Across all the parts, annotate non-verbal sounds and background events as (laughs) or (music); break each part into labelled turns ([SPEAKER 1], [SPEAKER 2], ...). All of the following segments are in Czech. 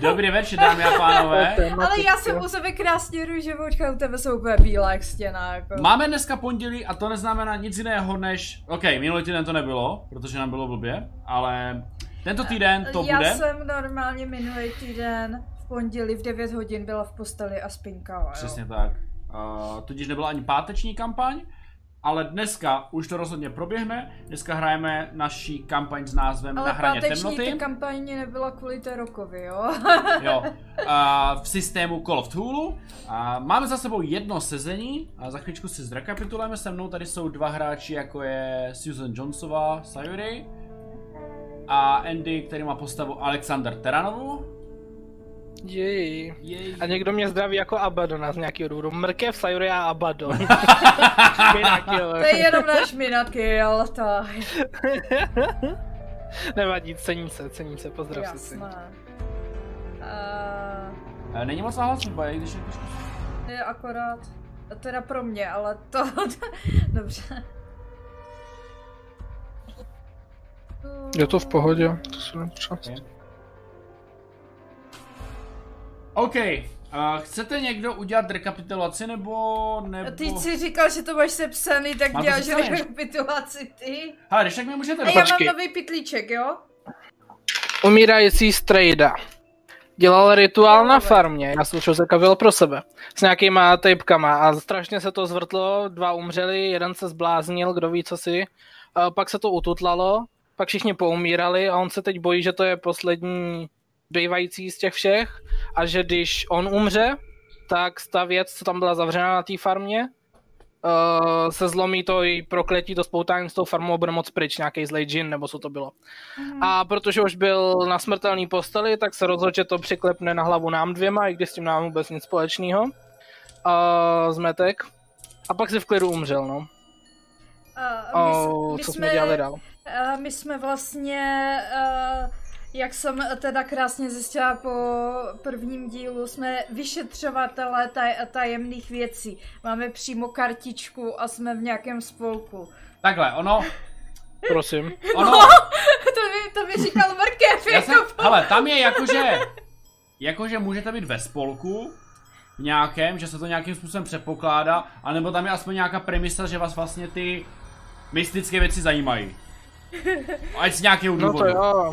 [SPEAKER 1] Dobrý večer, dámy a
[SPEAKER 2] (laughs)
[SPEAKER 1] pánové.
[SPEAKER 2] Ale já jsem u sebe krásně růžovoučka, u tebe jsou úplně bílá jak stěna. Jako.
[SPEAKER 1] Máme dneska pondělí a to neznamená nic jiného než... OK, minulý týden to nebylo, protože nám bylo blbě, ale tento týden to
[SPEAKER 2] já
[SPEAKER 1] bude.
[SPEAKER 2] jsem normálně minulý týden v pondělí v 9 hodin byla v posteli a spinkala. Jo.
[SPEAKER 1] Přesně tak. Uh, tudíž nebyla ani páteční kampaň, ale dneska už to rozhodně proběhne. Dneska hrajeme naší kampaň s názvem Na
[SPEAKER 2] Ale
[SPEAKER 1] hraně
[SPEAKER 2] páteční
[SPEAKER 1] temnoty.
[SPEAKER 2] ta kampaň nebyla kvůli té rokovi, jo?
[SPEAKER 1] Jo. A v systému Call of Cthulhu. A máme za sebou jedno sezení. A za chvíličku si zrekapitulujeme se mnou. Tady jsou dva hráči, jako je Susan Johnsonová, Sayuri. A Andy, který má postavu Alexander Teranovu.
[SPEAKER 3] Jej.
[SPEAKER 1] Jej.
[SPEAKER 3] A někdo mě zdraví jako Abadona z nějakého důvodu. Mrkev, Sayuri a Abadon.
[SPEAKER 2] To je jenom náš minaky, ale ta...
[SPEAKER 3] Nevadí, cením se, cením se, pozdrav se. cením.
[SPEAKER 2] Jasné. Uh,
[SPEAKER 1] E, Není moc náhlas hudba, i když je trošku...
[SPEAKER 2] je akorát... Teda pro mě, ale to... (laughs) Dobře.
[SPEAKER 3] Je to v pohodě, to se nepřál.
[SPEAKER 1] OK. A chcete někdo udělat rekapitulaci nebo... nebo...
[SPEAKER 2] No Ty jsi říkal, že to máš sepsaný, tak
[SPEAKER 1] Mám to
[SPEAKER 2] děláš
[SPEAKER 1] sepsaný.
[SPEAKER 2] rekapitulaci ty.
[SPEAKER 1] Hele, když tak mi můžete...
[SPEAKER 2] A já
[SPEAKER 3] No, počkej.
[SPEAKER 2] mám nový pitlíček, jo?
[SPEAKER 3] Umírající strejda. Dělal rituál na farmě, já jsem člověka byl pro sebe. S nějakýma typkama a strašně se to zvrtlo, dva umřeli, jeden se zbláznil, kdo ví co si. A pak se to ututlalo, pak všichni poumírali a on se teď bojí, že to je poslední bývající z těch všech a že když on umře, tak ta věc, co tam byla zavřena na té farmě, eh, se zlomí to i prokletí, to spoutání s tou farmou bude moc pryč, nějaký zlej džin, nebo co to bylo. A protože už byl na smrtelný posteli, tak se rozhodl, že to přiklepne na hlavu nám dvěma, i když s tím nám vůbec nic společného. Uh, zmetek. A pak si v klidu umřel, no.
[SPEAKER 2] A my, s-
[SPEAKER 3] Oh,
[SPEAKER 2] my
[SPEAKER 3] co jsme dělali dál?
[SPEAKER 2] a my jsme vlastně, eh, jak jsem teda krásně zjistila po prvním dílu, jsme vyšetřovatelé taj, tajemných věcí. Máme přímo kartičku a jsme v nějakém spolku. (laughs)
[SPEAKER 1] Takhle, ono...
[SPEAKER 3] Prosím.
[SPEAKER 2] No,
[SPEAKER 1] Ono...
[SPEAKER 2] To mi, to mi říkal Mrkev,
[SPEAKER 1] Já jsem,
[SPEAKER 2] jako
[SPEAKER 1] hele, tam je jakože, jakože můžete být ve spolku, v nějakém, že se to nějakým způsobem přepokládá, anebo tam je aspoň nějaká premisa, že vás vlastně ty mystické věci zajímají. Ať z nějakého
[SPEAKER 3] No
[SPEAKER 1] důvodu.
[SPEAKER 3] to jo.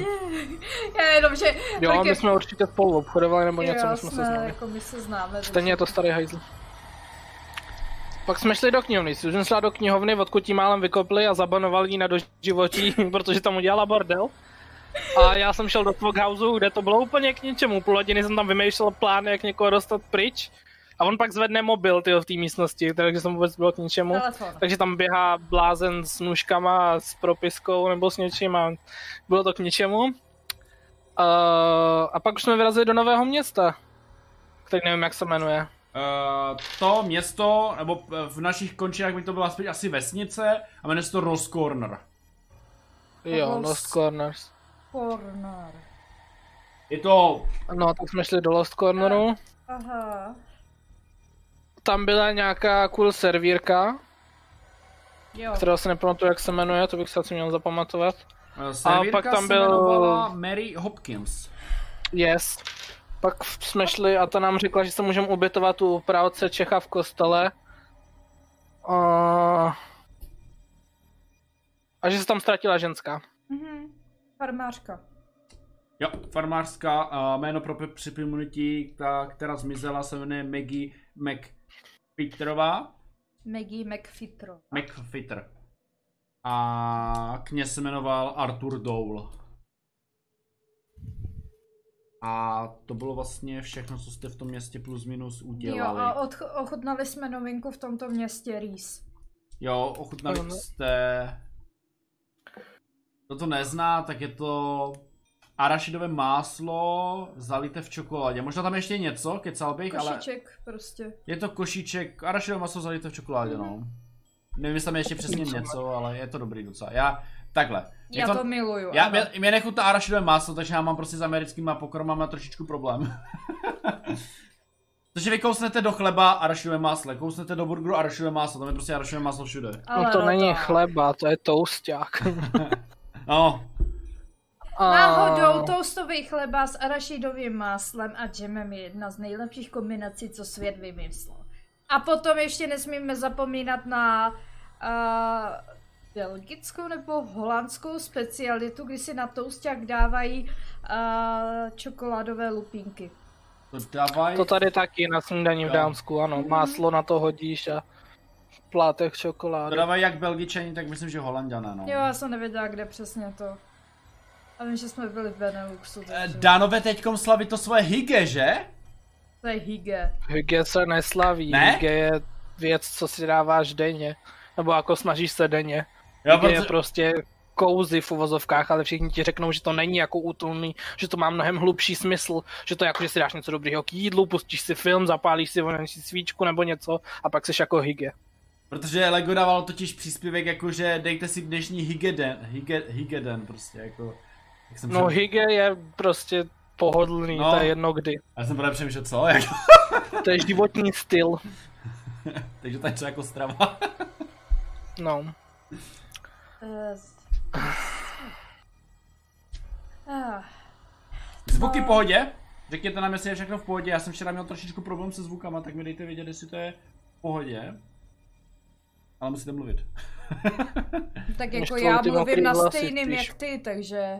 [SPEAKER 2] já jenom, že
[SPEAKER 3] Jo, my
[SPEAKER 2] Mrkev-
[SPEAKER 3] jsme určitě spolu obchodovali nebo něco,
[SPEAKER 2] jo,
[SPEAKER 3] my jsme se
[SPEAKER 2] jsme-
[SPEAKER 3] znali.
[SPEAKER 2] Jako my se známe.
[SPEAKER 3] Stejně je to starý hajzl. Pak jsme šli do knihovny, Susan šla do knihovny, odkud jí málem vykopli a zabanovali ji na doživotí, (laughs) protože tam udělala bordel. A já jsem šel do Twoghouse, kde to bylo úplně k ničemu, půl hodiny jsem tam vymýšlel plán, jak někoho dostat pryč. A on pak zvedne mobil tyjo, v té místnosti, takže jsem vůbec byl k ničemu.
[SPEAKER 2] Telefon.
[SPEAKER 3] Takže tam běhá blázen s nůžkama, a s propiskou nebo s něčím a bylo to k ničemu. Uh, a pak už jsme vyrazili do nového města, který nevím, jak se jmenuje.
[SPEAKER 1] Uh, to město, nebo eh, v našich končinách by to byla spíš asi vesnice, a jmenuje se to Rose Corner.
[SPEAKER 3] Jo,
[SPEAKER 2] Lost-
[SPEAKER 3] Lost Corners.
[SPEAKER 2] Corner.
[SPEAKER 1] Je to, eh,
[SPEAKER 3] No, tak jsme šli do Lost Corneru.
[SPEAKER 2] Aha.
[SPEAKER 3] Tam byla nějaká cool servírka,
[SPEAKER 2] Jo.
[SPEAKER 3] která se nepamatuju, jak se jmenuje, to bych se asi měl zapamatovat.
[SPEAKER 1] uh, servírka
[SPEAKER 3] pak tam
[SPEAKER 1] se
[SPEAKER 3] byl-
[SPEAKER 1] jmenovala Mary Hopkins.
[SPEAKER 3] Yes. Pak v- jsme šli a ta nám řekla, že se můžeme ubytovat u právce Čecha v kostele. A... a že se tam ztratila ženská.
[SPEAKER 2] Mhm. Farmářka.
[SPEAKER 1] Jo, farmářská uh, jméno pro pe- připomenutí, ta, která zmizela, se jmenuje Maggie McPeterová.
[SPEAKER 2] Maggie McFitro.
[SPEAKER 1] McFitter. A kněz se jmenoval Arthur Dole. A to bylo vlastně všechno, co jste v tom městě plus minus
[SPEAKER 2] Jo, a
[SPEAKER 1] udělali.
[SPEAKER 2] od, ochutnali jsme novinku v tomto městě Rýs.
[SPEAKER 1] Jo, ochutnali
[SPEAKER 3] Ano.
[SPEAKER 1] jste... Kdo to nezná, tak je to arašidové máslo zalité v čokoládě. Možná tam ještě něco, kecal bych, ale
[SPEAKER 2] Košiček prostě.
[SPEAKER 1] je to košíček, arašidové maso zalité v čokoládě, no. Nevím, jestli tam je ještě přesně něco, ale je to dobrý docela. Já, takhle. Je
[SPEAKER 2] Já to, miluju.
[SPEAKER 1] Jako- Já,
[SPEAKER 2] ano.
[SPEAKER 1] mě, mě nechutná arašidové maso, takže já mám prostě s americkýma pokrmama trošičku problém. (laughs) Takže vy kousnete do chleba arašidové másle, kousnete do burgeru arašidové máslo, tam je prostě arašidové maslo všude.
[SPEAKER 3] No
[SPEAKER 2] Ale
[SPEAKER 3] to
[SPEAKER 2] no (laughs)
[SPEAKER 3] není chleba, to je tousták.
[SPEAKER 1] No,
[SPEAKER 3] A-
[SPEAKER 2] Náhodou toastový chleba s arašidovým máslem a džemem je jedna z nejlepších kombinací, co svět vymyslel. A potom ještě nesmíme zapomínat na uh, belgickou nebo holandskou specialitu, kdy si na tousták dávají uh, čokoládové lupinky.
[SPEAKER 1] To dávaj.
[SPEAKER 3] To tady taky na snídaní v
[SPEAKER 1] Jo.
[SPEAKER 3] Dámsku, ano. Máslo na to hodíš a plátek čokolády.
[SPEAKER 1] To dávají jak Belgičani, tak myslím, že Holanděna, no.
[SPEAKER 2] Jo, já jsem nevěděla, kde přesně to. A vím, že jsme byli v Beneluxu,
[SPEAKER 1] Eh,
[SPEAKER 2] takže
[SPEAKER 1] Dánové teďkom slaví to svoje hygge, že?
[SPEAKER 2] to je hygge.
[SPEAKER 3] Hygie se neslaví,
[SPEAKER 1] Ne?
[SPEAKER 3] hygie je věc, co si dáváš denně. Nebo jako snažíš se denně.
[SPEAKER 1] Jo,
[SPEAKER 3] Hygie je
[SPEAKER 1] protože,
[SPEAKER 3] prostě kouzy v uvozovkách, ale všichni ti řeknou, že to není jako útulný, že to má mnohem hlubší smysl, že to je jako, že si dáš něco dobrýho k jídlu, pustíš si film, zapálíš si vonem si svíčku nebo něco a pak seš jako hygie.
[SPEAKER 1] protože Lego dával totiž příspěvek jako, že dejte si dnešní hygeden, hyge, hygeden prostě jako. Jak jsem
[SPEAKER 3] No
[SPEAKER 1] přem-
[SPEAKER 3] hygie je prostě pohodlný,
[SPEAKER 1] No.
[SPEAKER 3] to je jedno kdy.
[SPEAKER 1] Já jsem právě přemýšlel, co? (laughs) Jako,
[SPEAKER 3] To je životní styl.
[SPEAKER 1] takže to je něco jako strava.
[SPEAKER 3] No.
[SPEAKER 2] Eh, Ah.
[SPEAKER 1] Zvuky v pohodě? Řekněte nám, jestli je všechno v pohodě. Já jsem včera měl trošičku problém se zvukama, tak mi dejte vědět, jestli to je v pohodě. Ale musíte mluvit.
[SPEAKER 2] Tak
[SPEAKER 3] Než
[SPEAKER 2] jako
[SPEAKER 3] tvou
[SPEAKER 2] já
[SPEAKER 3] ty
[SPEAKER 2] mluvím
[SPEAKER 3] mokrý
[SPEAKER 2] na
[SPEAKER 3] vlasy
[SPEAKER 2] stejným
[SPEAKER 3] spíš.
[SPEAKER 2] jak ty, takže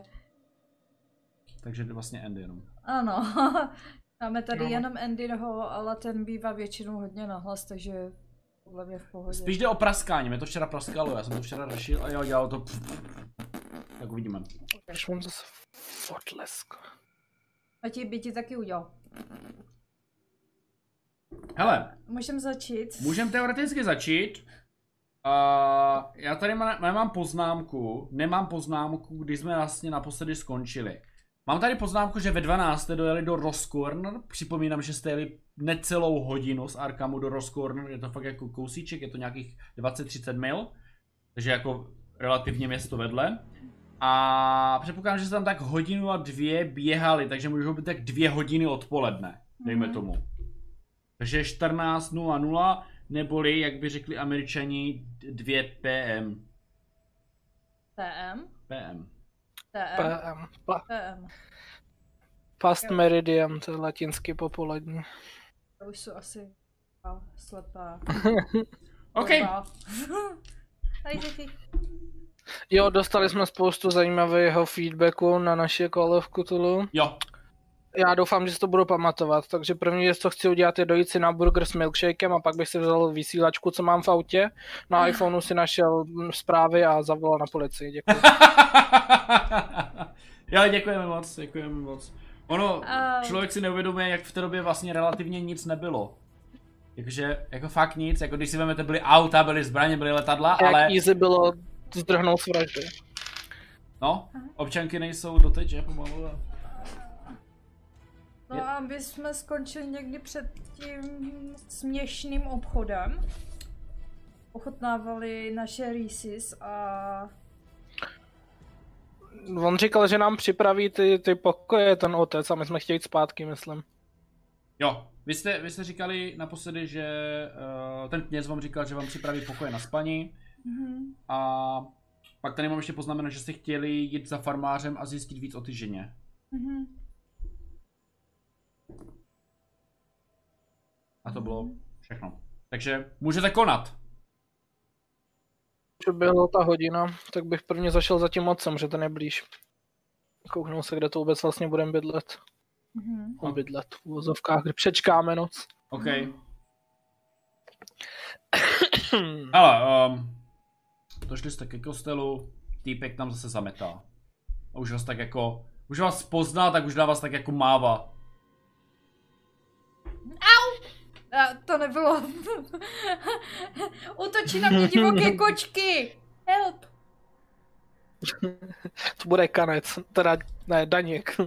[SPEAKER 1] Takže vlastně Andy jenom.
[SPEAKER 2] ano. (laughs) Máme tady
[SPEAKER 3] No.
[SPEAKER 2] jenom Andyho, ale ten bývá většinou hodně nahlas, takže podle mě v pohodě.
[SPEAKER 1] Spíš jde o praskání, mě to včera praskalo, já jsem to včera řešil a jo, dělalo to Tak uvidíme.
[SPEAKER 3] Když mám zase fotlesk.
[SPEAKER 2] Matěj by ti taky udělal.
[SPEAKER 1] Hele,
[SPEAKER 2] Můžem začít?
[SPEAKER 1] můžeme teoreticky začít. Uh, já tady má, nemám poznámku, nemám poznámku, kdy jsme vlastně naposledy skončili. Mám tady poznámku, že ve 12. jste dojeli do Roscorner, připomínám, že jste jeli necelou hodinu z Arkamu do Roscorner, je to fakt jako kousíček, je to nějakých 20-30 mil, takže jako relativně město vedle. A předpokládám, že jste tam tak hodinu a dvě běhali, takže můžou být tak dvě hodiny odpoledne, dejme
[SPEAKER 2] Mhm.
[SPEAKER 1] tomu. Takže 14.00, neboli, jak by řekli američani, 2 PM.
[SPEAKER 2] TM?
[SPEAKER 1] PM.
[SPEAKER 2] TM?
[SPEAKER 3] PM. Pa,
[SPEAKER 2] TM.
[SPEAKER 3] past
[SPEAKER 2] Eh. Jo.
[SPEAKER 3] meridian, to je latinsky popolední.
[SPEAKER 2] Já už jsou asi a, slepá.
[SPEAKER 1] OK,
[SPEAKER 2] Kurva. (laughs) Hej, děti.
[SPEAKER 3] Jo, dostali jsme spoustu zajímavého feedbacku na naše Call of Cthulhu.
[SPEAKER 1] jo, (laughs)
[SPEAKER 3] Já doufám, že si to budu pamatovat, takže první věc, co chci udělat, je dojít si na burger s milkshakem a pak bych si vzal vysílačku, co mám v autě. Na iPhoneu si našel mm, zprávy a zavolal na policii, děkuji.
[SPEAKER 1] jo, děkujeme moc, děkujeme moc. Ono,
[SPEAKER 2] A-
[SPEAKER 1] člověk si neuvědomuje, jak v té době vlastně relativně nic nebylo. Jakože, jako fakt nic, jako když si vezmete, byly auta, byly zbraně, byly letadla,
[SPEAKER 3] Ale...
[SPEAKER 1] ale
[SPEAKER 3] Jak easy bylo zdrhnout z vraždy.
[SPEAKER 1] no, občanky nejsou doteď, že pomalu. a-
[SPEAKER 2] No a my jsme skončili někdy před tím směšným obchodem. Ochotnávali naše Reese's a...
[SPEAKER 3] On říkal, že nám připraví ty, ty pokoje, ten otec, a my jsme chtěli jít zpátky, myslím.
[SPEAKER 1] Jo, vy jste, vy jste říkali naposledy, že uh, ten kněz vám říkal, že vám připraví pokoje na spaní
[SPEAKER 2] Mhm.
[SPEAKER 1] a pak tady mám ještě poznamenat, že jste chtěli jít za farmářem a zjistit víc o ty ženě.
[SPEAKER 2] Mhm.
[SPEAKER 1] A to bylo všechno. Takže můžete konat.
[SPEAKER 3] že byla ta hodina, tak bych prvně zašel za tím otcem, že ten je blíž. Kouknul se, kde to vůbec vlastně budeme bydlet.
[SPEAKER 2] Mhm.
[SPEAKER 3] No, bydlet v vozovkách, kde přečkáme noc.
[SPEAKER 1] OK. Ale, um, došli jste ke kostelu, týpek tam zase zametá. A už vás tak jako, už vás pozná, tak už na vás tak jako mává.
[SPEAKER 2] A to nebylo. (laughs) Utočí na mě divoké kočky! Help!
[SPEAKER 3] To bude kanec, teda ne, daněk.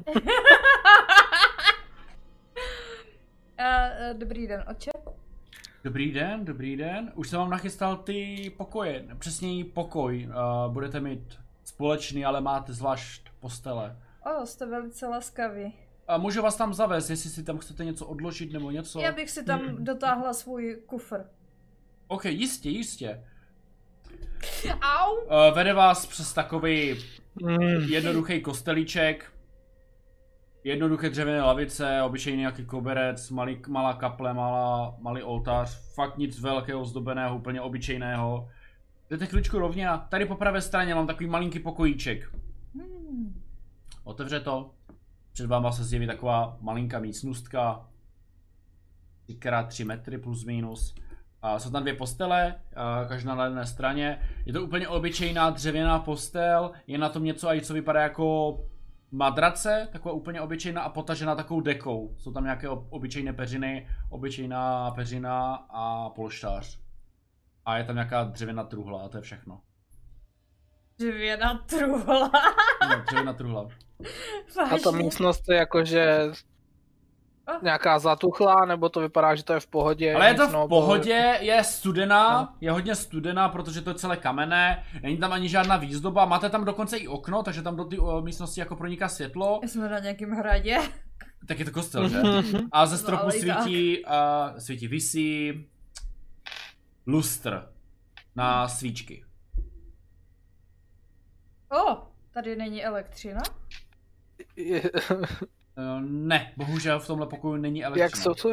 [SPEAKER 2] A, e, dobrý den, oče.
[SPEAKER 1] Dobrý den, dobrý den. Už jsem vám nachystal ty pokoje, přesněji pokoj. Uh, budete mít společný, ale máte zvlášť postele.
[SPEAKER 2] O, jste velice laskaví.
[SPEAKER 1] A můžu vás tam zavést, jestli si tam chcete něco odložit nebo něco.
[SPEAKER 2] Já bych si tam dotáhla svůj kufr.
[SPEAKER 1] OK, jistě, jistě.
[SPEAKER 2] Au!
[SPEAKER 1] Uh, vede vás přes takový
[SPEAKER 3] Mm.
[SPEAKER 1] Jednoduchý kostelíček, jednoduché dřevěné lavice, obyčejný nějaký koberec, malý, malá kaple, malá, malý oltář, fakt nic velkého, zdobeného, úplně obyčejného. Jdete chvíličku rovně a tady po pravé straně mám takový malinký pokojíček.
[SPEAKER 2] Hmm.
[SPEAKER 1] Otevře to, před váma se zjeví taková malinká místnostka, 3x3 metry plus minus. A jsou tam dvě postele, a každá na jedné straně. Je to úplně obyčejná dřevěná postel, je na tom něco, aj co vypadá jako madrace, taková úplně obyčejná a potažená takovou dekou. Jsou tam nějaké ob- obyčejné peřiny, obyčejná peřina a polštář. A je tam nějaká dřevěná truhla a to je všechno.
[SPEAKER 2] Dřevěna truhla.
[SPEAKER 1] No, dřevěná truhla.
[SPEAKER 3] A ta
[SPEAKER 2] (laughs) Vážně.
[SPEAKER 3] místnost je jakože nějaká zatuchlá, nebo to vypadá, že to je v pohodě.
[SPEAKER 1] Ale je
[SPEAKER 3] nic
[SPEAKER 1] to v
[SPEAKER 3] nového.
[SPEAKER 1] pohodě, je studená,
[SPEAKER 3] No.
[SPEAKER 1] je hodně studená, protože to je celé kamenné, není tam ani žádná výzdoba, máte tam dokonce i okno, takže tam do té o, místnosti jako proniká světlo,
[SPEAKER 2] Jsme na nějakém hradě.
[SPEAKER 1] tak je to kostel,
[SPEAKER 3] (laughs)
[SPEAKER 1] že?
[SPEAKER 3] Mhm.
[SPEAKER 1] A ze
[SPEAKER 2] No,
[SPEAKER 1] stropu
[SPEAKER 2] ale i
[SPEAKER 1] svítí, uh, svítí visí lustr na svíčky.
[SPEAKER 2] O, tady není elektřina.
[SPEAKER 1] Eh, Ne, bohužel v tomhle pokoji není elektřina.
[SPEAKER 3] (laughs) jak, jsou, to,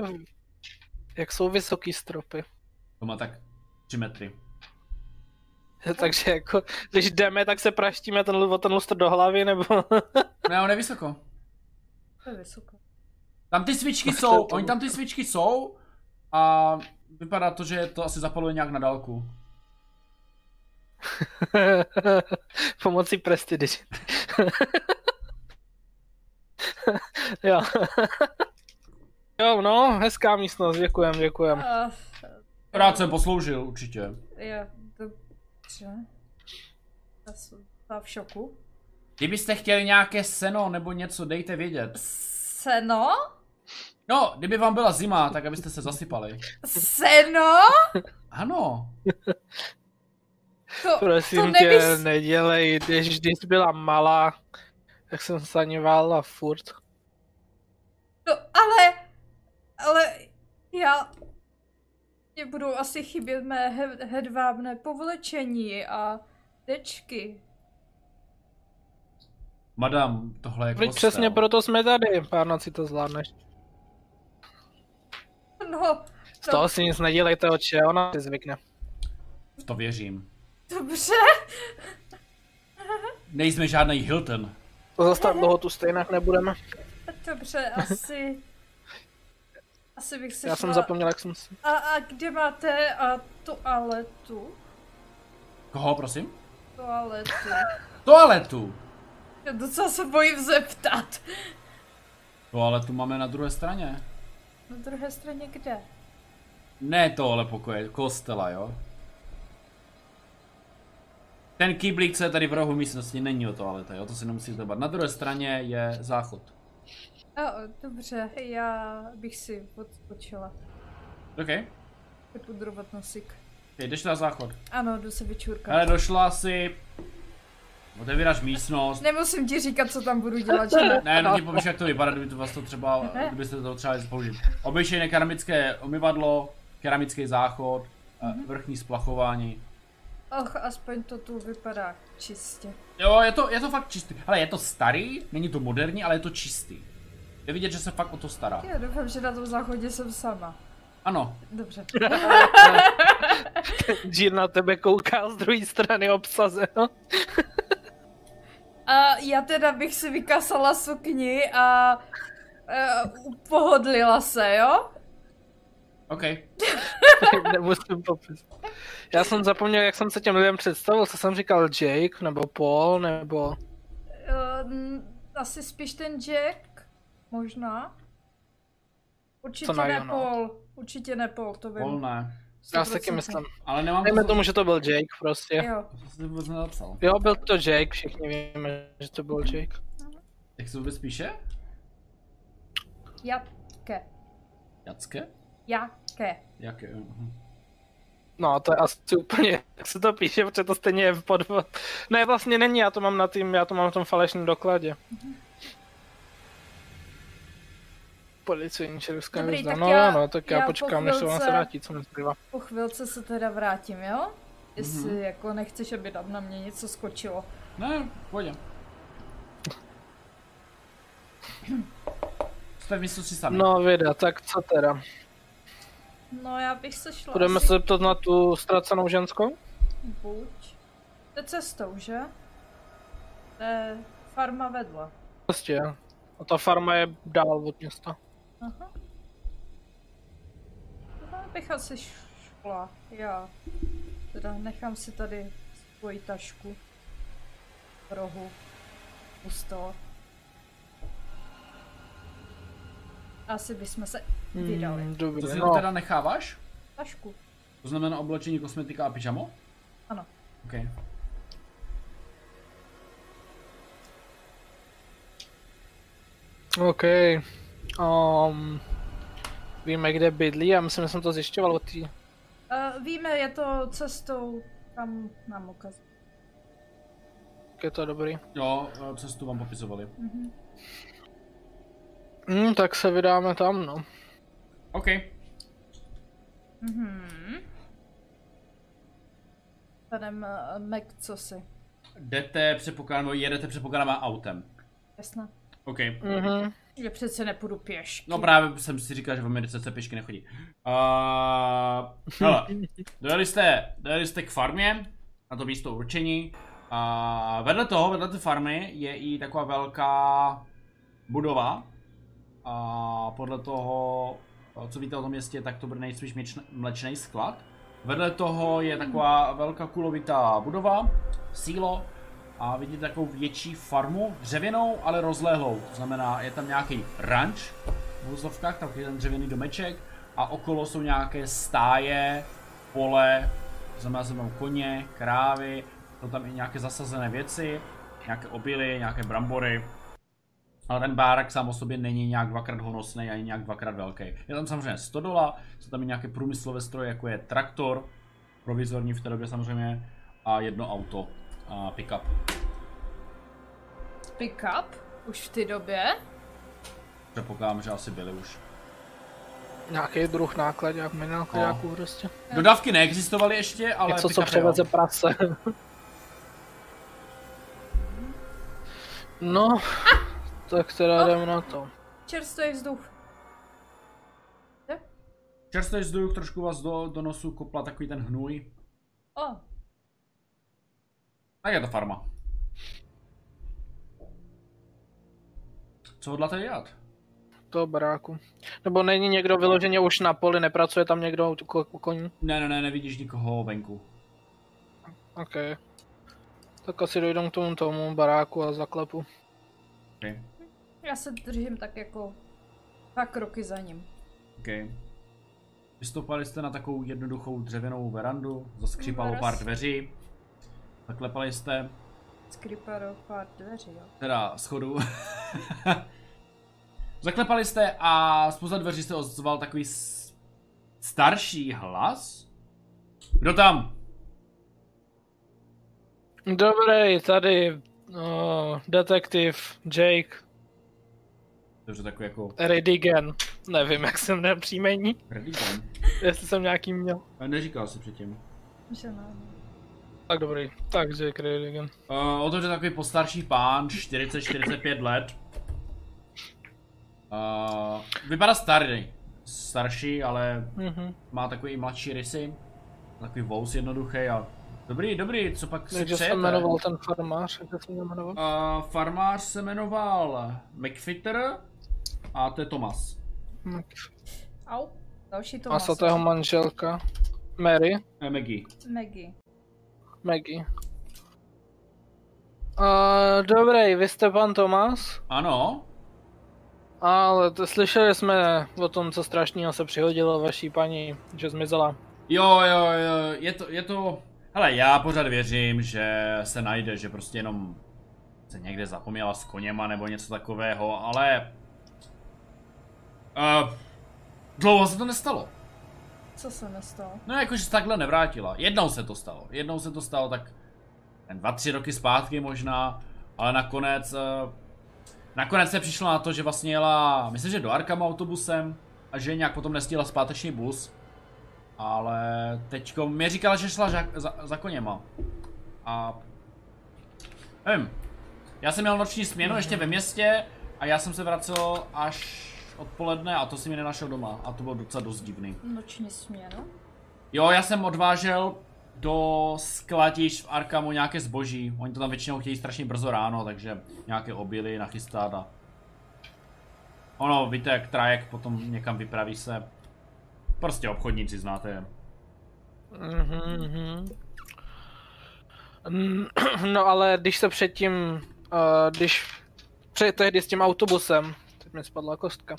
[SPEAKER 3] jak jsou vysoký stropy.
[SPEAKER 1] To má tak 3 metry.
[SPEAKER 3] Takže jako, když jdeme, tak se praštíme ten, o ten lustr do hlavy, nebo... (laughs)
[SPEAKER 1] Ne, on je vysoko.
[SPEAKER 2] To je vysoko.
[SPEAKER 1] Tam ty svíčky
[SPEAKER 3] Tak to
[SPEAKER 1] jsou,
[SPEAKER 3] je to-
[SPEAKER 1] oni tam ty svíčky jsou a vypadá to, že to asi zapaluje nějak na dálku.
[SPEAKER 3] Pomocí prestidy. (laughs) jo. (laughs) jo, no, hezká místnost, děkujem, děkujem.
[SPEAKER 2] A,
[SPEAKER 1] Rád jsem posloužil, určitě.
[SPEAKER 2] je, dobře. Já jsem byla v šoku.
[SPEAKER 1] Kdybyste chtěli nějaké seno nebo něco, dejte vědět.
[SPEAKER 2] Seno?
[SPEAKER 1] No, kdyby vám byla zima, tak abyste se zasypali.
[SPEAKER 2] Seno?
[SPEAKER 1] Ano,
[SPEAKER 2] To,
[SPEAKER 3] Prosím
[SPEAKER 2] to
[SPEAKER 3] tě,
[SPEAKER 2] nemysl...
[SPEAKER 3] nedělej, když, když byla malá, tak jsem saněvala furt.
[SPEAKER 2] No, ale... Ale... Já... Mě budou asi chybět mé he- hedvábné povlečení a tečky.
[SPEAKER 1] madam, tohle je
[SPEAKER 3] Proč
[SPEAKER 1] kostel.
[SPEAKER 3] přesně proto jsme tady, párna si to zvládneš.
[SPEAKER 2] No,
[SPEAKER 3] Z toho si nic nedělejte, oče, ona si zvykne.
[SPEAKER 1] V to věřím.
[SPEAKER 2] dobře.
[SPEAKER 1] Nejsme žádný Hilton.
[SPEAKER 3] To zase tak dlouho tu stejnak nebudeme.
[SPEAKER 2] Dobře, asi... asi bych se
[SPEAKER 3] Já jsem zapomněl, jak jsem si...
[SPEAKER 2] A, a kde máte a, toaletu?
[SPEAKER 1] Koho, prosím?
[SPEAKER 2] Toaletu.
[SPEAKER 1] Toaletu.
[SPEAKER 2] Já docela se bojím zeptat.
[SPEAKER 1] Toaletu máme na druhé straně.
[SPEAKER 2] Na druhé straně kde?
[SPEAKER 1] Ne tohle pokoje, kostela, jo? Ten kyblík, co je tady v rohu místnosti, není o toaleta, jo? To si nemusíte bát. Na druhé straně je záchod.
[SPEAKER 2] A, o, dobře, já bych si odpočila.
[SPEAKER 1] OK,
[SPEAKER 2] Vypudrovat nosík.
[SPEAKER 1] okay jdeš na záchod.
[SPEAKER 2] Ano, jdu se vyčůrkat.
[SPEAKER 1] Ale došla si... Otevíráš místnost.
[SPEAKER 2] Nemusím ti říkat, co tam budu dělat,
[SPEAKER 1] (laughs)
[SPEAKER 2] že ne?
[SPEAKER 1] Ne, no ti povíš, jak to vypadá, kdyby to vás to třeba, kdybyste to třeba použít. Obyčejné keramické umyvadlo, keramický záchod, eh, vrchní splachování.
[SPEAKER 2] Och, aspoň to tu vypadá čistě.
[SPEAKER 1] Jo, je to, je to fakt čistý. Ale je to starý, není to moderní, ale je to čistý. Je vidět, že se fakt o to stará.
[SPEAKER 2] Já doufám, že na tom záchodě jsem sama.
[SPEAKER 1] Ano,
[SPEAKER 2] Dobře.
[SPEAKER 3] Jean na tebe kouká z druhé strany No, obsazeno.
[SPEAKER 2] A já teda bych si vykasala sukni a uh, pohodlila se, jo?
[SPEAKER 1] OK.
[SPEAKER 3] Nemusím popis. Já jsem zapomněl, jak jsem se těm lidem představil, co jsem říkal, Jake, nebo Paul, nebo...
[SPEAKER 2] Uh, asi spíš ten Jack, možná. Určitě
[SPEAKER 3] na
[SPEAKER 2] ne
[SPEAKER 3] Jona?
[SPEAKER 2] Paul, určitě ne Paul, to vím.
[SPEAKER 1] Volné.
[SPEAKER 3] Já si taky
[SPEAKER 2] 100%.
[SPEAKER 3] myslím.
[SPEAKER 1] Ale nemám
[SPEAKER 3] Dejme
[SPEAKER 1] to,
[SPEAKER 3] tomu, že to byl Jake prostě.
[SPEAKER 2] Jo.
[SPEAKER 1] to jsem vůbec nenapsal.
[SPEAKER 3] Jo, byl to Jake, všichni víme, že to byl Jake.
[SPEAKER 1] Jak se vůbec píše?
[SPEAKER 2] Jaké.
[SPEAKER 1] Jacke?
[SPEAKER 2] Jaké.
[SPEAKER 1] Jaké? mhm.
[SPEAKER 3] No, to je asi úplně, jak se to píše, protože to stejně je podvod. Ne, vlastně není, já to mám na tým, já to mám v tom falešném dokladě. Policie česká
[SPEAKER 2] Dobrý,
[SPEAKER 3] hvězda.
[SPEAKER 2] tak
[SPEAKER 3] No,
[SPEAKER 2] já-
[SPEAKER 3] no, tak já,
[SPEAKER 2] já po
[SPEAKER 3] počkám, než se ona se
[SPEAKER 2] chvilce-
[SPEAKER 3] vrátí, co mi zbývá.
[SPEAKER 2] Po
[SPEAKER 3] Mhm.
[SPEAKER 2] chvilce se teda vrátím, jo? Jestli jako nechceš, aby tam na mě něco skočilo.
[SPEAKER 1] Ne, pojď. Jste v místnosti sami.
[SPEAKER 3] No vida, tak co teda?
[SPEAKER 2] No já bych se šla
[SPEAKER 3] Budeme
[SPEAKER 2] asi
[SPEAKER 3] se zeptat na tu ztracenou ženskou?
[SPEAKER 2] buď. To je cestou, že? To je farma vedla.
[SPEAKER 3] Prostě. A ta farma je dál od města.
[SPEAKER 2] Aha. No, já bych asi šla, já. Teda nechám si tady svoji tašku. V rohu. U stolu. Asi bychom se vydali.
[SPEAKER 3] Hmm,
[SPEAKER 1] To
[SPEAKER 3] dobře,
[SPEAKER 1] si
[SPEAKER 3] no.
[SPEAKER 1] to teda necháváš?
[SPEAKER 2] Tašku.
[SPEAKER 1] To znamená oblečení, kosmetika a pyžamo?
[SPEAKER 2] Ano.
[SPEAKER 1] OK.
[SPEAKER 3] OK. Um, víme, kde bydlí, já myslím, že jsem to zjišťoval od té
[SPEAKER 2] Uh, víme, je to cestou, tam nám ukaz.
[SPEAKER 3] Tak je to dobrý.
[SPEAKER 1] Jo, eh, cestu vám popisovali.
[SPEAKER 2] Mhm.
[SPEAKER 3] Hmm, tak se vydáme tam, no.
[SPEAKER 1] OK.
[SPEAKER 2] Mhm. Panem uh, Mac, co si?
[SPEAKER 1] Jdete, předpokládám, no, jedete předpokládám autem.
[SPEAKER 2] Jasná.
[SPEAKER 1] OK.
[SPEAKER 3] Mhm.
[SPEAKER 2] Že přece nepůjdu pěšky.
[SPEAKER 1] No právě jsem si říkal, že v Americe se pěšky nechodí. Uh, hele, dojeli jste, dojeli jste k farmě, na to místo určení. A vedle toho, vedle té farmy je i taková velká budova. A podle toho, co víte o tom městě, tak to bude nejspíš mlečn- mlečný sklad. Vedle toho je taková velká kulovitá budova, sílo, a vidíte takovou větší farmu, dřevěnou, ale rozlehlou. To znamená, je tam nějaký ranč v úzovkách, tam je ten dřevěný domeček a okolo jsou nějaké stáje, pole, to znamená, že tam koně, krávy, jsou tam i nějaké zasazené věci, nějaké obily, nějaké brambory. Ale ten bárek sám o sobě není nějak dvakrát honosný ani nějak dvakrát velký. Je tam samozřejmě stodola, jsou tam i nějaké průmyslové stroje, jako je traktor, provizorní v té době samozřejmě, a jedno auto, a pick-up.
[SPEAKER 2] Pick up? Už v té době?
[SPEAKER 1] Předpokládám, že asi byly už.
[SPEAKER 3] Nějaký druh nákladňák, my nákladňáků prostě.
[SPEAKER 1] Dodávky neexistovaly ještě, ale
[SPEAKER 3] Něco, co
[SPEAKER 1] pick-up jo.
[SPEAKER 3] převeze prase. no, tak teda jdem na to.
[SPEAKER 2] Čerstvý vzduch.
[SPEAKER 1] Čerstvý vzduch trošku vás do, do nosu kopla takový ten hnůj.
[SPEAKER 2] O, oh,
[SPEAKER 1] Tak je to farma. Co hodláte dělat?
[SPEAKER 3] To baráku. Nebo není někdo vyloženě už na poli, nepracuje tam někdo u, ko- u koní?
[SPEAKER 1] Ne, ne, ne, nevidíš nikoho venku.
[SPEAKER 3] OK. Tak asi dojdem k tomu tomu baráku a zaklepu.
[SPEAKER 1] Okay.
[SPEAKER 2] já se držím tak jako dva kroky za ním.
[SPEAKER 1] Okay. Vystoupali jste na takovou jednoduchou dřevěnou verandu, zaskřípalo
[SPEAKER 2] Veras.
[SPEAKER 1] pár dveří, zaklepali jste,
[SPEAKER 2] Skripa do pár dveří, jo.
[SPEAKER 1] teda schodu. (laughs) zaklepali jste a spoza dveří se ozval takový s- starší hlas. Kdo tam?
[SPEAKER 3] Dobrý, tady uh, detektiv Jake
[SPEAKER 1] Dobře, takový jako
[SPEAKER 3] Redigan. Nevím, jak jsem měl příjmení,
[SPEAKER 1] Reddington.
[SPEAKER 3] jestli jsem nějaký měl.
[SPEAKER 1] Ale Eh, Neříkal si předtím.
[SPEAKER 2] Že ne.
[SPEAKER 3] Tak dobrý, tak Jake Redigan.
[SPEAKER 1] Uh, o tom, že takový postarší pán, 40-45 let. Uh, vypadá starý. Starší, ale
[SPEAKER 3] Mhm.
[SPEAKER 1] má takový i mladší rysy. Takový vous jednoduchý a... Dobrý, dobrý, co pak si
[SPEAKER 3] Takže se
[SPEAKER 1] přejete?
[SPEAKER 3] jmenoval ten farmář, jak se jmenoval?
[SPEAKER 1] Uh, farmář se jmenoval McFitter a to je Tomas.
[SPEAKER 3] No.
[SPEAKER 2] Au. Další to
[SPEAKER 3] A
[SPEAKER 2] maso.
[SPEAKER 3] svatého manželka Mary,
[SPEAKER 1] Eh, Maggie.
[SPEAKER 2] Maggie.
[SPEAKER 3] Maggie. Uh, dobrý, vy jste pan Tomás?
[SPEAKER 1] Ano,
[SPEAKER 3] Ale to, slyšeli jsme o tom, co strašného se přihodilo vaší paní, že zmizela.
[SPEAKER 1] Jo, jo, jo, je to, je to... Hele, já pořád věřím, že se najde, že prostě jenom se někde zapomněla s koněma nebo něco takového, ale... Uh, dlouho se to nestalo.
[SPEAKER 2] Co se nestalo?
[SPEAKER 1] No jakože se takhle nevrátila. Jednou se to stalo. Jednou se to stalo tak ten dva, tři roky zpátky možná, ale nakonec... eh, Nakonec se přišlo na to, že vlastně jela, myslím, že do Arkama autobusem a že nějak potom nestihla zpáteční bus. Ale teďko mi říkala, že šla za, za, za koněma. A Nevím. Já jsem měl noční směnu ještě ve městě a já jsem se vracel až odpoledne a to si mi nenašel doma a to bylo docela dost divný.
[SPEAKER 2] Noční směnu?
[SPEAKER 1] Jo, já jsem odvážel do skladiš v Arkamu nějaké zboží. Oni to tam většinou chtějí strašně brzo ráno, takže nějaké obily nachystat a... Ono, víte, jak trajek potom někam vypraví se. Prostě obchodníci znáte je.
[SPEAKER 3] Mhm, mhm. Mm, (clears throat) No ale když se předtím, eh, když před tehdy s tím autobusem, teď mi spadla kostka,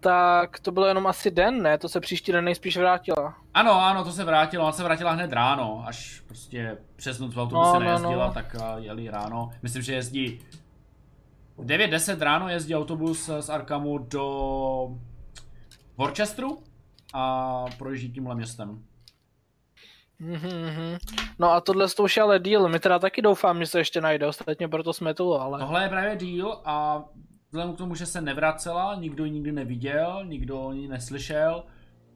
[SPEAKER 3] tak to bylo jenom asi den, ne? To se příští den nejspíš vrátila.
[SPEAKER 1] Ano, ano, to se vrátilo. Ona se vrátila hned ráno, až prostě přes noc v autobuse
[SPEAKER 3] No,
[SPEAKER 1] no,
[SPEAKER 3] no,
[SPEAKER 1] nejezdila,
[SPEAKER 3] no.
[SPEAKER 1] tak a, jeli ráno. Myslím, že jezdí... v 9.10 ráno jezdí autobus z Arkamu do Worcesteru a projíždí tímhle městem.
[SPEAKER 3] Mhm, mhm. No a tohle to už je ale díl, my teda taky doufám, že se ještě najde, ostatně proto jsme tu, ale...
[SPEAKER 1] Tohle je právě díl a vzhledem k tomu, že se nevracela, nikdo ji nikdy neviděl, nikdo o ní neslyšel,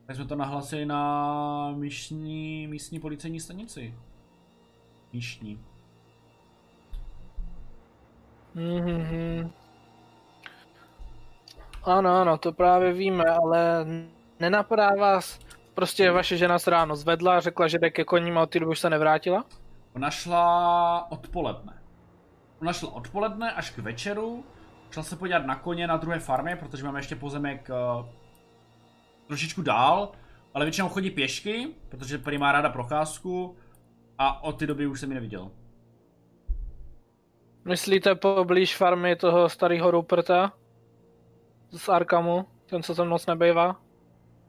[SPEAKER 1] tak jsme to nahlasili na místní, místní policejní stanici. Místní.
[SPEAKER 3] Mhm. Ano, ano, to právě víme, ale nenapadá vás... Prostě vaše žena se ráno zvedla, řekla, že jde ke koním a od té doby už se nevrátila?
[SPEAKER 1] Ona šla odpoledne. Ona šla odpoledne až k večeru, šla se podívat na koně na druhé farmě, protože máme ještě pozemek eh, trošičku dál, ale většinou chodí pěšky, protože prý má ráda procházku a od té doby už jsem ji neviděl.
[SPEAKER 3] Myslíte poblíž farmy toho starého Ruperta? Z Arkamu? Ten, co tam moc nebejvá?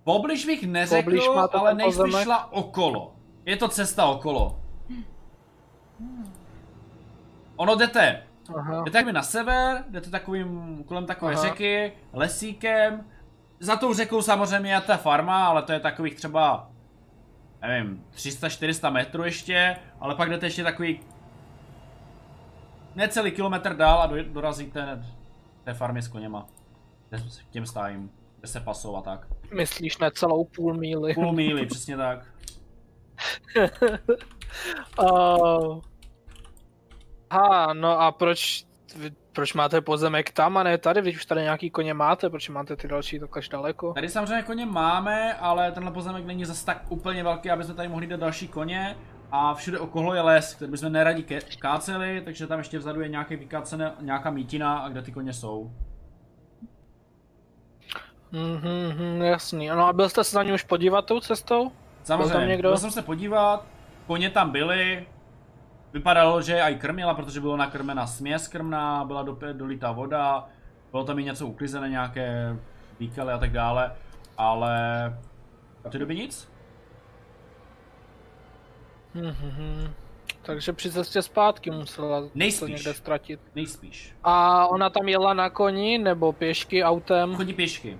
[SPEAKER 1] Poblíž bych neřekl,
[SPEAKER 3] Poblíž máte
[SPEAKER 1] ale
[SPEAKER 3] ten
[SPEAKER 1] nejspíš
[SPEAKER 3] pozemek?
[SPEAKER 1] šla okolo. Je to cesta okolo. Ono jdete
[SPEAKER 3] Aha.
[SPEAKER 1] Jdete jakoby na sever, jdete takovým, kolem takové
[SPEAKER 3] Aha.
[SPEAKER 1] Aha. řeky, lesíkem. Za tou řekou samozřejmě je ta farma, ale to je takových třeba, nevím, 300-400 metrů ještě, ale pak jdete ještě takový necelý kilometr dál a doj- dorazíte té farmy s koněma. Kde s- K těm stájím, kde se pasou a tak.
[SPEAKER 3] Myslíš ne celou půl míly?
[SPEAKER 1] Půl míly, přesně tak.
[SPEAKER 3] Oh. Ha, no a proč, vy- proč máte pozemek tam a ne tady? Vy už tady nějaký koně máte, proč máte ty další tak až daleko?
[SPEAKER 1] Tady samozřejmě koně máme, ale tenhle pozemek není zas tak úplně velký, aby jsme tady mohli dát další koně. A všude okolo je les, který bychom neradi ke- káceli, takže tam ještě vzadu je nějaké vykácené, nějaká mítina a kde ty koně jsou.
[SPEAKER 3] Mhm, mhm, jasný. No a byl jste se za ní už podívat tou cestou?
[SPEAKER 1] Samozřejmě,
[SPEAKER 3] Byl tam někdo?
[SPEAKER 1] byl jsem se podívat, koně tam byly, vypadalo, že je aj krmila, protože byla nakrmena směs krmná, byla do, dolita voda, bylo tam i něco uklizené, nějaké výkaly a tak dále, ale v té době nic.
[SPEAKER 3] Mhm. Takže při cestě zpátky musela to
[SPEAKER 1] Nejspíš.
[SPEAKER 3] někde ztratit.
[SPEAKER 1] Nejspíš.
[SPEAKER 3] A ona tam jela na koni nebo pěšky, autem?
[SPEAKER 1] Chodí pěšky.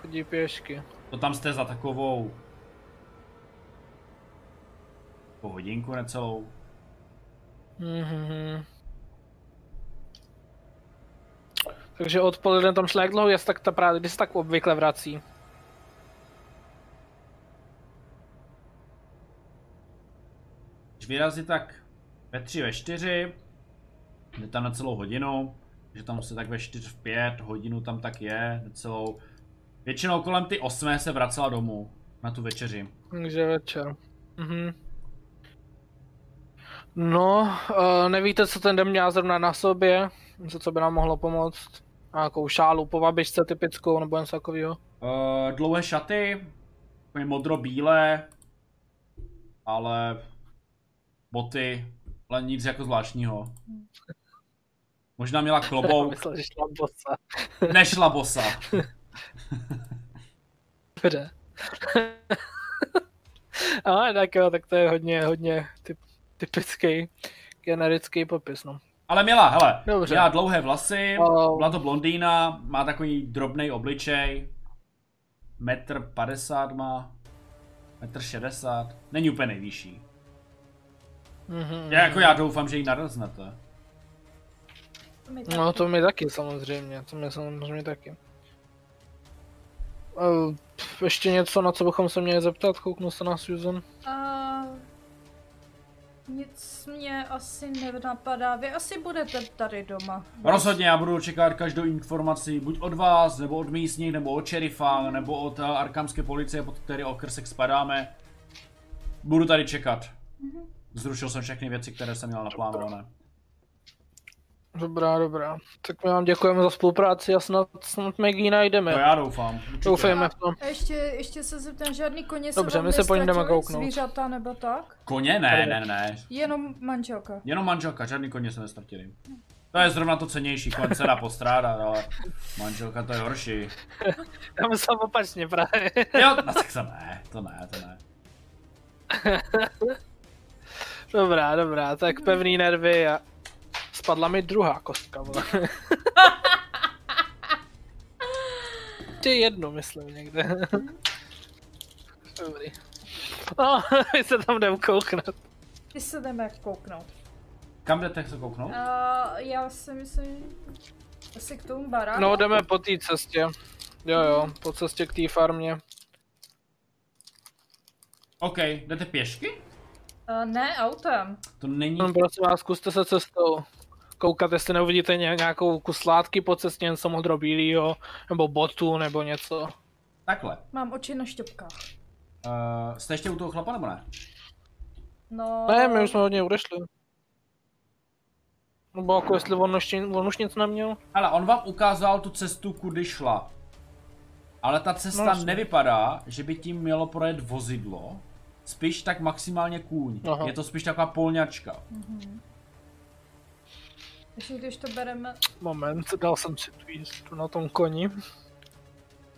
[SPEAKER 3] Chodí pěšky.
[SPEAKER 1] To tam jste za takovou... Po hodinku necelou.
[SPEAKER 3] Mhm. Takže odpoledne tam šla jak dlouho, jest tak ta právě, kdy se tak obvykle vrací.
[SPEAKER 1] Když vyrazí tak ve tři, ve čtyři, jde tam na celou hodinu, že tam se tak ve čtyř, v pět hodinu tam tak je, necelou. Většinou kolem ty osmé se vracela domů na tu večeři.
[SPEAKER 3] Takže večer. Mhm. No, eh, nevíte, co ten den měla zrovna na sobě, něco, co by nám mohlo pomoct. Nějakou šálu po babičce typickou, nebo něco takového.
[SPEAKER 1] Uh, dlouhé šaty, takové modro-bílé, ale boty, ale nic jako zvláštního. Možná měla klobouk,
[SPEAKER 3] Myslel, že šla bosa.
[SPEAKER 1] nešla bosa.
[SPEAKER 3] Dobře. (laughs) Ale tak jo, tak to je hodně, hodně typ, typický generický popis, no.
[SPEAKER 1] Ale měla, hele,
[SPEAKER 3] Dobře.
[SPEAKER 1] Dobře. měla dlouhé vlasy,
[SPEAKER 3] Oh.
[SPEAKER 1] byla to blondýna, má takový drobný obličej, metr padesát má, metr šedesát, není úplně nejvyšší.
[SPEAKER 3] Mhm.
[SPEAKER 1] Já jako já doufám, že ji naroznete.
[SPEAKER 2] My
[SPEAKER 3] No to mi taky samozřejmě, to mi samozřejmě taky. Eh, pf, Ještě něco, na co bychom se měli zeptat, kouknu se na Susan.
[SPEAKER 2] A... Eh, Nic mě asi nenapadá. Vy asi budete tady doma.
[SPEAKER 1] Rozhodně já budu čekat každou informaci, buď od vás, nebo od místních, nebo od šerifa, nebo od eh, arkamské policie, pod který okrsek spadáme. Budu tady čekat. Zrušil jsem všechny věci, které jsem měl naplánované.
[SPEAKER 3] Dobrá, dobrá. Tak my vám děkujeme za spolupráci a snad, snad Maggie najdeme.
[SPEAKER 1] To já doufám.
[SPEAKER 3] Doufejme v tom.
[SPEAKER 2] A ještě, ještě se zeptám, žádný koně se
[SPEAKER 3] Dobře,
[SPEAKER 2] vám
[SPEAKER 3] my se po ní jdeme
[SPEAKER 2] neztratily,
[SPEAKER 3] kouknout.
[SPEAKER 2] Zvířata nebo tak?
[SPEAKER 1] Koně? Ne, ne, ne.
[SPEAKER 2] Jenom manželka.
[SPEAKER 1] Jenom manželka, žádný koně se nestratili. To je zrovna to cenější, koň se dá postrádat, ale manželka to je horší.
[SPEAKER 3] Tam jsem opačně právě.
[SPEAKER 1] Jo, no tak to ne, to ne, to ne.
[SPEAKER 3] Dobrá, dobrá, tak pevný nervy a... Spadla mi druhá kostka, vole. Ty jednu, myslím, někde. Dobrý. No, (laughs) my se tam jdem kouknout.
[SPEAKER 2] My se jdeme kouknout.
[SPEAKER 1] Kam jdete se kouknout?
[SPEAKER 2] A já si myslím, asi k tomu baráku.
[SPEAKER 3] No, jdeme po té cestě. Jo, jo, po cestě k té farmě.
[SPEAKER 1] OK, jdete pěšky?
[SPEAKER 2] A ne autem.
[SPEAKER 1] To není...
[SPEAKER 3] No, prosím vás, zkuste se cestou koukat, jestli neuvidíte ně- nějakou kus látky po cestě, něco modrobílýho, nebo botu, nebo něco.
[SPEAKER 1] Takhle.
[SPEAKER 2] Mám oči na šťopkách.
[SPEAKER 1] Uh, jste ještě u toho chlapa nebo ne?
[SPEAKER 2] No,
[SPEAKER 3] Ne, my už jsme od něj odešli. Nebo jako jestli on už, on už nic neměl.
[SPEAKER 1] Ale on vám ukázal tu cestu, kudy šla. Ale ta cesta
[SPEAKER 3] No, jasně.
[SPEAKER 1] nevypadá, že by tím mělo projet vozidlo. Spíš tak maximálně kůň.
[SPEAKER 3] Aha.
[SPEAKER 1] Je to spíš taková polňačka.
[SPEAKER 2] Takže když to bereme...
[SPEAKER 3] Moment, dal jsem si tu jízdu na tom koni.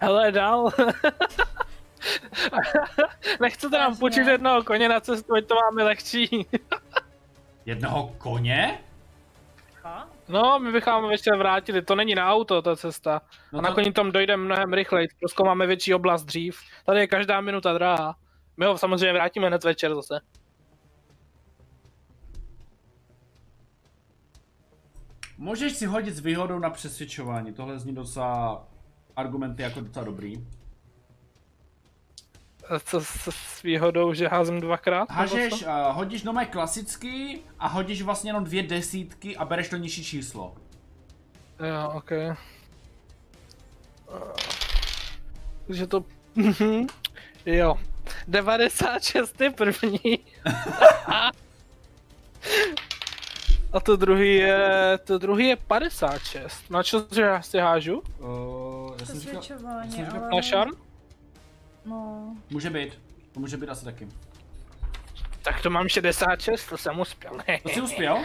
[SPEAKER 3] Hele, dál. (laughs) Nechcete nám
[SPEAKER 2] Vážně?
[SPEAKER 3] půjčit jednoho koně na cestu, ať to máme lehčí.
[SPEAKER 1] Jednoho koně?
[SPEAKER 2] Ha?
[SPEAKER 3] No, my bychom vám ještě vrátili, to není na auto ta cesta.
[SPEAKER 1] No
[SPEAKER 3] a
[SPEAKER 1] to-
[SPEAKER 3] na koni tam dojde mnohem rychleji, prostě máme větší oblast dřív. Tady je každá minuta drahá. My ho samozřejmě vrátíme hned večer zase.
[SPEAKER 1] Můžeš si hodit s výhodou na přesvědčování. Tohle zní docela... Argumenty jako docela dobrý.
[SPEAKER 3] Co s, s výhodou, že házím dvakrát? nebo
[SPEAKER 1] Hažeš,
[SPEAKER 3] co?
[SPEAKER 1] uh, hodíš doma klasicky a hodíš vlastně jenom dvě desítky a bereš to nižší číslo.
[SPEAKER 3] Jo, ok. Takže to... (laughs) jo. 96 je první. A to druhý je, to druhý je 56. Na čo že já si hážu?
[SPEAKER 1] Uh, já jsem říkal, já jsem
[SPEAKER 2] Přesvědčování,
[SPEAKER 1] říkal-
[SPEAKER 2] ale...
[SPEAKER 3] Na šarm?
[SPEAKER 2] No,
[SPEAKER 1] může být. To může být asi taky.
[SPEAKER 3] Tak to mám 66, to jsem uspěl. (laughs)
[SPEAKER 1] To jsi uspěl?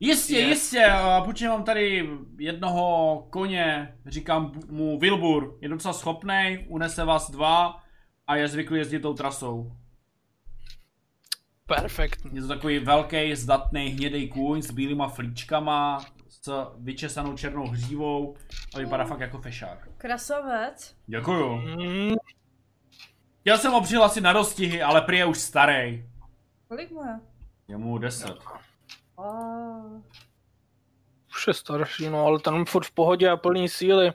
[SPEAKER 1] Jistě,
[SPEAKER 3] Yes.
[SPEAKER 1] jistě, a půjčím vám tady jednoho koně, říkám mu Wilbur, je docela schopnej, unese vás dva a je zvyklý jezdit tou trasou.
[SPEAKER 3] Perfektní.
[SPEAKER 1] Je to takový velký, zdatný hnědý kůň s bílýma flíčkama, s vyčesanou černou hřívou a vypadá fakt jako fešák.
[SPEAKER 2] krasavec.
[SPEAKER 1] Děkuju.
[SPEAKER 3] Mm,
[SPEAKER 1] Chtěl jsem ho přihlásit na dostihy, ale prý je už starý.
[SPEAKER 2] Kolik mu je?
[SPEAKER 1] Je mu 10.
[SPEAKER 3] (laughs)
[SPEAKER 2] Oh.
[SPEAKER 3] už je starší, no ale ten furt v pohodě a plný síly.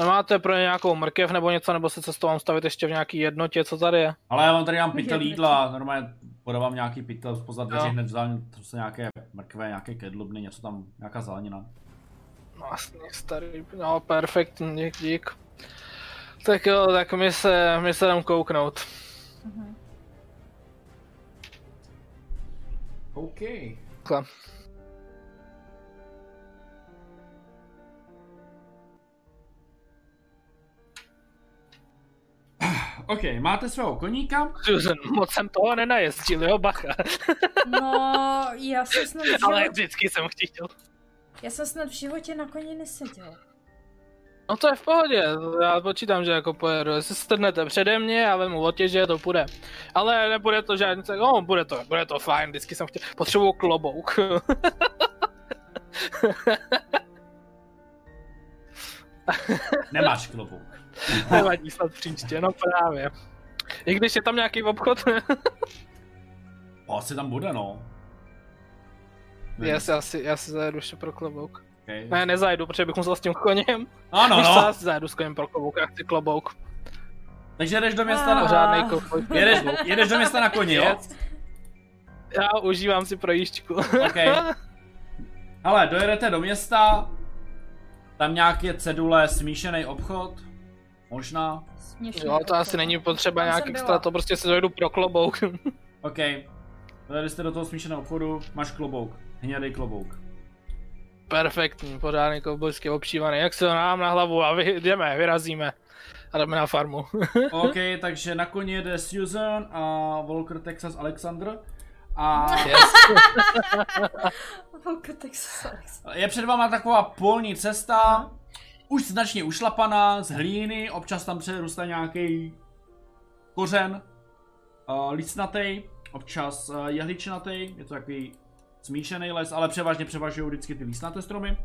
[SPEAKER 3] Nemáte pro ně nějakou mrkev nebo něco, nebo se cestou vám stavit ještě v nějaký jednotě, co tady je?
[SPEAKER 1] Ale já vám tady dám pytel
[SPEAKER 2] Jedno.
[SPEAKER 1] jídla, normálně podávám nějaký pytel, spoza dveří
[SPEAKER 3] Jo.
[SPEAKER 1] hned vzal, to jsou nějaké mrkve, nějaké kedlubny, něco tam, nějaká zelenina.
[SPEAKER 3] No jasně, starý, no perfektní, dík, dík. Tak jo, tak my se, my se jdem kouknout.
[SPEAKER 1] OK.
[SPEAKER 3] Takhle.
[SPEAKER 1] OK, máte svého koníka,
[SPEAKER 3] Susan, moc jsem toho nenajezdil, jo, (laughs) bacha.
[SPEAKER 2] No, já jsem snad v
[SPEAKER 3] Ale
[SPEAKER 2] životě,
[SPEAKER 3] vždycky jsem chtěl.
[SPEAKER 2] já jsem snad v životě na koni neseděl.
[SPEAKER 3] No to je v pohodě, já počítám, že jako pojedu, jestli strnete přede mě, já vemu otěže, to půjde. Ale nebude to žádný, tak, no, bude to, bude to fajn, vždycky jsem chtěl, potřebuju klobouk. (laughs)
[SPEAKER 1] nemáš klobouk.
[SPEAKER 3] Nevadí snad příště, no právě. I když je tam nějaký obchod, (laughs)
[SPEAKER 1] O, asi tam bude, no.
[SPEAKER 3] já si asi, já si zajedu ještě pro klobouk.
[SPEAKER 1] Okay.
[SPEAKER 3] Ne, nezajdu, protože bych musel s tím koněm. No,
[SPEAKER 1] Ano,
[SPEAKER 3] Víš co, já
[SPEAKER 1] no.
[SPEAKER 3] si zajdu s koněm pro klobouk, já chci klobouk.
[SPEAKER 1] Takže jdeš do města na...
[SPEAKER 3] Ah. Pořádnej klobouk.
[SPEAKER 1] Jedeš, jedeš do města na koni, jo?
[SPEAKER 3] Yes. Já užívám si projížďku.
[SPEAKER 1] OK. Ale dojedete do města, tam nějaké cedule, smíšený obchod, možná.
[SPEAKER 2] Směšný
[SPEAKER 3] (laughs) jo, to
[SPEAKER 2] obchod.
[SPEAKER 3] asi není potřeba
[SPEAKER 2] Tam
[SPEAKER 3] nějak
[SPEAKER 2] jsem
[SPEAKER 3] extra,
[SPEAKER 2] byla.
[SPEAKER 3] to prostě se dojdu pro klobouk. (laughs)
[SPEAKER 1] OK. Dojeli jste do toho smíšeného obchodu, máš klobouk, hnědý klobouk.
[SPEAKER 3] Perfektní, pořádný koubojský obšívaný. Jak se ho nám na hlavu a vy, jdeme, vyrazíme. A jdeme
[SPEAKER 1] (laughs)
[SPEAKER 3] na farmu.
[SPEAKER 1] OK, takže na koni jede Susan a Volker Texas Alexander. A
[SPEAKER 3] Yes.
[SPEAKER 2] Holka, tak se sex.
[SPEAKER 1] je před váma taková polní cesta, už značně ušlapaná, z hlíny, občas tam přerůstá nějaký kořen, uh, licnatej, občas uh, jehličnatej, je to takový smíšený les, ale převážně převažují vždycky ty lísnaté stromy.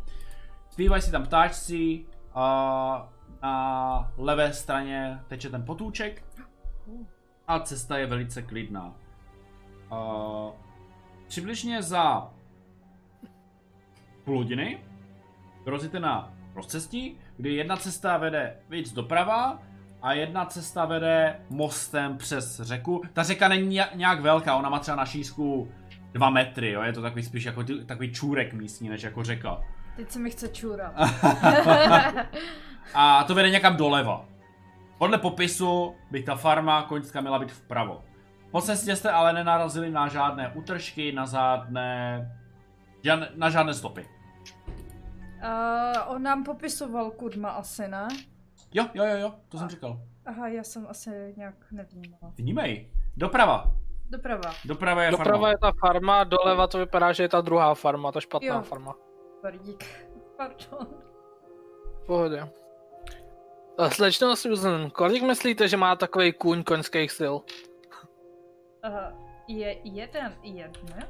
[SPEAKER 1] Zpívají si tam ptáčci, a na levé straně teče ten potůček a cesta je velice klidná. Uh, přibližně za půl hodiny dorazíte na rozcestí, kdy jedna cesta vede víc doprava a jedna cesta vede mostem přes řeku. Ta řeka není nia- nějak velká, ona má třeba na šířku 2 metry, jo? je to takový spíš jako ty- takový čůrek místní než jako řeka.
[SPEAKER 2] Teď se mi chce čůrat.
[SPEAKER 1] A to vede někam doleva. Podle popisu by ta farma koňská měla být vpravo. Po cestě jste ale nenarazili na žádné utržky, na žádné, žan- na žádné stopy.
[SPEAKER 2] uh, on nám popisoval kudma asi, ne?
[SPEAKER 1] Jo, jo, jo, jo, to jsem říkal.
[SPEAKER 2] Aha, já jsem asi nějak nevnímala.
[SPEAKER 1] Vnímej. Doprava.
[SPEAKER 2] Doprava,
[SPEAKER 1] Doprava je
[SPEAKER 3] Doprava
[SPEAKER 1] farma.
[SPEAKER 3] je ta farma, doleva to vypadá, že je ta druhá farma, ta špatná
[SPEAKER 2] Jo.
[SPEAKER 3] farma.
[SPEAKER 2] super, dík. (laughs) Pardon.
[SPEAKER 3] Pohodě. A Slečno Susan, kolik myslíte, že má takový kůň koňských sil?
[SPEAKER 2] Uh, je jeden, jedne?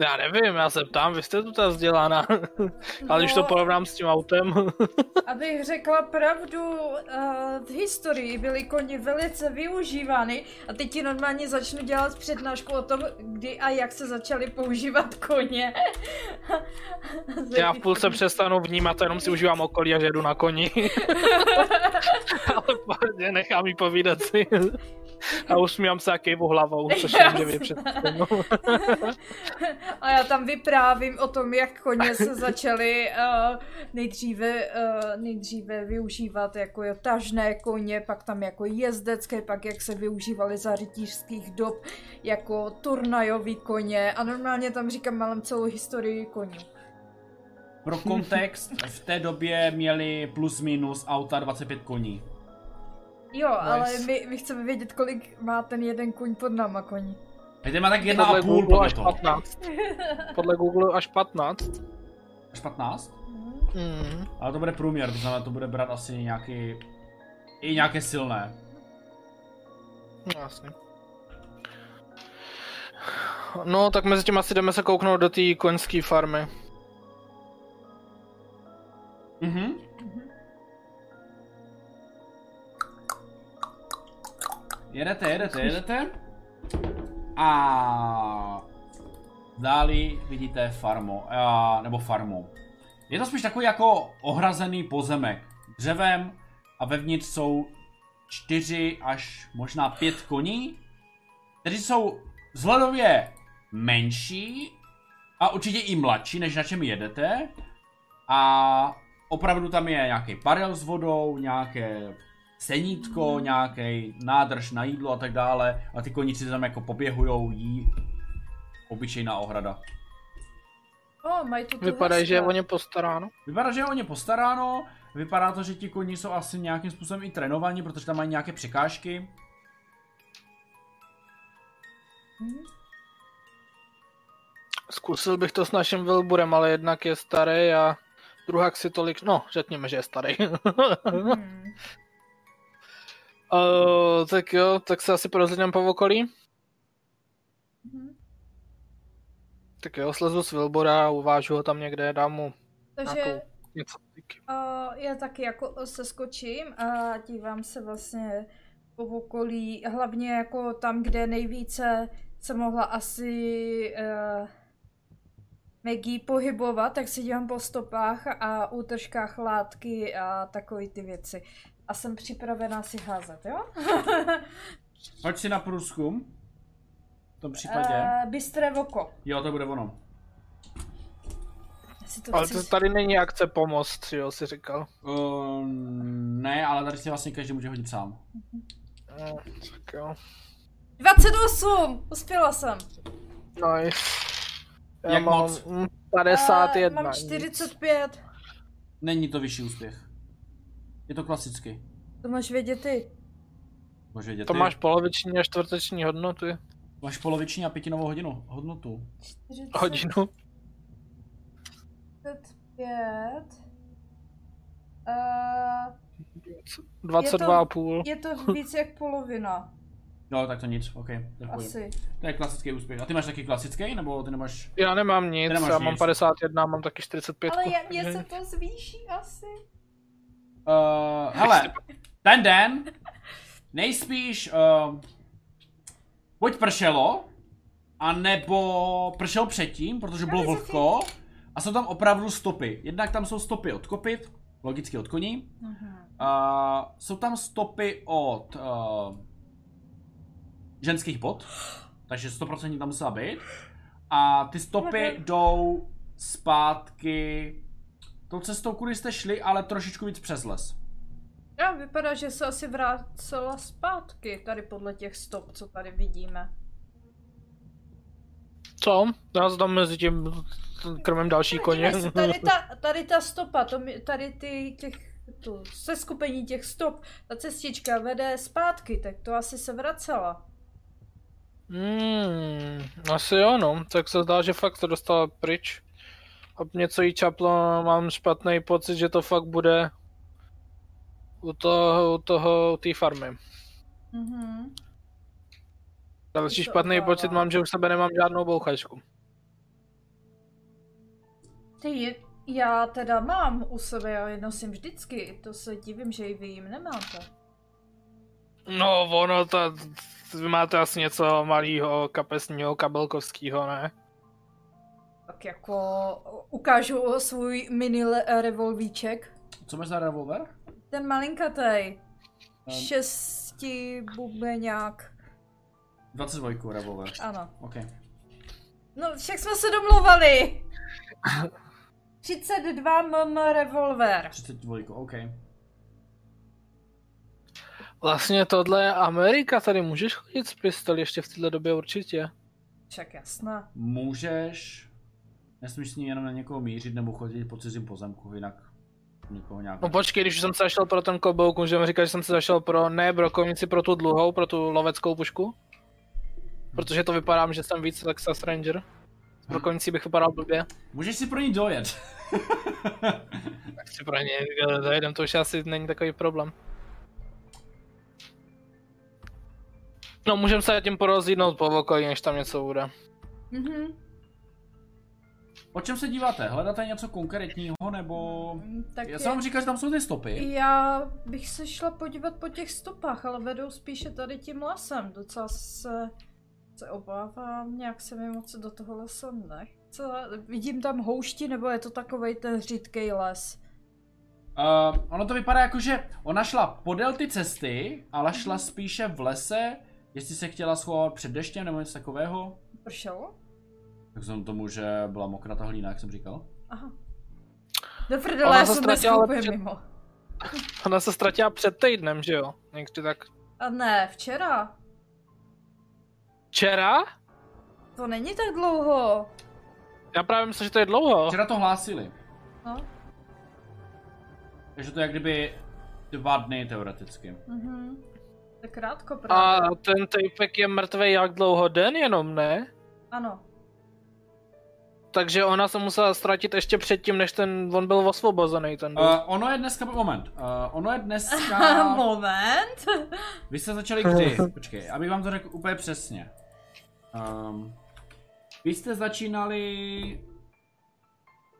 [SPEAKER 3] Já nevím, já se ptám, vy jste tu ta vzdělána. (laughs) Ale když to
[SPEAKER 2] No,
[SPEAKER 3] porovnám s tím autem, (laughs)
[SPEAKER 2] Abych řekla pravdu, uh, v historii byly koně velice využívány a teď ti normálně začnu dělat přednášku o tom, kdy a jak se začaly používat koně. (laughs)
[SPEAKER 3] já v půlce přestanu vnímat, jenom si užívám okolí a že jdu na koni. Ale pohodě, nechám jí povídat si. A usmívám se a kejvu hlavou, což
[SPEAKER 2] (laughs) Jasné.
[SPEAKER 3] nemůže vypředstavit.
[SPEAKER 2] (laughs) A já tam vyprávím o tom, jak
[SPEAKER 3] (laughs)
[SPEAKER 2] koně se začaly uh, nejdříve, uh, nejdříve využívat jako jo, tažné koně, pak tam jako jezdecké, pak jak se využívaly za rytířských dob jako turnajový koně a normálně tam říkám malem celou historii koní.
[SPEAKER 1] Pro kontext, v té době měli plus minus auta 25 koní.
[SPEAKER 2] Jo, nice. ale
[SPEAKER 3] Nice.
[SPEAKER 2] my, my chceme vědět, kolik má ten jeden koň pod náma koní.
[SPEAKER 1] Teď má tak jedna
[SPEAKER 3] Podle
[SPEAKER 1] a půl
[SPEAKER 3] Google
[SPEAKER 1] podle
[SPEAKER 3] až
[SPEAKER 1] toho.
[SPEAKER 3] 15. Podle Google až 15.
[SPEAKER 1] Až 15?
[SPEAKER 2] Mhm.
[SPEAKER 3] Mm.
[SPEAKER 1] Ale to bude průměr, to znamená, to bude brát asi nějaký... I nějaké silné.
[SPEAKER 3] No, Jasně. No, tak mezi tím asi jdeme se kouknout do té koňské farmy.
[SPEAKER 1] Mhm. Jedete, jedete, jedete. A dáli vidíte farmu, a, nebo farmu. Je to spíš takový jako ohrazený pozemek dřevem a vevnitř jsou čtyři až možná pět koní, kteří jsou vzhledově menší a určitě i mladší, než na čem jedete. A opravdu tam je nějaký parel s vodou, nějaké senítko, nějaký nádrž na jídlo a tak dále. A ty konici tam jako poběhujou, jí obyčejná ohrada.
[SPEAKER 2] O, mají tu tu
[SPEAKER 3] Vypadá, že je
[SPEAKER 2] hezké.
[SPEAKER 3] o ně postaráno.
[SPEAKER 1] Vypadá, že je o ně postaráno, vypadá to, že ti koni jsou asi nějakým způsobem i trénovaní, protože tam mají nějaké překážky.
[SPEAKER 2] Mhm.
[SPEAKER 3] Zkusil bych to s naším Wilburem, ale jednak je starý a druhák si tolik, no, řekněme, že je
[SPEAKER 2] (laughs)
[SPEAKER 3] starý.
[SPEAKER 2] Mhm.
[SPEAKER 3] uh, tak jo, tak se asi porozhledneme po okolí.
[SPEAKER 2] Mhm.
[SPEAKER 3] Tak jo, slezu z Wilbora, uvážu ho tam někde, dám mu
[SPEAKER 2] Takže
[SPEAKER 3] nějakou něco.
[SPEAKER 2] Uh, já taky jako se skočím a dívám se vlastně po okolí, hlavně jako tam, kde nejvíce se mohla asi uh, Maggie pohybovat, tak se dívám po stopách a útržkách látky a takové ty věci. A jsem připravená si házet, jo?
[SPEAKER 1] Hoď si na průzkum. tom
[SPEAKER 2] (laughs)
[SPEAKER 1] případě.
[SPEAKER 2] Uh, bystré oko.
[SPEAKER 1] Jo, to bude ono.
[SPEAKER 2] Jestli to
[SPEAKER 3] Ale
[SPEAKER 2] chci...
[SPEAKER 3] to tady není akce pomoct, jo, si říkal.
[SPEAKER 1] Uh, ne, ale tady si vlastně každý může hodit sám.
[SPEAKER 3] No, tak jo.
[SPEAKER 2] 28! Uspěla jsem.
[SPEAKER 3] Nice. No, Já
[SPEAKER 1] Jak
[SPEAKER 3] mám
[SPEAKER 1] moc?
[SPEAKER 3] mm,
[SPEAKER 2] Eh,
[SPEAKER 3] 51.
[SPEAKER 2] Mám 45.
[SPEAKER 1] Není to vyšší úspěch. Je to klasicky.
[SPEAKER 2] To máš vědět ty.
[SPEAKER 1] Bože, vědět,
[SPEAKER 3] To
[SPEAKER 1] ty.
[SPEAKER 3] máš poloviční a čtvrteční hodnoty.
[SPEAKER 1] máš poloviční a pětinovou hodinu, hodnotu.
[SPEAKER 2] 40.
[SPEAKER 3] Hodinu.
[SPEAKER 2] 25. Uh,
[SPEAKER 3] 22,5.
[SPEAKER 2] je to víc jak polovina,
[SPEAKER 1] Jo, No, tak to nic, ok.
[SPEAKER 2] asi.
[SPEAKER 1] To je klasický úspěch. A ty máš taky klasický, nebo ty nemáš...
[SPEAKER 3] Já nemám nic,
[SPEAKER 1] Ty nemáš
[SPEAKER 3] já mám
[SPEAKER 1] nic.
[SPEAKER 3] 51, mám taky 45.
[SPEAKER 2] Ale jak mě se to zvýší asi.
[SPEAKER 1] Uh, hele, ten den nejspíš uh, buď pršelo, anebo pršel předtím, protože bylo
[SPEAKER 2] Josefi.
[SPEAKER 1] vlhko a jsou tam opravdu stopy. Jednak tam jsou stopy od kopyt, logicky od koní. Uh, jsou tam stopy od uh, ženských bod, takže 100% tam musela být. A ty stopy jdou zpátky tou cestou, kudy jste šli, ale trošičku víc přes les.
[SPEAKER 2] Já vypadá, že se asi vracela zpátky tady podle těch stop, co tady vidíme.
[SPEAKER 3] Co? Já se tam mezi tím krmem další koně.
[SPEAKER 2] Podívej No, se, Tady ta, tady ta stopa, to mi, tady ty těch, to seskupení těch stop, ta cestička vede zpátky, tak to asi se vracela.
[SPEAKER 3] (laughs) Hmm, asi jo, no. Tak se zdá, že fakt se dostala pryč. A něco jí čaplo, mám špatný pocit, že to fakt bude u toho, u toho, u té farmy.
[SPEAKER 2] Mhm.
[SPEAKER 3] Další
[SPEAKER 2] To se
[SPEAKER 3] špatný
[SPEAKER 2] obávám.
[SPEAKER 3] pocit mám, že u sebe nemám žádnou bouchačku.
[SPEAKER 2] Ty, já teda mám u sebe, já ji nosím vždycky, to se divím, že ji vy jim nemáte.
[SPEAKER 3] No, ono, ta, vy máte asi něco malého kapesního kabelkovského, ne?
[SPEAKER 2] Tak jako ukážu svůj mini le- revolvíček.
[SPEAKER 1] Co máš za revolver?
[SPEAKER 2] Ten malinkatej.
[SPEAKER 1] Ehm.
[SPEAKER 2] Šesti bubeňák.
[SPEAKER 1] 22 revolver.
[SPEAKER 2] Ano.
[SPEAKER 1] OK.
[SPEAKER 2] No, však jsme se domluvali. 32 mm revolver.
[SPEAKER 1] 32, OK.
[SPEAKER 3] Vlastně tohle je Amerika, tady můžeš chodit s pistoli ještě v této době určitě.
[SPEAKER 2] Však jasná.
[SPEAKER 1] Můžeš... Nesmíš s ním jenom na někoho mířit nebo chodit po cizím pozemku, jinak nikoho nějak...
[SPEAKER 3] No počkej, když už jsem se zašel pro ten klobouk, můžeme říkat, že jsem se zašel pro, ne brokovnici, pro tu dluhou, pro tu loveckou pušku? Protože to vypadám, že jsem víc Texas Ranger. S brokovnicí bych vypadal blbě.
[SPEAKER 1] Můžeš si pro ní dojet.
[SPEAKER 3] Tak si pro ně zajedem, to už asi není takový problém. No, můžeme se tím porozjídnout po okolí, než tam něco bude.
[SPEAKER 2] Mhm.
[SPEAKER 1] o čem se díváte? Hledáte něco konkrétního nebo...
[SPEAKER 2] Mm, Tak
[SPEAKER 1] Já jsem vám říkal, že tam jsou ty stopy.
[SPEAKER 2] já bych se šla podívat po těch stopách, ale vedou spíše tady tím lesem. Docela se, se obávám, nějak se mi moc do toho lesa nechce. Vidím tam houšti, nebo je to takovej ten řídkej les.
[SPEAKER 1] Uh, ono to vypadá jako, že ona šla podél ty cesty, ale šla spíše v lese, jestli se chtěla schovávat před deštěm nebo něco takového.
[SPEAKER 2] Pršelo?
[SPEAKER 1] Tak jsem tomu, že byla mokrá ta hlína, jak jsem říkal.
[SPEAKER 2] Aha. Do
[SPEAKER 3] Ona
[SPEAKER 2] prdele, já
[SPEAKER 3] se
[SPEAKER 2] jsem
[SPEAKER 3] ztratila, ale
[SPEAKER 2] úplně
[SPEAKER 3] před-
[SPEAKER 2] mimo.
[SPEAKER 3] Ona se ztratila před týdnem, že jo? Někdy tak.
[SPEAKER 2] A ne, včera.
[SPEAKER 3] Včera?
[SPEAKER 2] To není tak dlouho.
[SPEAKER 3] Já právě myslím, že to je dlouho.
[SPEAKER 1] Včera to hlásili,
[SPEAKER 2] No.
[SPEAKER 1] takže to je jak kdyby dva dny teoreticky.
[SPEAKER 2] Mhm. To je krátko
[SPEAKER 3] A
[SPEAKER 2] právě.
[SPEAKER 3] ten týpek je mrtvý jak dlouho? Den jenom, ne?
[SPEAKER 2] Ano.
[SPEAKER 3] Takže ona se musela ztratit ještě předtím, než ten, on byl osvobozený ten
[SPEAKER 1] Uh,
[SPEAKER 3] uh,
[SPEAKER 1] ono je dneska, moment, uh, ono je
[SPEAKER 2] A
[SPEAKER 1] dneska,
[SPEAKER 2] (laughs) moment.
[SPEAKER 1] vy jste začali kdy, počkej, abych vám to řekl úplně přesně. Um, vy jste začínali,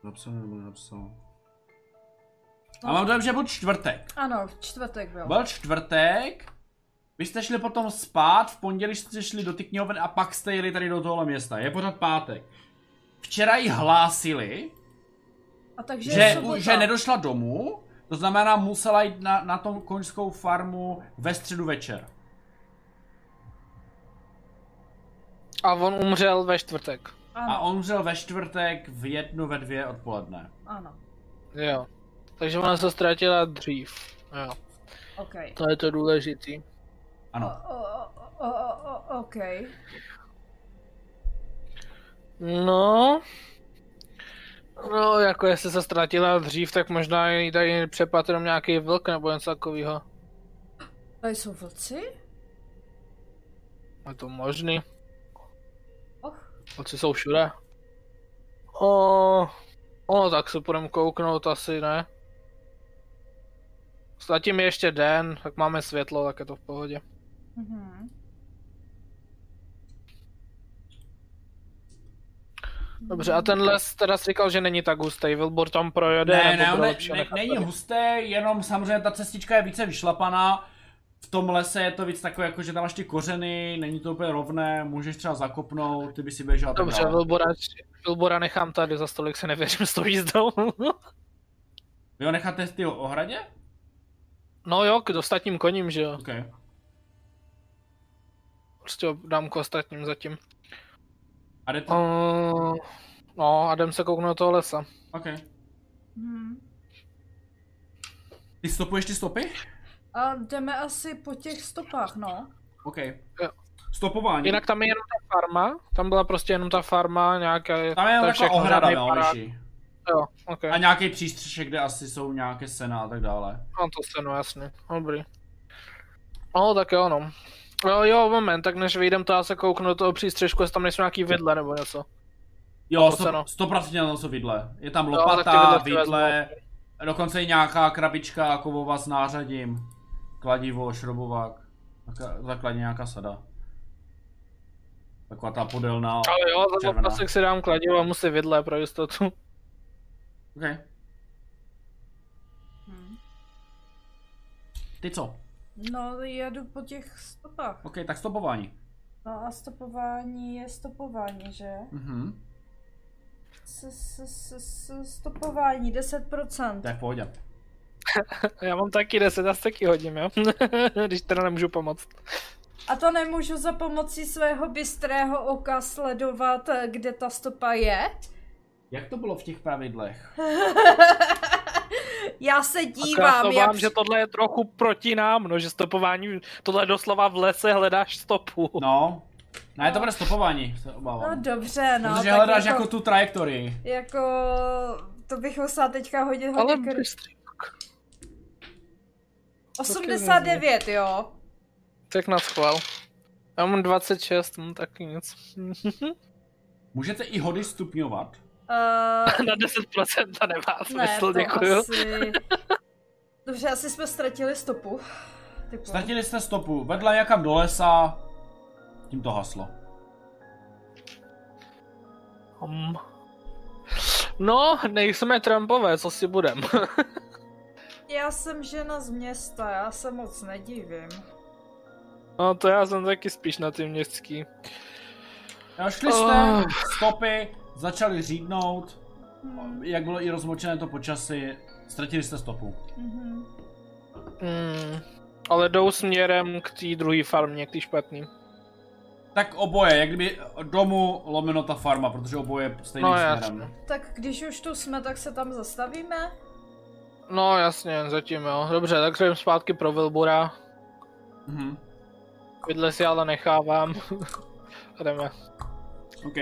[SPEAKER 1] napsal nebo napsal. A mám dojem, že byl čtvrtek.
[SPEAKER 2] Ano, v čtvrtek byl.
[SPEAKER 1] Byl čtvrtek, vy jste šli potom spát, v pondělí jste šli do ty knihoven a pak jste jeli tady do tohohle města. Je pořád pátek. Včera ji hlásili,
[SPEAKER 2] A takže je
[SPEAKER 1] že,
[SPEAKER 2] sobota.
[SPEAKER 1] že nedošla domů, to znamená musela jít na, na tom koňskou farmu ve středu večer.
[SPEAKER 3] A on umřel ve čtvrtek.
[SPEAKER 1] A
[SPEAKER 2] Ano,
[SPEAKER 1] on umřel ve čtvrtek v jednu ve dvě odpoledne.
[SPEAKER 2] ano.
[SPEAKER 3] Jo. Takže ona se ztratila dřív. Jo.
[SPEAKER 2] OK.
[SPEAKER 3] To je to důležitý.
[SPEAKER 2] O,
[SPEAKER 1] Ano.
[SPEAKER 2] o, o, o, o, o, OK.
[SPEAKER 3] No. No, jako jestli se ztratila dřív, tak možná jí dají přepad jenom nějaký vlk nebo něco takového.
[SPEAKER 2] To jsou vlci?
[SPEAKER 3] Je to možný.
[SPEAKER 2] Och,
[SPEAKER 3] Oci jsou všude. O, o, tak se půjdeme kouknout asi, ne? Zatím je ještě den, tak máme světlo, tak je to v pohodě.
[SPEAKER 2] mhm.
[SPEAKER 3] Dobře, a ten les teda jsi říkal, že není tak hustý, Wilbur tam projede,
[SPEAKER 1] Mhm. Ne,
[SPEAKER 3] nebo
[SPEAKER 1] ne,
[SPEAKER 3] bude
[SPEAKER 1] on ne,
[SPEAKER 3] jako lepší ho
[SPEAKER 1] ne,
[SPEAKER 3] nechat
[SPEAKER 1] není
[SPEAKER 3] tady?
[SPEAKER 1] husté, jenom samozřejmě ta cestička je více vyšlapaná. V tom lese je to víc takové, jako že tam máš ty kořeny, není to úplně rovné, můžeš třeba zakopnout, ty by si běžel a tak
[SPEAKER 3] Dobře,
[SPEAKER 1] dále.
[SPEAKER 3] Wilbura, Wilbura nechám tady, za stolik se nevěřím s tou jízdou. (laughs)
[SPEAKER 1] Vy ho necháte ty o ohradě?
[SPEAKER 3] no jo, k ostatním koním, že jo.
[SPEAKER 1] OK.
[SPEAKER 3] Prostě ho dám k ostatním zatím.
[SPEAKER 1] A jdete?
[SPEAKER 3] Uh, no, a jdem se kouknout do toho lesa.
[SPEAKER 1] OK.
[SPEAKER 2] Mhm.
[SPEAKER 1] Ty stopuješ ty stopy?
[SPEAKER 2] A jdeme asi po těch stopách, no.
[SPEAKER 1] OK.
[SPEAKER 3] Jo.
[SPEAKER 1] Stopování.
[SPEAKER 3] Jinak tam je jenom ta farma, tam byla prostě jenom ta farma, nějaká...
[SPEAKER 1] tam je jenom taková ohrada, no,
[SPEAKER 3] žádný
[SPEAKER 1] jo,
[SPEAKER 3] barák.
[SPEAKER 1] Liši.
[SPEAKER 3] Jo, okay.
[SPEAKER 1] A nějaký přístřešek, kde asi jsou nějaké sena a tak dále.
[SPEAKER 3] No to se no jasně, dobrý. No tak jo no. Jo, jo, moment, tak než vyjdem, to já se kouknu do toho přístřežku, jestli tam nejsou nějaký vidle nebo něco.
[SPEAKER 1] Jo,
[SPEAKER 3] To Jako seno.
[SPEAKER 1] 100% tam jsou vidle. Je tam
[SPEAKER 3] Jo, tak ty
[SPEAKER 1] lopata,
[SPEAKER 3] vidle si
[SPEAKER 1] vidle, dokonce i nějaká krabička kovová s nářadím. Kladivo, šrobovák, Taka- základně nějaká sada. Taková ta podelná.
[SPEAKER 3] Ale jo, za
[SPEAKER 1] Červená.
[SPEAKER 3] opasek si dám kladivo a musí vidle pro jistotu. (laughs)
[SPEAKER 1] OK.
[SPEAKER 2] Mhm.
[SPEAKER 1] Ty co?
[SPEAKER 2] No, jedu po těch stopách.
[SPEAKER 1] OK, tak stopování.
[SPEAKER 2] No a stopování je stopování, že?
[SPEAKER 1] Mhm.
[SPEAKER 2] S, s, s, s, stopování 10%.
[SPEAKER 1] To je v pohodě.
[SPEAKER 3] Já mám taky 10, já si taky hodím, jo. (laughs) Když teda nemůžu pomoct.
[SPEAKER 2] A to nemůžu za pomocí svého bystrého oka sledovat, eh, kde ta stopa je. (laughs)
[SPEAKER 1] Jak to bylo v těch pravidlech?
[SPEAKER 2] Já se
[SPEAKER 3] já
[SPEAKER 2] dívám, jak...
[SPEAKER 3] že tohle je trochu proti nám, no, že stopování, tohle doslova v lese hledáš stopu. No.
[SPEAKER 1] No. Ne, to bude stopování, se
[SPEAKER 2] No
[SPEAKER 1] obávám.
[SPEAKER 2] dobře, no.
[SPEAKER 1] Protože
[SPEAKER 2] tak
[SPEAKER 1] hledáš jako tu trajektorii.
[SPEAKER 2] Jako... To bych musela teďka hodit
[SPEAKER 3] Ale
[SPEAKER 2] hodně kr...
[SPEAKER 3] bystrý.
[SPEAKER 2] 89, jo.
[SPEAKER 3] Tak na schvál. Já mám 26, mám taky nic.
[SPEAKER 1] Můžete i hody stupňovat.
[SPEAKER 3] (laughs)
[SPEAKER 2] Uh,
[SPEAKER 3] na 10% to nemá
[SPEAKER 2] ne,
[SPEAKER 3] smysl,
[SPEAKER 2] to
[SPEAKER 3] děkuju.
[SPEAKER 2] asi... Dobře, asi jsme ztratili stopu. Typu.
[SPEAKER 1] Ztratili jste stopu, vedla někam do lesa, tím to haslo.
[SPEAKER 3] Um. No, nejsme Trumpové, co si budem. (laughs)
[SPEAKER 2] Já jsem žena z města, já se moc nedivím.
[SPEAKER 3] No to já jsem taky spíš na ty městský.
[SPEAKER 1] Jo, šli jste, stopy, začali řídnout,
[SPEAKER 2] Hm,
[SPEAKER 1] jak bylo i rozmočené to počasy, ztratili jste stopu.
[SPEAKER 2] Mhm.
[SPEAKER 3] Mm. Ale jdou směrem k té druhé farmě, k té špatný.
[SPEAKER 1] Tak oboje, jak kdyby domu lomeno ta farma, protože oboje stejným
[SPEAKER 3] No,
[SPEAKER 1] směrem.
[SPEAKER 2] Tak když už tu jsme, tak se tam zastavíme?
[SPEAKER 3] No jasně, zatím jo. Dobře, tak jdem zpátky pro Wilbura.
[SPEAKER 1] Mhm.
[SPEAKER 3] Vidle si ale nechávám. (laughs) A jdeme.
[SPEAKER 1] OK.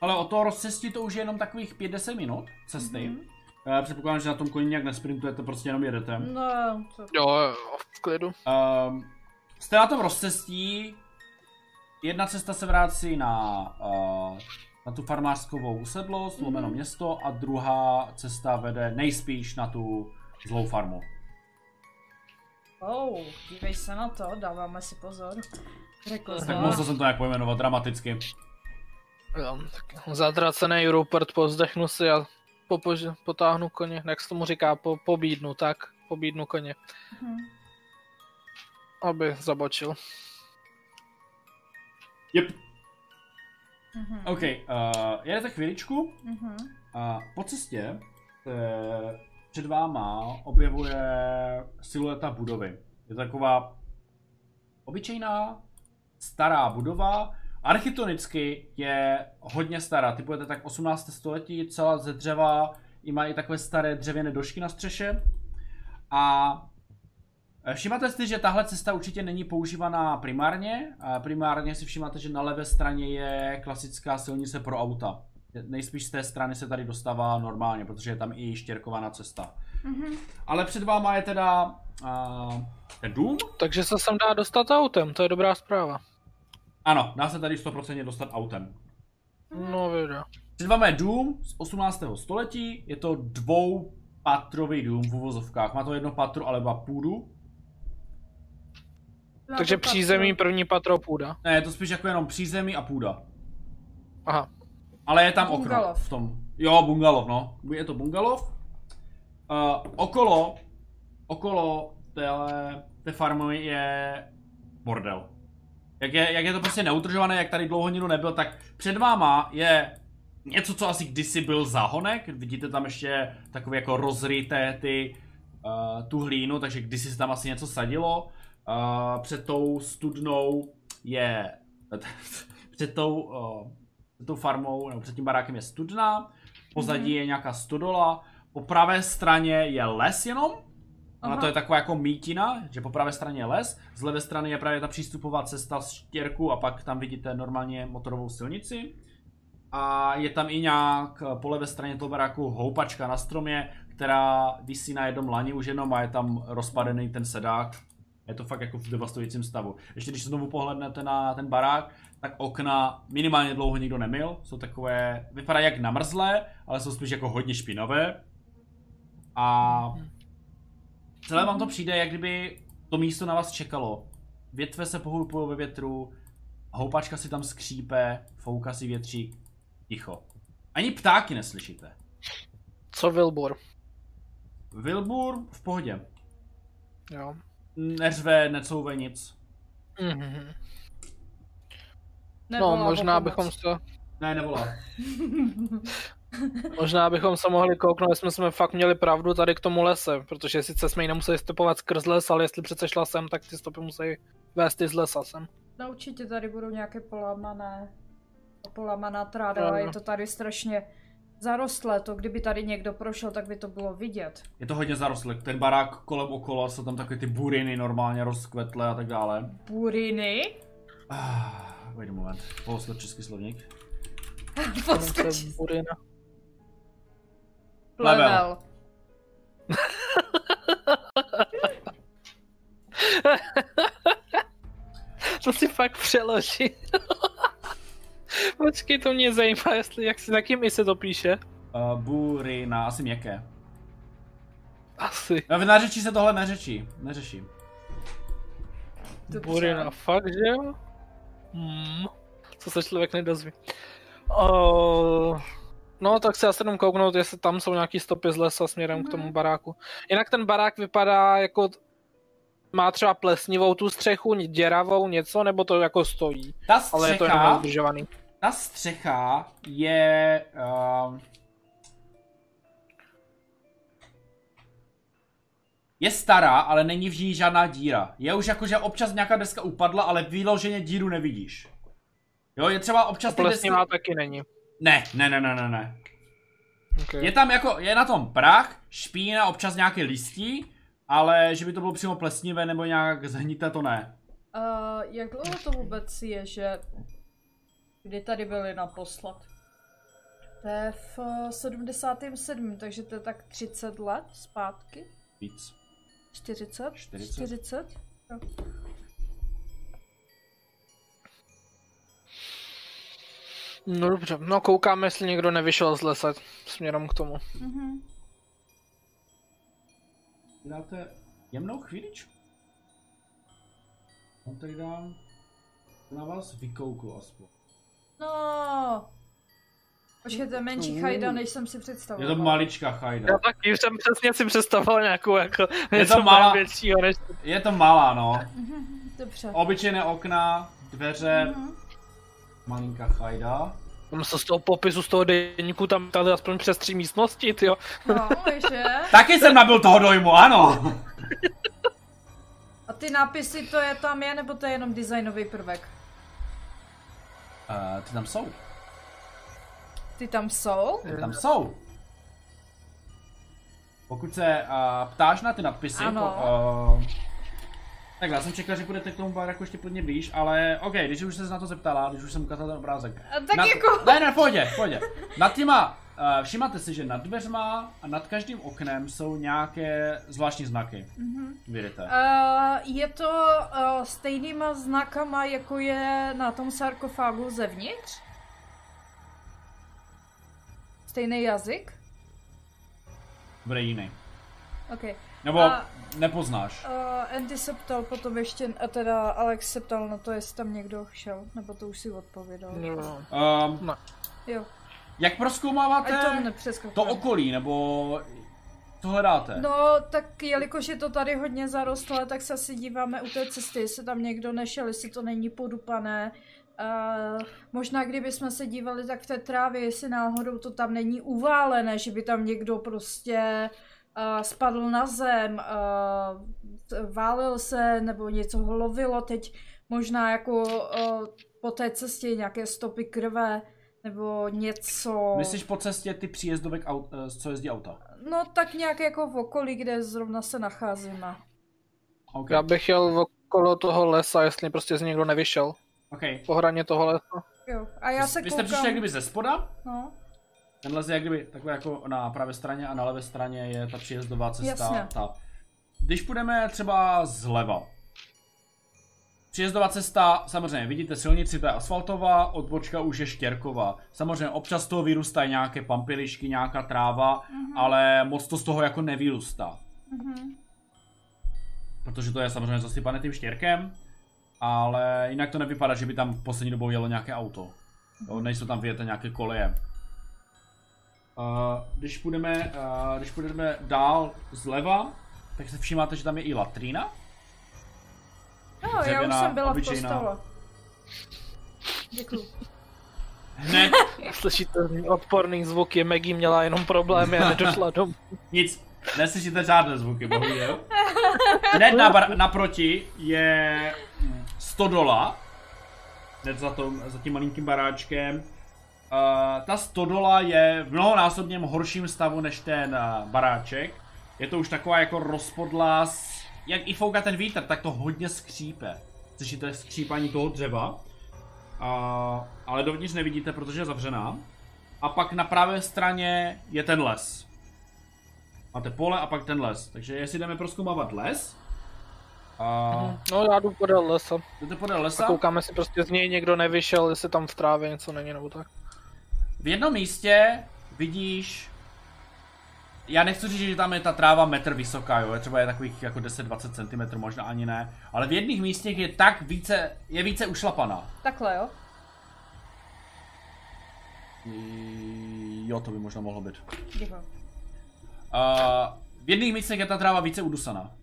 [SPEAKER 1] Ale o toho rozcestí to už je jenom takových 5-10 minut cesty.
[SPEAKER 2] Mhm.
[SPEAKER 1] Eh, Předpokládám, že na tom koni nějak nesprintujete, prostě jenom jedete.
[SPEAKER 2] No, to...
[SPEAKER 3] Jo, jo, v klidu.
[SPEAKER 1] Um, jste na tom rozcestí. Jedna cesta se vrací na, uh, na tu farmářskou usedlost, mm-hmm. lomeno město, a druhá cesta vede nejspíš na tu zlou farmu.
[SPEAKER 2] Oh, dívej se na to, dáváme si pozor. Řekl
[SPEAKER 1] Tak
[SPEAKER 2] jsem.
[SPEAKER 1] musel jsem to nějak pojmenovat dramaticky.
[SPEAKER 3] Jo, tak zatracený Rupert, povzdechnu si a popož- potáhnu koně. Jak se tomu říká, po- pobídnu, tak? Pobídnu koně,
[SPEAKER 2] Mhm.
[SPEAKER 3] aby zabočil.
[SPEAKER 1] Yep.
[SPEAKER 2] Mhm.
[SPEAKER 1] OK, uh, jedete chvíličku
[SPEAKER 2] Mhm.
[SPEAKER 1] a po cestě uh, před váma objevuje silueta budovy. Je taková obyčejná stará budova, Architonicky je hodně stará, ty budete tak 18. století, celá ze dřeva, i má i takové staré dřevěné došky na střeše. A Všimáte si, že tahle cesta určitě není používaná primárně. A Primárně si všimáte, že na levé straně je klasická silnice pro auta. Nejspíš z té strany se tady dostává normálně, protože je tam i štěrkovaná cesta.
[SPEAKER 2] Mhm.
[SPEAKER 1] Ale před váma je teda uh, ten dům.
[SPEAKER 3] Takže se sem dá dostat autem, to je dobrá zpráva.
[SPEAKER 1] Ano, dá se tady 100% dostat autem.
[SPEAKER 3] No věda.
[SPEAKER 1] Před vámi je dům z 18. století, je to dvoupatrový dům v uvozovkách. Má to jedno patro, ale má půdu.
[SPEAKER 2] Má
[SPEAKER 3] Takže
[SPEAKER 2] No, to patro.
[SPEAKER 3] přízemí první patro půda.
[SPEAKER 1] Ne, je to spíš jako jenom přízemí a půda.
[SPEAKER 3] Aha.
[SPEAKER 1] Ale je tam okno
[SPEAKER 2] Bungalov.
[SPEAKER 1] v tom. Jo, bungalov, no. Je to bungalov. Uh, okolo, okolo téhle, té farmy je bordel. Jak je, jak je to prostě neutržované, jak tady dlouho nikdo nebyl, tak před váma je něco, co asi kdysi byl záhonek. Vidíte tam ještě takové jako rozryté ty, uh, tu hlínu, takže kdysi se tam asi něco sadilo. Uh, před tou studnou je... (laughs) před tou... Uh, před tou farmou, nebo před tím barákem je studna, pozadí je nějaká stodola, po pravé straně je les jenom, ona
[SPEAKER 2] Aha.
[SPEAKER 1] to je taková jako mítina, že po pravé straně je les, z levé strany je právě ta přístupová cesta z štěrku a pak tam vidíte normálně motorovou silnici. A je tam i nějak eh, po levé straně toho baráku houpačka na stromě, která visí na jednom lani už jenom a je tam rozpadený ten sedák. Je to fakt jako v devastujícím stavu. Ještě když znovu pohlednete na ten barák, tak okna minimálně dlouho nikdo nemil. Jsou takové, vypadají jak namrzlé, ale jsou spíš jako hodně špinavé. A celé vám to přijde, jak kdyby to místo na vás čekalo. Větve se pohybují ve větru, houpačka si tam skřípe, fouká si větřík, ticho. Ani ptáky neslyšíte.
[SPEAKER 3] Co Wilbur?
[SPEAKER 1] Wilbur v pohodě.
[SPEAKER 3] Jo.
[SPEAKER 1] Neřve, necouve nic.
[SPEAKER 3] Mhm.
[SPEAKER 2] Nevolá
[SPEAKER 3] No,
[SPEAKER 2] o
[SPEAKER 3] možná
[SPEAKER 2] pomoc. (laughs)
[SPEAKER 3] bychom se,
[SPEAKER 1] Ne, nevolá.
[SPEAKER 3] možná bychom se mohli kouknout, jestli jsme fakt měli pravdu tady k tomu lese, protože sice jsme ji nemuseli stopovat skrz les, ale jestli přece šla sem, tak ty stopy musí vést i z lesa sem.
[SPEAKER 2] No určitě tady budou nějaké polamané, polamaná tráda, ale je to tady strašně zarostlé, to kdyby tady někdo prošel, tak by to bylo vidět.
[SPEAKER 1] Je to hodně zarostlé. Ten barák kolem okolo, jsou tam takové ty buriny normálně rozkvetlé a tak dále.
[SPEAKER 2] (laughs) Buriny?
[SPEAKER 1] Ah, wait a moment. Poloslo český slovník.
[SPEAKER 2] Podskočí
[SPEAKER 3] Bude na-
[SPEAKER 2] plevel.
[SPEAKER 3] To si fakt přeloží. (laughs) Počkej, to mě zajímá, jestli, jak si, na kým i se to píše.
[SPEAKER 1] Uh, burina, asi měkké.
[SPEAKER 3] Asi.
[SPEAKER 1] No, v nářečí se tohle neřečí. Neřeší.
[SPEAKER 2] Dobře.
[SPEAKER 3] Burina, fakt, že jo? Hmm. Co se člověk nedozví. Uh, no, tak se já se jenom kouknout, jestli tam jsou nějaký stopy z lesa směrem k tomu
[SPEAKER 2] Mhm.
[SPEAKER 3] baráku. Jinak ten barák vypadá jako... t- Má třeba plesnivou tu střechu, děravou něco, nebo to jako stojí.
[SPEAKER 1] Ta střecha,
[SPEAKER 3] Ale je to jenom udržovaný.
[SPEAKER 1] ta střecha je... Uh, je stará, ale není v ní žádná díra. Je už jako, že občas nějaká deska upadla, ale vyloženě díru nevidíš. Jo, je třeba občas ty desky...
[SPEAKER 3] Plesnivá taky není.
[SPEAKER 1] Ne, ne, ne, ne, ne, ne.
[SPEAKER 3] Okay.
[SPEAKER 1] Je tam jako, je na tom prach, špína, občas nějaké listí, ale že by to bylo přímo plesnivé nebo nějak zhnité, to ne.
[SPEAKER 2] Uh, jak dlouho to vůbec je, že... Kdy tady byli naposled? To je v eh, 77, takže to je tak 30 let zpátky?
[SPEAKER 1] Víc.
[SPEAKER 2] 40?
[SPEAKER 1] 40.
[SPEAKER 2] 40? Jo.
[SPEAKER 3] No dobře, no koukáme, jestli někdo nevyšel z lesa směrem k tomu.
[SPEAKER 2] Mhm.
[SPEAKER 1] Dáte jemnou chvíličku. On tady dám na vás vykoukl aspoň.
[SPEAKER 2] No. Počkej, to je menší chajda, než jsem si představoval.
[SPEAKER 1] Je to maličká chajda.
[SPEAKER 3] Já taky už jsem přesně si představoval nějakou jako
[SPEAKER 1] něco
[SPEAKER 3] něco
[SPEAKER 1] malá-
[SPEAKER 3] malá...
[SPEAKER 1] mnohem
[SPEAKER 3] většího než...
[SPEAKER 1] Je to malá, no.
[SPEAKER 2] Dobře.
[SPEAKER 1] Obyčejné okna, dveře, malinká chajda.
[SPEAKER 3] Tam se z toho popisu, z toho deníku, tam tady aspoň přes tři místnosti, jo.
[SPEAKER 2] No, že?
[SPEAKER 1] Taky jsem nabil toho dojmu, ano!
[SPEAKER 2] A ty nápisy, to je tam je, nebo to je jenom designový prvek?
[SPEAKER 1] Uh, ty tam jsou.
[SPEAKER 2] Ty tam jsou?
[SPEAKER 1] Ty tam jsou. Pokud se uh, ptáš na ty nadpisy,
[SPEAKER 2] Ano.
[SPEAKER 1] po- uh, tak já jsem čekal, že budete k tomu baraku ještě podně blíž, ale OK, když už se na to zeptala, když už jsem ukázal ten obrázek.
[SPEAKER 2] A tak
[SPEAKER 1] nad,
[SPEAKER 2] jako-
[SPEAKER 1] Ne, ne, pojď, pojď. Nad těma, uh, všimate si, že nad dveřma a nad každým oknem jsou nějaké zvláštní znaky.
[SPEAKER 2] Mhm.
[SPEAKER 1] Mm-hmm. Vidíte.
[SPEAKER 2] Uh, je to uh, stejnýma znakama, jako je na tom sarkofágu zevnitř? Stejný jazyk?
[SPEAKER 1] Bude jiný.
[SPEAKER 2] OK.
[SPEAKER 1] Nebo
[SPEAKER 2] A-
[SPEAKER 1] nepoznáš.
[SPEAKER 2] Uh, Andy se ptal potom ještě, a teda Alex se ptal na to, jestli tam někdo šel, nebo to už si odpovědal.
[SPEAKER 3] No.
[SPEAKER 1] Um,
[SPEAKER 2] Jo,
[SPEAKER 1] jak
[SPEAKER 2] ať to
[SPEAKER 1] proskoumáváte
[SPEAKER 2] nepřeskakuju.
[SPEAKER 1] to okolí, nebo co hledáte?
[SPEAKER 2] No, tak jelikož je to tady hodně zarostlé, tak se asi díváme u té cesty, jestli tam někdo nešel, jestli to není podupané. Uh, možná kdybychom se dívali tak v té trávě, jestli náhodou to tam není uválené, že by tam někdo prostě uh, spadl na zem, uh, t- válil se nebo něco ho lovilo. Teď možná jako uh, po té cestě nějaké stopy krve nebo něco.
[SPEAKER 1] Myslíš po cestě ty příjezdovek, aut, eh, co jezdí auta?
[SPEAKER 2] No tak nějak jako v okolí, kde zrovna se nacházíme.
[SPEAKER 1] OK.
[SPEAKER 3] Já bych jel okolo toho lesa, jestli prostě z někdo nevyšel.
[SPEAKER 1] okay.
[SPEAKER 3] Po hraně toho lesa.
[SPEAKER 2] Jo, a já se
[SPEAKER 1] Vy
[SPEAKER 2] koukám.
[SPEAKER 1] jste přišli jak kdyby ze spoda,
[SPEAKER 2] No,
[SPEAKER 1] ten les je jak kdyby takhle jako na pravé straně a na levé straně je ta příjezdová cesta.
[SPEAKER 2] Jasně.
[SPEAKER 1] Ta. Když půjdeme třeba zleva, Příjezdová cesta, samozřejmě vidíte silnici, ta je asfaltová, odbočka už je štěrková. Samozřejmě občas z toho vyrůstají nějaké pampilišky, nějaká tráva, mm-hmm. ale moc to z toho jako nevyrůstá.
[SPEAKER 2] mhm.
[SPEAKER 1] protože to je samozřejmě zasypané tím štěrkem, ale jinak to nevypadá, že by tam v poslední dobou jelo nějaké auto. Jo, nejsou tam vyjeté nějaké koleje. Uh, když, půjdeme, uh, když půjdeme dál zleva, tak se všimáte, že tam je i latrína.
[SPEAKER 2] no já už
[SPEAKER 1] Dřevěná,
[SPEAKER 2] jsem byla
[SPEAKER 1] obyčejná.
[SPEAKER 2] v kostele. Děkuju.
[SPEAKER 1] Hned
[SPEAKER 3] Slyšíte z ní odporný zvuky, Maggie měla jenom problémy a nedošla domů.
[SPEAKER 1] Nic, neslyšíte žádné zvuky, bohužel. jo? Hned na bar- naproti je mm, stodola, hned za, tom, za tím malinkým baráčkem. Uh, ta stodola je v mnohonásobně horším stavu než ten uh, baráček. Je to už taková jako rozpodlá, s- jak i fouká ten vítr, tak to hodně skřípe. Slyšíte skřípání toho dřeva, uh, ale dovnitř nevidíte, protože je zavřená. A pak na pravé straně je ten les. Máte pole a pak ten les. Takže jestli jdeme proskoumávat les, a
[SPEAKER 3] (laughs) No já jdu podél lesa.
[SPEAKER 1] jdete podél lesa,
[SPEAKER 3] Koukáme si prostě z něj někdo nevyšel, jestli tam v trávě něco není nebo tak.
[SPEAKER 1] v jednom místě vidíš... Já nechci říct, že tam je ta tráva metr vysoká, jo, třeba je takových jako 10-20 cm, možná ani ne, ale v jedných místech je tak více, je více ušlapaná.
[SPEAKER 2] Takhle jo.
[SPEAKER 1] Jo, to by možná mohlo být.
[SPEAKER 2] Děkuju.
[SPEAKER 1] Uh, v jedných místech je ta tráva více udusaná.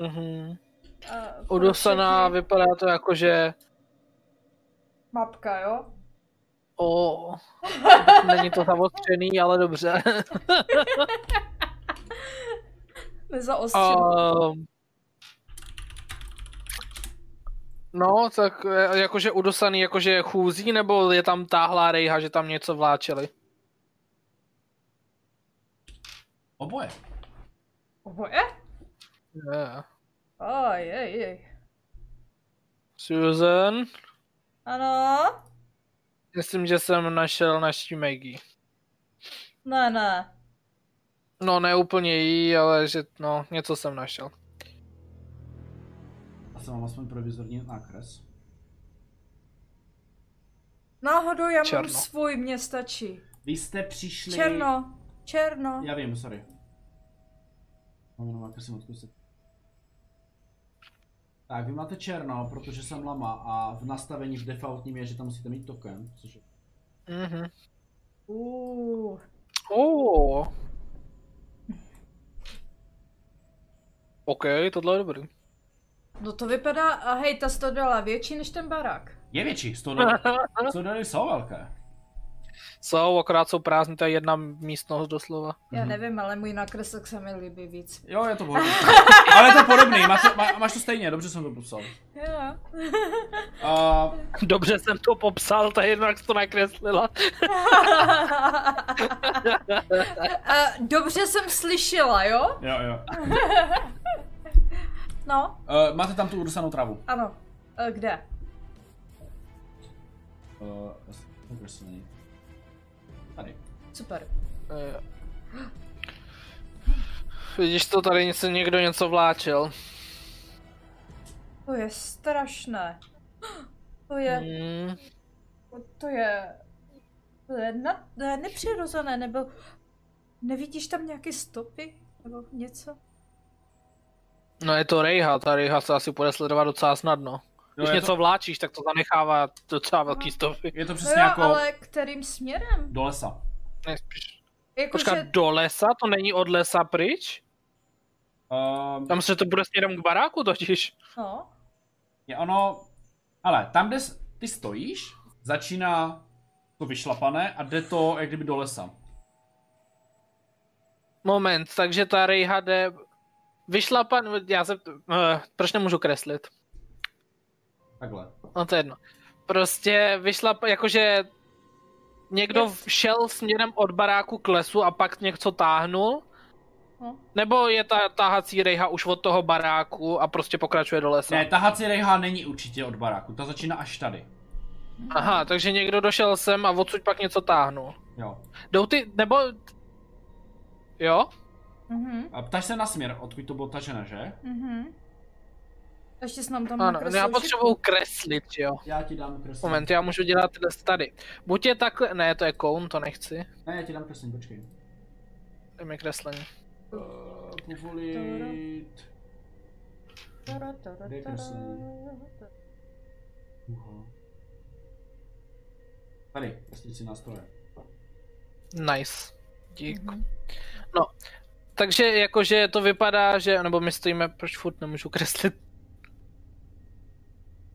[SPEAKER 3] Mhm.
[SPEAKER 2] Uh,
[SPEAKER 3] Odosaná,
[SPEAKER 2] vy...
[SPEAKER 3] vypadá to jako, že...
[SPEAKER 2] Mapka jo.
[SPEAKER 3] (laughs) O, není to zavostřený, ale dobře.
[SPEAKER 2] Nezaostřená.
[SPEAKER 3] Um, no, tak eh, jakože udosaný, jakože je chůzí, nebo je tam táhlá rejha, že tam něco vláčeli?
[SPEAKER 1] Oboje.
[SPEAKER 2] Oboje?
[SPEAKER 3] Yeah.
[SPEAKER 2] Oh, jej, jej.
[SPEAKER 3] Susan,
[SPEAKER 2] Ano?
[SPEAKER 3] myslím, že jsem našel naší Maggie.
[SPEAKER 2] Ne, ne.
[SPEAKER 3] No, ne úplně jí, ale že, no, něco jsem našel.
[SPEAKER 1] Já jsem mám aspoň provizorní nákres.
[SPEAKER 2] Náhodou já
[SPEAKER 3] Černo.
[SPEAKER 2] mám svůj, mě stačí.
[SPEAKER 1] Vy jste přišli...
[SPEAKER 2] Černo. Černo.
[SPEAKER 1] Já vím, sorry. Mám jenom jaký odkusit. Tak, vy máte černo, protože jsem lama a v nastavení v defaultním je, že tam musíte mít token, což je...
[SPEAKER 3] Mhm.
[SPEAKER 2] Uh,
[SPEAKER 3] Oh. OK, tohle je (laughs) dobrý.
[SPEAKER 2] no to vypadá, a hej, ta stodola větší než ten barák. (laughs)
[SPEAKER 1] Je větší, 100 dolarů. 100 dolarů jsou velké.
[SPEAKER 3] jsou, akorát jsou prázdní, to je jedna místnost doslova. (laughs)
[SPEAKER 1] Mhm.
[SPEAKER 2] Já nevím, ale můj nakreslek se mi líbí víc.
[SPEAKER 1] Jo, je to podobný. (laughs) Ale je to podobný, máš to, má, máš to stejně, dobře jsem to popsal.
[SPEAKER 2] (laughs) Jo.
[SPEAKER 1] Uh,
[SPEAKER 3] Dobře jsem to popsal, ta jednak to nakreslila.
[SPEAKER 2] (laughs) A Eh, dobře jsem slyšela, jo?
[SPEAKER 1] jo, jo.
[SPEAKER 2] No,
[SPEAKER 1] Uh, máte tam tu udusanou travu.
[SPEAKER 2] ano. E, Kde?
[SPEAKER 1] Uh, kde se není? Tady.
[SPEAKER 2] Super.
[SPEAKER 3] Eh. Vidíš to, tady něco, někdo něco vláčel.
[SPEAKER 2] To je strašné. (gasps) To je,
[SPEAKER 3] Mm.
[SPEAKER 2] to je, to je, na, to je nepřirozené, nebo nevidíš tam nějaké stopy? Nebo něco?
[SPEAKER 3] No je to Rejha, ta Rejha se asi bude sledovat docela snadno. Když
[SPEAKER 1] No, je,
[SPEAKER 3] něco
[SPEAKER 1] to,
[SPEAKER 3] vláčíš, tak to zanechává docela velký stopy.
[SPEAKER 1] je to přesně
[SPEAKER 2] No jo,
[SPEAKER 1] jako
[SPEAKER 2] ale kterým směrem?
[SPEAKER 1] do lesa.
[SPEAKER 3] Nejspíš. Počkat,
[SPEAKER 2] Jakože,
[SPEAKER 3] do lesa? To není od lesa pryč?
[SPEAKER 1] Uh,
[SPEAKER 3] Tam se to bude směrem k baráku totiž.
[SPEAKER 2] no,
[SPEAKER 1] je ono... Ale tam, kde s- ty stojíš, začíná to vyšlapané a jde to jak kdyby do lesa.
[SPEAKER 3] Moment, takže ta Rejha jde... Vyšla pan... Já se... eh, proč nemůžu kreslit?
[SPEAKER 1] Takhle.
[SPEAKER 3] No to je jedno. Prostě vyšla, jakože někdo
[SPEAKER 2] Jest.
[SPEAKER 3] yes. šel směrem od baráku k lesu a pak něco táhnul?
[SPEAKER 2] no.
[SPEAKER 3] Nebo je ta táhací rejha už od toho baráku a prostě pokračuje do lesa?
[SPEAKER 1] Ne, tahací rejha není určitě od baráku, ta začíná až tady.
[SPEAKER 3] Aha, takže někdo došel sem a odsud pak něco táhnul.
[SPEAKER 1] Jo.
[SPEAKER 3] Jdou ty, nebo... Jo?
[SPEAKER 2] Mhm.
[SPEAKER 1] A ptáš se na směr, odkud to bylo tažené, že?
[SPEAKER 2] Mhm. Ještě jsem nám tam
[SPEAKER 3] Ano,
[SPEAKER 2] nakreslil
[SPEAKER 3] já
[SPEAKER 2] šipku.
[SPEAKER 3] potřebuju kreslit, že jo?
[SPEAKER 1] Já ti dám kresení.
[SPEAKER 3] Moment, já můžu dělat tyhle tady. Buď je takhle, ne, to je koun, to nechci.
[SPEAKER 1] Ne, já ti dám kresení, počkej.
[SPEAKER 3] Dej mi kreslení.
[SPEAKER 1] Uh, povolit...
[SPEAKER 2] Tara, tara, tara,
[SPEAKER 1] Kde je kreslení?
[SPEAKER 2] tara.
[SPEAKER 1] Uha. Tady, prostě kreslit si nástroje.
[SPEAKER 3] Nice. Dík.
[SPEAKER 2] Mhm.
[SPEAKER 3] Takže jakože to vypadá, že, nebo my stojíme, proč furt nemůžu kreslit?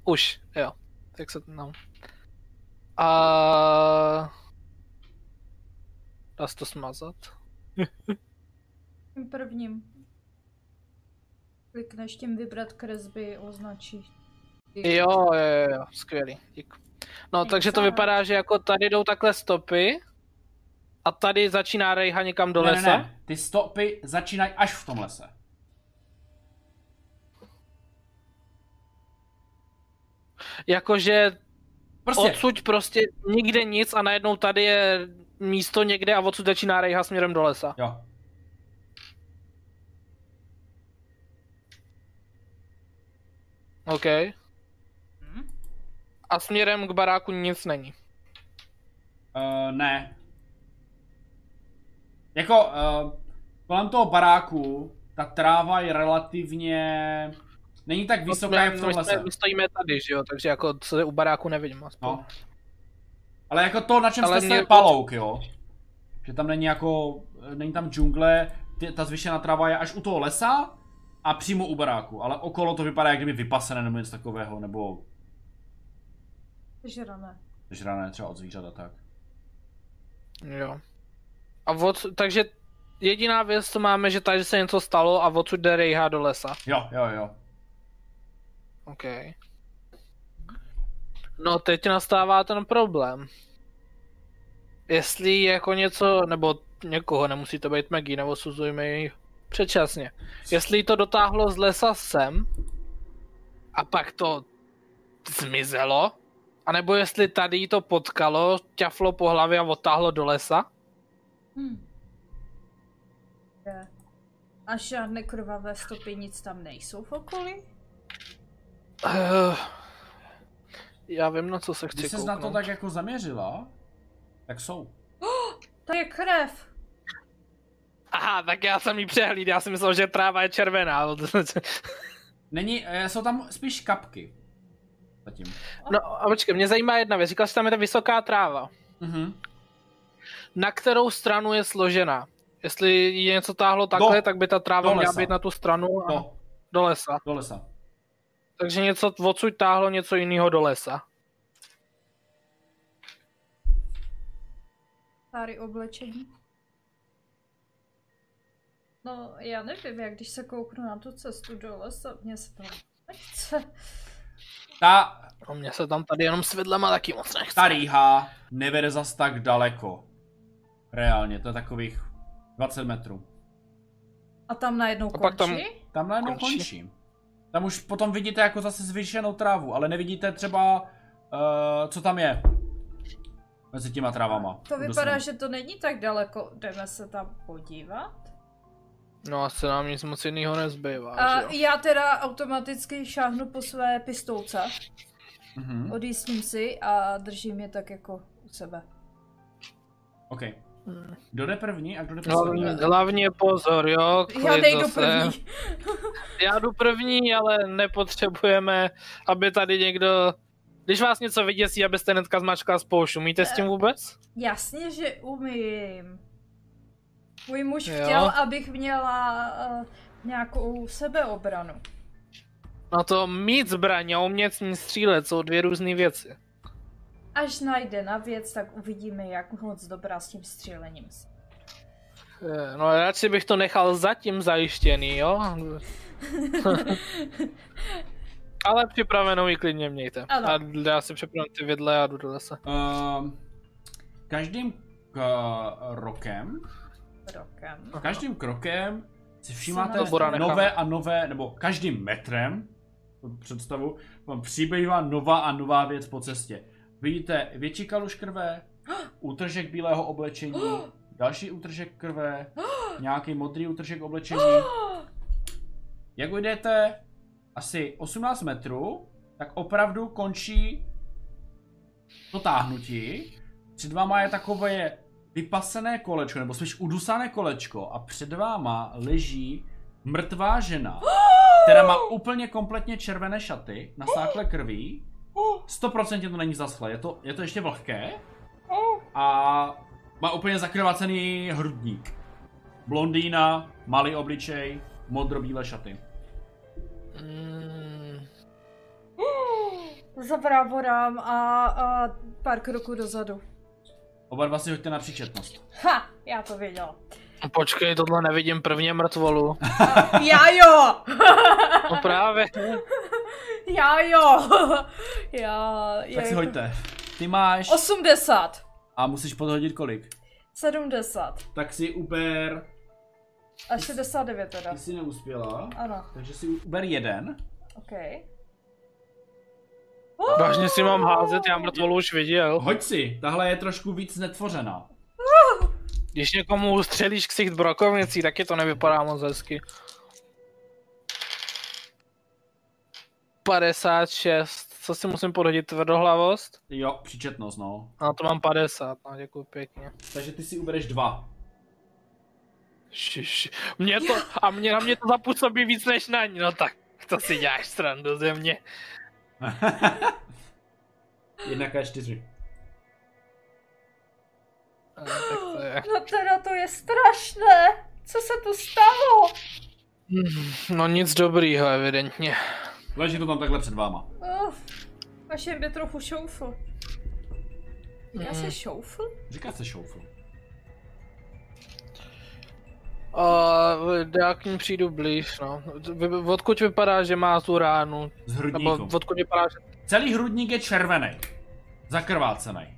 [SPEAKER 3] Už, jo. Tak se, no. A... Dá se to smazat?
[SPEAKER 2] Tím prvním. Klikneš tím vybrat kresby, označí.
[SPEAKER 3] Jo, jo, jo, jo, skvělý, dík. No,
[SPEAKER 2] Nic
[SPEAKER 3] takže to
[SPEAKER 2] za-
[SPEAKER 3] vypadá, že jako tady jdou takhle stopy a tady začíná rejha někam do lesa.
[SPEAKER 1] Ne, ne, ne. Ty stopy začínají až v tom lese.
[SPEAKER 3] Jakože
[SPEAKER 1] Prostě,
[SPEAKER 3] Odsud prostě nikde nic a najednou tady je místo někde a odsud začíná rejha směrem do lesa.
[SPEAKER 1] jo.
[SPEAKER 3] OK.
[SPEAKER 2] Hm?
[SPEAKER 3] A směrem k baráku nic není.
[SPEAKER 1] Uh, ne. Jako, uh, kolem toho baráku, ta tráva je relativně... Není tak vysoká, jak v tom
[SPEAKER 3] my,
[SPEAKER 1] lese.
[SPEAKER 3] jsme, my stojíme tady, že jo, takže jako se u baráku nevidím aspoň.
[SPEAKER 1] No. Ale jako to, na čem
[SPEAKER 3] Ale
[SPEAKER 1] jste se
[SPEAKER 3] mě-
[SPEAKER 1] palouk, jo? Že tam není jako, není tam džungle, ty, ta zvyšená tráva je až u toho lesa a přímo u baráku, ale okolo to vypadá jak kdyby vypasené nebo něco takového, nebo
[SPEAKER 2] Žrané.
[SPEAKER 1] žrané třeba od zvířat a tak.
[SPEAKER 3] Jo. A od, takže jediná věc, co máme, že tady se něco stalo a odsud jde rejha do lesa.
[SPEAKER 1] Jo, jo, jo.
[SPEAKER 3] OK. No teď nastává ten problém. Jestli jako něco, nebo někoho, nemusí to být Maggie, nebo suzujme ji předčasně. Jestli to dotáhlo z lesa sem, a pak to zmizelo, anebo jestli tady jí to potkalo, ťaflo po hlavě a otáhlo do lesa.
[SPEAKER 2] Hm. Je. A žádné krvavé stopy, nic tam nejsou v okolí?
[SPEAKER 3] Eh, Já vím, na co se chci
[SPEAKER 1] Když se na to
[SPEAKER 3] kouknout.
[SPEAKER 1] tak jako zaměřila, tak jsou.
[SPEAKER 2] To je krev!
[SPEAKER 3] Aha, tak já jsem ji přehlíd, já jsem myslel, že tráva je červená. (laughs)
[SPEAKER 1] Není, eh, jsou tam spíš kapky. Zatím.
[SPEAKER 3] No a počkej, mě zajímá jedna věc. Říkal jsi, tam je ta vysoká tráva.
[SPEAKER 1] Mhm.
[SPEAKER 3] Na kterou stranu je složena? Jestli ji něco táhlo takhle,
[SPEAKER 1] Do-
[SPEAKER 3] tak by ta
[SPEAKER 1] do
[SPEAKER 3] tráva měla
[SPEAKER 1] lesa.
[SPEAKER 3] být na tu stranu a do.
[SPEAKER 1] Do,
[SPEAKER 3] do lesa.
[SPEAKER 1] do lesa.
[SPEAKER 3] Takže něco odsud táhlo něco jiného do lesa.
[SPEAKER 2] Páry oblečení. No, já nevím, jak když se kouknu na tu cestu do lesa, mě se to nechce.
[SPEAKER 1] Ta,
[SPEAKER 3] O mě se tam tady jenom s vidlema taky moc nechce.
[SPEAKER 1] ta rýha nevede zas tak daleko. Reálně, to je takových 20 metrů.
[SPEAKER 2] A tam najednou
[SPEAKER 3] A
[SPEAKER 2] končí?
[SPEAKER 3] pak tam-
[SPEAKER 1] Tam najednou
[SPEAKER 3] Končí.
[SPEAKER 1] končí. Tam už potom vidíte jako zase zvyšenou trávu, ale nevidíte třeba, uh, co tam je. Mezi těma trávama.
[SPEAKER 2] To
[SPEAKER 1] Kdo
[SPEAKER 2] vypadá,
[SPEAKER 1] se-
[SPEAKER 2] že to není tak daleko. Jdeme se tam podívat.
[SPEAKER 3] No asi nám nic moc jiného nezbývá,
[SPEAKER 2] A
[SPEAKER 3] že jo?
[SPEAKER 2] já teda automaticky šáhnu po své pistolce,
[SPEAKER 1] Mhm.
[SPEAKER 2] odjísním si a držím je tak jako u sebe.
[SPEAKER 1] OK.
[SPEAKER 3] Hmm.
[SPEAKER 1] Kdo jde první a kdo jde
[SPEAKER 3] No,
[SPEAKER 1] poslední?
[SPEAKER 3] Hlavně, hlavně pozor, jo, klid
[SPEAKER 2] Já nejdu
[SPEAKER 3] zase.
[SPEAKER 2] první.
[SPEAKER 3] Já jdu první, ale nepotřebujeme, aby tady někdo... Když vás něco vyděsí, abyste hnedka zmačkal spouš, umíte s tím
[SPEAKER 2] Eh.
[SPEAKER 3] vůbec?
[SPEAKER 2] Jasně, že umím. Můj muž
[SPEAKER 3] Jo.
[SPEAKER 2] chtěl, abych měla uh, nějakou sebeobranu.
[SPEAKER 3] No to mít zbraň a umět s ní střílet jsou dvě různé věci.
[SPEAKER 2] Až najde na věc, tak uvidíme, jak moc dobrá s tím střílením.
[SPEAKER 3] (laughs)
[SPEAKER 2] jsem.
[SPEAKER 3] Eh, No radši bych to nechal zatím zajištěný, jo? ale připravenou ji klidně mějte.
[SPEAKER 2] Ano.
[SPEAKER 3] A já si připravím ty vidle a jdu do lesa.
[SPEAKER 1] Ehm, každým k- rokem,
[SPEAKER 2] Rokem. (gasps)
[SPEAKER 1] No, každým krokem si
[SPEAKER 2] To
[SPEAKER 1] všímáte
[SPEAKER 3] Bora necháme.
[SPEAKER 1] nové a nové, nebo každým metrem, tu představu, vám přibývá nová a nová věc po cestě. Vidíte větší kaluž krve, útržek bílého oblečení, další útržek krve, nějaký modrý útržek oblečení. Jak ujdete asi 18 metrů, tak opravdu končí to táhnutí. Před váma je takové vypasené kolečko, nebo spíš udusané kolečko a před váma leží mrtvá žena, která má úplně kompletně červené šaty, nasáklé krví. 100% to není zaschlé, je to, je to ještě vlhké
[SPEAKER 2] Oh,
[SPEAKER 1] a má úplně zakrvácený hrudník. Blondýna, malý obličej, modrobílé šaty.
[SPEAKER 3] Mm.
[SPEAKER 2] Zabrávorám a, a pár kroků dozadu.
[SPEAKER 1] Oba dva si hoďte na příčetnost.
[SPEAKER 2] Ha, já
[SPEAKER 3] (laughs)
[SPEAKER 2] to věděla.
[SPEAKER 3] Počkej, tohle nevidím prvně mrtvolu.
[SPEAKER 2] Já jo!
[SPEAKER 3] No právě.
[SPEAKER 2] Já jo! (laughs) Já,
[SPEAKER 1] Tak si
[SPEAKER 2] já-
[SPEAKER 1] hoďte. Ty máš
[SPEAKER 2] 80.
[SPEAKER 1] a musíš podhodit kolik.
[SPEAKER 2] 70.
[SPEAKER 1] Tak si uber...
[SPEAKER 2] A 69 teda.
[SPEAKER 1] Ty jsi neuspěla.
[SPEAKER 2] Ano,
[SPEAKER 1] Takže si uber jeden.
[SPEAKER 2] ok.
[SPEAKER 3] Vážně si mám házet, já mrtvolu už viděl.
[SPEAKER 1] Hoď si, tahle je trošku víc netvořená.
[SPEAKER 3] Když někomu střelíš ksicht brokovnicí, taky to nevypadá moc hezky. 56. Co si musím podhodit? Tvrdohlavost?
[SPEAKER 1] Jo, příčetnost, no.
[SPEAKER 3] A to mám 50, no děkuji pěkně.
[SPEAKER 1] Takže ty si ubereš dva.
[SPEAKER 3] Šiš. Mě to, a mě, na mě to zapůsobí víc než na ní, no tak. To si děláš srandu ze mě.
[SPEAKER 1] Jedna k čtyři.
[SPEAKER 3] Eh, Tak to je.
[SPEAKER 2] No teda to je strašné! Co se tu stalo?
[SPEAKER 3] Hmm, No nic dobrýho, evidentně.
[SPEAKER 1] Leží to tam takhle před váma.
[SPEAKER 2] Uf, až jen by trochu šoufl.
[SPEAKER 1] Mm.
[SPEAKER 2] Já se šoufl?
[SPEAKER 1] Říká se šoufl.
[SPEAKER 3] A já k ní přijdu blíž, no. Vy- Odkud vypadá, že má tu ránu?
[SPEAKER 1] Z
[SPEAKER 3] Nebo
[SPEAKER 1] hrudníku.
[SPEAKER 3] odkud vypadá, že...
[SPEAKER 1] Celý hrudník je červený. Zakrvácený.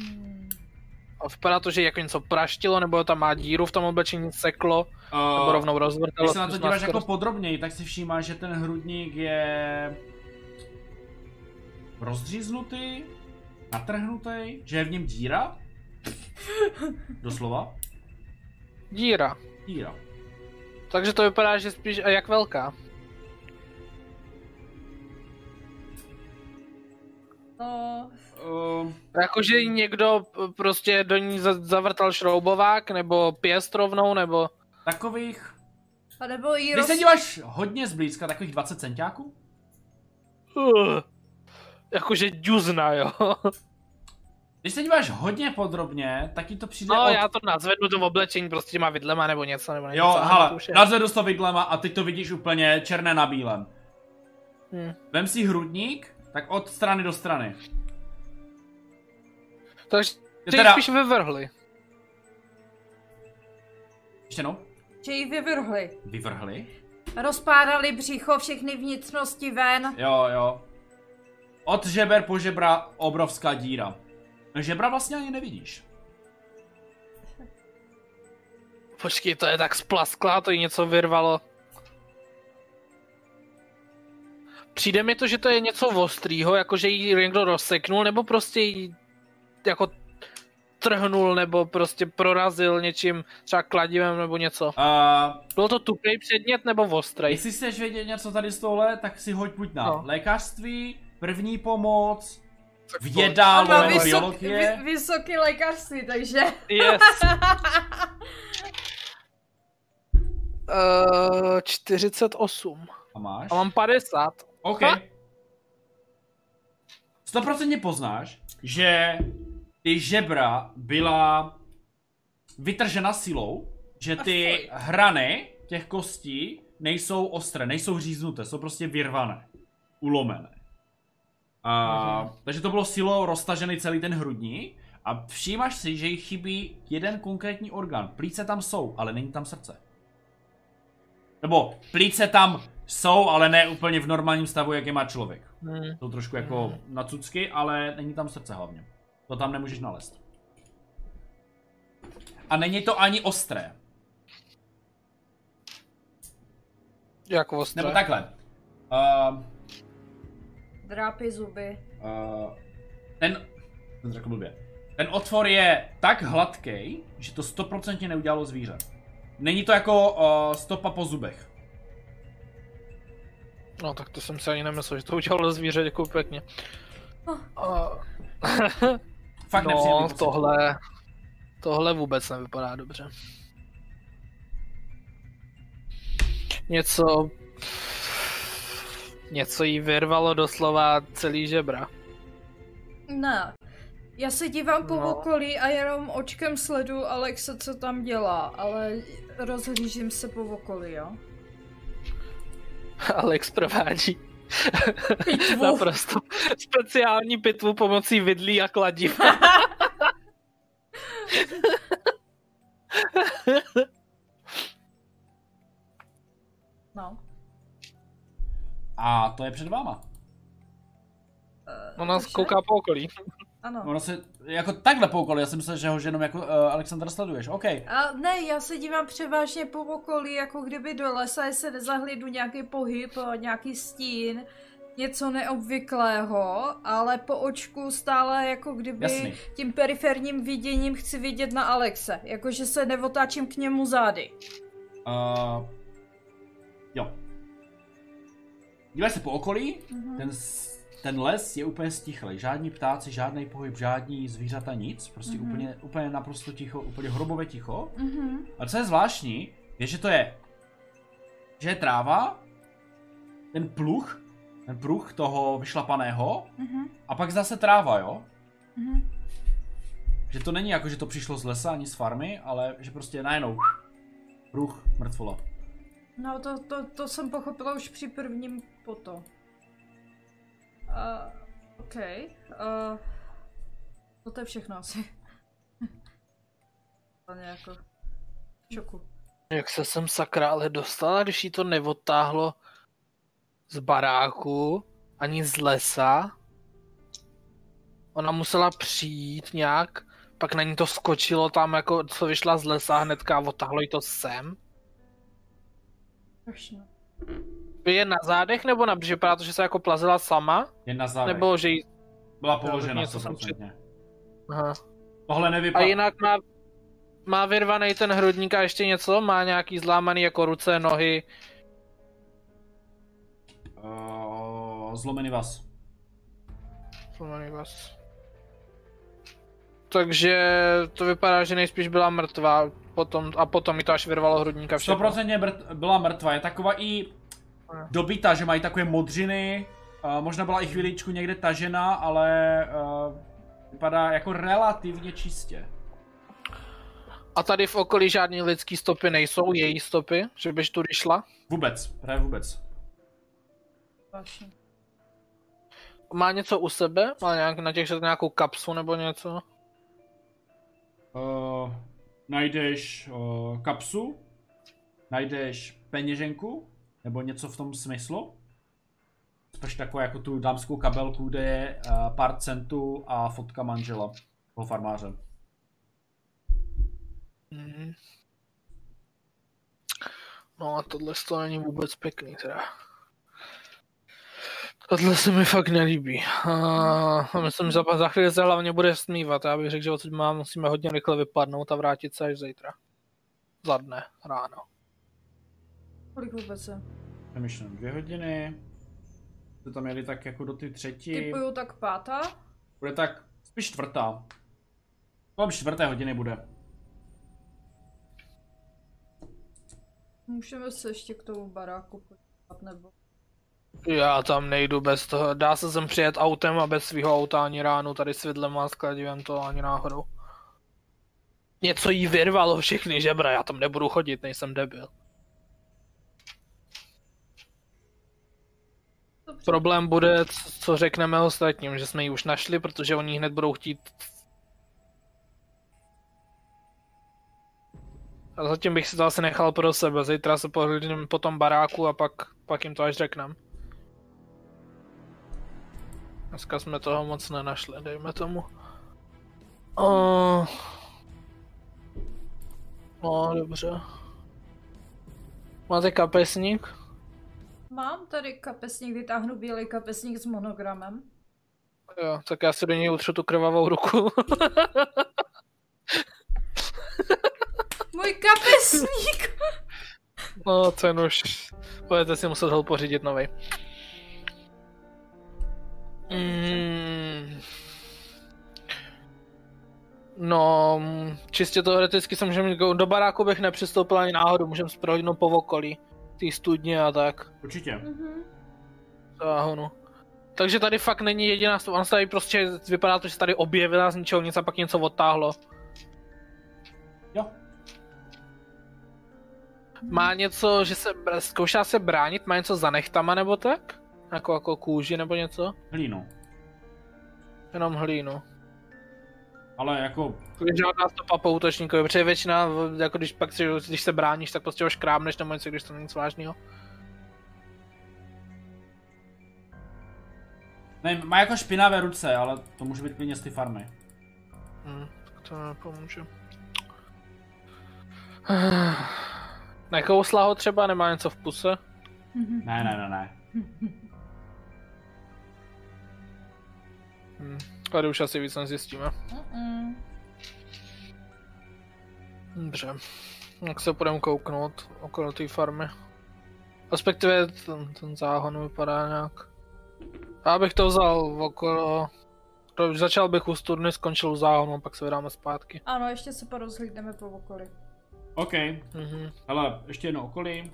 [SPEAKER 2] Hmm.
[SPEAKER 3] a Vypadá to, že jako něco praštilo, nebo tam má díru v tom oblečení, seklo, nebo
[SPEAKER 1] Uh,
[SPEAKER 3] rovnou rozvrtalo.
[SPEAKER 1] když se na to
[SPEAKER 3] což
[SPEAKER 1] díváš
[SPEAKER 3] má
[SPEAKER 1] jako
[SPEAKER 3] skoro-
[SPEAKER 1] podrobněji, tak si všímáš, že ten hrudník je rozdříznutý, natrhnutý, že je v něm díra. Doslova.
[SPEAKER 3] Díra.
[SPEAKER 1] Díra.
[SPEAKER 3] Takže to vypadá, že spíš... A jak velká?
[SPEAKER 2] No,
[SPEAKER 1] Uh,
[SPEAKER 3] Jakože jí někdo p- prostě do ní za- zavrtal šroubovák, nebo pěst rovnou, nebo...
[SPEAKER 1] takových...
[SPEAKER 2] a nebo jí
[SPEAKER 1] Když
[SPEAKER 2] roz...
[SPEAKER 1] se díváš hodně zblízka, takových 20 centiáků?
[SPEAKER 3] Uh, jakože
[SPEAKER 1] (laughs)
[SPEAKER 3] dňuzna, jo.
[SPEAKER 1] Když se díváš hodně podrobně, tak ti to přijde
[SPEAKER 3] No,
[SPEAKER 1] od...
[SPEAKER 3] já to nazvednu to oblečení prostě těma vidlema nebo něco, nebo něco.
[SPEAKER 1] Jo,
[SPEAKER 3] ale to
[SPEAKER 1] hele,
[SPEAKER 3] už je-
[SPEAKER 1] nazvedu to vidlema a teď to vidíš úplně černé na bílém.
[SPEAKER 3] Hm.
[SPEAKER 1] Vem si hrudník, tak od strany do strany.
[SPEAKER 3] Takže
[SPEAKER 1] Je
[SPEAKER 3] Ty
[SPEAKER 1] teda...
[SPEAKER 3] teda... spíš vyvrhli.
[SPEAKER 1] Ještě no?
[SPEAKER 2] Že ji vyvrhli.
[SPEAKER 1] Vyvrhli?
[SPEAKER 2] Rozpárali břicho, všechny vnitřnosti ven.
[SPEAKER 1] Jo, jo. Od žeber po žebra obrovská díra. Žebra vlastně ani nevidíš.
[SPEAKER 3] Počkej, to je tak splasklá, to jí něco vyrvalo. Přijde mi to, že to je něco ostrýho, jako že jí někdo rozseknul, nebo prostě jí jako trhnul, nebo prostě prorazil něčím, třeba kladivem nebo něco.
[SPEAKER 1] Uh,
[SPEAKER 3] Bylo to tupej předmět nebo ostrý?
[SPEAKER 1] jestli chceš vědět něco tady z tohle, tak si hoď buď na no.
[SPEAKER 3] No.
[SPEAKER 1] lékařství, první pomoc, věda,
[SPEAKER 2] On má
[SPEAKER 1] lomeno
[SPEAKER 2] vysok,
[SPEAKER 1] biologie.
[SPEAKER 2] vy, vysoký lékařství, takže...
[SPEAKER 3] Yes. Uh, 48.
[SPEAKER 1] A máš?
[SPEAKER 3] A mám 50.
[SPEAKER 1] OK.
[SPEAKER 3] Ha?
[SPEAKER 1] 100% poznáš, že ty žebra byla vytržena silou, že ty hrany těch kostí nejsou ostré, nejsou říznuté, jsou prostě vyrvané, ulomené. A, takže to bylo silou roztažený celý ten hrudní a všímáš si, že jí chybí jeden konkrétní orgán. Plíce tam jsou, ale není tam srdce. Nebo plíce tam jsou, ale ne úplně v normálním stavu, jak je má člověk.
[SPEAKER 3] Hmm.
[SPEAKER 1] Jsou trošku jako na cucky, ale není tam srdce hlavně. To tam nemůžeš nalézt. A není to ani ostré.
[SPEAKER 3] Jak ostré?
[SPEAKER 1] Nebo takhle. Uh,
[SPEAKER 2] Drápy zuby.
[SPEAKER 1] uh, ten, ten řekl blbě. Ten otvor je tak hladký, že to stoprocentně neudělalo zvíře. Není to jako uh, stopa po zubech.
[SPEAKER 3] No tak to jsem si ani nemyslel, že to udělalo zvíře, děkuji pěkně. Uh,
[SPEAKER 1] No, Fakt nepříjemný
[SPEAKER 3] no,
[SPEAKER 1] pocit.
[SPEAKER 3] tohle, tohle vůbec nevypadá dobře. Něco, něco jí vyrvalo doslova celý žebra. (laughs)
[SPEAKER 2] Ne. Já se dívám po
[SPEAKER 3] No.
[SPEAKER 2] okolí a jenom očkem sledu Alexa, co tam dělá, ale rozhlížím se po
[SPEAKER 3] (laughs)
[SPEAKER 2] okolí, jo?
[SPEAKER 3] Alex provádí naprosto speciální pitvu pomocí vidlí a kladiv.
[SPEAKER 2] No.
[SPEAKER 1] A to je před váma.
[SPEAKER 2] Eh,
[SPEAKER 3] Ona
[SPEAKER 2] takže-
[SPEAKER 3] kouká po okolí.
[SPEAKER 2] Ano.
[SPEAKER 1] Ono se jako takhle poukol, já jsem myslel, že ho že jenom jako uh, Alexandra sleduješ. OK.
[SPEAKER 2] A ne, já se dívám převážně po okolí, jako kdyby do lesa, jestli nezahlídnu nějaký pohyb, eh, nějaký stín, něco neobvyklého, ale po očku stále jako kdyby
[SPEAKER 1] Jasný.
[SPEAKER 2] tím periferním viděním chci vidět na Alexe, jakože se neotáčím k němu zády.
[SPEAKER 1] Uh, jo. Díváš se po okolí, ten, s- ten les je úplně stichlý, žádní ptáci, žádný pohyb, žádní zvířata, nic, prostě
[SPEAKER 2] Mhm.
[SPEAKER 1] mm-hmm. úplně, úplně naprosto ticho, úplně hrobové ticho.
[SPEAKER 2] Mhm.
[SPEAKER 1] A co je zvláštní, je, že to je, že je tráva, ten pluch, ten pruch toho vyšlapaného,
[SPEAKER 2] Mhm.
[SPEAKER 1] a pak zase tráva, jo?
[SPEAKER 2] Mhm.
[SPEAKER 1] Že to není jako, že to přišlo z lesa ani z farmy, ale že prostě najednou pruch, mrtvola.
[SPEAKER 2] No to, to, to jsem pochopila už při prvním poto. Uh, OK. Uh, no to je všechno asi. (laughs) Úplně jako v šoku.
[SPEAKER 3] Jak se sem sakra ale dostala, když jí to neodtáhlo z baráku, ani z lesa. Ona musela přijít nějak, pak na ní to skočilo tam jako, co vyšla z lesa hnedka a odtáhlo jí to sem.
[SPEAKER 2] Strašně.
[SPEAKER 3] Vy je na zádech nebo na břiše? Vypadá to, že se jako plazila sama?
[SPEAKER 1] Jen na zádech.
[SPEAKER 3] Nebo že jí...
[SPEAKER 1] Byla
[SPEAKER 3] Já bych
[SPEAKER 1] položena
[SPEAKER 3] něco jsem
[SPEAKER 1] 100%.
[SPEAKER 3] Aha.
[SPEAKER 1] Tohle
[SPEAKER 3] A
[SPEAKER 1] nevypadá.
[SPEAKER 3] jinak má, má vyrvaný ten hrudník a ještě něco? Má nějaký zlámaný jako ruce, nohy?
[SPEAKER 1] Uh, zlomený vás.
[SPEAKER 3] Vzpomeň vás. Takže to vypadá, že nejspíš byla mrtvá potom, a potom mi to až vyrvalo hrudníka všechno.
[SPEAKER 1] 100% mrt- byla mrtvá, je taková i dobita, že mají takové modřiny. Uh, možná byla i chvíličku někde tažena, ale uh, vypadá jako relativně čistě.
[SPEAKER 3] A tady v okolí žádný lidský stopy nejsou, její stopy, že byš tudy šla.
[SPEAKER 1] Vůbec, právě vůbec.
[SPEAKER 2] Strašně.
[SPEAKER 3] Má něco u sebe? Má nějak na těch nějakou kapsu nebo něco?
[SPEAKER 1] Uh, najdeš uh, kapsu, najdeš peněženku, nebo něco v tom smyslu. Spíš takovou jako tu dámskou kabelku, kde je uh, pár centů a fotka manžela, toho farmáře.
[SPEAKER 3] Mhm. No a tohle to není vůbec pěkný teda. Tohle se mi fakt nelíbí. A myslím, že za, za chvíli se hlavně bude smívat. Já bych řekl, že odsud mám, musíme hodně rychle vypadnout a vrátit se až zítra. Za dne, ráno.
[SPEAKER 2] Kolik vůbec je?
[SPEAKER 1] Přemýšlím dvě hodiny. To tam jeli tak jako do ty třetí.
[SPEAKER 2] Typuju tak pátá?
[SPEAKER 1] Bude tak spíš čtvrtá. Kolem čtvrté hodiny bude.
[SPEAKER 2] Můžeme se ještě k tomu baráku podívat, nebo...
[SPEAKER 3] Já tam nejdu bez toho. Dá se sem přijet autem a bez svého auta ani ránu tady s vidlem a skladivem to ani náhodou. Něco jí vyrvalo všechny žebra, já tam nebudu chodit, nejsem debil.
[SPEAKER 2] Dobře.
[SPEAKER 3] Problém bude, c- co řekneme ostatním, že jsme ji už našli, protože oni hned budou chtít... A zatím bych si to asi nechal pro sebe, zítra se pohlídneme po tom baráku a pak, pak jim to až řekneme. Dneska jsme toho moc nenašli, dejme tomu. O... No, dobře. Máte kapesník?
[SPEAKER 2] Mám tady kapesník, vytáhnu bílý kapesník s monogramem.
[SPEAKER 3] Jo, tak já si do něj utřu tu krvavou ruku.
[SPEAKER 2] Můj kapesník!
[SPEAKER 3] No, ten už. Budete si muset ho pořídit novej. Mm. No, mm, čistě teoreticky jsem můžeme do baráku bych nepřistoupil ani náhodou, můžeme prohlídnout po okolí, ty studně a tak,
[SPEAKER 1] Určitě.
[SPEAKER 2] Mhm.
[SPEAKER 3] záhonu. Takže tady fakt není jediná, stu- ona se tady prostě, vypadá to, že se tady objevila z ničeho nic a pak něco odtáhlo.
[SPEAKER 1] Jo.
[SPEAKER 3] Má něco, že se, br- zkoušá se bránit, má něco za nechtama nebo tak? Jako, jako kůži nebo něco?
[SPEAKER 1] Hlínu.
[SPEAKER 3] Jenom hlínu.
[SPEAKER 1] Ale jako
[SPEAKER 3] Když žádná stopa po útočníkovi, protože většina, v- jako když pak si, když se bráníš, tak prostě ho škrábneš nebo něco, když to není nic vážného.
[SPEAKER 1] Nevím, má jako špinavé ruce, ale to může být klidně z ty farmy.
[SPEAKER 3] Hm, tak to nepomůže. (sighs) Nekousla ho třeba, nemá něco v puse?
[SPEAKER 2] Mhm.
[SPEAKER 1] Ne, ne, ne, ne.
[SPEAKER 3] Hm. Tady už asi víc nezjistíme.
[SPEAKER 2] Mhm.
[SPEAKER 3] Dobře. Tak se půjdeme kouknout okolo té farmy. Respektive ten, ten záhon vypadá nějak. Já bych to vzal okolo... to- Začal bych u studny, skončil u záhonu, pak se vydáme zpátky.
[SPEAKER 2] Ano, ještě se porozhlídneme po okolí.
[SPEAKER 1] OK,
[SPEAKER 3] Mhm.
[SPEAKER 1] hele, ještě jedno okolí.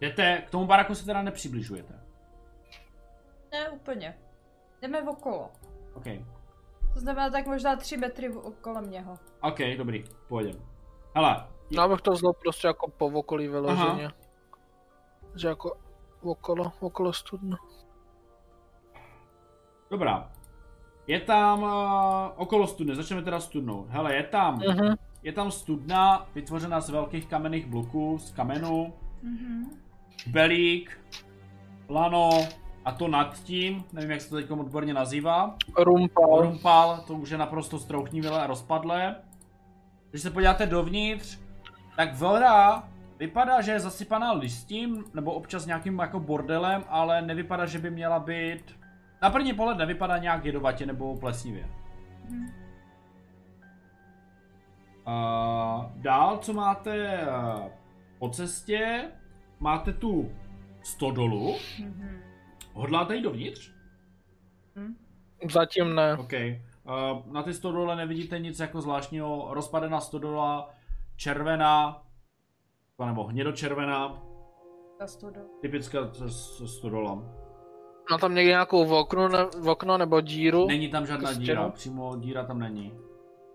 [SPEAKER 1] Jdete, k tomu baraku se teda nepřibližujete.
[SPEAKER 2] Ne, úplně. Jdeme okolo.
[SPEAKER 1] OK,
[SPEAKER 2] To znamená tak možná tři metry v- kolem něho.
[SPEAKER 1] OK, dobrý, pojď. Hele, je,
[SPEAKER 3] Já bych to vzal prostě jako po okolí vyloženě. Že jako okolo, okolo studna.
[SPEAKER 1] dobrá. Je tam uh, okolo studny, začneme teda studnou. Hele, je tam,
[SPEAKER 3] Mhm.
[SPEAKER 1] je tam studna vytvořená z velkých kamenných bloků, z kamenu,
[SPEAKER 2] Mhm.
[SPEAKER 1] belík, lano a to nad tím, nevím jak se to teď odborně nazývá,
[SPEAKER 3] Rumpa.
[SPEAKER 1] Rumpal, to už je naprosto strouchnivělé a rozpadlé. Když se podíváte dovnitř, tak voda vypadá, že je zasypaná listím, nebo občas nějakým jako bordelem, ale nevypadá, že by měla být... Na první pohled nevypadá nějak jedovatě nebo plesnivě.
[SPEAKER 2] Mhm.
[SPEAKER 1] Uh, dál, co máte uh, po cestě, máte tu stodolu.
[SPEAKER 2] Mhm.
[SPEAKER 1] Hodláte jít dovnitř?
[SPEAKER 3] Zatím ne.
[SPEAKER 1] (laughs) OK. Uh, na ty stodole nevidíte nic jako zvláštního. Rozpadená stodola, červená, nebo hnědočervená,
[SPEAKER 2] Já s tou do-
[SPEAKER 1] typická s- s- stodola.
[SPEAKER 3] Má tam někde nějakou v oknu, ne, v okno nebo díru?
[SPEAKER 1] Není tam žádná
[SPEAKER 3] Stěnu?
[SPEAKER 1] díra, přímo díra tam není.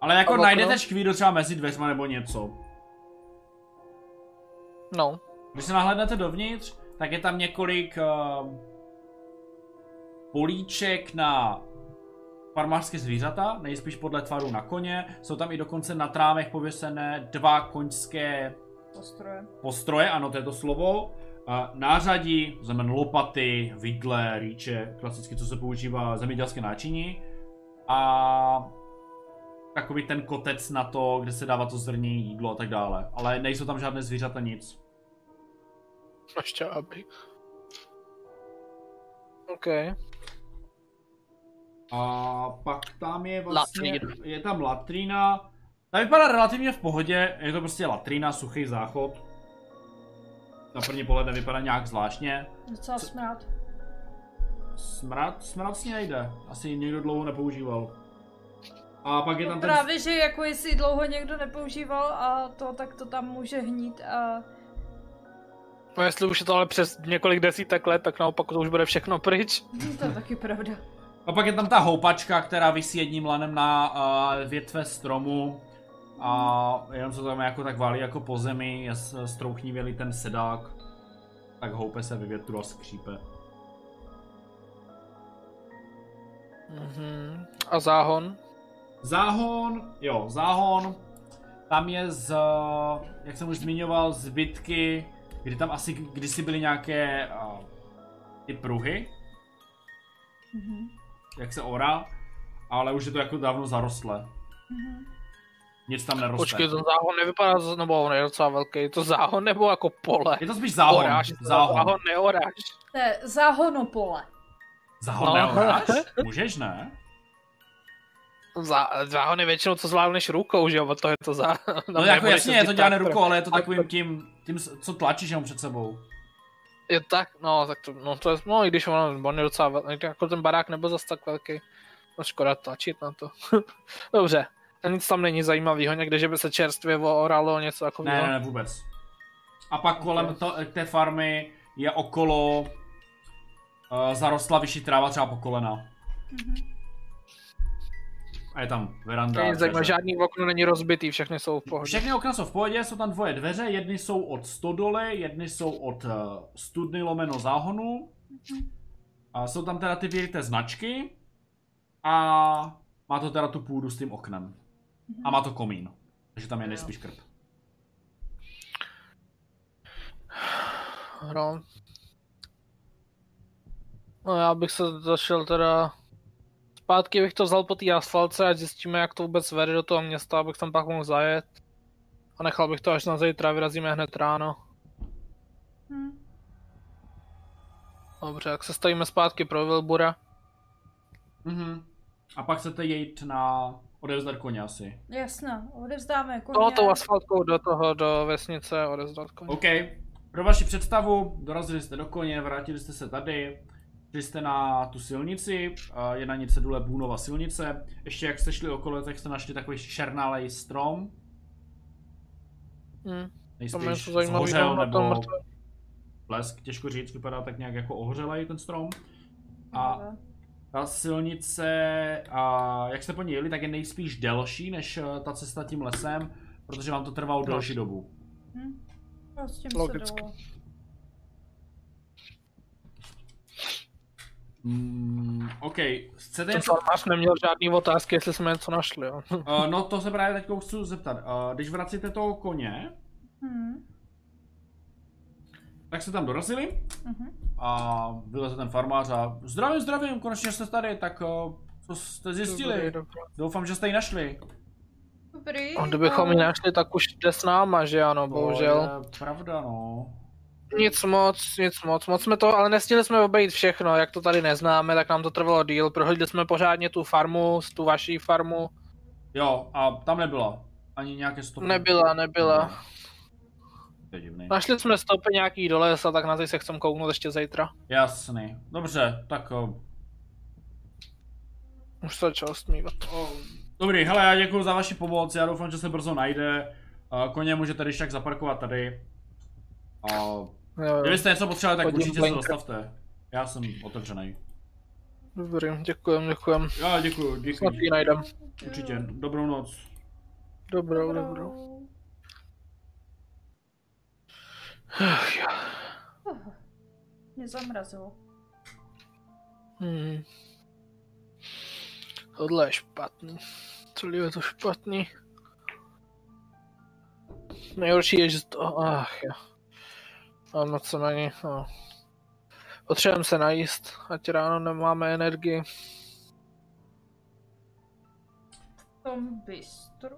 [SPEAKER 1] Ale jako
[SPEAKER 3] A okno?
[SPEAKER 1] najdete škvíru třeba mezi dveřma nebo něco.
[SPEAKER 3] No.
[SPEAKER 1] Když se nahlédnete dovnitř, tak je eh, tam několik uh, políček na farmářské zvířata, nejspíš podle tvaru na koně. Jsou tam i dokonce na trávech pověsené dva koňské
[SPEAKER 2] Postroje.
[SPEAKER 1] postroje, ano, to je to slovo. A Nářadí, to znamená lopaty, vidle, rýče, klasicky, co se používá v zemědělské náčiní. A takový ten kotec na to, kde se dává to zrní, jídlo a tak dále. Ale nejsou tam žádné zvířata, nic.
[SPEAKER 3] Ještě aby. OK.
[SPEAKER 1] A pak tam je vlastně,
[SPEAKER 3] Latrína.
[SPEAKER 1] je tam latrína. Ta vypadá relativně v pohodě, je to prostě latrína, suchý záchod. Na první pohled nevypadá nějak zvláštně.
[SPEAKER 2] Docela smrát.
[SPEAKER 1] Smrad, smrad si nejde. Asi ji někdo dlouho nepoužíval. A pak je tam
[SPEAKER 2] No
[SPEAKER 1] ten...
[SPEAKER 2] právě, že jako jestli dlouho někdo nepoužíval a to, tak to tam může hnít a... (laughs)
[SPEAKER 3] No jestli už je to ale přes několik desítek let, tak naopak to už bude všechno pryč.
[SPEAKER 2] To je taky pravda.
[SPEAKER 1] A pak je tam ta houpačka, která visí jedním lanem na uh, větve stromu. A jenom se tam jako tak válí jako po zemi, je s- strouchnivělý ten sedák. Tak houpe se ve větru a skřípe.
[SPEAKER 3] Mhm. A záhon?
[SPEAKER 1] Záhon, jo, záhon. Tam je z, eh, jak jsem už zmiňoval, zbytky, kdy tam asi kdysi byly nějaké uh, ty pruhy,
[SPEAKER 2] Mhm.
[SPEAKER 1] jak se orá, ale už je to jako dávno zarostlé.
[SPEAKER 2] Mhm.
[SPEAKER 1] Nic tam neroste.
[SPEAKER 3] Počkej, ten záhon nevypadá, z- nebo on je docela velký. Je to záhon nebo jako pole?
[SPEAKER 1] Je to spíš záhon.
[SPEAKER 3] Oráž,
[SPEAKER 1] záhon.
[SPEAKER 3] záhon neoráž.
[SPEAKER 2] To je záhonopole.
[SPEAKER 1] Záhon
[SPEAKER 3] No.
[SPEAKER 1] neoráš? (laughs) Můžeš, ne?
[SPEAKER 3] Zá, záhon je většinou, co zvládneš rukou, že jo? Od toho je to za.
[SPEAKER 1] No,
[SPEAKER 3] (laughs) tam
[SPEAKER 1] jako
[SPEAKER 3] nebudeš
[SPEAKER 1] jasně, je to
[SPEAKER 3] jezdit
[SPEAKER 1] dělané
[SPEAKER 3] traktorem.
[SPEAKER 1] rukou, ale je to
[SPEAKER 3] A-
[SPEAKER 1] takovým tím, tím, co tlačíš jenom před sebou.
[SPEAKER 3] Je tak, no, tak to, no, to je, no, i když on, on je docela velký, jako ten barák nebyl zas tak velký. No, škoda tlačit na to. (laughs) Dobře, nic tam není zajímavého, někde, že by se čerstvě oralo něco
[SPEAKER 1] Ne,
[SPEAKER 3] takového.
[SPEAKER 1] ne, ne, vůbec. A pak kolem to, té farmy je okolo uh, zarostla vyšší tráva třeba po kolena. Mhm. A je tam veranda.
[SPEAKER 3] Ne,
[SPEAKER 1] dveře.
[SPEAKER 3] zajímavé, žádný okno není rozbitý, všechny jsou v pohodě.
[SPEAKER 1] Všechny okna jsou v pohodě, jsou tam dvoje dveře, jedny jsou od stodoly, jedny jsou od uh, studny lomeno záhonu. A jsou tam teda ty věrité značky. A má to teda tu půdu s tím oknem. A má to komín. Takže tam je nejspíš krb.
[SPEAKER 3] No. no já bych se zašel teda... Zpátky bych to vzal po té asfalce a zjistíme, jak to vůbec vede do toho města, abych tam pak mohl zajet. A nechal bych to až na zítra, vyrazíme hned ráno.
[SPEAKER 2] Hm.
[SPEAKER 3] Dobře, tak se stavíme zpátky pro Wilbura.
[SPEAKER 1] Mhm. A pak chcete jít na odevzdat koně asi.
[SPEAKER 2] Jasná, odevzdáme jako koně.
[SPEAKER 3] No, tou asfaltkou do toho, do vesnice odezdat koně.
[SPEAKER 1] OK. Pro vaši představu, dorazili jste do koně, vrátili jste se tady, šli jste na tu silnici, eh, je na ní cedule Bůnova silnice. Ještě jak jste šli okolo, tak jste našli takový šernalej strom,
[SPEAKER 3] Hm. Tam je
[SPEAKER 1] nejspíš
[SPEAKER 3] něco zajímavého
[SPEAKER 1] zhořel
[SPEAKER 3] na tom
[SPEAKER 1] nebo
[SPEAKER 3] mrtvém.
[SPEAKER 1] blesk, těžko říct, vypadá tak nějak jako ohřelej ten strom. A
[SPEAKER 3] Mhm.
[SPEAKER 1] ta silnice, a jak jste po ní jeli, tak je nejspíš delší než eh, ta cesta tím lesem, protože vám to
[SPEAKER 3] No.
[SPEAKER 1] trvalo delší dobu.
[SPEAKER 2] Hm. No, s tím
[SPEAKER 3] Logicky.
[SPEAKER 2] se dalo.
[SPEAKER 1] Mm, OK, chcete
[SPEAKER 3] Ten
[SPEAKER 1] něco
[SPEAKER 3] farmář neměl žádný otázky, jestli jsme něco našli, jo.
[SPEAKER 1] Uh, no to se právě teď chci zeptat. Uh, když vracíte toho koně,
[SPEAKER 2] Hm.
[SPEAKER 1] tak se tam dorazili
[SPEAKER 2] Mhm.
[SPEAKER 1] a vyleze ten farmář a zdravím, zdravím, konečně jste tady, tak uh, co jste zjistili? Doufám, že jste ji našli.
[SPEAKER 2] Dobrý.
[SPEAKER 3] A kdybychom ji našli, tak už jde s náma, že
[SPEAKER 1] No,
[SPEAKER 3] ano, No, bohužel.
[SPEAKER 1] To je pravda, no.
[SPEAKER 3] Nic moc, nic moc, moc jsme to, ale nestihli jsme obejít všechno, jak to tady neznáme, tak nám to trvalo díl, prohodili jsme pořádně tu farmu, s tu vaší farmu,
[SPEAKER 1] Jo, a tam nebyla. Ani nějaké stopy. No.
[SPEAKER 3] nebyla, nebyla.
[SPEAKER 1] To je divný.
[SPEAKER 3] Našli jsme stopy nějaký do lesa, tak na ty se chcem kouknout ještě zítra.
[SPEAKER 1] Jasný. Dobře, tak uh,
[SPEAKER 3] Už se začalo smívat.
[SPEAKER 1] O, Dobrý, hele, já děkuji za vaši pomoc, já doufám, že se brzo najde. A Koně můžete když tak zaparkovat tady. A
[SPEAKER 3] Jo, jo.
[SPEAKER 1] kdybyste něco potřebovali, tak
[SPEAKER 3] Chodím
[SPEAKER 1] určitě se
[SPEAKER 3] venku.
[SPEAKER 1] dostavte. Já jsem otevřený.
[SPEAKER 3] Dobrý, děkujem, děkujem.
[SPEAKER 1] Já děkuji,
[SPEAKER 3] Snad ji
[SPEAKER 1] děkuji.
[SPEAKER 3] najdem.
[SPEAKER 1] Určitě, dobrou noc.
[SPEAKER 3] Dobrou, dobrou. Ach, jo.
[SPEAKER 2] Mě zamrazilo.
[SPEAKER 3] Hmm. Tohle je špatný. Tohle je to špatný. Nejhorší je, že to... Ach jo. A moc jsem ani... No. Potřebujeme se najíst, ať ráno nemáme energii.
[SPEAKER 2] V tom bistru.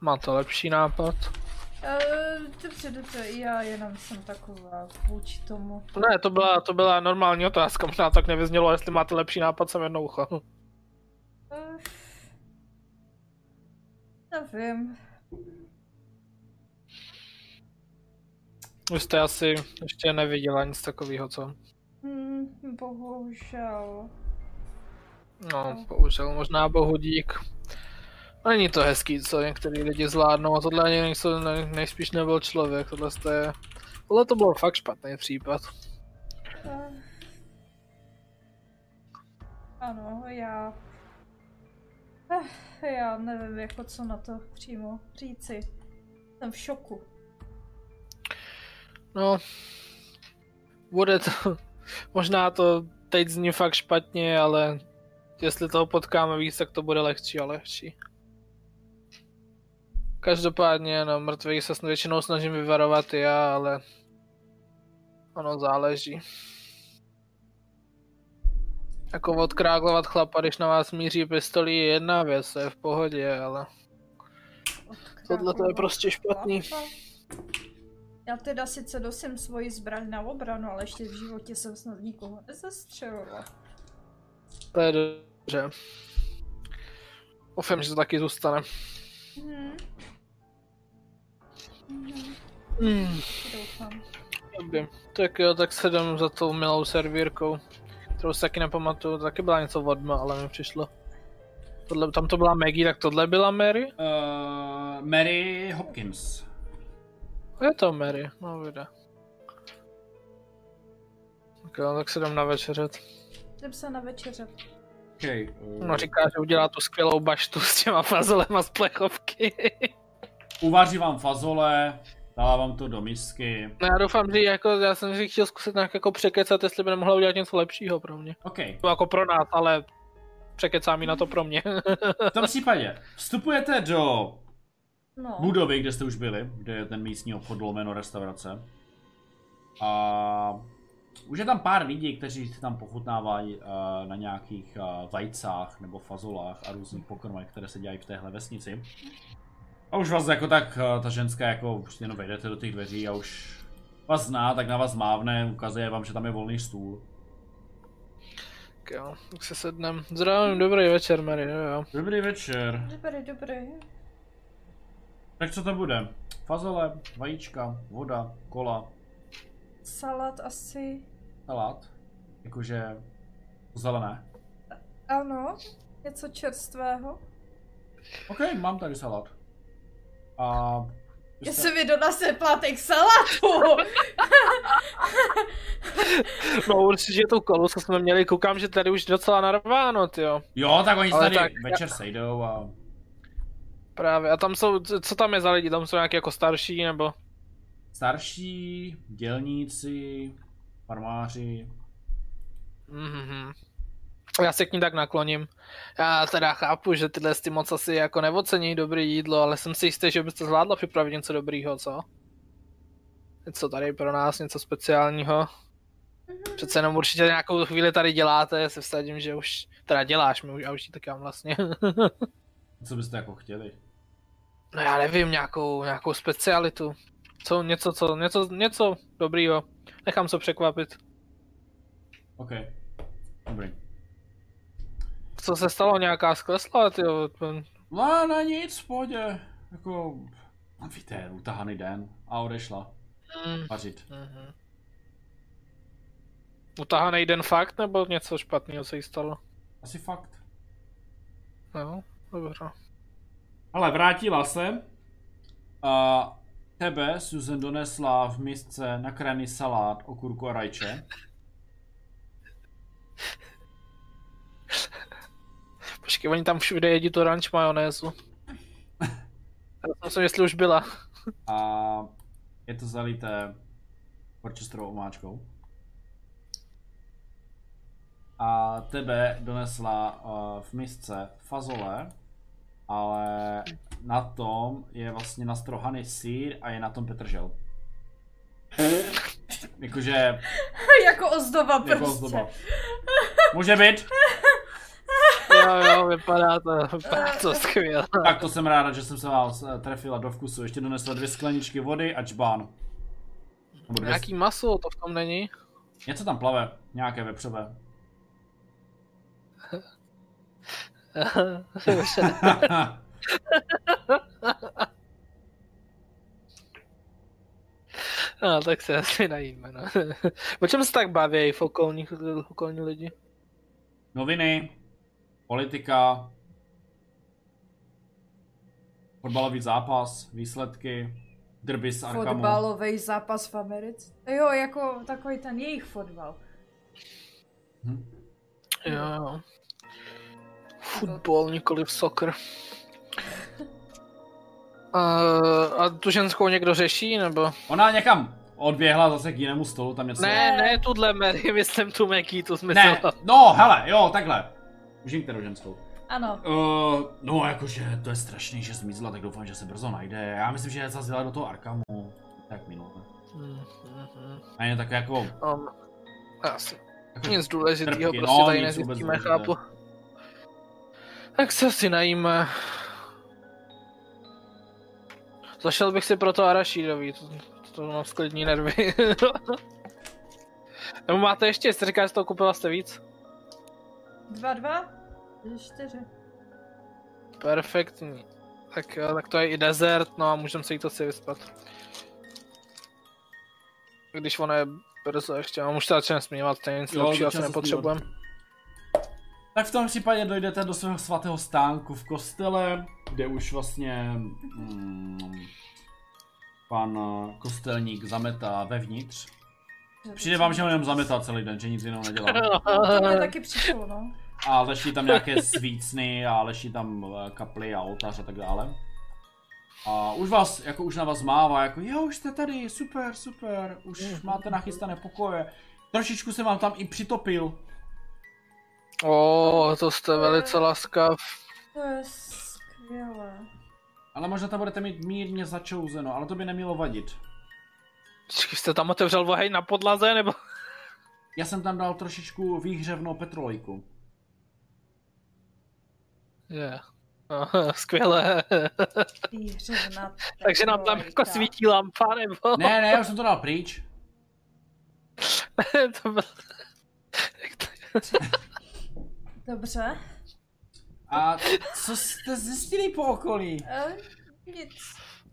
[SPEAKER 3] Má to lepší nápad?
[SPEAKER 2] Uh, dobře, dobře, já jenom jsem taková vůči tomu.
[SPEAKER 3] Ne, to byla, to byla normální otázka, možná tak nevyznělo, jestli máte lepší nápad, Hm. jsem jedno ucho.
[SPEAKER 2] Uh, nevím.
[SPEAKER 3] Vy jste asi ještě neviděla nic takového, co?
[SPEAKER 2] Hmm, bohužel.
[SPEAKER 3] No, bohužel, možná bohu dík. Není to hezký, co některý lidi zvládnou a tohle ani nejsou, ne, nejspíš nebyl člověk, tohle to je... Tohle to byl fakt špatný případ.
[SPEAKER 2] Uh, ano, já... Eh, já nevím, jako co na to přímo říci. Jsem v šoku.
[SPEAKER 3] No, bude to... (laughs) Možná to teď zní fakt špatně, ale jestli toho potkáme víc, tak to bude lehčí a lehčí. Každopádně na mrtvých se sn- většinou snažím vyvarovat já, ale ono záleží. Jako odkráglovat chlapa, když na vás míří pistolí, je jedna věc, to je v pohodě, ale tohle to je prostě špatný.
[SPEAKER 2] No, jako- Já teda sice dosím svoji zbraň na obranu, ale ještě v životě jsem snad nikoho nezastřelila.
[SPEAKER 3] To je dobře. Doufám, že to taky zůstane.
[SPEAKER 2] Mhm. Mhm,
[SPEAKER 3] Hmm.
[SPEAKER 2] doufám.
[SPEAKER 3] Dobrý. Tak jo, tak se jdem za tou milou servírkou, kterou si taky nepamatuju, taky byla něco vodma, ale mi přišlo. Tohle, tam to byla Maggie, tak tohle byla Mary?
[SPEAKER 1] Uh, Mary Hopkins.
[SPEAKER 3] Je to Mary, no videa. Tak jo, tak se jdem na večeřet.
[SPEAKER 2] Jdem se na večeře.
[SPEAKER 1] Okay, uh,
[SPEAKER 3] No říká, že udělá tu skvělou baštu s těma fazolema z plechovky. (laughs)
[SPEAKER 1] uvaří vám fazole, dává vám to do misky.
[SPEAKER 3] No já doufám, že jako, já jsem si chtěl zkusit nějak jako překecat, jestli by nemohla udělat něco lepšího pro mě.
[SPEAKER 1] OK,
[SPEAKER 3] To jako pro nás, ale překecá mi na to pro mě. (laughs)
[SPEAKER 1] v tom případě vstupujete do
[SPEAKER 2] No.
[SPEAKER 1] budovy, kde jste už byli, kde je ten místní obchod lomeno restaurace. A už je tam pár lidí, kteří si tam pochutnávají eh, na nějakých eh, vajcách nebo fazolách a různých pokrmech, které se dělají v téhle vesnici. A už vás jako tak, eh, ta ženská jako prostě jenom vejdete do těch dveří a už vás zná, tak na vás mávne, ukazuje vám, že tam je volný stůl.
[SPEAKER 3] Tak jo, tak se sednem. Zdravím, dobrý večer, Mary, jo, jo.
[SPEAKER 1] Dobrý večer.
[SPEAKER 2] Dobrý, dobrý.
[SPEAKER 1] Tak co to bude? Fazole, vajíčka, voda, kola,
[SPEAKER 2] Salát asi.
[SPEAKER 1] salát. Jakože zelené.
[SPEAKER 2] Ano, něco čerstvého.
[SPEAKER 1] OK, mám tady salát. A...
[SPEAKER 2] Já se mi donese plátek salátu! (laughs)
[SPEAKER 3] No určitě tu kolu, co jsme měli, koukám, že tady už docela narváno, jo.
[SPEAKER 1] Jo, tak oni se
[SPEAKER 3] Ale
[SPEAKER 1] tady
[SPEAKER 3] tak-
[SPEAKER 1] večer sejdou a...
[SPEAKER 3] Právě, a tam jsou, co co tam je za lidi, tam jsou nějaký jako starší, nebo?
[SPEAKER 1] Starší, dělníci, farmáři...
[SPEAKER 3] Mhm. Já se k ní tak nakloním. Já teda chápu, že tyhle ty moc asi jako neocení dobrý jídlo, ale jsem si jistý, že byste zvládla připravit něco dobrýho, co? Něco tady pro nás, něco speciálního. Přece jenom určitě nějakou chvíli tady děláte, já se vsadím, že už, teda děláš, my už, já už ji tak já vlastně. (laughs)
[SPEAKER 1] Co byste jako chtěli?
[SPEAKER 3] No já nevím, nějakou, nějakou specialitu. Co, něco, co, něco, něco dobrýho. Nechám se překvapit.
[SPEAKER 1] OK. Dobrý.
[SPEAKER 3] Co se stalo, nějaká sklesla, tyjo? to-
[SPEAKER 1] No, na nic, v pohodě. Jako... Víte, utahaný den. A odešla.
[SPEAKER 3] Mm.
[SPEAKER 1] Vařit.
[SPEAKER 3] mhm. Utahaný den fakt, nebo něco špatného se jí stalo?
[SPEAKER 1] Asi fakt.
[SPEAKER 3] No, dobrá.
[SPEAKER 1] Ale vrátila se. A tebe Susan donesla v misce nakrájený salát, okurku a rajče.
[SPEAKER 3] Počkej, oni tam všude jedí tu ranč majonézu. Já jsem si, jestli už byla.
[SPEAKER 1] A je to zalité horčestrovou omáčkou. a tebe donesla eh, v misce fazole, ale na tom je vlastně nastrohaný sýr a je na tom petržel. Jakože
[SPEAKER 2] jako ozdoba prostě.
[SPEAKER 1] jako ozdoba. Může být?
[SPEAKER 3] Jo, jo, vypadá to, vypadá to skvěle.
[SPEAKER 1] Tak to jsem ráda, že jsem se vás eh, trefila do vkusu. Ještě donesla dvě skleničky vody a čbán. Nebo dvě...
[SPEAKER 3] Nějaký maso to v tom není? (laughs)
[SPEAKER 1] Něco tam plave, nějaké vepřové.
[SPEAKER 3] no, tak se asi najíme, no. (laughs) O čem se tak baví v okolních, okolní lidi?
[SPEAKER 1] (laughs) Noviny, politika, fotbalový zápas, výsledky, drby z Arkamu.
[SPEAKER 2] Fotbalový zápas v Americe. Jo, jako takový ten jejich fotbal.
[SPEAKER 3] Jo, jo. Futbol, nikoli v soccer. A, Eh, a tu ženskou někdo řeší, nebo?
[SPEAKER 1] Ona někam odběhla zase k jinému stolu, tam něco...
[SPEAKER 3] Ne, ne, tuhle Mary, (laughs) myslím tu Meky, tu jsme
[SPEAKER 1] ne, no hele, jo, takhle. Užijte do ženskou.
[SPEAKER 2] Ano.
[SPEAKER 1] Uh, no jakože to je strašný, že zmizla, tak doufám, že se brzo najde. Já myslím, že zase jela do toho Arkamu. Tak minule. A je tak jako...
[SPEAKER 3] Um, asi.
[SPEAKER 1] jako
[SPEAKER 3] Nic důležitého
[SPEAKER 1] Trpky,
[SPEAKER 3] prostě
[SPEAKER 1] no,
[SPEAKER 3] tady
[SPEAKER 1] nic
[SPEAKER 3] nezjistíme,
[SPEAKER 1] vůbec důležité.
[SPEAKER 3] chápu. Tak se asi najíme. Zašel bych si pro to Arašídovi, to, to mám sklidní nervy. (laughs) Nebo máte ještě, jste říkáš, že to koupila jste víc?
[SPEAKER 2] Dva, dva? Čtyři.
[SPEAKER 3] Perfektní. Tak jo, tak to je i desert, no a můžeme se jít asi vyspat. Když ono je brzo ještě, a už se začne smívat, to je nic
[SPEAKER 1] Jo,
[SPEAKER 3] lepšího, asi
[SPEAKER 1] začal se
[SPEAKER 3] nepotřebujeme.
[SPEAKER 1] Tak v tom případě dojdete do svého svatého stánku v kostele, kde už vlastně mm, pan eh, kostelník zametá vevnitř. Přijde vám, že on jenom zametá celý den, že nic jiného nedělá.
[SPEAKER 2] To
[SPEAKER 3] Eh. (laughs)
[SPEAKER 2] mě taky přišlo, no.
[SPEAKER 1] A leží tam nějaké svícny a leží tam eh, kaply a oltář a tak dále. A už vás, jako už na vás mává, jako jo, už jste tady, super, super,
[SPEAKER 3] Mm.
[SPEAKER 1] už máte nachystané pokoje. Trošičku se vám tam i přitopil.
[SPEAKER 3] O, to jste velice laskav.
[SPEAKER 2] To je skvělé.
[SPEAKER 1] Ale možná tam budete mít mírně začouzeno, ale to by nemělo vadit.
[SPEAKER 3] Počkej, jste tam otevřel oheň na podlaze, nebo?
[SPEAKER 1] Já jsem tam dal trošičku výhřevnou petrolejku.
[SPEAKER 3] Je. (laughs) Aha, Skvělé.
[SPEAKER 2] Výhřevná
[SPEAKER 3] (laughs) Takže nám tam jako
[SPEAKER 2] petrolejka.
[SPEAKER 3] svítí lampa, nebo?
[SPEAKER 1] Ne, ne, já už jsem to dal pryč.
[SPEAKER 3] (laughs) to byl... Jak to-
[SPEAKER 2] Dobře.
[SPEAKER 1] A co jste zjistili po okolí?
[SPEAKER 2] E, nic.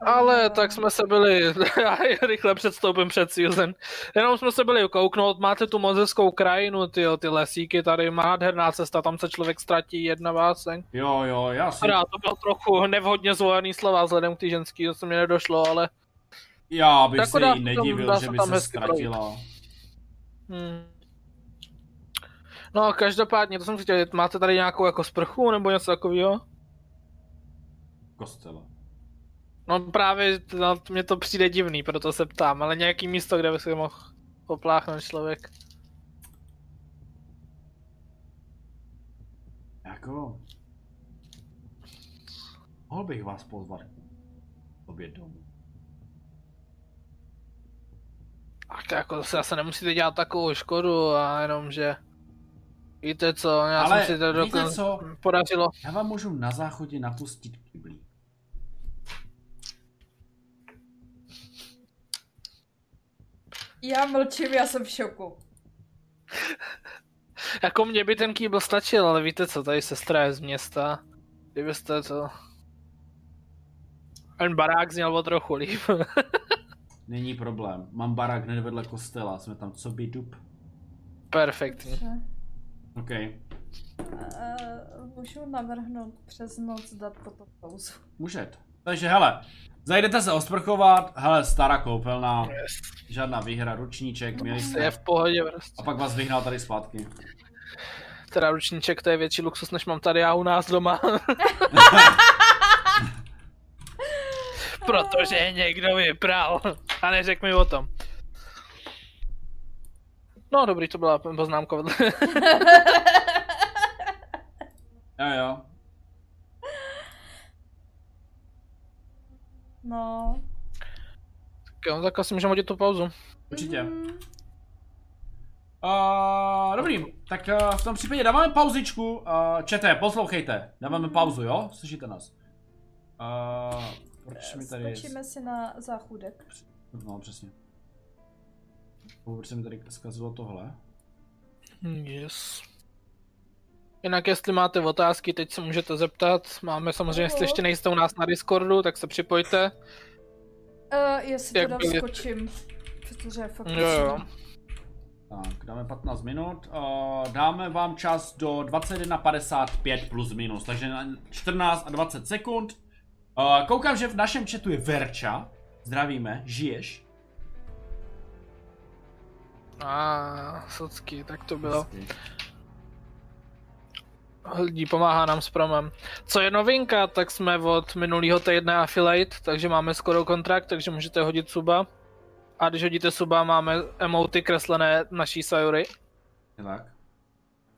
[SPEAKER 3] Ale tak jsme se byli, (laughs) já rychle předstoupím před Susan. Jenom jsme se byli kouknout, máte tu mozeskou krajinu, ty, ty lesíky, tady má nádherná cesta, tam se člověk ztratí jedna váseň.
[SPEAKER 1] Jo, jo, já si,
[SPEAKER 3] Teda, to bylo trochu nevhodně zvolený slova, vzhledem k ty ženský, to se mi nedošlo, ale...
[SPEAKER 1] já bych
[SPEAKER 3] Tak
[SPEAKER 1] se
[SPEAKER 3] dá
[SPEAKER 1] jí
[SPEAKER 3] se tam- dá
[SPEAKER 1] nedivil, že
[SPEAKER 3] se
[SPEAKER 1] by
[SPEAKER 3] tam
[SPEAKER 1] se
[SPEAKER 3] hezky projít.
[SPEAKER 1] ztratila.
[SPEAKER 3] Hmm. No, každopádně, to jsem chtěl, vědět, máte tady nějakou jako sprchu nebo něco takového?
[SPEAKER 1] Kostela.
[SPEAKER 3] No právě, no, mě to přijde divný, proto se ptám, ale nějaký místo, kde by se mohl popláchnout člověk.
[SPEAKER 1] Jako... Mohl bych vás pozvat k oběd domů.
[SPEAKER 3] A to jako zase, zase nemusíte dělat takovou škodu a jenom, že... Víte co, já
[SPEAKER 1] Ale
[SPEAKER 3] jsem si to
[SPEAKER 1] víte
[SPEAKER 3] dokonce
[SPEAKER 1] co?
[SPEAKER 3] podařilo.
[SPEAKER 1] Já vám můžu na záchodě napustit kyblí.
[SPEAKER 2] Já mlčím, já jsem v šoku.
[SPEAKER 3] Jako mě by ten kýbl stačil, ale víte co, tady sestra je z města. Kdybyste to... Ten barák zněl o trochu líp. (laughs)
[SPEAKER 1] Není problém. Mám barák hned vedle kostela. Jsme tam co by dup.
[SPEAKER 3] Perfektní.
[SPEAKER 2] Dobře.
[SPEAKER 1] OK.
[SPEAKER 2] E, můžu navrhnout přes noc dát potom pauzu.
[SPEAKER 1] Můžete. Takže hele, zajdete se osprchovat, hele, stará koupelna, žádná výhra, ručníček, měli
[SPEAKER 3] Je
[SPEAKER 1] jste.
[SPEAKER 3] v pohodě prostě.
[SPEAKER 1] A pak vás vyhnal tady zpátky.
[SPEAKER 3] Teda ručníček to je větší luxus, než mám tady já u nás doma. Protože je někdo vypral. A neřek mi o tom. No dobrý, to byla poznámka vedle.
[SPEAKER 1] Jo, jo.
[SPEAKER 2] No.
[SPEAKER 3] Tak jo, tak asi můžeme hodit tu pauzu.
[SPEAKER 1] Určitě.
[SPEAKER 2] Mhm.
[SPEAKER 1] Uh, dobrý, tak uh, v tom případě dáváme pauzičku. Uh, čete, poslouchejte. Dáváme
[SPEAKER 3] Mhm.
[SPEAKER 1] pauzu, jo? Slyšíte nás? Uh, proč
[SPEAKER 3] Eh,
[SPEAKER 1] mi tady...
[SPEAKER 2] Skočíme si na záchůdek.
[SPEAKER 1] No, přesně. Oh, Proč se mi tady zkazilo tohle?
[SPEAKER 3] Yes. Jinak jestli máte otázky, teď se můžete zeptat. Máme samozřejmě, jestli ještě nejste u nás na Discordu, tak se připojte.
[SPEAKER 2] Uh, jestli
[SPEAKER 3] Jak
[SPEAKER 2] teda
[SPEAKER 3] byli-
[SPEAKER 2] skočím. Protože fakt
[SPEAKER 3] Jo, jo.
[SPEAKER 2] musím.
[SPEAKER 1] Tak, dáme 15 minut. Uh, dáme vám čas do 21.55 plus minus, takže na 14 a 20 sekund. Uh, koukám, že v našem chatu je Verča. Zdravíme, žiješ?
[SPEAKER 3] A socky, tak to bylo. Lidí pomáhá nám s promem. Co je novinka, tak jsme od minulého týdne affiliate, takže máme skoro kontrakt, takže můžete hodit suba. A když hodíte suba, máme emoty kreslené naší Sayuri.
[SPEAKER 1] Je Tak.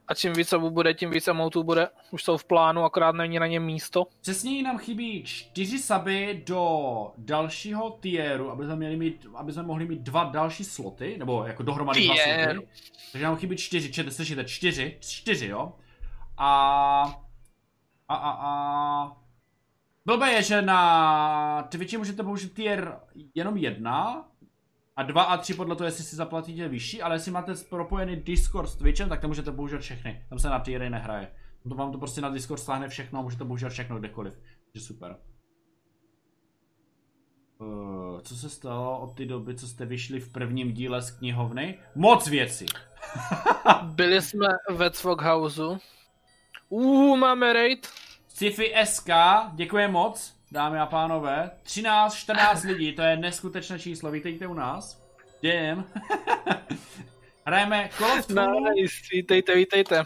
[SPEAKER 3] A čím víc subů bude, tím víc emotů bude. Už jsou v plánu, akorát není na něm místo.
[SPEAKER 1] Přesněji nám chybí čtyři suby do dalšího tieru, aby jsme, měli mít, aby jsme mohli mít dva další sloty, nebo jako dohromady dva
[SPEAKER 3] Tier.
[SPEAKER 1] sloty. Takže nám chybí čtyři, čete, slyšíte, čtyři, čtyři, jo? A... A, a, a... Blbé je, že na Twitchi můžete použít tier jenom jedna, a dva a tři podle toho, jestli si zaplatíte vyšší, ale jestli máte propojený Discord s Twitchem, tak tam můžete použít všechny. Tam se na týry nehraje. To vám to prostě na Discord stáhne všechno a můžete použít všechno kdekoliv. Takže super. Uh, co se stalo od té doby, co jste vyšli v prvním díle z knihovny? Moc věcí!
[SPEAKER 3] Byli jsme ve Cvoghouseu. Uuu, máme raid.
[SPEAKER 1] Sci-fi SK, děkuji moc, dámy a pánové. 13, 14 lidí, to je neskutečné číslo, vítejte u nás. Jdem. (laughs) Hrajeme Call of Duty.
[SPEAKER 3] No, Nice, vítejte, vítejte.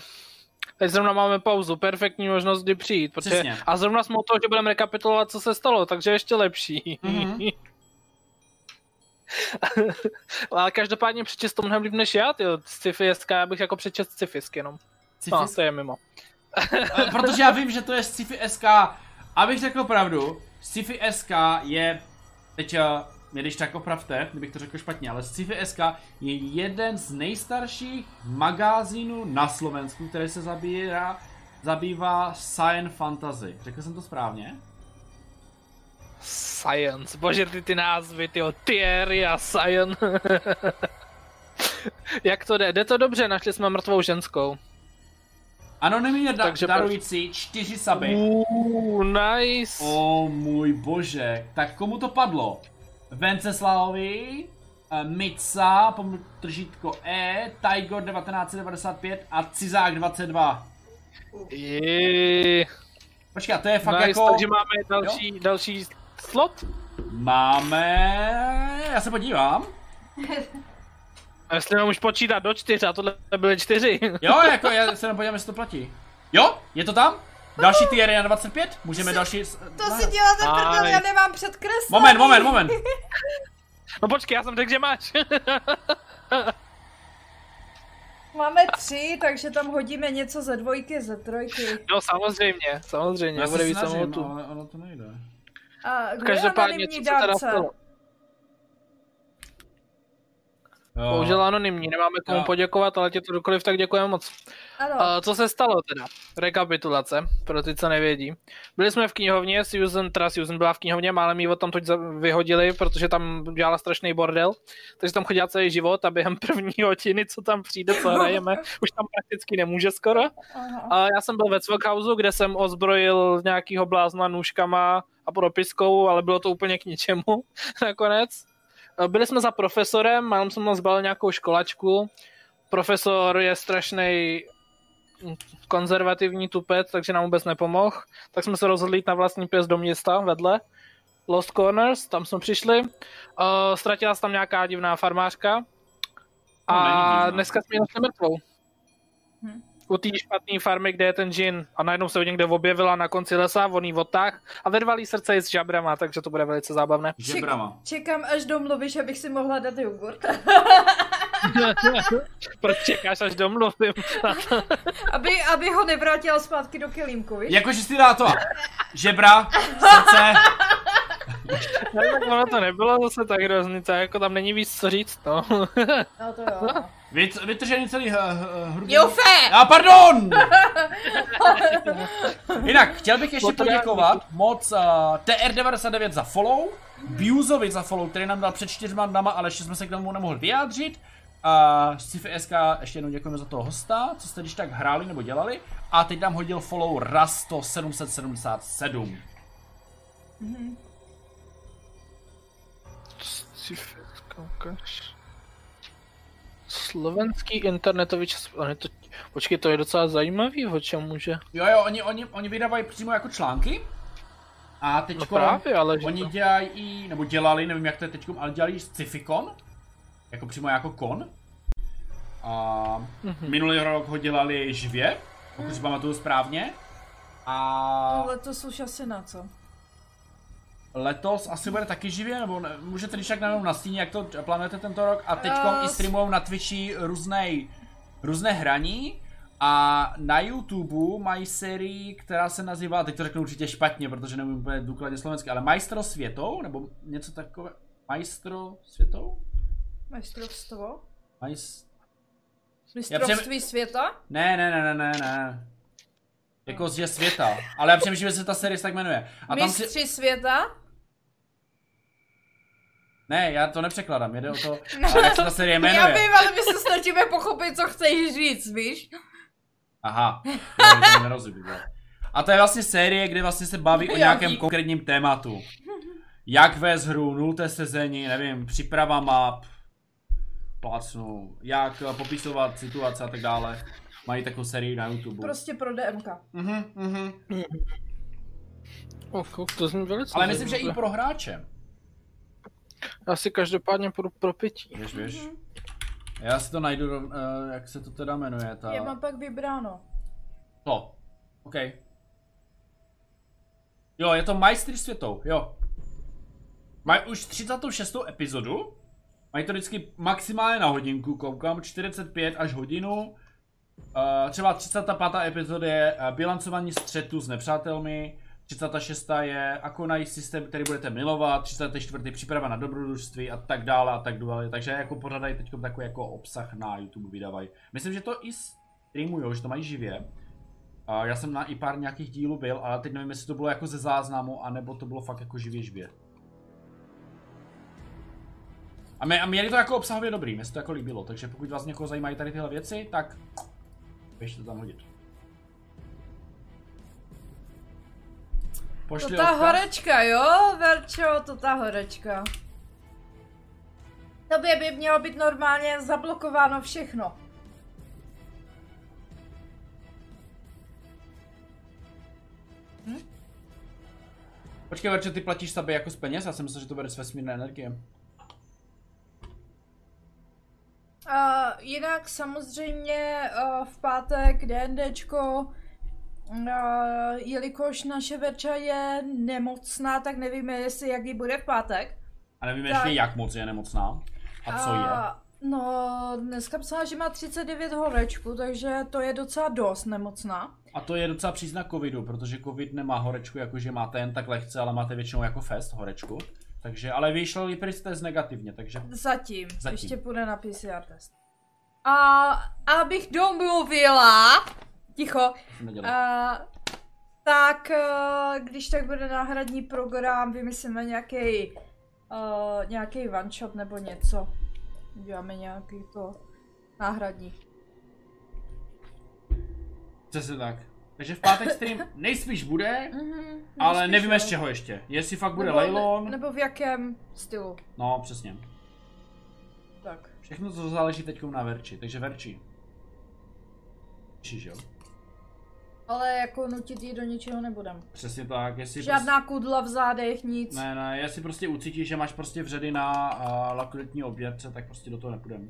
[SPEAKER 3] Teď zrovna máme pauzu, perfektní možnost, kdy přijít. Protože...
[SPEAKER 1] Přesně.
[SPEAKER 3] A zrovna jsme o toho, že budeme rekapitulovat, co se stalo, takže ještě lepší.
[SPEAKER 1] Mhm.
[SPEAKER 3] (laughs) Ale každopádně přečest to mnohem líp než já, ty sci-fi SK, já bych jako přečest sci-fi jenom. No,
[SPEAKER 1] Sci-fi
[SPEAKER 3] to je mimo.
[SPEAKER 1] Eh, protože já vím, že to je sci-fi SK. Abych řekl pravdu, sci-fi SK je, teď eh, mě když tak opravte, kdybych to řekl špatně, ale sci-fi SK je jeden z nejstarších magazínů na Slovensku, který se zabírá, zabývá science fantasy. Řekl jsem to správně?
[SPEAKER 3] Science, bože ty ty názvy, ty Thierry a Science. (laughs) Jak to jde? Jde to dobře, našli jsme mrtvou ženskou.
[SPEAKER 1] Anonymní da-
[SPEAKER 3] Takže
[SPEAKER 1] Takže darující, čtyři suby.
[SPEAKER 3] Uuu, nice.
[SPEAKER 1] O můj bože, tak komu to padlo? Venceslavovi, eh, Mica, pom- tržítko E, Tiger 1995 a Cizák 22.
[SPEAKER 3] Jej.
[SPEAKER 1] Počkej, a to je fakt
[SPEAKER 3] Nice,
[SPEAKER 1] jako...
[SPEAKER 3] No takže máme další, další slot.
[SPEAKER 1] Máme... Já se podívám.
[SPEAKER 3] A jestli mám už počítat do čtyř, a tohle byly čtyři. (laughs)
[SPEAKER 1] Jo, jako já se jenom podívám, jestli to platí. Jo, je to tam? Další tier na 25? Můžeme další... s-
[SPEAKER 2] No. To si děláte prdel, já
[SPEAKER 3] Nice.
[SPEAKER 2] nemám předkreslený.
[SPEAKER 1] Moment, moment,
[SPEAKER 2] (laughs)
[SPEAKER 1] moment.
[SPEAKER 3] No počkej, já jsem řekl, že (laughs) máš.
[SPEAKER 2] Máme tři, takže tam hodíme něco ze dvojky, ze trojky.
[SPEAKER 3] No samozřejmě, samozřejmě,
[SPEAKER 1] Já
[SPEAKER 3] bude
[SPEAKER 1] se
[SPEAKER 3] víc
[SPEAKER 1] snažím,
[SPEAKER 3] samotů.
[SPEAKER 1] ale ono to nejde.
[SPEAKER 2] A
[SPEAKER 3] Každopádně,
[SPEAKER 2] kdo Každopádně,
[SPEAKER 3] co se
[SPEAKER 2] je
[SPEAKER 3] teda stalo?
[SPEAKER 1] Jo.
[SPEAKER 3] Bohužel anonymní, nemáme komu
[SPEAKER 1] Jo.
[SPEAKER 3] poděkovat, ale tě to dokoliv tak děkujeme moc.
[SPEAKER 2] Ano,
[SPEAKER 3] A Eh, co se stalo teda? Rekapitulace, pro ty, co nevědí. Byli jsme v knihovně, Susan, teda Susan byla v knihovně, málem ji tam teď vyhodili, protože tam dělala strašný bordel. Takže tam chodila celý život a během (laughs) první hodiny, co tam přijde, co hrajeme, už tam prakticky nemůže skoro.
[SPEAKER 2] aha.
[SPEAKER 3] A já jsem byl ve Cvakhouse, kde jsem ozbrojil nějakýho blázna nůžkama a propiskou, ale bylo to úplně k ničemu (laughs) nakonec. E, Byli jsme za profesorem, mám jsem tam zbalil nějakou školačku. Profesor je strašný konzervativní tupec, takže nám vůbec nepomohl. Tak jsme se rozhodli jít na vlastní pěst do města vedle. Lost Corners, tam jsme přišli. Uh, ztratila se tam nějaká divná farmářka.
[SPEAKER 1] No, není
[SPEAKER 3] A
[SPEAKER 1] divná.
[SPEAKER 3] dneska jsme ji našli mrtvou u té špatné farmy, kde je ten džin. A najednou se ho někde objevila na konci lesa, on jí odtáh a vyrvalý srdce i s žabrama, takže to bude velice zábavné.
[SPEAKER 1] Žebrama.
[SPEAKER 2] čekám, až domluvíš, abych si mohla dát jogurt.
[SPEAKER 3] proč čekáš, až domluvím?
[SPEAKER 2] (laughs)
[SPEAKER 3] (laughs)
[SPEAKER 2] Aby, aby ho nevrátila zpátky do kelímku, víš?
[SPEAKER 1] Jakože si dá to. Žebra, srdce.
[SPEAKER 3] Ne, tak ono to nebylo zase tak hrozný, to jako tam není víc co říct, no.
[SPEAKER 2] No to jo. no.
[SPEAKER 1] Vyt, vytržený celý h- h- hrudní.
[SPEAKER 2] Jofe!
[SPEAKER 1] A pardon! (laughs) Jinak, chtěl bych ještě
[SPEAKER 3] Potrání.
[SPEAKER 1] poděkovat moc uh, TR99 za follow, Buzovi za follow, který nám dal před čtyřma dnama, ale ještě jsme se k tomu nemohli vyjádřit. A Sci-fi SK ještě jednou děkujeme za toho hosta, co jste když tak hráli nebo dělali. A teď nám hodil follow Rasto 777.
[SPEAKER 3] Slovenský internetový čas... ale To, počkej, to je docela zajímavý, o čem může.
[SPEAKER 1] Jo, jo, oni, oni, oni vydávají přímo jako články. A teď
[SPEAKER 3] No právě, ale že
[SPEAKER 1] oni
[SPEAKER 3] to-
[SPEAKER 1] dělají, i- nebo dělali, nevím jak to je teď, ale dělali scifikon. Jako přímo jako kon. A
[SPEAKER 3] Mhm.
[SPEAKER 1] minulý rok ho dělali žvě, pokud si pamatuju správně. A
[SPEAKER 2] Ale to jsou asi na co?
[SPEAKER 1] letos asi bude taky živě, nebo ne, můžete když tak nám nastínit, jak to plánujete tento rok. A teď
[SPEAKER 2] Eh,
[SPEAKER 1] i
[SPEAKER 2] s-
[SPEAKER 1] streamujou na Twitchi různé, různé hraní. A na YouTube mají sérii, která se nazývá, teď to řeknu určitě špatně, protože nevím úplně důkladně slovensky, ale Majstro světou, nebo něco takové. Majstro světou?
[SPEAKER 2] Mistrovstvo?
[SPEAKER 1] Majst...
[SPEAKER 2] Mistrovství světa?
[SPEAKER 1] Ne, ne, ne, ne, ne, ne. Jako že světa. Ale já přemýšlím, že se ta série tak jmenuje. A tam si...
[SPEAKER 2] Mistři světa?
[SPEAKER 1] Ne, já to nepřekladám, jde o to,
[SPEAKER 2] (laughs)
[SPEAKER 1] ale jak se ta série jmenuje.
[SPEAKER 2] No, Já vím, ale my se snažíme pochopit, co chceš říct, víš?
[SPEAKER 1] Aha, já to nerozumím. jo. A to je vlastně série, kde vlastně se baví o
[SPEAKER 2] Já
[SPEAKER 1] nějakém
[SPEAKER 2] dík.
[SPEAKER 1] konkrétním tématu. Jak vést hru, nulté sezení, nevím, příprava map, plácnu, jak eh, popisovat situace a tak dále. Mají takovou sérii na YouTube.
[SPEAKER 2] Prostě pro DMK.
[SPEAKER 1] Mhm, mhm.
[SPEAKER 3] Oh, kuk, to zní velice
[SPEAKER 1] Ale myslím, že i
[SPEAKER 3] zajímavě.
[SPEAKER 1] pro hráče.
[SPEAKER 3] Já si každopádně půjdu pro pití.
[SPEAKER 1] Víš, víš. Já si to najdu, rov- eh, jak se to teda jmenuje, ta...
[SPEAKER 2] Já mám pak vybráno.
[SPEAKER 1] To. No, OK. Jo, je to majstry světou, jo. Mají už 36. epizodu. Mají to vždycky maximálně na hodinku, koukám, 45 až hodinu. Uh, třeba 35. epizoda je uh, bilancování střetu s nepřátelmi, 36. je akonají systém, který budete milovat, 34. příprava na dobrodružství a tak dále a tak dále. Takže jako pořádají teď takový jako obsah na YouTube vydávají. Myslím, že to i streamujou, že to mají živě. A já jsem na i pár nějakých dílů byl, ale teď nevím, jestli to bylo jako ze záznamu, anebo to bylo fakt jako živě živě. A, mě, a měli to jako obsahově dobrý, mě se to jako líbilo, takže pokud vás někoho zajímají tady tyhle věci, tak běžte to tam hodit.
[SPEAKER 2] To
[SPEAKER 1] Pošli
[SPEAKER 2] No ta
[SPEAKER 1] odkaz.
[SPEAKER 2] horečka, jo, Verčo, to ta horečka. Tobě by mělo být normálně zablokováno všechno.
[SPEAKER 1] Počkej, Verče, ty platíš sebe jako z peněz? Já jsem myslel, že to bude z vesmírné energie.
[SPEAKER 2] A jinak samozřejmě a v pátek DNDčko, a jelikož naše Verča je nemocná, tak nevíme, jestli jak jí bude v pátek.
[SPEAKER 1] A nevím
[SPEAKER 2] Tak.
[SPEAKER 1] ještě, jak moc je nemocná. A co je.
[SPEAKER 2] No, dneska psala, že má 39 horečku, takže to je docela dost nemocná.
[SPEAKER 1] A to je docela příznak covidu, protože covid nemá horečku, jakože máte jen tak lehce, ale máte většinou jako fest horečku. Takže, ale vyšel i test negativně, takže...
[SPEAKER 2] Zatím.
[SPEAKER 1] Zatím.
[SPEAKER 2] Zatím. Ještě půjde na PCR test. A abych domluvila, ticho,
[SPEAKER 1] jsem nedělal.
[SPEAKER 2] a, tak eh, když tak bude náhradní program, vymyslíme nějaký uh, nějaký one shot nebo něco. Uděláme nějaký to náhradní.
[SPEAKER 1] Přesně tak. Takže v pátek stream nejspíš bude,
[SPEAKER 2] Mhm,
[SPEAKER 1] ale
[SPEAKER 2] nejspíš
[SPEAKER 1] nevíme
[SPEAKER 2] jo.
[SPEAKER 1] z čeho ještě. Jestli fakt bude
[SPEAKER 2] Nebo-
[SPEAKER 1] Lailon,
[SPEAKER 2] Nebo v jakém stylu.
[SPEAKER 1] no přesně.
[SPEAKER 2] Tak.
[SPEAKER 1] Všechno to záleží teď na Verči, takže Verči. Verči, že jo?
[SPEAKER 2] Ale jako nutit ji do ničeho nebudem.
[SPEAKER 1] Přesně tak, jestli...
[SPEAKER 2] Žádná kudla v zádech, nic.
[SPEAKER 1] Ne, ne, jestli prostě ucítíš, že máš prostě vředy na uh, lakritní oběrce, tak prostě do toho nepůjdeme.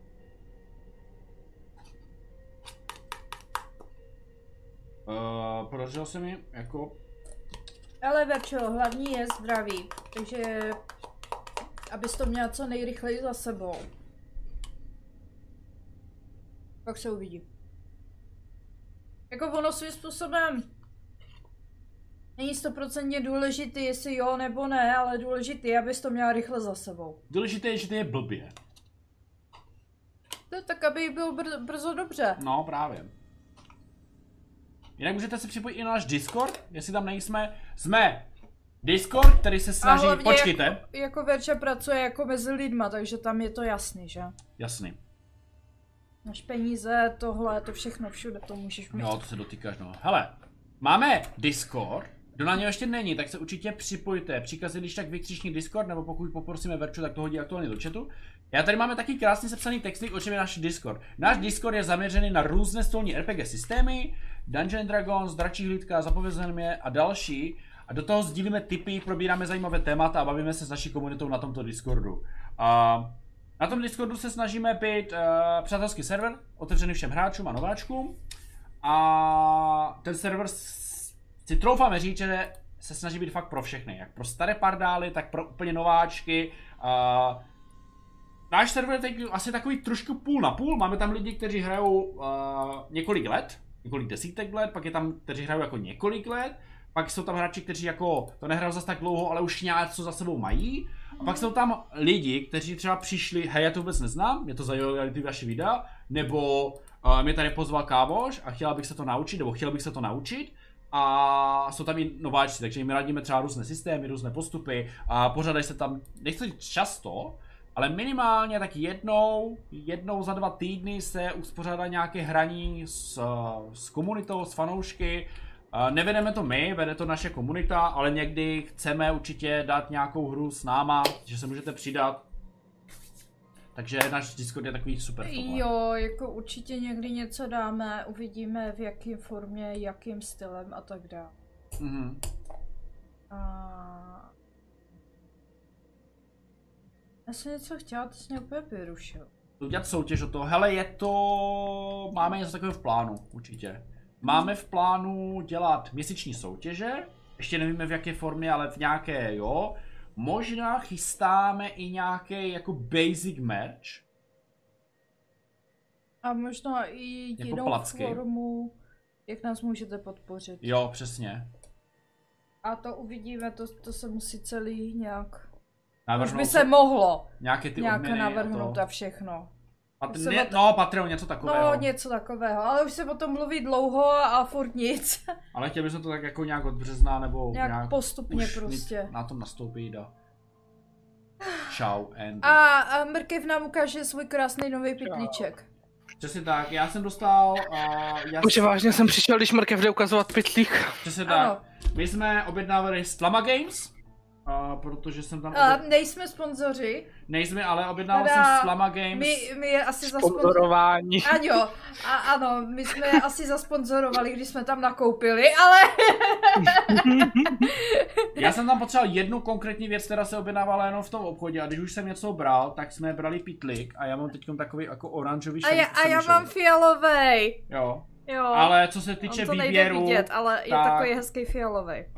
[SPEAKER 1] Eh, Uh, podařilo se mi jako
[SPEAKER 2] Ale večo, hlavní je zdraví, takže abys to měla co nejrychleji za sebou. Pak se uvidí. Jako ono svým způsobem není stoprocentně důležitý, jestli jo nebo ne, ale důležitý je, abys to měla rychle za sebou.
[SPEAKER 1] Důležité je, že to je blbě.
[SPEAKER 2] No tak, aby jí bylo br- brzo dobře.
[SPEAKER 1] No, právě. Jinak můžete se připojit i na náš Discord, jestli tam nejsme. Jsme Discord, který se snaží...
[SPEAKER 2] hlavně
[SPEAKER 1] Počkejte.
[SPEAKER 2] Jako Verča pracuje jako mezi lidma, takže tam je to jasný, že?
[SPEAKER 1] Jasný.
[SPEAKER 2] Máš peníze, tohle, to všechno všude, to můžeš mít.
[SPEAKER 1] No, to se dotýkáš, no. Hele, máme Discord. Kdo na něj ještě není, tak se určitě připojte. Příkazy, když tak vykřičník Discord, nebo pokud poprosíme Verču, tak to hodí aktuálně do chatu. Já tady máme taky krásně sepsaný texty, o čem je náš Discord. Náš Discord je zaměřený na různé stolní RPG systémy, Dungeon and Dragons, Dračí hlídka, Zapovězené mě a další. A do toho sdílíme tipy, probíráme zajímavé témata a bavíme se s naší komunitou na tomto Discordu. A na tom Discordu se snažíme být uh, přátelský server, otevřený všem hráčům a nováčkům. A ten server s- si troufáme říct, že se snaží být fakt pro všechny. Jak pro staré pardály, tak pro úplně nováčky. A náš server je teď asi takový trošku půl na půl. Máme tam lidi, kteří hrajou uh, několik let, několik desítek let, pak je tam, kteří hrajou jako několik let, pak jsou tam hráči, kteří jako to nehrajou zas tak dlouho, ale už něco za sebou mají. A pak jsou tam lidi, kteří třeba přišli, hej, já to vůbec neznám, mě to zajímaly ty vaše videa, nebo uh, mě tady pozval kámoš a chtěla bych se to naučit, nebo chtěl bych se to naučit. A jsou tam i nováčci, takže jim radíme třeba různé systémy, různé postupy a pořádají se tam, nechci říct často, ale minimálně tak jednou, jednou za dva týdny se uspořádá nějaké hraní s, s komunitou, s fanoušky. Eh, Nevedeme to my, vede to naše komunita, ale někdy chceme určitě dát nějakou hru s náma, že se můžete přidat. Takže náš Discord je takový super. v tomhle.
[SPEAKER 2] Jo, jako určitě někdy něco dáme, uvidíme v jakým formě, jakým stylem a tak dále.
[SPEAKER 1] Mhm.
[SPEAKER 2] A... Já jsem něco chtěla, to jsi mě úplně vyrušil.
[SPEAKER 1] udělat soutěž o to. Hele, je to... Máme něco takového v plánu, určitě. Máme v plánu dělat měsíční soutěže, ještě nevíme v jaké formě, ale v nějaké, jo. Možná chystáme i nějaký jako basic merch.
[SPEAKER 2] A možná i
[SPEAKER 1] Jako
[SPEAKER 2] jinou
[SPEAKER 1] placky.
[SPEAKER 2] formu, jak nás můžete podpořit.
[SPEAKER 1] Jo, přesně.
[SPEAKER 2] A to uvidíme, to, to se musí celý nějak... Už
[SPEAKER 1] Navrhnout
[SPEAKER 2] by se mohlo
[SPEAKER 1] nějaké ty
[SPEAKER 2] nějak
[SPEAKER 1] odměny
[SPEAKER 2] navrhnout
[SPEAKER 1] a
[SPEAKER 2] a
[SPEAKER 1] to.
[SPEAKER 2] všechno.
[SPEAKER 1] Pat-
[SPEAKER 2] se
[SPEAKER 1] ne,
[SPEAKER 2] od-
[SPEAKER 1] no, Patreon, něco
[SPEAKER 2] No,
[SPEAKER 1] takového.
[SPEAKER 2] něco takového, ale už se o tom mluví dlouho a furt nic.
[SPEAKER 1] Ale chtěli bychom to tak jako nějak od března nebo nějak,
[SPEAKER 2] Nějak postupně
[SPEAKER 1] už
[SPEAKER 2] prostě. Ah.
[SPEAKER 1] mít- na tom nastoupit a... Čau, Andy.
[SPEAKER 2] A, a Mrkev nám ukáže svůj krásný nový pytlíček.
[SPEAKER 1] Přesně tak, já jsem dostal... Uh, já
[SPEAKER 3] Bože, vážně jsem přišel, když mrkev jde ukazovat pytlík.
[SPEAKER 1] Přesně tak.
[SPEAKER 2] Ano,
[SPEAKER 1] My jsme objednávali s Tlama Games, a protože jsem tam...
[SPEAKER 2] a
[SPEAKER 1] Obje...
[SPEAKER 2] nejsme sponzoři,
[SPEAKER 1] Nejsme, ale objednával
[SPEAKER 2] teda
[SPEAKER 1] jsem s Tlama Games.
[SPEAKER 2] my, my je asi zasponzorovali.
[SPEAKER 3] Sponzorování.
[SPEAKER 2] Ano, a, ano, my jsme je asi zasponzorovali, když jsme tam nakoupili, ale
[SPEAKER 1] Já jsem tam potřeboval jednu konkrétní věc, která se objednávala jenom v tom obchodě a když už jsem něco bral, tak jsme brali pitlik a já mám teď takový jako oranžový
[SPEAKER 2] a já,
[SPEAKER 1] šelist, co
[SPEAKER 2] a
[SPEAKER 1] jsem
[SPEAKER 2] já
[SPEAKER 1] vyšel.
[SPEAKER 2] mám fialovej.
[SPEAKER 1] Jo,
[SPEAKER 2] Jo,
[SPEAKER 1] ale co se
[SPEAKER 2] on
[SPEAKER 1] týče
[SPEAKER 2] to nejde
[SPEAKER 1] výběru,
[SPEAKER 2] vidět, ale je
[SPEAKER 1] tak-
[SPEAKER 2] takový hezký fialovej.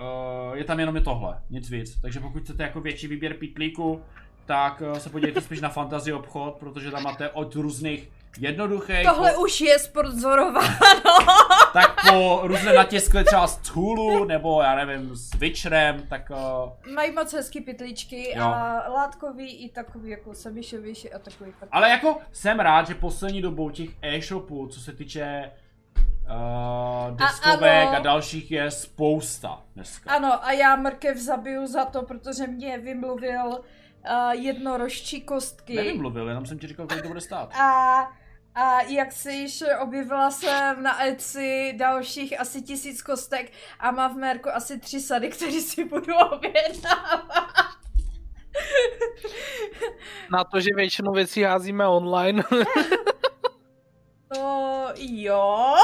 [SPEAKER 1] uh, je tam jenom je tohle, nic víc. Takže pokud chcete jako větší výběr pitlíku, tak eh, se podívejte spíš na fantasy obchod, protože tam máte od různých jednoduchých
[SPEAKER 2] Tohle už je sponzorováno.
[SPEAKER 1] tak po různé natiskli třeba z Hulu, nebo já nevím, s Witcherem, tak uh,
[SPEAKER 2] Mají moc hezký pytlíčky
[SPEAKER 1] Jo.
[SPEAKER 2] a látkový i takový jako semišovější a takový.
[SPEAKER 1] ale jako jsem rád, že poslední dobou těch e-shopů, co se týče uh, deskovek a,
[SPEAKER 2] ano.
[SPEAKER 1] dalších je spousta dneska.
[SPEAKER 2] Ano, a já mrkev zabiju za to, protože mě vymluvil uh, jednorožčí kostky.
[SPEAKER 1] Nevím, mluvil, jenom jsem ti říkal, kolik to bude stát.
[SPEAKER 2] A, a jak si již objevila jsem na Etsy dalších asi tisíc kostek a mám v Merku asi tři sady, které si budu objednávat. (laughs)
[SPEAKER 3] Na to, že většinu věcí
[SPEAKER 1] (laughs)
[SPEAKER 3] házíme online.
[SPEAKER 2] To jo,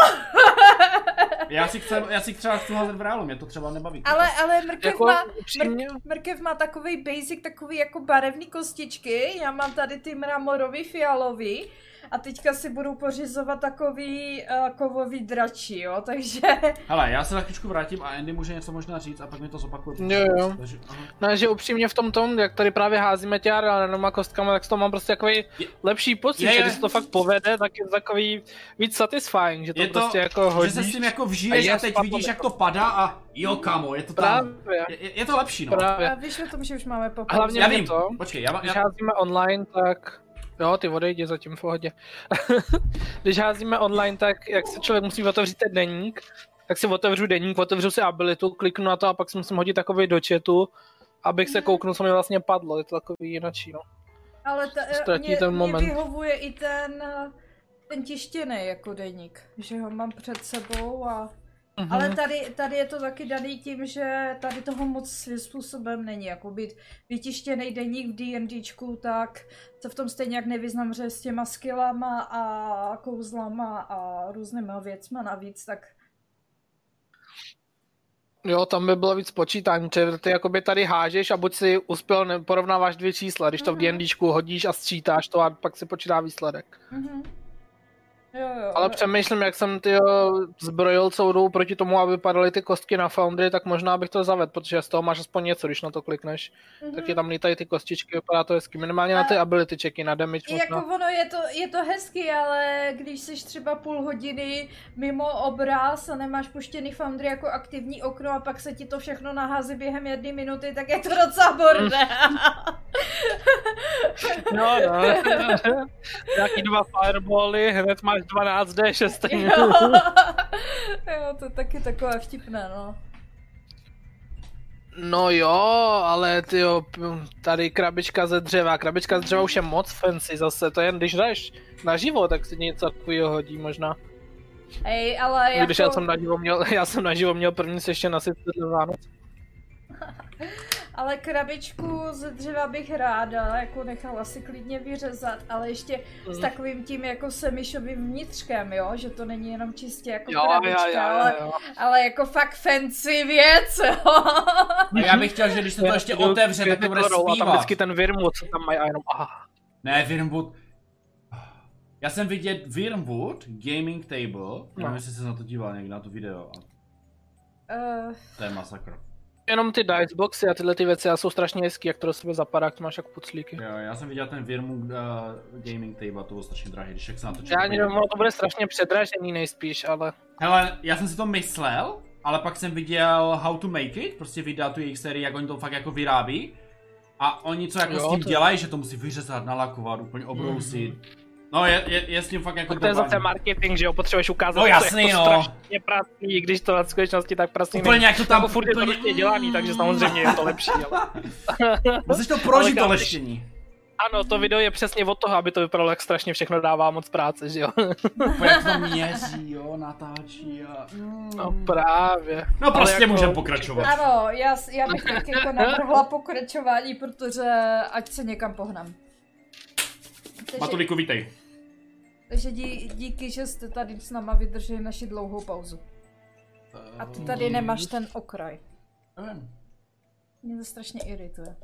[SPEAKER 1] Já si, chcem, já si třeba chci házet v reálu, mě to třeba nebaví.
[SPEAKER 2] ale, ale mrkev
[SPEAKER 3] jako,
[SPEAKER 2] má...
[SPEAKER 3] upřímně,
[SPEAKER 2] Mrkev má takový basic, takový jako barevný kostičky. Já mám tady ty mramorový fialový. a teďka si budou pořizovat takový uh, kovový dračí, jo, (laughs) takže...
[SPEAKER 1] Hele, já se za chvíličku vrátím a Andy může něco možná říct a pak mi to zopakuje.
[SPEAKER 3] Jo, jo.
[SPEAKER 1] Takže, aha.
[SPEAKER 3] No, že upřímně v tom tom, jak tady právě házíme těr a renoma kostkama, tak z toho mám prostě takový
[SPEAKER 1] Je-
[SPEAKER 3] lepší pocit,
[SPEAKER 1] Je, je.
[SPEAKER 3] že když se to fakt povede, tak je to takový víc satisfying, že to,
[SPEAKER 1] Je to,
[SPEAKER 3] prostě jako
[SPEAKER 1] že
[SPEAKER 3] hodíš.
[SPEAKER 1] se s tím jako
[SPEAKER 3] a
[SPEAKER 1] vžiješ
[SPEAKER 3] je
[SPEAKER 1] a, teď
[SPEAKER 3] spadlo
[SPEAKER 1] vidíš,
[SPEAKER 3] to.
[SPEAKER 1] jak to padá a jo kamo, je to tam.
[SPEAKER 3] Právě,
[SPEAKER 1] Je- Je, je to lepší, no.
[SPEAKER 2] A
[SPEAKER 3] právě.
[SPEAKER 2] víš o tom, že už máme popis.
[SPEAKER 3] A hlavně-
[SPEAKER 1] Já
[SPEAKER 3] mě
[SPEAKER 1] vím,
[SPEAKER 3] to.
[SPEAKER 1] počkej, já,
[SPEAKER 3] Když
[SPEAKER 1] já,
[SPEAKER 3] házíme online, tak... Jo, ty odejdi zatím v pohodě. (laughs) Když házíme online, tak jak se člověk musí otevřít ten deník, tak si otevřu deník, otevřu si abilitu, kliknu na to a pak si musím hodit takový do chatu, abych se kouknul, co mi vlastně padlo, je to takový jinačí, no.
[SPEAKER 2] Ale ta, eh,
[SPEAKER 3] ztratí
[SPEAKER 2] mě,
[SPEAKER 3] ten moment.
[SPEAKER 2] mě vyhovuje i ten, eh, ten tištěný jako deník, že ho mám před sebou a...
[SPEAKER 3] Mhm.
[SPEAKER 2] Ale tady, tady je to taky daný tím, že tady toho moc svým způsobem není. Jako být vytištěný deník v D&Dčku, tak se v tom stejně jak nevyznam, že s těma skillama a kouzlama a různýma věcma navíc, tak
[SPEAKER 3] Jo, tam by bylo víc počítání, protože ty jakoby tady hážeš a buď si uspěl, ne- porovnáváš dvě čísla, když to v
[SPEAKER 2] Mhm.
[SPEAKER 3] D&Dčku hodíš a sčítáš to a pak si počítá výsledek.
[SPEAKER 2] mhm. Jo, jo.
[SPEAKER 3] Ale přemýšlím, jak jsem ty zbrojil celou dobu proti tomu, aby padaly ty kostky na Foundry, tak možná bych to zavedl, protože z toho máš aspoň něco, když na to klikneš.
[SPEAKER 2] Mhm.
[SPEAKER 3] Tak je tam lítají ty kostičky, vypadá to hezky. Minimálně na ty ability checky, na damage
[SPEAKER 2] Jako
[SPEAKER 3] možná.
[SPEAKER 2] ono, je to, je to hezky, ale když jsi třeba půl hodiny mimo obraz a nemáš puštěný Foundry jako aktivní okno a pak se ti to všechno nahází během jedné minuty, tak je to docela bordel.
[SPEAKER 3] No, no. (laughs) Nějaký dva firebally, hned máš 12 D6.
[SPEAKER 2] jo. (laughs) jo, to je taky takové vtipné, no.
[SPEAKER 3] (laughs) No jo, ale ty tady krabička ze dřeva. Krabička z dřeva už je moc fancy zase, to jen když jdeš naživo, tak si něco takového hodí možná.
[SPEAKER 2] Ej, ale
[SPEAKER 3] Jako...
[SPEAKER 2] jako...
[SPEAKER 3] Když já jsem naživo měl, (laughs) já jsem naživo měl první se ještě nasytit do Vánoc.
[SPEAKER 2] Ale krabičku ze dřeva bych ráda, jako nechala si klidně vyřezat, ale ještě s
[SPEAKER 3] Mhm.
[SPEAKER 2] takovým tím jako semišovým vnitřkem, jo? Že to není jenom čistě jako
[SPEAKER 3] Jo, jo,
[SPEAKER 2] krabička,
[SPEAKER 3] jo,
[SPEAKER 2] ale,
[SPEAKER 3] jo, jo.
[SPEAKER 2] ale jako fakt fancy věc, jo? (laughs)
[SPEAKER 1] a já bych chtěl, že když se to ještě otevře, tak to bude
[SPEAKER 3] A tam
[SPEAKER 1] zpívat.
[SPEAKER 3] vždycky ten Virmu, co tam mají a jenom aha.
[SPEAKER 1] Ne, Wyrmwood. Já jsem viděl Wyrmwood Gaming
[SPEAKER 3] No.
[SPEAKER 1] Table, nevím, jestli jsi se na to díval někdy, na to video, a
[SPEAKER 2] Uh,
[SPEAKER 1] to je masakr.
[SPEAKER 3] Jenom ty diceboxy a tyhle ty věci a jsou strašně hezký, jak to do sebe zapadá, jak to máš jak puclíky.
[SPEAKER 1] Jo, já jsem viděl ten Wyrmwood uh, Gaming Table, to bylo strašně drahý, když jak se na to
[SPEAKER 3] Já
[SPEAKER 1] člověk
[SPEAKER 3] ani nevím, ono to bude strašně předražený nejspíš, ale
[SPEAKER 1] Hele, já jsem si to myslel, ale pak jsem viděl How to Make It, prostě videa tu jejich sérii, jak oni to fakt jako vyrábí. A oni co jako
[SPEAKER 3] Jo,
[SPEAKER 1] s tím
[SPEAKER 3] to-
[SPEAKER 1] dělají, že to musí vyřezat, nalakovat, úplně obrousit. No je, je, je s tím fakt jako
[SPEAKER 3] Mhm. tak to je
[SPEAKER 1] blbání.
[SPEAKER 3] zase marketing, že jo, potřebuješ ukázat,
[SPEAKER 1] No
[SPEAKER 3] co
[SPEAKER 1] jasný,
[SPEAKER 3] je to
[SPEAKER 1] no.
[SPEAKER 3] strašně prasný, když to na skutečnosti tak prasný není.
[SPEAKER 1] Úplně jak to tam...
[SPEAKER 3] Jako furt je to prostě dělaný,
[SPEAKER 1] (laughs)
[SPEAKER 3] takže samozřejmě je to lepší. Ale...
[SPEAKER 1] Musíš to prožít to
[SPEAKER 3] Ale když-
[SPEAKER 1] leštění.
[SPEAKER 3] Ano, to video je přesně od toho, aby to vypadalo, jak strašně všechno dává moc práce, že jo?
[SPEAKER 1] Úplně jak to měří, jo, natáčí a... Mm.
[SPEAKER 3] No právě.
[SPEAKER 1] No prostě
[SPEAKER 3] Ale jako-
[SPEAKER 1] můžeme pokračovat.
[SPEAKER 2] ano, já, s- já bych tak jako navrhla pokračování, protože ať se někam pohnám. Takže,
[SPEAKER 1] Maturiku, vítej.
[SPEAKER 2] takže dí, díky, že jste tady s náma vydrželi naši dlouhou pauzu. A ty tady nemáš ten okraj.
[SPEAKER 1] Nevím.
[SPEAKER 2] Mě to strašně irituje.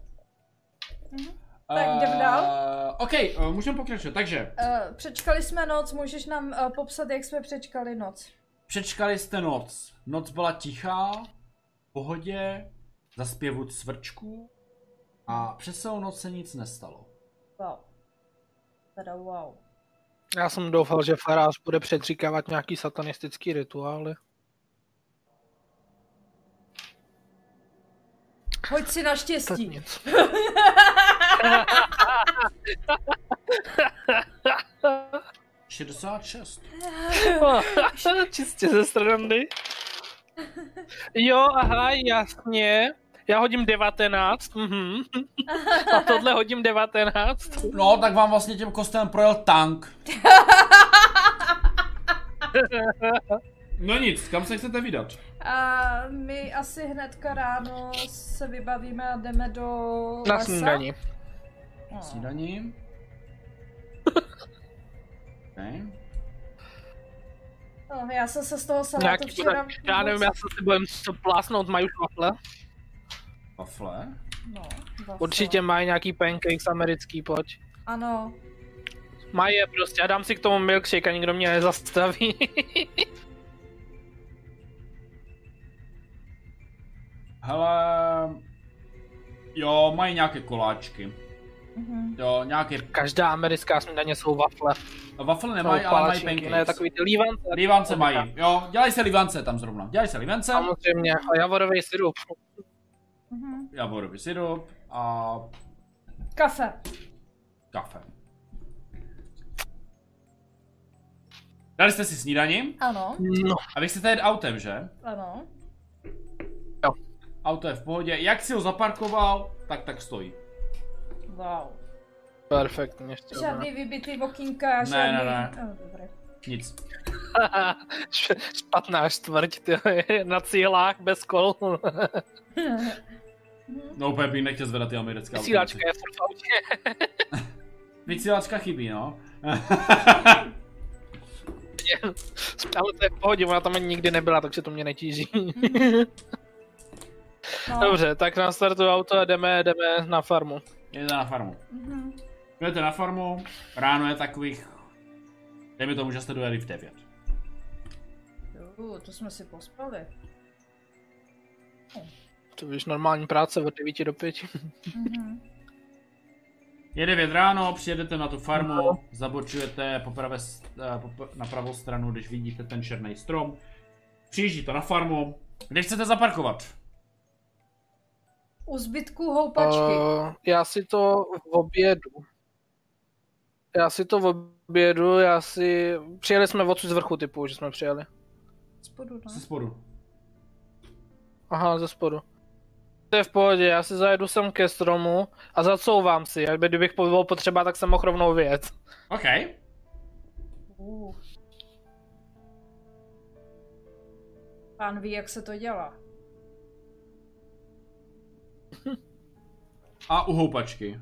[SPEAKER 2] Tak jdem dál.
[SPEAKER 1] Eh, OK, eh, můžeme pokračovat. Takže,
[SPEAKER 2] Uh, přečkali jsme noc, můžeš nám uh, popsat, jak jsme přečkali noc.
[SPEAKER 1] přečkali jste noc. Noc byla tichá, v pohodě, za zpěvu cvrčků a přes celou noc se nic nestalo.
[SPEAKER 2] Wow. Teda wow.
[SPEAKER 3] Já jsem doufal, že farář bude předříkávat nějaký satanistický rituály.
[SPEAKER 2] Hoď si na
[SPEAKER 3] Tak
[SPEAKER 2] štěstí.
[SPEAKER 3] nic. Ah,
[SPEAKER 1] 66.
[SPEAKER 3] (laughs) Čistě ze strany. Jo, aha, jasně. Já hodím 19. Mhm. A tohle hodím 19.
[SPEAKER 1] No, tak vám vlastně těm kostem projel tank. (laughs) No nic, kam se chcete vydat?
[SPEAKER 2] A my asi hnedka ráno se vybavíme a jdeme do
[SPEAKER 3] Na
[SPEAKER 2] lesa.
[SPEAKER 3] snídaní.
[SPEAKER 2] No.
[SPEAKER 1] Snídaní. (laughs) Okay.
[SPEAKER 2] No, já jsem se z toho salátu
[SPEAKER 3] Nějaký
[SPEAKER 2] včera...
[SPEAKER 3] Já nevím, já se si budem co plásnout, mají už wafle.
[SPEAKER 1] Wafle.
[SPEAKER 2] No, zase.
[SPEAKER 3] Určitě mají nějaký pancakes americký, pojď.
[SPEAKER 2] Ano.
[SPEAKER 3] Má je prostě, já dám si k tomu milkshake a nikdo mě nezastaví. (laughs)
[SPEAKER 1] Hele... Jo, mají nějaké koláčky.
[SPEAKER 2] Mhm.
[SPEAKER 1] Jo, nějaké...
[SPEAKER 3] Každá americká snídaně jsou wafle.
[SPEAKER 1] Wafle
[SPEAKER 3] Jsou
[SPEAKER 1] nemají, ale mají
[SPEAKER 3] palačinky, Ne,
[SPEAKER 1] pancakes.
[SPEAKER 3] takový ty lívance.
[SPEAKER 1] Livance mají, jo, dělají se livance tam zrovna. Dělají se livance,
[SPEAKER 3] Samozřejmě, a javorový sirup.
[SPEAKER 2] Mhm.
[SPEAKER 1] javorový syrup a
[SPEAKER 2] Kafe.
[SPEAKER 1] kafe. Dali jste si snídani
[SPEAKER 2] Ano,
[SPEAKER 3] No,
[SPEAKER 1] a vy chcete jet autem, že?
[SPEAKER 2] ano.
[SPEAKER 1] Auto je v pohodě. Jak si ho zaparkoval, tak tak stojí.
[SPEAKER 2] Wow.
[SPEAKER 3] perfektně. šťastná.
[SPEAKER 2] Žádný vybitý okýnka,
[SPEAKER 1] Ne,
[SPEAKER 2] žádný...
[SPEAKER 1] ne, ne.
[SPEAKER 2] Oh, dobré.
[SPEAKER 1] Nic.
[SPEAKER 3] (laughs) Špatná čtvrť, ty jo, na cílách bez kol.
[SPEAKER 1] No úplně bych nechtěl zvedat ty americké
[SPEAKER 3] Vysílačka je furt v autě.
[SPEAKER 1] Vysílačka chybí, no.
[SPEAKER 3] Ale to je v pohodě, ona tam ani nikdy nebyla, takže to mě netíží.
[SPEAKER 2] No.
[SPEAKER 3] Dobře, tak nastartuju auto a jdeme, jdeme na farmu.
[SPEAKER 1] Jdete na farmu.
[SPEAKER 2] Mhm.
[SPEAKER 1] Jdete na farmu, ráno je takových... Dejme tomu, že jste dojeli v 9.
[SPEAKER 2] Jo, to jsme si pospali.
[SPEAKER 3] To víš, normální práce od 9 do 5.
[SPEAKER 2] Mhm.
[SPEAKER 1] Je 9 ráno, přijedete na tu farmu, zabočujete po pravé, s- eh, po, po- na pravou stranu, když vidíte ten černý strom. Přijíždíte na farmu, kde chcete zaparkovat.
[SPEAKER 2] U zbytku houpačky.
[SPEAKER 3] Uh, já si to v obědu. Já si to v obědu, já si... Přijeli jsme odsud z vrchu typu, že jsme přijeli.
[SPEAKER 1] Eh,
[SPEAKER 2] Spodu, no.
[SPEAKER 1] Ze spodu.
[SPEAKER 3] Aha, ze spodu. To je v pohodě, já si zajedu sem ke stromu a zacouvám si, aby kdybych byl potřeba, tak jsem mohl rovnou vyjet.
[SPEAKER 1] OK.
[SPEAKER 2] Uh. Pán ví, jak se to dělá.
[SPEAKER 1] A u houpačky.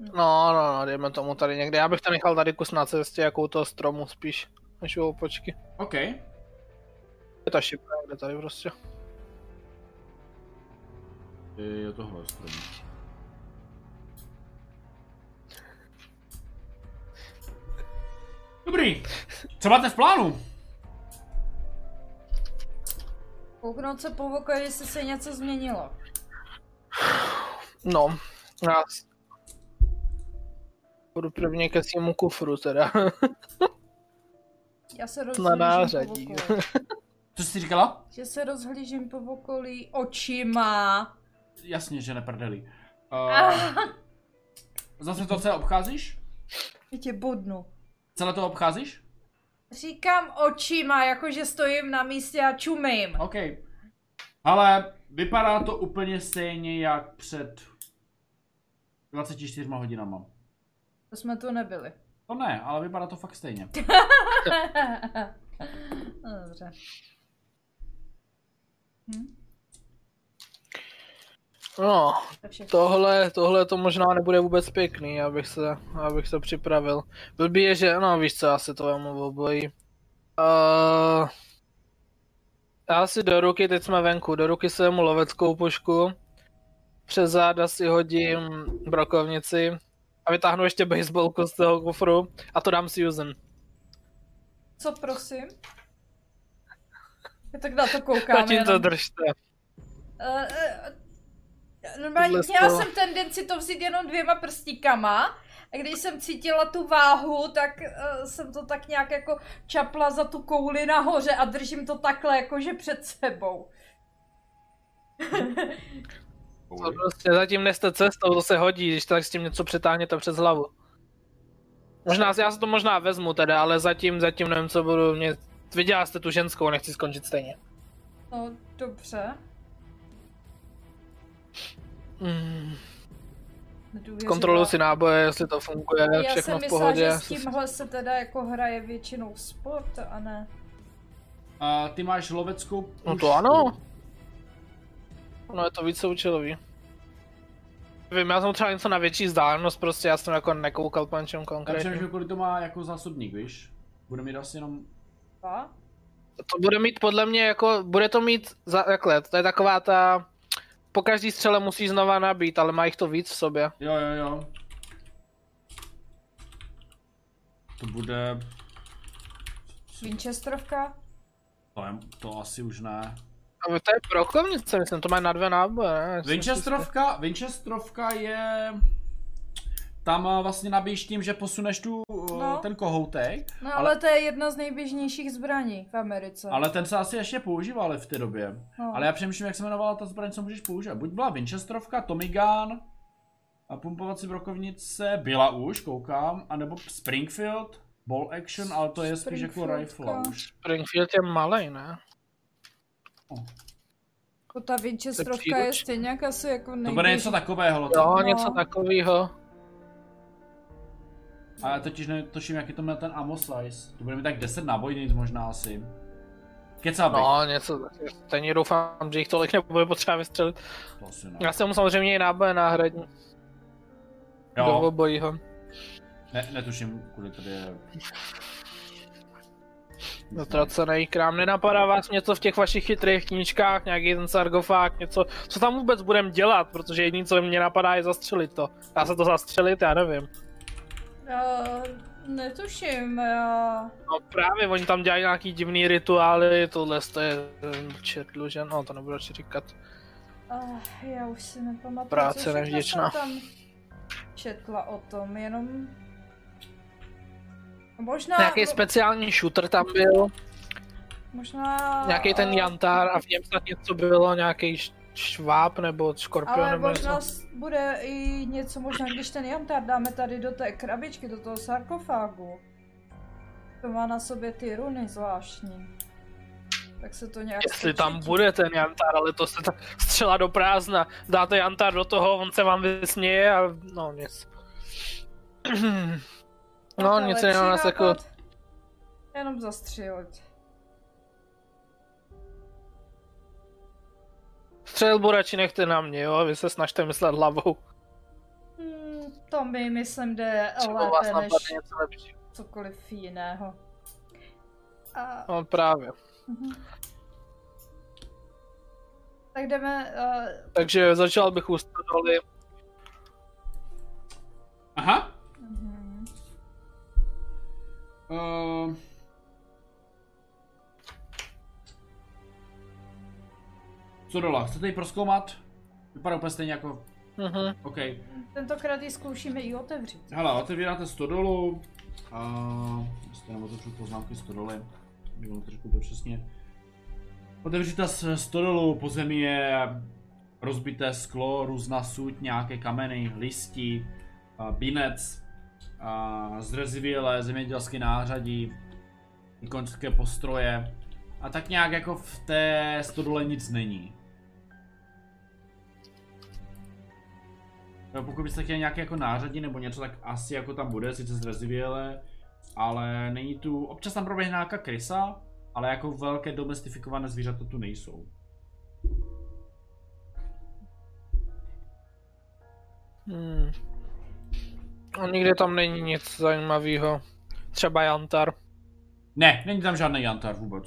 [SPEAKER 3] No, no, no, dejme tomu tady někde. Já bych to nechal tady kus na cestě, jako u toho stromu spíš, než u opočky.
[SPEAKER 1] OK.
[SPEAKER 3] Je ta šipka někde tady prostě.
[SPEAKER 1] Je tohle strom. Dobrý. Co máte v plánu?
[SPEAKER 2] Kouknout se po oku, jestli se něco změnilo.
[SPEAKER 3] No, já s- budu prvně ke svýmu kufru teda. (laughs)
[SPEAKER 2] Já se
[SPEAKER 3] nářadí.
[SPEAKER 2] rozhlížím po okolí.
[SPEAKER 1] Co jsi říkala?
[SPEAKER 2] Že se rozhlížím po okolí očima.
[SPEAKER 1] Jasně, že neprdeli. Uh,
[SPEAKER 2] Ah,
[SPEAKER 1] zase to celé obcházíš?
[SPEAKER 2] tě bodnu.
[SPEAKER 1] Celé to obcházíš?
[SPEAKER 2] Říkám očima, jakože stojím na místě a čumím.
[SPEAKER 1] OK. Ale vypadá to úplně stejně jak před 24 hodinama.
[SPEAKER 2] To jsme tu nebyli.
[SPEAKER 1] To ne, ale vypadá to fakt stejně.
[SPEAKER 2] No, Dobře. Hm?
[SPEAKER 3] No,
[SPEAKER 2] To je všechno.
[SPEAKER 3] Tohle, tohle to možná nebude vůbec pěkný, abych se, abych se připravil. Blbý je, že, no víš co, já si to vemu v obojí. Uh, já si do ruky, teď jsme venku, do ruky si mu loveckou pušku, přes záda si hodím brokovnici a vytáhnu ještě baseballku z toho kufru a to dám Susan.
[SPEAKER 2] Co prosím? Já tak na to koukám.
[SPEAKER 3] Zatím to
[SPEAKER 2] jenom.
[SPEAKER 3] držte.
[SPEAKER 2] Eh, eh, Normálně
[SPEAKER 3] Tohle
[SPEAKER 2] měla
[SPEAKER 3] stalo.
[SPEAKER 2] jsem tendenci to vzít jenom dvěma prstíkama a když jsem cítila tu váhu, tak eh, jsem to tak nějak jako čapla za tu kouli nahoře a držím to takhle jakože před sebou.
[SPEAKER 3] To prostě zatím neste cestou, to se hodí, když tak s tím něco přetáhněte přes hlavu. Možná, já se to možná vezmu teda, ale zatím, zatím nevím, co budu mě... Viděla jste tu ženskou, nechci skončit stejně.
[SPEAKER 2] No dobře,
[SPEAKER 3] Mm,
[SPEAKER 2] nedůvěřila.
[SPEAKER 3] kontroluji si náboje, jestli to funguje,
[SPEAKER 2] Já
[SPEAKER 3] všechno
[SPEAKER 2] jsem
[SPEAKER 3] v
[SPEAKER 2] myslela,
[SPEAKER 3] pohodě.
[SPEAKER 2] že s tímhle se teda jako hraje většinou sport a ne.
[SPEAKER 1] A ty máš loveckou pušku.
[SPEAKER 3] No to ano. No je to více účelový. Vím, já jsem třeba něco na větší vzdálenost, prostě já jsem jako nekoukal po něčem
[SPEAKER 1] Já myslím,
[SPEAKER 3] konkrétním.
[SPEAKER 1] že kolik to má jako zásobník, víš? Bude mít asi jenom...
[SPEAKER 2] Dva?
[SPEAKER 3] To bude mít podle mě jako, bude to mít, za, takhle, to je taková ta, po každý střele musí znova nabít, ale má jich to víc v sobě.
[SPEAKER 1] Jo, jo, jo. To bude...
[SPEAKER 2] Winchesterovka?
[SPEAKER 1] To, je, to asi už ne.
[SPEAKER 3] A to je proklovnice, myslím, to má na dvě náboje, ne? Jestli jsem si-
[SPEAKER 1] Winchesterovka, Winchesterovka je... Tam a, vlastně nabíjíš tím, že posuneš tu, no.
[SPEAKER 2] No.
[SPEAKER 1] ten kohoutek,
[SPEAKER 2] No
[SPEAKER 1] Ale-
[SPEAKER 2] ale, ale to je jedna z nejběžnějších zbraní v Americe.
[SPEAKER 1] ale ten se asi ještě používal v té době.
[SPEAKER 2] no.
[SPEAKER 1] Ale já přemýšlím, jak se jmenovala ta zbraň, co můžeš používat. Buď byla Winchesterovka, Tommy Gun, a pumpovací brokovnice byla už, koukám, anebo Springfield, ball action, ale to je spíš jako
[SPEAKER 2] Springfieldka.
[SPEAKER 1] rifle už.
[SPEAKER 3] Springfield je malej, ne?
[SPEAKER 2] Jako ta
[SPEAKER 3] To je
[SPEAKER 2] Winchesterovka je
[SPEAKER 3] příručný.
[SPEAKER 2] stejně jak asi jako
[SPEAKER 1] To bude
[SPEAKER 2] nejběžnější.
[SPEAKER 1] něco takového, to.
[SPEAKER 3] Jo,
[SPEAKER 2] No.
[SPEAKER 3] něco takového.
[SPEAKER 1] A já totiž netuším, jaký to má ten ammo size. To bude mít tak 10 nábojnic možná asi. Kecá bych.
[SPEAKER 3] No, něco takového. Stejně doufám, že jich tolik nebude potřeba vystřelit.
[SPEAKER 1] To asi no. ne.
[SPEAKER 3] Já jsem mu samozřejmě i náboje náhradní. Do
[SPEAKER 1] Jo,
[SPEAKER 3] obojího.
[SPEAKER 1] ne, netuším, kudy tady je.
[SPEAKER 3] No, Zatracený krám. Nenapadá vás něco v těch vašich chytrých knížkách, nějaký ten sargofág, něco, co tam vůbec budeme dělat, protože jediné, co mě napadá, je zastřelit to. Dá se to zastřelit, já nevím.
[SPEAKER 2] Uh, netuším, já...
[SPEAKER 3] No právě, oni tam dělají nějaký divný rituály, tohle to je eh, četlu, že no, to nebudu radši říkat.
[SPEAKER 2] Uh, já už si nepamatuju,
[SPEAKER 3] Práce
[SPEAKER 2] co všechno
[SPEAKER 3] nevděčná.
[SPEAKER 2] jsem tam četla o tom, jenom... Možná...
[SPEAKER 3] Nějaký speciální shooter tam byl,
[SPEAKER 2] možná...
[SPEAKER 3] nějaký ten
[SPEAKER 2] eh,
[SPEAKER 3] jantár a v něm snad něco bylo, nějaký šváb nebo škorpion
[SPEAKER 2] Ale
[SPEAKER 3] nebo něco.
[SPEAKER 2] možná s- bude i něco, možná když ten jantár dáme tady do té krabičky, do toho sarkofágu. To má na sobě ty runy zvláštní. Tak se to nějak...
[SPEAKER 3] Jestli tam
[SPEAKER 2] sečetí.
[SPEAKER 3] bude ten jantár, ale to se ta střela do prázdna. Dáte jantár do toho, on se vám vysměje a no nic. (clears throat) No
[SPEAKER 2] Ale
[SPEAKER 3] nic
[SPEAKER 2] lepší
[SPEAKER 3] jiného nás jako...
[SPEAKER 2] nápad Jenom zastřelit.
[SPEAKER 3] Střelbu radši nechte na mě, jo? Vy se snažte myslet hlavou.
[SPEAKER 2] No, Hmm, to mi myslím jde
[SPEAKER 3] Třeba vás
[SPEAKER 2] lépe než
[SPEAKER 3] napadne něco lepšího.
[SPEAKER 2] cokoliv jiného. A,
[SPEAKER 3] No právě.
[SPEAKER 2] mhm. Tak jdeme, uh,
[SPEAKER 3] Takže začal bych u stodoly.
[SPEAKER 1] Aha.
[SPEAKER 2] mhm.
[SPEAKER 1] Uh... Co dola? Chcete ji proskoumat? Vypadá úplně stejně jako...
[SPEAKER 3] Mhm.
[SPEAKER 1] OK.
[SPEAKER 2] tentokrát ji zkoušíme i otevřít.
[SPEAKER 1] Hele, otevíráte stodolu. A... Jestli nebo otevřu poznámky stodoly. Bylo to trošku to přesně. Otevříte s- stodolu, po zemi je rozbité sklo, různá suť, nějaké kameny, listí, a binec, a zrezivělé zemědělské nářadí, i koňské postroje. A tak nějak jako v té stodole nic není. No, pokud byste chtěli nějaké jako nářadí nebo něco, tak asi jako tam bude, sice zrezivělé, ale není tu, občas tam proběhne nějaká krysa, ale jako velké domestifikované zvířata tu nejsou.
[SPEAKER 3] Hmm. A nikde tam není nic zajímavého. Třeba jantar.
[SPEAKER 1] Ne, není tam žádný jantar vůbec.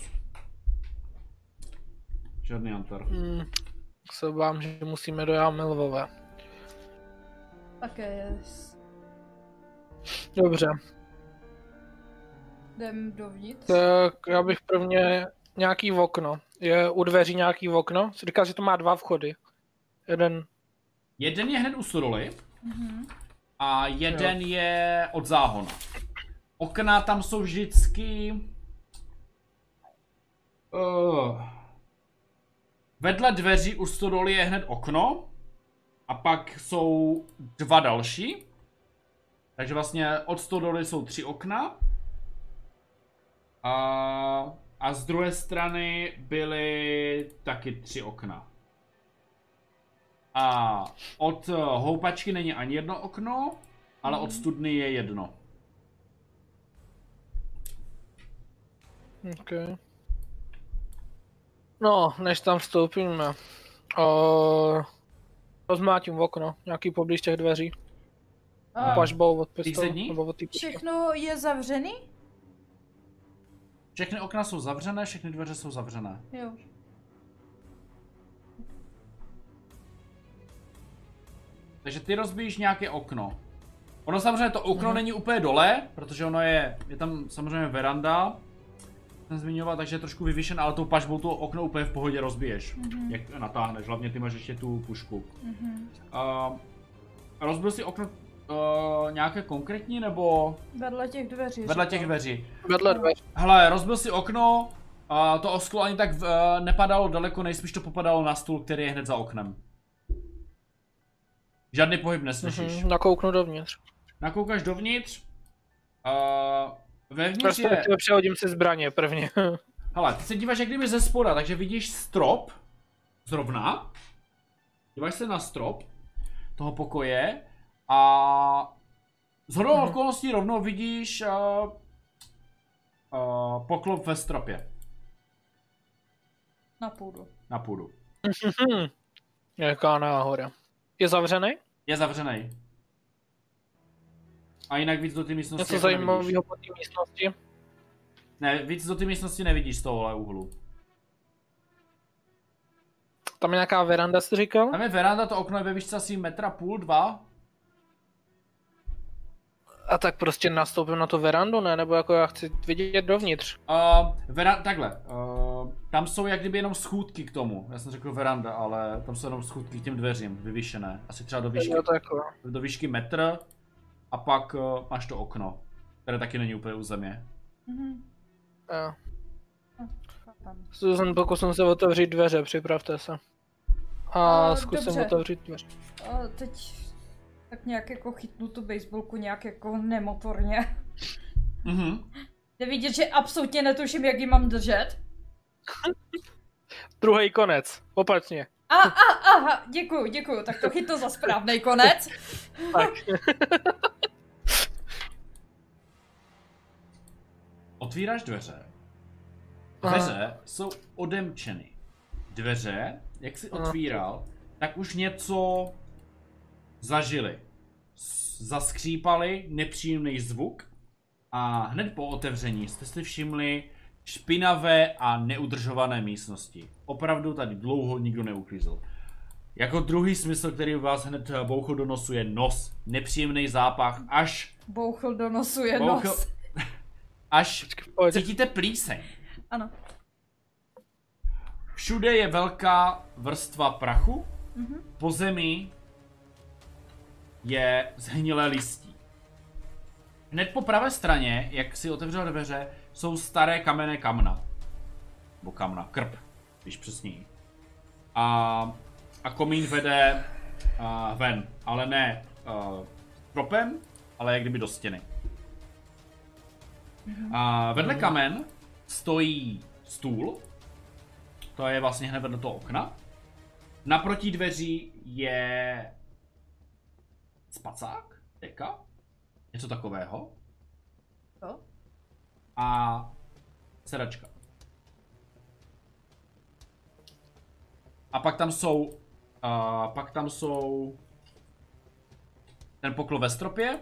[SPEAKER 1] Žádný jantar.
[SPEAKER 3] Hmm. Tak Se bám, že musíme do jámy lvové.
[SPEAKER 2] Také yes.
[SPEAKER 3] Dobře.
[SPEAKER 2] jdem dovnitř.
[SPEAKER 3] Tak já bych prvně nějaký okno. Je u dveří nějaký okno? Jsi říkal, že to má dva vchody. Jeden.
[SPEAKER 1] Jeden je hned u stodoly
[SPEAKER 2] Mhm.
[SPEAKER 1] a jeden je od záhona. Okna tam jsou vždycky... Uh, vedle dveří u stodoly je hned okno a pak jsou dva další. Takže vlastně od stodoly jsou tři okna. A, a z druhé strany byly taky tři okna. A od eh, houpačky není ani jedno okno, ale od studny je jedno.
[SPEAKER 3] Okay. No, než tam vstoupíme. O... Rozmlátím okno, nějaký poblíž těch dveří.
[SPEAKER 1] A-
[SPEAKER 2] A
[SPEAKER 3] Pažbou od pistolu,
[SPEAKER 1] sedni?
[SPEAKER 3] nebo od té pušky.
[SPEAKER 2] všechno je zavřený?
[SPEAKER 1] Všechny okna jsou zavřené, všechny dveře jsou zavřené.
[SPEAKER 2] Jo.
[SPEAKER 1] Takže ty rozbíjíš nějaké okno. Ono samozřejmě to okno není úplně dole, protože ono je, je tam samozřejmě veranda, jsem zmiňoval, takže je trošku vyvyšen, ale tou pažbou to okno úplně v pohodě rozbiješ, jak to natáhneš, hlavně ty máš ještě tu pušku. Uh, rozbil si okno uh, nějaké konkrétní, nebo
[SPEAKER 2] Vedle těch dveří.
[SPEAKER 1] vedle
[SPEAKER 2] říkal.
[SPEAKER 1] těch dveří?
[SPEAKER 3] Vedle dveří.
[SPEAKER 1] Hele, rozbil si okno, a to osklo ani tak uh, nepadalo daleko, nejspíš to popadalo na stůl, který je hned za oknem. Žádný pohyb neslyšíš.
[SPEAKER 3] Mhm, nakouknu dovnitř.
[SPEAKER 1] Nakoukáš dovnitř. Uh, vevnitř je...
[SPEAKER 3] Prostě přehodím si zbraně prvně. (laughs)
[SPEAKER 1] Hele, ty se díváš jak kdyby ze spoda, takže vidíš strop. Zrovna. Díváš se na strop toho pokoje a z hodou
[SPEAKER 3] Mhm.
[SPEAKER 1] okolností rovnou vidíš uh, uh, poklop ve stropě
[SPEAKER 2] Na půdu.
[SPEAKER 1] na půdu.
[SPEAKER 3] Hm. Jaká náhoda. Je zavřený?
[SPEAKER 1] Je zavřený. A jinak víc do té místnosti jako
[SPEAKER 3] Něco
[SPEAKER 1] nevidíš.
[SPEAKER 3] zajímavého po té místnosti?
[SPEAKER 1] Ne, víc do té místnosti nevidíš z tohohle úhlu.
[SPEAKER 3] Tam je nějaká veranda, jsi říkal?
[SPEAKER 1] Tam je veranda, to okno je ve výšce asi metra půl, dva,
[SPEAKER 3] A tak prostě nastoupím na tu verandu, ne? Nebo jako já chci vidět dovnitř.
[SPEAKER 1] Uh, vera, takhle, uh, tam jsou jak kdyby jenom schůdky k tomu, já jsem řekl veranda, ale tam jsou jenom schůdky k těm dveřím, vyvyšené, asi třeba do výšky,
[SPEAKER 3] Jo, tak jo.
[SPEAKER 1] do výšky metr a pak uh, máš to okno, které taky není úplně u země.
[SPEAKER 2] Mhm.
[SPEAKER 3] Jo.
[SPEAKER 2] Chápem.
[SPEAKER 3] Susan, pokusím se otevřít dveře, připravte se. A
[SPEAKER 2] A,
[SPEAKER 3] zkusím
[SPEAKER 2] dobře.
[SPEAKER 3] otevřít dveře.
[SPEAKER 2] A teď tak nějak jako chytnu tu baseballku nějak jako nemotorně.
[SPEAKER 1] Mhm.
[SPEAKER 2] Jde vidět, že absolutně netuším, jak ji mám držet.
[SPEAKER 3] Druhý konec, opačně.
[SPEAKER 2] A, a, aha, děkuju, děkuju, tak to chytnu za správný konec.
[SPEAKER 3] Tak.
[SPEAKER 1] Otvíráš dveře,
[SPEAKER 3] Aha.
[SPEAKER 1] dveře jsou odemčeny. Dveře, jak si
[SPEAKER 3] Aha.
[SPEAKER 1] otvíral, tak už něco zažili. S- Zaskřípali nepříjemný zvuk a hned po otevření jste si všimli špinavé a neudržované místnosti. Opravdu tady dlouho nikdo neuklízel. Jako druhý smysl, který u vás hned eh, bouchl do nosu, je nos. Nepříjemný zápach až,
[SPEAKER 2] Bouchl do nosu je
[SPEAKER 1] Bouchl-
[SPEAKER 2] nos.
[SPEAKER 1] (laughs) až
[SPEAKER 3] Počkej, pojď.
[SPEAKER 1] cítíte plíseň.
[SPEAKER 2] Ano.
[SPEAKER 1] Všude je velká vrstva prachu,
[SPEAKER 2] Mhm.
[SPEAKER 1] po zemi je zhnilé listí. Hned po pravé straně, jak si otevřel dveře, jsou staré kamenné kamna. Nebo kamna, krb, když přesněji. A, a komín vede uh, ven, ale ne uh, propem, ale jak kdyby do stěny. A vedle kamen stojí stůl, to je vlastně hned vedle toho okna. Naproti dveří je spacák, deka, něco takového
[SPEAKER 2] Co?
[SPEAKER 1] a sedačka. A pak tam jsou, uh, pak tam jsou ten pokl ve stropě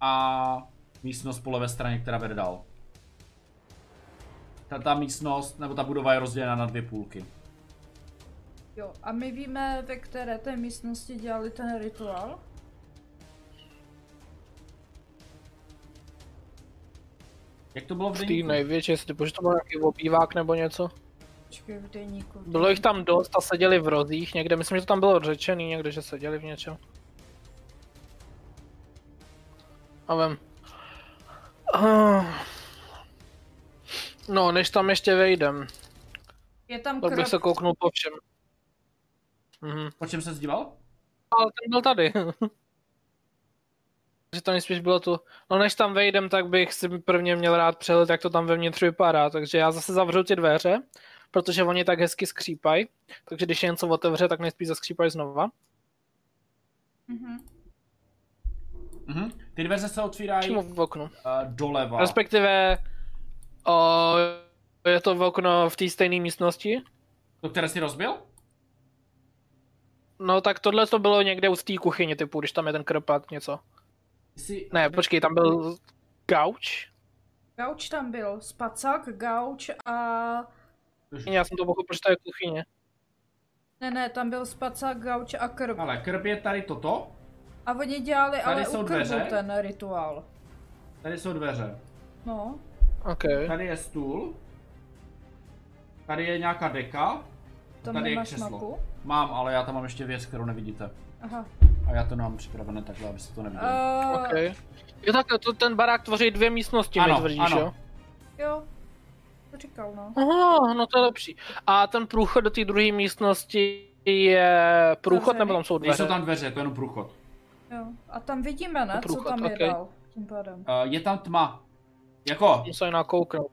[SPEAKER 1] a místnost po levé straně, která vede dál. Ta, ta místnost, nebo ta budova je rozdělena na dvě půlky.
[SPEAKER 2] Jo, a my víme, ve které té místnosti dělali ten rituál?
[SPEAKER 1] Jak to bylo v
[SPEAKER 3] V té
[SPEAKER 1] deníku?
[SPEAKER 3] největší, jestli protože to byl nějaký obývák nebo něco.
[SPEAKER 2] Počkej v deníku.
[SPEAKER 3] Bylo jich tam dost a seděli v rozích někde, myslím, že to tam bylo řečený někde, že seděli v něčem. A vem. Ah. No, než tam ještě vejdem,
[SPEAKER 2] Je tam
[SPEAKER 3] tak
[SPEAKER 2] krv.
[SPEAKER 3] bych se kouknul po všem. Mhm.
[SPEAKER 1] Po čem se zdíval?
[SPEAKER 3] Ale ten byl tady. (laughs) že to nejspíš bylo tu. No než tam vejdem, tak bych si prvně měl rád přehled, jak to tam vevnitř vypadá. Takže já zase zavřu ty dveře, protože oni tak hezky skřípají. Takže když je něco otevře, tak nejspíš zaskřípají znova.
[SPEAKER 2] Mhm.
[SPEAKER 1] Mhm. Ty dveře se otvírají
[SPEAKER 3] Přímo
[SPEAKER 1] uh,
[SPEAKER 3] v oknu.
[SPEAKER 1] doleva.
[SPEAKER 3] Respektive o, je to v okno v té stejné místnosti.
[SPEAKER 1] To, které jsi rozbil?
[SPEAKER 3] No tak tohle to bylo někde u té kuchyně, typu, když tam je ten krpat něco.
[SPEAKER 1] Jsi...
[SPEAKER 3] Ne, počkej, tam byl gauč.
[SPEAKER 2] Gauč tam byl, spacák, gauč a...
[SPEAKER 3] Já jsem to pochopil, že to je kuchyně.
[SPEAKER 2] Ne, ne, tam byl spacák, gauč a krv.
[SPEAKER 1] Ale krb je tady toto.
[SPEAKER 2] A oni dělali
[SPEAKER 1] Tady
[SPEAKER 2] ale
[SPEAKER 1] jsou
[SPEAKER 2] u krbu
[SPEAKER 1] dveře.
[SPEAKER 2] ten rituál.
[SPEAKER 1] Tady jsou dveře.
[SPEAKER 2] No.
[SPEAKER 3] OK.
[SPEAKER 1] Tady je stůl. Tady je nějaká deka.
[SPEAKER 2] Tam
[SPEAKER 1] tady je
[SPEAKER 2] nemáš
[SPEAKER 1] křeslo.
[SPEAKER 2] mapu?
[SPEAKER 1] Mám, ale já tam mám ještě věc, kterou nevidíte.
[SPEAKER 2] Aha.
[SPEAKER 1] A já to mám připravené takhle, abyste to neviděli.
[SPEAKER 3] Eh,
[SPEAKER 2] Uh,
[SPEAKER 3] OK. Jo takhle, to ten barák tvoří dvě místnosti,
[SPEAKER 1] Eh,
[SPEAKER 3] mi
[SPEAKER 1] Ano,
[SPEAKER 3] tvrdíš,
[SPEAKER 1] ano.
[SPEAKER 3] jo?
[SPEAKER 2] Jo. To říkal, no.
[SPEAKER 3] Aha, no to je lepší. A ten průchod do té druhé místnosti je průchod,
[SPEAKER 2] Zavřený.
[SPEAKER 3] nebo tam jsou dveře?
[SPEAKER 1] Nejsou tam dveře, je to jenom průchod.
[SPEAKER 2] Jo. A tam vidíme, ne? Co
[SPEAKER 3] Průchod,
[SPEAKER 2] tam je
[SPEAKER 3] okej.
[SPEAKER 2] dal. Tím pádem.
[SPEAKER 1] Uh, je tam tma. Jako,
[SPEAKER 3] Musím nakouknout.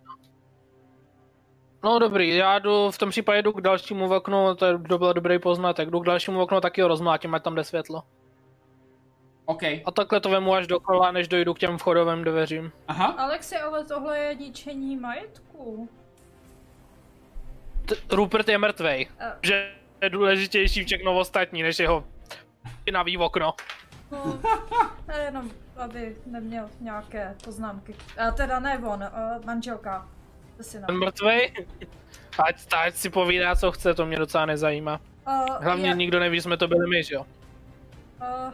[SPEAKER 3] No dobrý, já jdu, v tom případě jdu k dalšímu oknu, to, je, to byl dobrý poznatek, jdu k dalšímu oknu, taky ho rozmlátím, ať tam jde světlo.
[SPEAKER 1] OK.
[SPEAKER 3] A takhle to vemu až dokola, než dojdu k těm vchodovým dveřím.
[SPEAKER 1] Aha.
[SPEAKER 2] Alexi, ale tohle je ničení majetku.
[SPEAKER 3] T- Rupert je mrtvej,
[SPEAKER 2] Eh.
[SPEAKER 3] že je důležitější všechno ostatní, než jeho pinavý okno.
[SPEAKER 2] No, a jenom, aby neměl nějaké poznámky. A teda ne on, a manželka. To si
[SPEAKER 3] Ten mrtvej? Ať, ať si povídá, co chce, to mě docela nezajímá. Hlavně
[SPEAKER 2] já,
[SPEAKER 3] nikdo neví, že jsme to byli my, že jo?
[SPEAKER 2] a, Eh,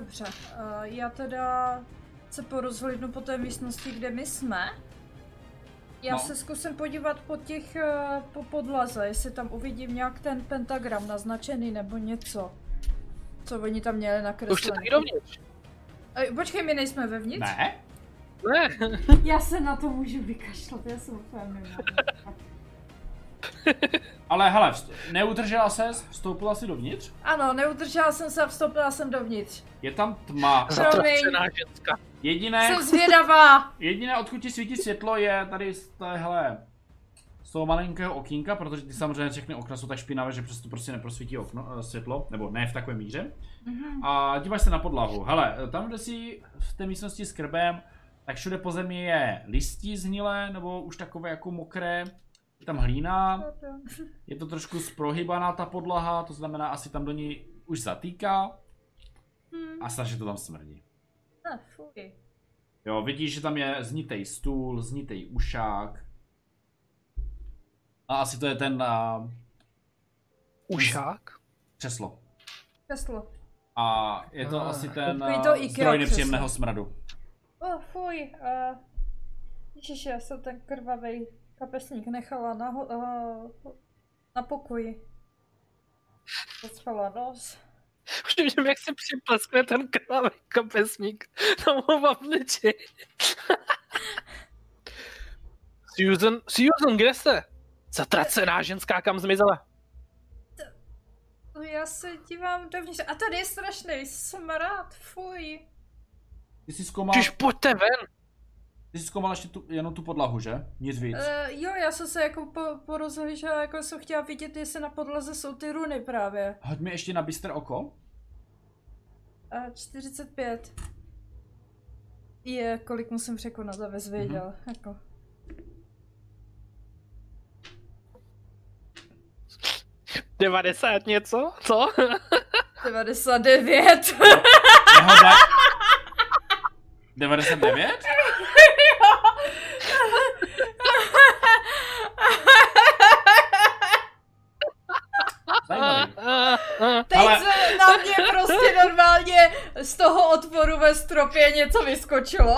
[SPEAKER 2] dobře, a, já teda se porozhlídnu po té místnosti, kde my jsme. Já
[SPEAKER 1] No.
[SPEAKER 2] se zkusím podívat po těch, eh, po podlaze, jestli tam uvidím nějak ten pentagram naznačený nebo něco. Co oni tam měli
[SPEAKER 3] Už jste
[SPEAKER 2] nakreslený.
[SPEAKER 3] taky dovnitř?
[SPEAKER 2] Ej, počkej, my nejsme vevnitř?
[SPEAKER 1] Ne?
[SPEAKER 3] Ne. (laughs)
[SPEAKER 2] Já se na to můžu vykašlat, já jsem úplně mimo.
[SPEAKER 1] Ale hele, vst- neudržela se, vstoupila si dovnitř.
[SPEAKER 2] (laughs) Ano, neudržela jsem se a vstoupila jsem dovnitř.
[SPEAKER 1] Je tam tma.
[SPEAKER 3] Zatracená ženská.
[SPEAKER 1] Jediné, (laughs)
[SPEAKER 2] Jsem zvědavá!
[SPEAKER 1] jediné odkud ti svítí světlo, je tady z téhle z toho malinkého okýnka, protože ty samozřejmě všechny okna jsou tak špinavé, že přesto prostě neprosvítí okno, eh, světlo, nebo ne v takové míře. A díváš se na podlahu. Hele, eh, tam, kde si v té místnosti s krbem, tak všude po zemi je listí zhnilé, nebo už takové jako mokré. Je tam hlína, Je to trošku zprohybaná ta podlaha, to znamená asi tam do ní už zatýká
[SPEAKER 2] Hm,
[SPEAKER 1] a strašně to tam smrdí.
[SPEAKER 2] ne, fuj.
[SPEAKER 1] Jo, vidíš, že tam je znitej stůl, znitej ušák. A asi to je ten uh,
[SPEAKER 3] Ušák?
[SPEAKER 1] křeslo.
[SPEAKER 2] Kreslo.
[SPEAKER 1] A je to
[SPEAKER 3] Ah.
[SPEAKER 1] asi ten
[SPEAKER 2] Takový
[SPEAKER 1] uh,
[SPEAKER 2] to IKEA
[SPEAKER 1] zdroj nepříjemného smradu.
[SPEAKER 2] O, oh, fuj. Uh, ježiši, já jsem ten krvavý kapesník nechala na, ho- uh, na pokoji. Zaspala nos.
[SPEAKER 3] (laughs) Už vidím, jak se připleskne ten krávý kapesník (laughs) na mou obliči. (laughs) Susan, Susan, kde jste? Zatracená ženská, kam zmizela?
[SPEAKER 2] No, Já se dívám dovnitř. A tady je strašný smrad, fuj.
[SPEAKER 1] Ty jsi zkoumal,
[SPEAKER 3] Čiž pojďte ven.
[SPEAKER 1] ty jsi zkoumal ještě tu, jenom tu podlahu, že? Nic víc.
[SPEAKER 2] Uh, jo, já jsem se jako po, porozhlížela, jako jsem chtěla vidět, jestli na podlaze jsou ty runy právě.
[SPEAKER 1] Hoď mi ještě na bystr oko.
[SPEAKER 2] Uh, 45. Je, kolik musím překonat, abys věděl, mm-hmm. jako.
[SPEAKER 3] Devadesát něco? Co? (laughs)
[SPEAKER 2] 99. (laughs)
[SPEAKER 1] Nehoda... 99? Zajímavý.
[SPEAKER 2] Teď
[SPEAKER 1] Ale-
[SPEAKER 2] se na mě prostě normálně z toho otvoru ve stropě něco vyskočilo.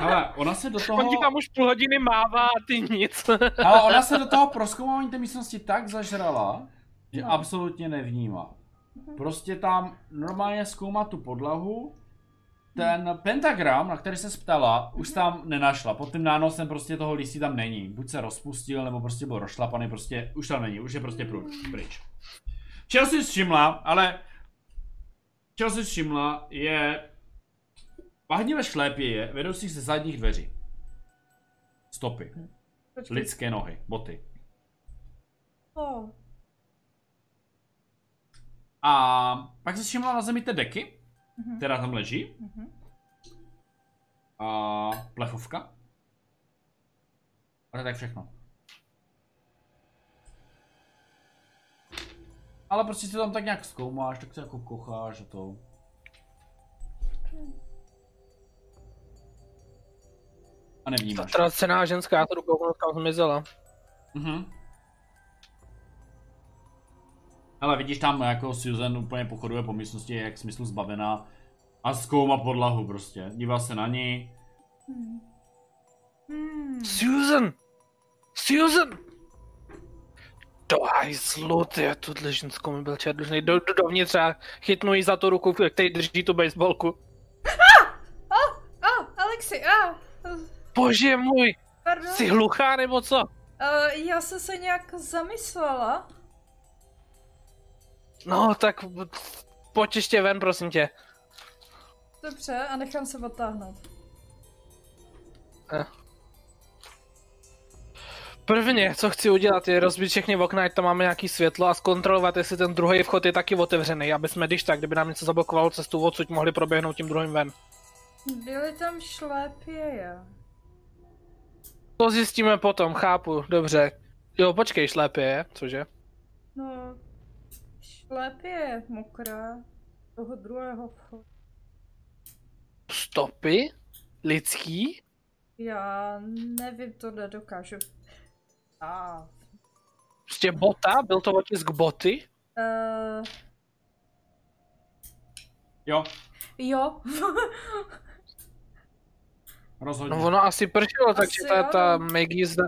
[SPEAKER 1] Hele, ona se do toho...
[SPEAKER 3] On ti tam už půl hodiny mává a ty nic.
[SPEAKER 1] Ale ona se do toho proskoumání té místnosti tak zažrala, že
[SPEAKER 2] No.
[SPEAKER 1] absolutně nevnímá. Prostě tam normálně zkoumá tu podlahu, ten pentagram, na který se ptala, už tam nenašla. Pod tím nánosem prostě toho listí tam není. Buď se rozpustil, nebo prostě byl rošlapaný, prostě už tam není, už je prostě pruč, pryč. Čeho si všimla, ale čeho si všimla je pahnivé šlépěje vedoucích ze zadních dveří. Stopy.
[SPEAKER 2] Počkej.
[SPEAKER 1] Lidské nohy, boty.
[SPEAKER 2] Oh,
[SPEAKER 1] A pak si všimla na zemi té deky,
[SPEAKER 2] Mhm.
[SPEAKER 1] která tam leží.
[SPEAKER 2] Mhm.
[SPEAKER 1] A plechovka. A to je tak všechno. Ale prostě si to tam tak nějak zkoumáš, tak to jako kocháš a to. A nevnímáš.
[SPEAKER 3] Zatracená ženská, já to jdu kouknout, kam zmizela.
[SPEAKER 1] Mhm. Ale vidíš tam, jako Susan úplně pochoduje po místnosti, je jak smyslu zbavená. A zkoumá podlahu prostě. Dívá se na ní.
[SPEAKER 2] Hmm. Hmm.
[SPEAKER 3] Susan! Susan! Do hajzlu, ty já tuhle ženskou mi byl čert dlužný. Jdu jdu dovnitř a chytnu jí za tu ruku, který drží tu baseballku.
[SPEAKER 2] A, Alexi, a,
[SPEAKER 3] Bože můj,
[SPEAKER 2] pardon.
[SPEAKER 3] jsi hluchá nebo co?
[SPEAKER 2] Eh, já jsem se nějak zamyslela.
[SPEAKER 3] No, tak pojď ještě ven, prosím tě.
[SPEAKER 2] Dobře, a nechám se odtáhnout.
[SPEAKER 3] Prvně, co chci udělat, je rozbít všechny okna, ať tam máme nějaký světlo a zkontrolovat, jestli ten druhý vchod je taky otevřený, aby jsme když tak, kdyby nám něco zablokovalo cestu odsud, mohli proběhnout tím druhým ven.
[SPEAKER 2] Byly tam šlépěje.
[SPEAKER 3] To zjistíme potom, chápu, dobře. Jo, počkej, šlépě je, cože?
[SPEAKER 2] No, šlépěje mokrá. Toho druhého vchodu.
[SPEAKER 3] Stopy? Lidský?
[SPEAKER 2] Já nevím, to nedokážu. A.
[SPEAKER 3] Prostě bota? Byl to otisk boty?
[SPEAKER 2] Uh,
[SPEAKER 1] Jo,
[SPEAKER 2] jo. (laughs)
[SPEAKER 1] rozhodně.
[SPEAKER 3] No ono asi pršelo,
[SPEAKER 2] Asi
[SPEAKER 3] takže ta,
[SPEAKER 2] jo,
[SPEAKER 3] ta
[SPEAKER 2] no.
[SPEAKER 3] Maggie zda...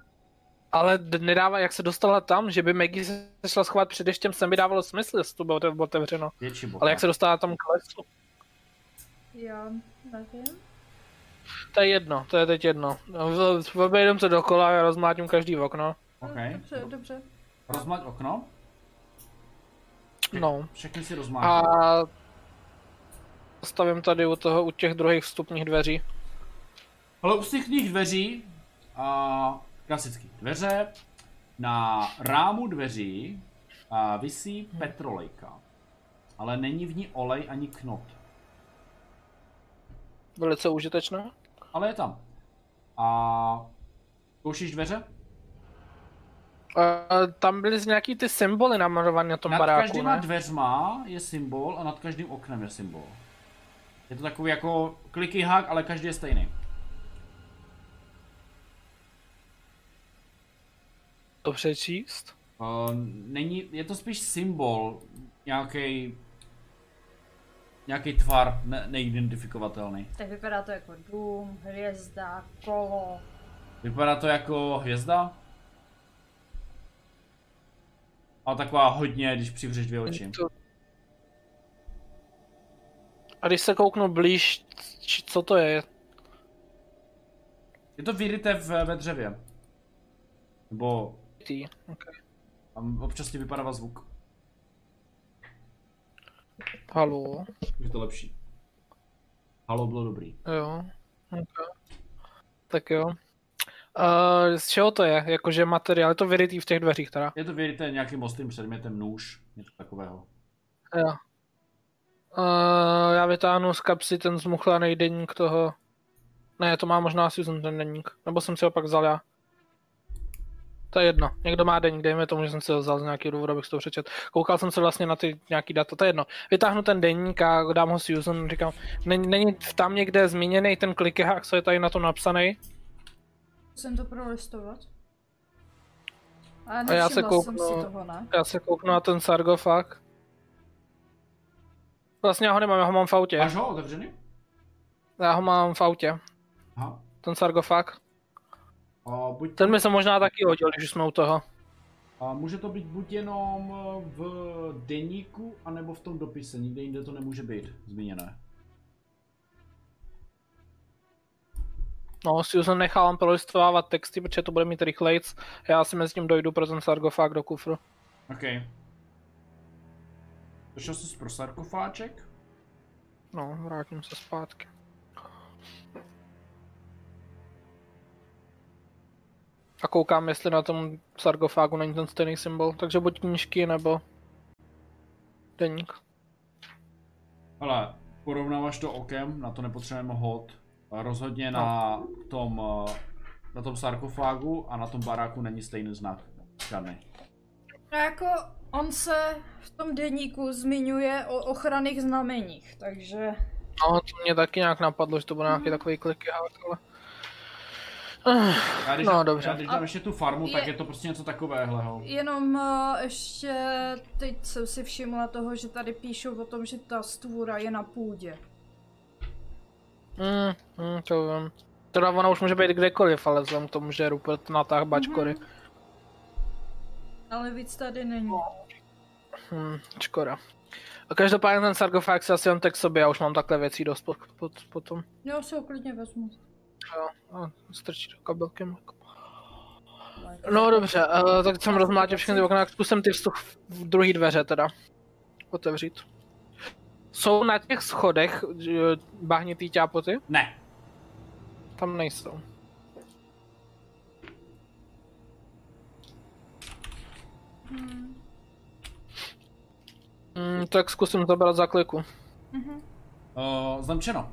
[SPEAKER 3] Ale d- nedává, jak se dostala tam, že by Maggie se šla schovat před deštěm, sem by dávalo smysl, jestli to bylo ote- otevřeno.
[SPEAKER 1] Větší bota.
[SPEAKER 3] Ale jak se dostala tam k lesu,
[SPEAKER 2] já nevím.
[SPEAKER 3] to je jedno, to je teď jedno. No, v- v- Obejdem se dokola a rozmlátím každý okno.
[SPEAKER 1] okay.
[SPEAKER 2] Dobře, dobře.
[SPEAKER 1] Rozmlať okno.
[SPEAKER 3] No.
[SPEAKER 1] Všechny si rozmlátí.
[SPEAKER 3] A... Stavím tady u toho, u těch druhých vstupních dveří.
[SPEAKER 1] Ale u těch dveří, a klasický dveře, na rámu dveří a visí
[SPEAKER 3] Hm.
[SPEAKER 1] petrolejka. Ale není v ní olej ani knot.
[SPEAKER 3] Velice užitečné.
[SPEAKER 1] Ale je tam. A koušíš dveře?
[SPEAKER 3] A tam byly z nějaký ty symboly namarované na tom
[SPEAKER 1] Nad
[SPEAKER 3] baráku,
[SPEAKER 1] každýma
[SPEAKER 3] ne?
[SPEAKER 1] dveřma je symbol a nad každým oknem je symbol. Je to takový jako kliky hák, ale každý je stejný.
[SPEAKER 3] To přečíst?
[SPEAKER 1] Uh, není, je to spíš symbol, nějaký nějaký tvar ne, neidentifikovatelný.
[SPEAKER 2] Tak vypadá to jako dům, hvězda, kolo.
[SPEAKER 1] Vypadá to jako hvězda. A taková hodně, když přivřeš dvě oči.
[SPEAKER 3] To- A když se kouknu blíž, či- co to je?
[SPEAKER 1] Je to vyryté v, ve dřevě. Nebo
[SPEAKER 3] Ty, okay.
[SPEAKER 1] tam občas ti vypadává zvuk.
[SPEAKER 3] Halo,
[SPEAKER 1] Je to lepší. Halo bylo dobrý.
[SPEAKER 3] jo. Okay. Tak jo. Uh, z čeho to je? Jakože materiál, je to vyrytý v těch dveřích teda.
[SPEAKER 1] Je to vyryté nějakým ostrým předmětem, nůž, něco takového.
[SPEAKER 3] Jo. Uh, já vytáhnu z kapsy ten zmuchlaný deník toho. Ne, to má možná Susan ten deník. Nebo jsem si ho pak vzal já. To je jedno. Někdo má deník, dejme tomu, že jsem si ho vzal z nějakého důvodu, abych si to přečet. Koukal jsem se vlastně na ty nějaký data, to je jedno. Vytáhnu ten deník a dám ho Susan, říkám, není, není tam někde zmíněný ten klikehák, co je tady na tom napsaný?
[SPEAKER 2] Musím to prolistovat. Ale
[SPEAKER 3] A já se
[SPEAKER 2] nevšimla jsem
[SPEAKER 3] kouknu.
[SPEAKER 2] si toho, ne?
[SPEAKER 3] Já se kouknu na ten sargofag. Vlastně já ho nemám, já ho mám v autě.
[SPEAKER 1] Máš ho otevřený?
[SPEAKER 3] Já ho mám v autě,
[SPEAKER 1] Aha.
[SPEAKER 3] ten sargofag.
[SPEAKER 1] A, buď,
[SPEAKER 3] Ten mi se možná taky hodil, když už jsme u toho.
[SPEAKER 1] a může to být buď jenom e, v deníku, anebo v tom dopise. Nikde jinde to nemůže být zmíněné.
[SPEAKER 3] No, Susan nechávám prolistovávat texty, protože to bude mít rychlejc. Já si mezi tím dojdu pro ten sargofág do kufru.
[SPEAKER 1] OK. Došel jsi pro sarkofáček?
[SPEAKER 3] No, vrátím se zpátky. A koukám, jestli na tom sargofágu není ten stejný symbol. Takže buď knížky, nebo... Deník.
[SPEAKER 1] Ale porovnáváš to okem, na to nepotřebujeme hod. Ale Rozhodně na tom, eh, na tom sarkofágu a na tom baráku není stejný znak. Žádný.
[SPEAKER 2] No jako on se v tom deníku zmiňuje o ochranných znameních, takže...
[SPEAKER 3] No, to mě taky nějak napadlo, že to bude nějaký takový kliky, ale... Ah,
[SPEAKER 1] Já když,
[SPEAKER 3] No,
[SPEAKER 1] dám-
[SPEAKER 3] dobře.
[SPEAKER 1] já když dám
[SPEAKER 2] A-
[SPEAKER 1] ještě tu farmu, tak
[SPEAKER 2] je-
[SPEAKER 1] je to prostě něco takového.
[SPEAKER 2] Jenom eh, ještě teď jsem si všimla toho, že tady píšou o tom, že ta stvůra je na půdě.
[SPEAKER 3] Mm, mm, to vím. Teda ona už může být kdekoliv, ale vzhledem k tomu, že Rupert natáhl bačkory.
[SPEAKER 2] Mhm. Ale víc tady není. No,
[SPEAKER 3] Hmm, škoda. A každopádně ten sarkofág si asi jen tak sobě, já už mám takhle věcí dost pod, pod, potom.
[SPEAKER 2] Já si ho klidně vezmu.
[SPEAKER 3] Jo, no, strčí do kabelky. Jako. No dobře, uh, tak jsem rozmlátil všechny ty okna, zkusím ty vzduch v druhý dveře teda otevřít. Jsou na těch schodech eh, bahnitý ťápoty?
[SPEAKER 1] Ne,
[SPEAKER 3] Tam nejsou.
[SPEAKER 2] Mhm,
[SPEAKER 3] Hmm, tak zkusím zabrat za kliku.
[SPEAKER 2] mhm,
[SPEAKER 1] uh, zamčeno.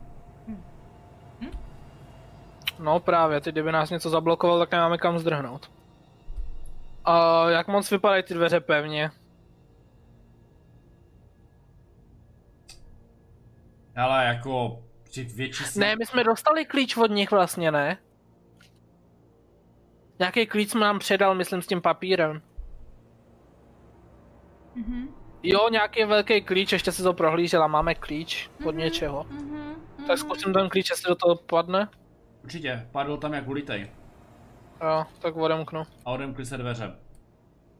[SPEAKER 3] No právě, teď kdyby nás něco zablokoval, tak nemáme kam zdrhnout. A jak moc vypadají ty dveře pevně?
[SPEAKER 1] Ale jako při větší síle-
[SPEAKER 3] Ne, my jsme dostali klíč od nich vlastně, ne? Nějaký klíč jsme nám předal, myslím, s tím papírem.
[SPEAKER 2] Mhm.
[SPEAKER 3] Jo, nějaký velký klíč, ještě se to prohlížela, máme klíč od něčeho.
[SPEAKER 2] Mhm.
[SPEAKER 3] Tak zkusím ten klíč, jestli do toho padne.
[SPEAKER 1] Určitě, padl tam jak ulitej.
[SPEAKER 3] Jo, tak odemknu.
[SPEAKER 1] a odemkli se dveře.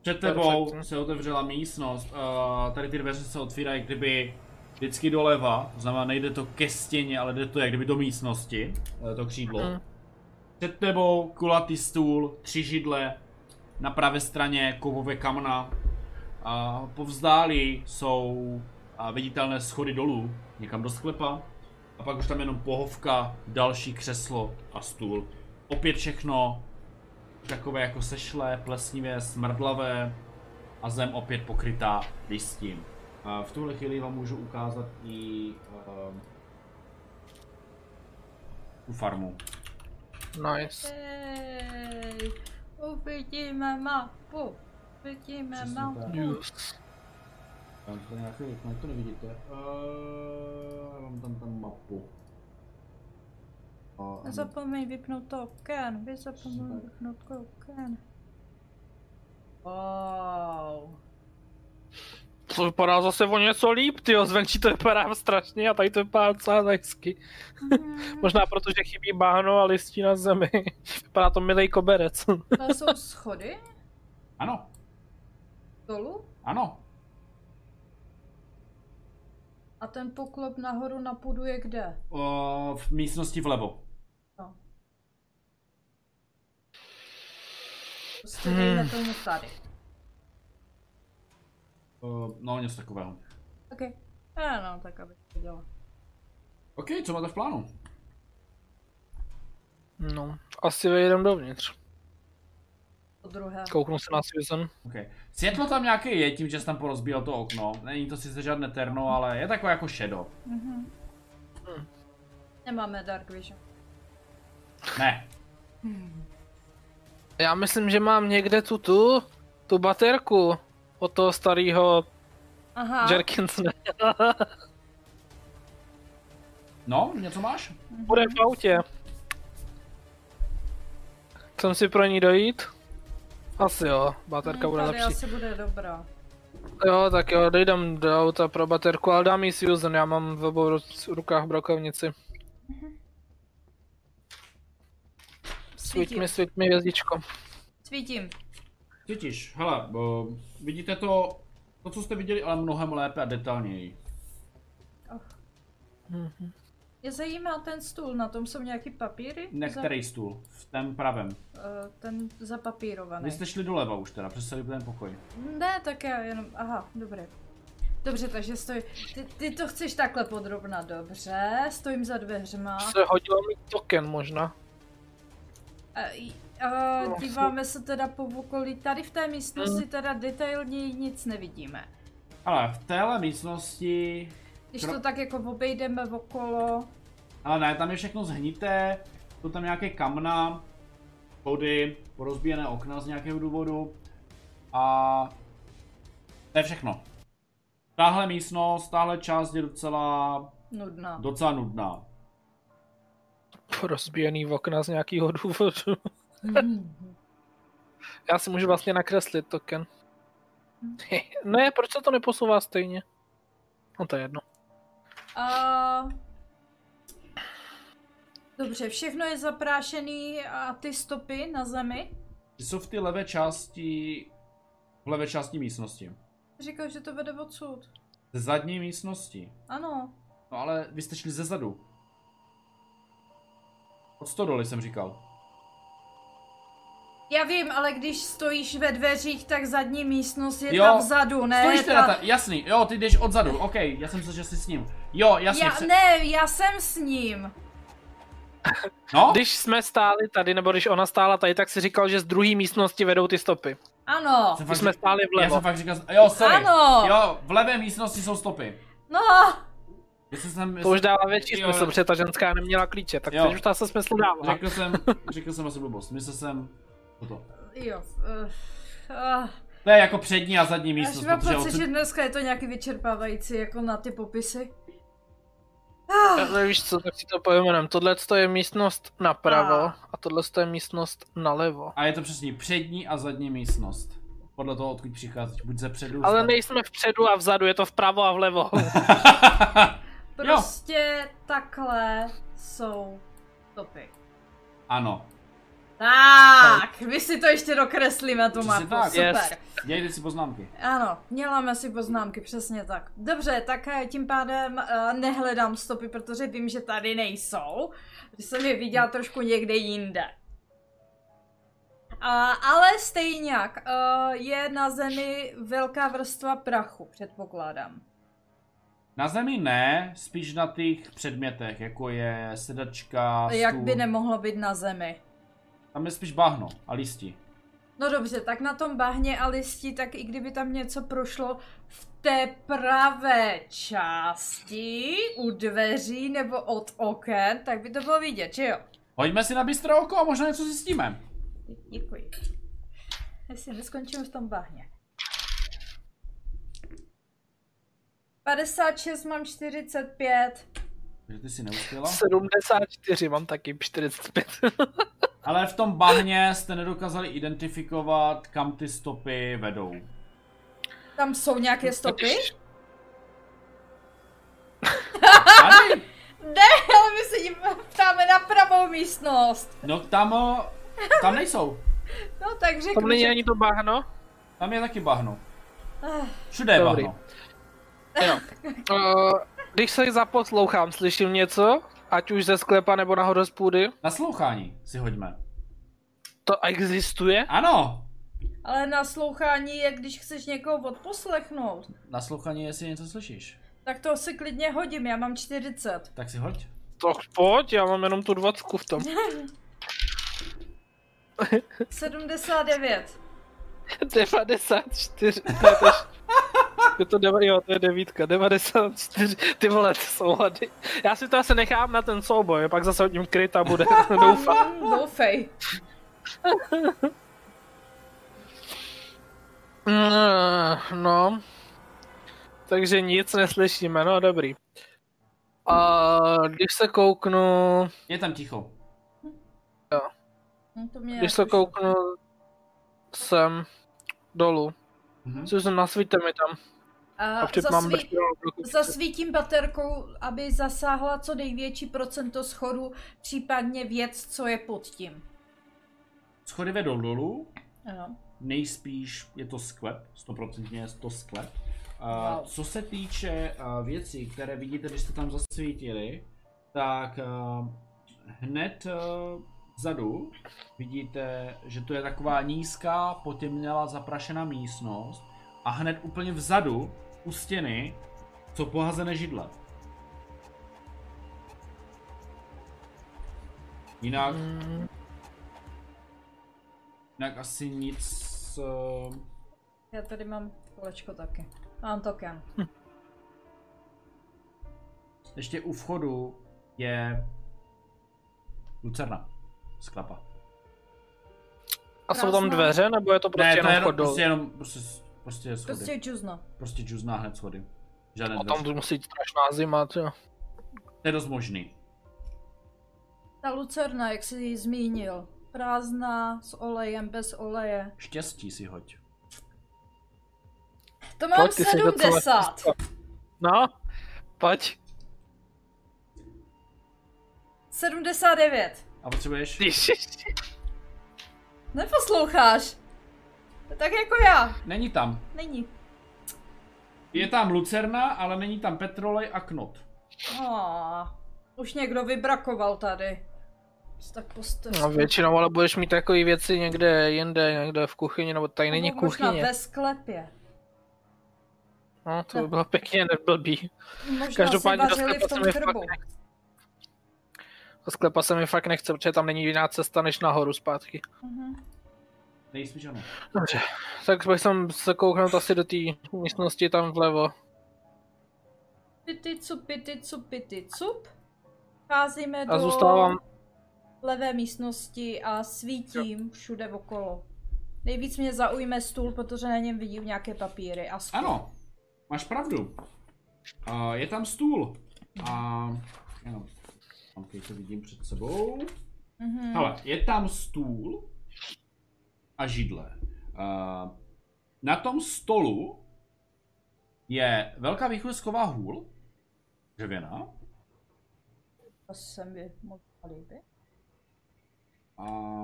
[SPEAKER 1] Před tebou
[SPEAKER 3] Perfektní.
[SPEAKER 1] se otevřela místnost, uh, tady ty dveře se otvírají kdyby vždycky doleva, to znamená nejde to ke stěně, ale jde to jak kdyby do místnosti, eh, to křídlo.
[SPEAKER 3] Mhm.
[SPEAKER 1] Před tebou kulatý stůl, tři židle, na pravé straně kovové kamna, a po vzdálí jsou a viditelné schody dolů, někam do sklepa. A pak už tam jenom pohovka, další křeslo a stůl. Opět všechno takové jako sešlé, plesnivé, smrdlavé a zem opět pokrytá listím. A v tuhle chvíli vám můžu ukázat i ehm, tu farmu.
[SPEAKER 3] Nice.
[SPEAKER 2] Hej, uvidíme mapu. Uvidíme
[SPEAKER 1] Přesně
[SPEAKER 2] mapu.
[SPEAKER 1] tak.
[SPEAKER 3] Yes.
[SPEAKER 1] Tam to nějaký, jak to nevidíte? Uh, mám tam tam mapu. A,
[SPEAKER 2] Nezapomeň vypnout to oken. Vy zapomeň
[SPEAKER 1] Tak.
[SPEAKER 2] vypnout to oken.
[SPEAKER 3] (laughs)
[SPEAKER 2] Wow.
[SPEAKER 3] To vypadá zase o něco líp, ty zvenčí to vypadá strašně a tady to vypadá docela hezky. Možná proto, že chybí báhno a listí na zemi. (laughs) Vypadá to milej koberec.
[SPEAKER 2] To jsou schody
[SPEAKER 1] ano,
[SPEAKER 2] dolů
[SPEAKER 1] ano.
[SPEAKER 2] a ten poklop nahoru na půdu je kde?
[SPEAKER 1] O, Eh, v místnosti vlevo.
[SPEAKER 2] No.
[SPEAKER 3] Hmm.
[SPEAKER 2] Prostě dejme tomu tady.
[SPEAKER 1] O, no, něco takového.
[SPEAKER 2] OK. Já no, tak abych to dělala.
[SPEAKER 1] OK, co máte v plánu?
[SPEAKER 3] No, asi vejdem dovnitř.
[SPEAKER 2] Po druhé.
[SPEAKER 3] Kouknu se na Susan.
[SPEAKER 1] Okay. Světlo tam nějaké je, tím, že jsi tam porozbíjel to okno. Není to sice žádné terno, ale je takové jako šedo.
[SPEAKER 2] Nemáme Dark Vision.
[SPEAKER 1] Ne,
[SPEAKER 3] Já myslím, že mám někde tu tu, tu baterku od toho starého
[SPEAKER 2] Aha.
[SPEAKER 3] Jerkinsona.
[SPEAKER 1] no, něco máš?
[SPEAKER 3] Bude v autě. Chcem si pro ní dojít? Asi jo, baterka
[SPEAKER 2] Hm,
[SPEAKER 3] bude
[SPEAKER 2] tady
[SPEAKER 3] lepší.
[SPEAKER 2] asi bude dobrá.
[SPEAKER 3] Jo, tak jo, dojdem do auta pro baterku, ale dám jí Susan, já mám v obou ru- rukách brokovnici. Svíť
[SPEAKER 2] Svítím.
[SPEAKER 3] mi, svíť mi hvězdičko.
[SPEAKER 2] Svítím.
[SPEAKER 1] Cítíš, hele, o, vidíte to, to, co jste viděli, ale mnohem lépe a detailněji.
[SPEAKER 2] Hmm. Mě zajímá ten stůl, na tom jsou nějaký papíry?
[SPEAKER 1] Ne,
[SPEAKER 2] Za,
[SPEAKER 1] který stůl? V tom pravém.
[SPEAKER 2] eh, ten zapapírovaný.
[SPEAKER 1] Vy jste šli doleva už teda, přes celý ten pokoj.
[SPEAKER 2] Ne, tak já jenom, aha, dobré. Dobře, takže stoj, ty, ty to chceš takhle podrobna, dobře, stojím za dveřma.
[SPEAKER 3] Se hodilo mi token možná.
[SPEAKER 2] A, a, díváme se teda po okolí, tady v té místnosti teda detailněji nic nevidíme.
[SPEAKER 1] Ale v téhle místnosti
[SPEAKER 2] Když
[SPEAKER 1] Kro-
[SPEAKER 2] to tak jako obejdeme okolo,
[SPEAKER 1] Ale ne, tam je všechno zhnité, jsou tam nějaké kamna, body, rozbíjené okna z nějakého důvodu a to je všechno. Tahle místnost, tahle část je docela,
[SPEAKER 2] nudná.
[SPEAKER 1] docela nudná.
[SPEAKER 3] Rozbíjený v okna z nějakého důvodu. Já si můžu vlastně
[SPEAKER 1] (laughs)
[SPEAKER 3] nakreslit token. ne, proč se to neposouvá stejně? No to je jedno.
[SPEAKER 2] A... Eh, Dobře, všechno je zaprášený a ty stopy na zemi?
[SPEAKER 1] Ty jsou v té levé části, v levé části místnosti.
[SPEAKER 2] Říkal, že to vede odsud.
[SPEAKER 1] Ze zadní místnosti.
[SPEAKER 2] Ano.
[SPEAKER 1] No ale vy jste šli ze zadu. Od stodoly jsem říkal.
[SPEAKER 2] Já vím, ale když stojíš ve dveřích, tak zadní místnost je
[SPEAKER 1] Jo,
[SPEAKER 2] tam vzadu, ne?
[SPEAKER 1] Stojíš
[SPEAKER 2] ta...
[SPEAKER 1] teda ta... jasný, jo, ty jdeš odzadu, ok, já jsem se, že jsi s ním. Jo, jasně,
[SPEAKER 2] já,
[SPEAKER 1] chce-
[SPEAKER 2] Ne, já jsem s ním.
[SPEAKER 1] no,
[SPEAKER 3] Když jsme stáli tady, nebo když ona stála tady, tak si říkal, že z druhé místnosti vedou ty stopy.
[SPEAKER 2] Ano.
[SPEAKER 1] jsem
[SPEAKER 3] Když
[SPEAKER 1] fakt-
[SPEAKER 3] jsme stáli
[SPEAKER 1] já
[SPEAKER 3] vlevo.
[SPEAKER 1] jsem fakt říkal, jo, sorry,
[SPEAKER 2] Ano.
[SPEAKER 1] jo, v levé místnosti jsou stopy.
[SPEAKER 2] No,
[SPEAKER 1] Jestli jsem,
[SPEAKER 3] To už dává větší
[SPEAKER 1] Jo, jo.
[SPEAKER 3] smysl, protože ta ženská neměla klíče, tak
[SPEAKER 1] Jo.
[SPEAKER 3] to už ta se smysl dává.
[SPEAKER 1] řekl jsem, řekl jsem asi blbost, myslel jsem, toto.
[SPEAKER 2] jo. Uh, uh,
[SPEAKER 1] To je jako přední a zadní
[SPEAKER 2] až
[SPEAKER 1] místnost,
[SPEAKER 2] mám
[SPEAKER 1] protože
[SPEAKER 2] pocit,
[SPEAKER 1] odsud...
[SPEAKER 2] že dneska je to nějaký vyčerpávající, jako na ty popisy.
[SPEAKER 3] Ale víš co, tak si to pojmenem. Tohle je místnost napravo
[SPEAKER 2] Ah.
[SPEAKER 3] a tohle je místnost nalevo.
[SPEAKER 1] A je to přesně přední a zadní místnost. Podle toho, odkud přicházíš, buď ze předu.
[SPEAKER 3] Ale
[SPEAKER 1] zda-
[SPEAKER 3] nejsme vpředu a vzadu, je to vpravo a vlevo.
[SPEAKER 2] Prostě takhle jsou stopy.
[SPEAKER 1] ano.
[SPEAKER 2] Tak, my si to ještě dokreslíme tu
[SPEAKER 1] Přesně
[SPEAKER 2] mapu,
[SPEAKER 1] tak.
[SPEAKER 2] super.
[SPEAKER 3] Yes.
[SPEAKER 1] Dělejte si poznámky.
[SPEAKER 2] Ano, děláme si poznámky, přesně tak. Dobře, tak eh, tím pádem eh, nehledám stopy, protože vím, že tady nejsou. Že jsem je viděla trošku někde jinde. A, ale stejně jak, eh, je na zemi velká vrstva prachu, předpokládám.
[SPEAKER 1] Na zemi ne, spíš na těch předmětech, jako je sedačka,
[SPEAKER 2] Jak
[SPEAKER 1] stůl.
[SPEAKER 2] by nemohlo být na zemi.
[SPEAKER 1] Tam je spíš bahno a listi.
[SPEAKER 2] No dobře, tak na tom bahně a listi, tak i kdyby tam něco prošlo v té pravé části, u dveří nebo od oken, tak by to bylo vidět, že jo?
[SPEAKER 1] Hoďme si na bystré oko a možná něco zjistíme.
[SPEAKER 2] Děkuji. Jestli neskončím v tom bahně. 56 mám 45.
[SPEAKER 1] Takže ty si
[SPEAKER 3] (laughs)
[SPEAKER 1] neuspěla.
[SPEAKER 3] 74, mám taky 45.
[SPEAKER 1] Ale v tom bahně jste nedokázali identifikovat, kam ty stopy vedou.
[SPEAKER 2] Tam jsou nějaké stopy?
[SPEAKER 1] Tady?
[SPEAKER 2] (laughs) Ale my se jim ptáme na pravou místnost.
[SPEAKER 1] No tam, o, tam nejsou.
[SPEAKER 2] No tak
[SPEAKER 3] Tam
[SPEAKER 2] řeknu,
[SPEAKER 3] není
[SPEAKER 2] že... Ah,
[SPEAKER 3] ani to bahno?
[SPEAKER 1] Tam je taky bahno. Všude je
[SPEAKER 3] Dobrý.
[SPEAKER 1] bahno.
[SPEAKER 3] Jo. Eh, Když se zaposlouchám, slyším něco, ať už ze sklepa nebo nahoru z půdy,
[SPEAKER 1] Naslouchání si hoďme.
[SPEAKER 3] to existuje?
[SPEAKER 1] Ano!
[SPEAKER 2] Ale naslouchání je, když chceš někoho odposlechnout.
[SPEAKER 1] Naslouchání, jestli něco slyšíš.
[SPEAKER 2] Tak to si klidně hodím, já mám 40.
[SPEAKER 1] Tak si hoď.
[SPEAKER 3] Tak pojď, já mám jenom tu dvacku v tom. (laughs)
[SPEAKER 2] 79.
[SPEAKER 3] 94. Ne, to je, je to deva, jo, to je devítka, 94. Ty vole, to jsou hady. Já si to asi nechám na ten souboj, pak zase od něm kryta bude, doufám.
[SPEAKER 2] Mm, doufej.
[SPEAKER 3] Mm, No. Takže nic neslyšíme, no dobrý. A když se kouknu,
[SPEAKER 1] Je tam ticho.
[SPEAKER 2] No, to mě
[SPEAKER 3] když
[SPEAKER 2] jak
[SPEAKER 3] se
[SPEAKER 2] už-
[SPEAKER 3] kouknu sem dolů,
[SPEAKER 1] Mhm.
[SPEAKER 3] Susan, nasvíte mi tam.
[SPEAKER 2] A
[SPEAKER 3] A vtip mám
[SPEAKER 2] zasví...
[SPEAKER 3] veškerou velkou-
[SPEAKER 2] Zasvítím baterkou, aby zasáhla co největší procento schodu, případně věc, co je pod tím.
[SPEAKER 1] Schody vedou dolů,
[SPEAKER 2] Ano.
[SPEAKER 1] nejspíš je to sklep, stoprocentně je to sklep. A
[SPEAKER 2] Wow.
[SPEAKER 1] Co se týče a, věcí, které vidíte, když jste tam zasvítili, tak a, hned a, vzadu vidíte, že to je taková nízká, potěmnělá, zaprašená místnost a hned úplně vzadu u stěny jsou pohazené židle. Jinak
[SPEAKER 3] Mm,
[SPEAKER 1] Jinak asi nic... Uh,
[SPEAKER 2] Já tady mám kolečko taky. Mám token.
[SPEAKER 1] ještě u vchodu je... Lucerna. Sklapa.
[SPEAKER 3] A jsou tam
[SPEAKER 2] Krásná.
[SPEAKER 3] dveře, nebo je to prostě
[SPEAKER 1] ne, to je
[SPEAKER 3] jenom
[SPEAKER 1] jenom,
[SPEAKER 3] chod dolů?
[SPEAKER 1] prostě jenom prostě, prostě schody. Prostě,
[SPEAKER 2] Prostě čuzno.
[SPEAKER 1] prostě džuzná hned schody. Žádné
[SPEAKER 3] A
[SPEAKER 1] dveře.
[SPEAKER 3] tam musí být strašná zima, jo.
[SPEAKER 1] To je dost možný.
[SPEAKER 2] Ta lucerna, jak jsi ji zmínil. Prázdná, s olejem, bez oleje.
[SPEAKER 1] Štěstí si hoď.
[SPEAKER 2] To mám
[SPEAKER 3] Pojď, ty jsi docela
[SPEAKER 2] 70.
[SPEAKER 3] No, pojď.
[SPEAKER 2] 79.
[SPEAKER 1] A potřebuješ?
[SPEAKER 2] Neposloucháš. Tak jako já.
[SPEAKER 1] Není tam.
[SPEAKER 2] Není.
[SPEAKER 1] Je tam Lucerna, ale není tam Petrolej a Knot.
[SPEAKER 2] Oh, už někdo vybrakoval tady. Tak postoji.
[SPEAKER 3] No většinou, ale budeš mít takové věci někde jinde, někde v kuchyni, nebo tady není
[SPEAKER 2] No, Možná
[SPEAKER 3] kuchyně.
[SPEAKER 2] ve sklepě.
[SPEAKER 3] No, to by bylo pěkně neblbý.
[SPEAKER 2] Možná
[SPEAKER 3] Každopádně
[SPEAKER 2] si vařili
[SPEAKER 3] do
[SPEAKER 2] v tom
[SPEAKER 3] sklepa se mi
[SPEAKER 2] krbu.
[SPEAKER 3] fakt Do sklepa se mi fakt nechce, protože tam není jiná cesta, než nahoru zpátky.
[SPEAKER 2] Mhm.
[SPEAKER 1] Nejspíš ano.
[SPEAKER 3] Dobře, tak bych jsem se kouknout asi do té místnosti tam vlevo.
[SPEAKER 2] Pity cup, pity cup, pity cup. Vcházíme
[SPEAKER 3] A
[SPEAKER 2] do
[SPEAKER 3] zůstávám,
[SPEAKER 2] levé místnosti a svítím všude okolo. Nejvíc mě zaujme stůl, protože na něm vidím nějaké papíry a sklo.
[SPEAKER 1] Ano, máš pravdu. A je tam stůl. A ano, tam teď to vidím před sebou.
[SPEAKER 2] Mhm.
[SPEAKER 1] Hele, je tam stůl a židle. Uh, na tom stolu je velká východisková hůl, dřevěná,
[SPEAKER 2] To se mi moc líbí.
[SPEAKER 1] a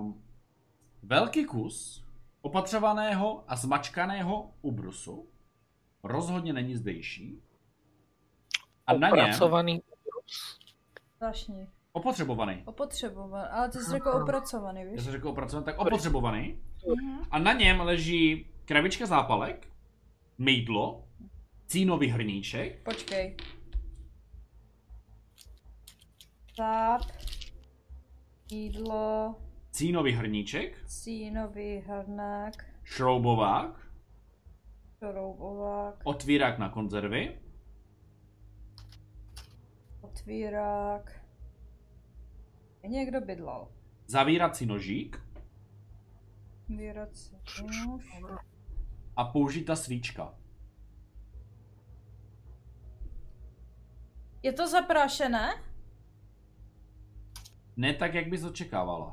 [SPEAKER 1] velký kus opatřovaného a zmačkaného ubrusu, rozhodně není zdejší, a na něm
[SPEAKER 3] opracovaný.
[SPEAKER 2] Zvláštní.
[SPEAKER 1] opotřebovaný.
[SPEAKER 2] Opotřebovaný, ale ty jsi řekl
[SPEAKER 3] Aha.
[SPEAKER 2] opracovaný,
[SPEAKER 1] Já
[SPEAKER 2] víš?
[SPEAKER 1] jsem řekl opracovaný, tak opotřebovaný.
[SPEAKER 2] Mhm.
[SPEAKER 1] A na něm leží krabička zápalek, mýdlo, cínový hrníček,
[SPEAKER 2] Počkej. Záp, jídlo,
[SPEAKER 1] cínový hrníček,
[SPEAKER 2] sínový hrnek,
[SPEAKER 1] šroubovák,
[SPEAKER 2] šroubovák,
[SPEAKER 1] otvírák na konzervy,
[SPEAKER 2] otvírák. Někdo bydlel.
[SPEAKER 1] zavírací nožík
[SPEAKER 2] Výrací nůž.
[SPEAKER 1] a použitá svíčka.
[SPEAKER 2] Je to zaprášené?
[SPEAKER 1] Ne tak, jak bys očekávala.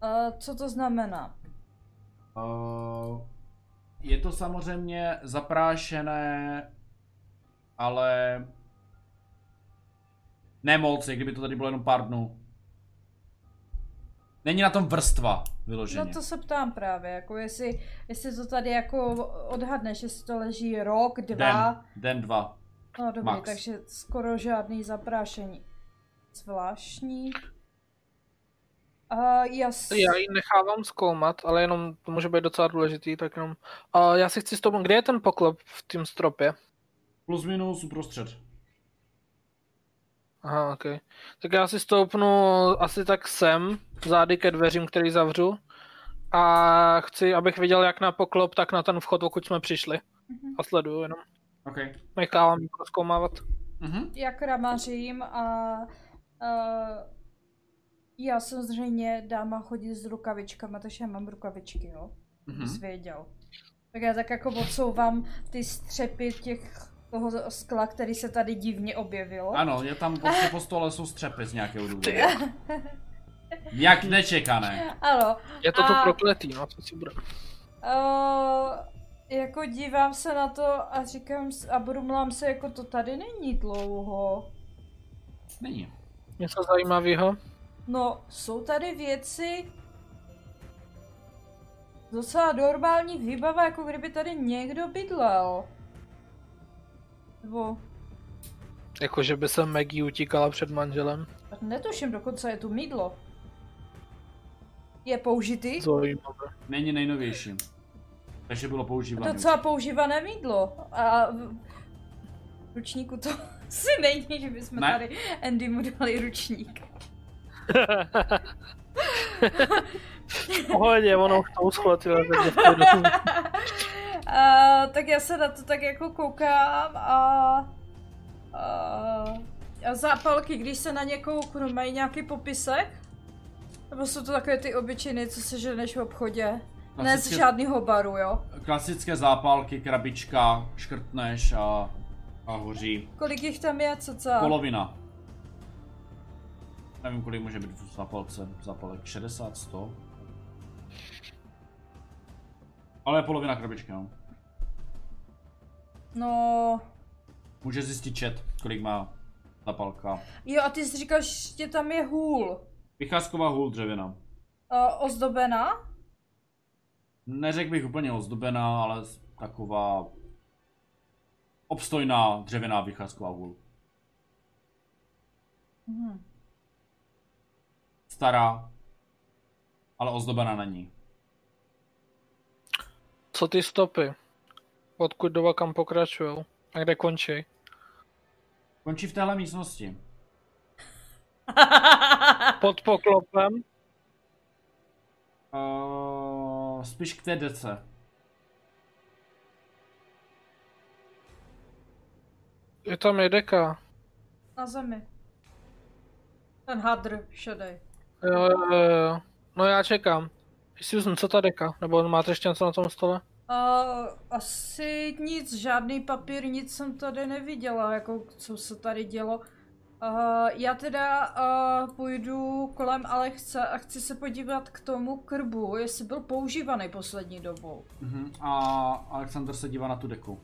[SPEAKER 2] Uh, co to znamená?
[SPEAKER 1] Uh, je to samozřejmě zaprášené, ale ne moc, jak kdyby to tady bylo jenom pár dnů. Není na tom vrstva vyloženě.
[SPEAKER 2] No to se ptám právě, jako jestli, jestli to tady jako odhadneš, jestli to leží rok, dva.
[SPEAKER 1] Den, den dva.
[SPEAKER 2] No dobrý,
[SPEAKER 1] Max.
[SPEAKER 2] takže skoro žádný zaprášení. Zvláštní. A jas...
[SPEAKER 3] Já ji nechávám zkoumat, ale jenom to může být docela důležitý, tak jenom... A já si chci s tobou... Kde je ten poklop v tom stropě?
[SPEAKER 1] Plus minus uprostřed.
[SPEAKER 3] Aha, ok. Tak já si stoupnu asi tak sem, zády ke dveřím, který zavřu. A chci, abych viděl jak na poklop, tak na ten vchod, odkud jsme přišli.
[SPEAKER 2] Mhm.
[SPEAKER 3] A sleduju jenom.
[SPEAKER 1] OK.
[SPEAKER 3] Nechávám ji prozkoumávat.
[SPEAKER 1] Mhm.
[SPEAKER 2] Já kramařím a... Uh, já jsem zřejmě dáma chodit s rukavičkama, takže já mám rukavičky, jo.
[SPEAKER 1] Mhm.
[SPEAKER 2] Hmm. Svěděl. Tak já tak jako odsouvám ty střepy těch toho skla, který se tady divně objevilo.
[SPEAKER 1] Ano, je tam prostě po stole jsou střepy z nějakého důvodu. (laughs) Jak nečekané.
[SPEAKER 2] Ano,
[SPEAKER 3] Je to tu
[SPEAKER 2] A-
[SPEAKER 3] prokletý, no, co si bude.
[SPEAKER 2] Uh, jako dívám se na to a říkám s- a brumlám se, jako to tady není dlouho.
[SPEAKER 1] Není.
[SPEAKER 3] Něco zajímavého?
[SPEAKER 2] No, jsou tady věci docela normální výbava, jako kdyby tady někdo bydlel. Nebo
[SPEAKER 3] Jako, že by se Maggie utíkala před manželem.
[SPEAKER 2] netuším dokonce, je tu mydlo. Je použitý?
[SPEAKER 3] Zajímavé.
[SPEAKER 1] Není nejnovější. Takže bylo používané.
[SPEAKER 2] Docela používané mydlo. A v v ručníku to (laughs) asi není, že bychom
[SPEAKER 1] Ne.
[SPEAKER 2] tady Andy mu dali ručník.
[SPEAKER 3] Pohodě, ono už to uschlo, tyhle, takže v klidu.
[SPEAKER 2] (laughs) a, tak já se na to tak jako koukám a, a, a zápalky, když se na ně kouknu, mají nějaký popisek? Nebo jsou to takové ty obyčejné, co se ženeš v obchodě? Ne z
[SPEAKER 1] Klasické-
[SPEAKER 2] žádného baru, jo?
[SPEAKER 1] Klasické zápalky, krabička, škrtneš a, a hoří.
[SPEAKER 2] Kolik jich tam je, co co?
[SPEAKER 1] Polovina. Nevím, kolik může být v zápalce. Zápalek 60, 100. Ale polovina krabičky, no.
[SPEAKER 2] No,
[SPEAKER 1] Může zjistit chat, kolik má Ta palka.
[SPEAKER 2] Jo, a ty jsi říkal, že tam je hůl.
[SPEAKER 1] Vycházková hůl dřevěna.
[SPEAKER 2] O, ozdobená?
[SPEAKER 1] Neřekl bych úplně ozdobená, ale s- taková obstojná dřevěná vycházková hůl.
[SPEAKER 2] Hm.
[SPEAKER 1] Stará, ale ozdobená není.
[SPEAKER 3] Co ty stopy? Odkud doba kam pokračujou? A kde končí?
[SPEAKER 1] Končí v téhle místnosti.
[SPEAKER 3] Pod poklopem?
[SPEAKER 1] Uh, spíš k té dece.
[SPEAKER 3] Je tam jedeka.
[SPEAKER 2] Na zemi. Ten hadr šedej.
[SPEAKER 3] Jo, jo, jo, jo. No já čekám. Susan, co ta deka? Nebo máte ještě něco na tom stole?
[SPEAKER 2] A asi nic, žádný papír, nic jsem tady neviděla, jako co se tady dělo. A já teda a, půjdu kolem Alexa a chci se podívat k tomu krbu, jestli byl používaný poslední dobou.
[SPEAKER 1] Uh-huh. A Alexander se dívá na tu deku.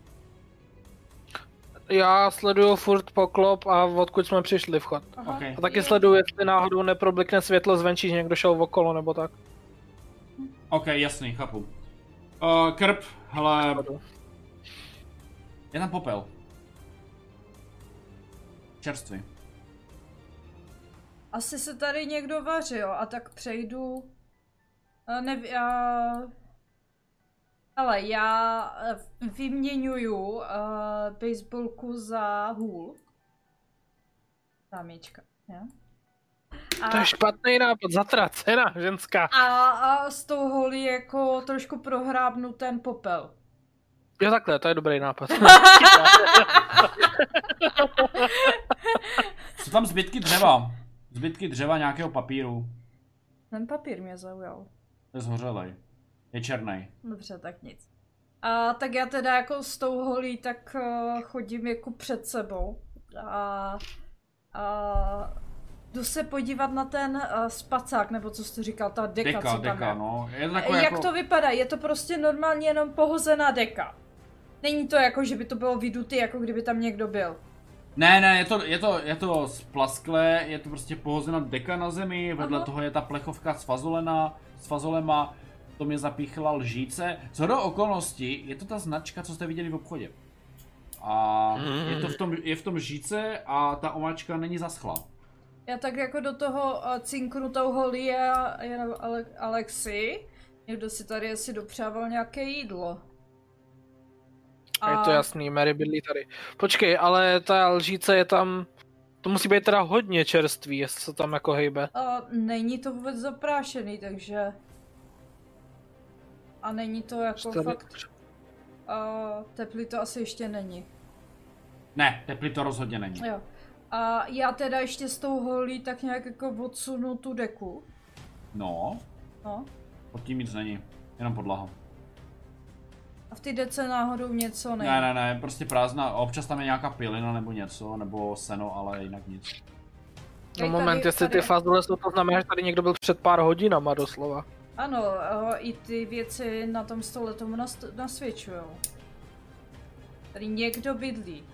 [SPEAKER 3] Já sleduju furt poklop a odkud jsme přišli vchod.
[SPEAKER 2] Aha.
[SPEAKER 1] OK.
[SPEAKER 3] A taky
[SPEAKER 2] Jo.
[SPEAKER 3] sleduju, jestli náhodou neproblikne světlo zvenčí, že někdo šel okolo nebo tak.
[SPEAKER 1] OK, jasný, chápu. Uh, krp, hele, je tam popel. Čerstvý.
[SPEAKER 2] Asi se tady někdo vařil a tak přejdu. A nev, a... Ale já eh, vyměňuju uh, baseballku za hůl. Dámička, jo? A,
[SPEAKER 3] To je špatný nápad, zatracená ženská.
[SPEAKER 2] a, a s tou holí jako trošku prohrábnu ten popel.
[SPEAKER 3] Jo takhle, to je dobrý nápad.
[SPEAKER 1] Jsou tam zbytky dřeva. Zbytky dřeva nějakého papíru.
[SPEAKER 2] Ten papír mě zaujal.
[SPEAKER 1] To je zhořelej. Je černý.
[SPEAKER 2] Dobře, tak nic. A tak já teda jako s tou holí tak eh, chodím jako před sebou a, a jdu se podívat na ten eh, spacák, nebo co jsi to říkal, ta deka,
[SPEAKER 1] Deka,
[SPEAKER 2] co tam
[SPEAKER 1] deka,
[SPEAKER 2] je.
[SPEAKER 1] no. Je to
[SPEAKER 2] Jak
[SPEAKER 1] takové jako...
[SPEAKER 2] to vypadá? Je to prostě normálně jenom pohozená deka. Není to jako, že by to bylo vyduty, jako kdyby tam někdo byl.
[SPEAKER 1] Ne, ne, je to, je to, je to splasklé, je to prostě pohozena deka na zemi, vedle
[SPEAKER 2] Aha.
[SPEAKER 1] toho je ta plechovka s fazolena, s fazolema, to mě zapíchla lžíce. Co do okolností, je to ta značka, co jste viděli v obchodě. A je to v tom, je v tom žíce a ta omáčka není zaschlá.
[SPEAKER 2] Já tak jako do toho eh, cinknu tou holí a jenom Ale- Alexi. Někdo si tady asi dopřával nějaké jídlo.
[SPEAKER 3] je to jasný, Mary bydlí tady. Počkej, ale ta lžíce je tam... To musí být teda hodně čerstvý, jestli se tam jako hejbe.
[SPEAKER 2] A eh, není to vůbec zaprášený, takže... A není to jako
[SPEAKER 3] Tady-
[SPEAKER 2] fakt... A teplý to asi ještě není.
[SPEAKER 1] Ne, teplý to rozhodně není.
[SPEAKER 2] Jo. A já teda ještě s tou holí tak nějak jako odsunu tu deku.
[SPEAKER 1] No,
[SPEAKER 2] No.
[SPEAKER 1] pod tím nic není, jenom podlaha.
[SPEAKER 2] A v té dece náhodou něco není.
[SPEAKER 1] Ne, ne, ne, prostě prázdná, občas tam je nějaká pilina nebo něco, nebo seno, ale jinak nic.
[SPEAKER 3] No
[SPEAKER 2] Tady-
[SPEAKER 3] moment,
[SPEAKER 2] tady-
[SPEAKER 3] jestli
[SPEAKER 2] tady-
[SPEAKER 3] ty fazole jsou, to znamená, že tady někdo byl před pár hodinama doslova.
[SPEAKER 2] Ano, a i ty věci na tom stole tomu nas- nasvědčujou. Tady někdo bydlí.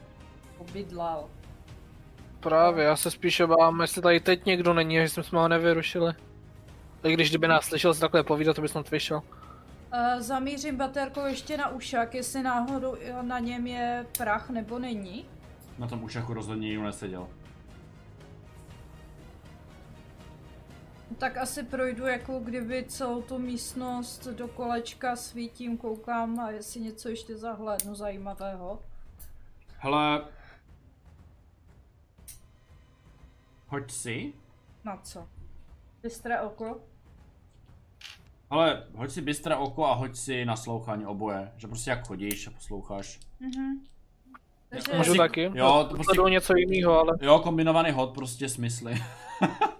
[SPEAKER 2] Obydlal.
[SPEAKER 3] Právě, já se spíš obávám, jestli tady teď někdo není, že jsme ho nevyrušili. I když kdyby nás slyšel se takhle povídat, to by snad vyšel.
[SPEAKER 2] Uh, zamířím baterkou ještě na ušák, jestli náhodou eh, na něm je prach nebo není.
[SPEAKER 1] Na tom ušachu rozhodně nikdo neseděl.
[SPEAKER 2] Tak asi projdu jako kdyby celou tu místnost do kolečka svítím, koukám a jestli něco ještě zahlédnu zajímavého.
[SPEAKER 1] Hele... Hoď si.
[SPEAKER 2] Na co? Bystré oko?
[SPEAKER 1] Hele, hoď si bystré oko a hoď si naslouchání oboje. Že prostě jak chodíš a posloucháš.
[SPEAKER 2] Mhm. Takže
[SPEAKER 3] Můžu
[SPEAKER 1] Prostě-
[SPEAKER 3] taky?
[SPEAKER 1] Jo, to prostě,
[SPEAKER 3] Sleduju něco jiného, ale
[SPEAKER 1] jo, kombinovaný hod prostě smysly.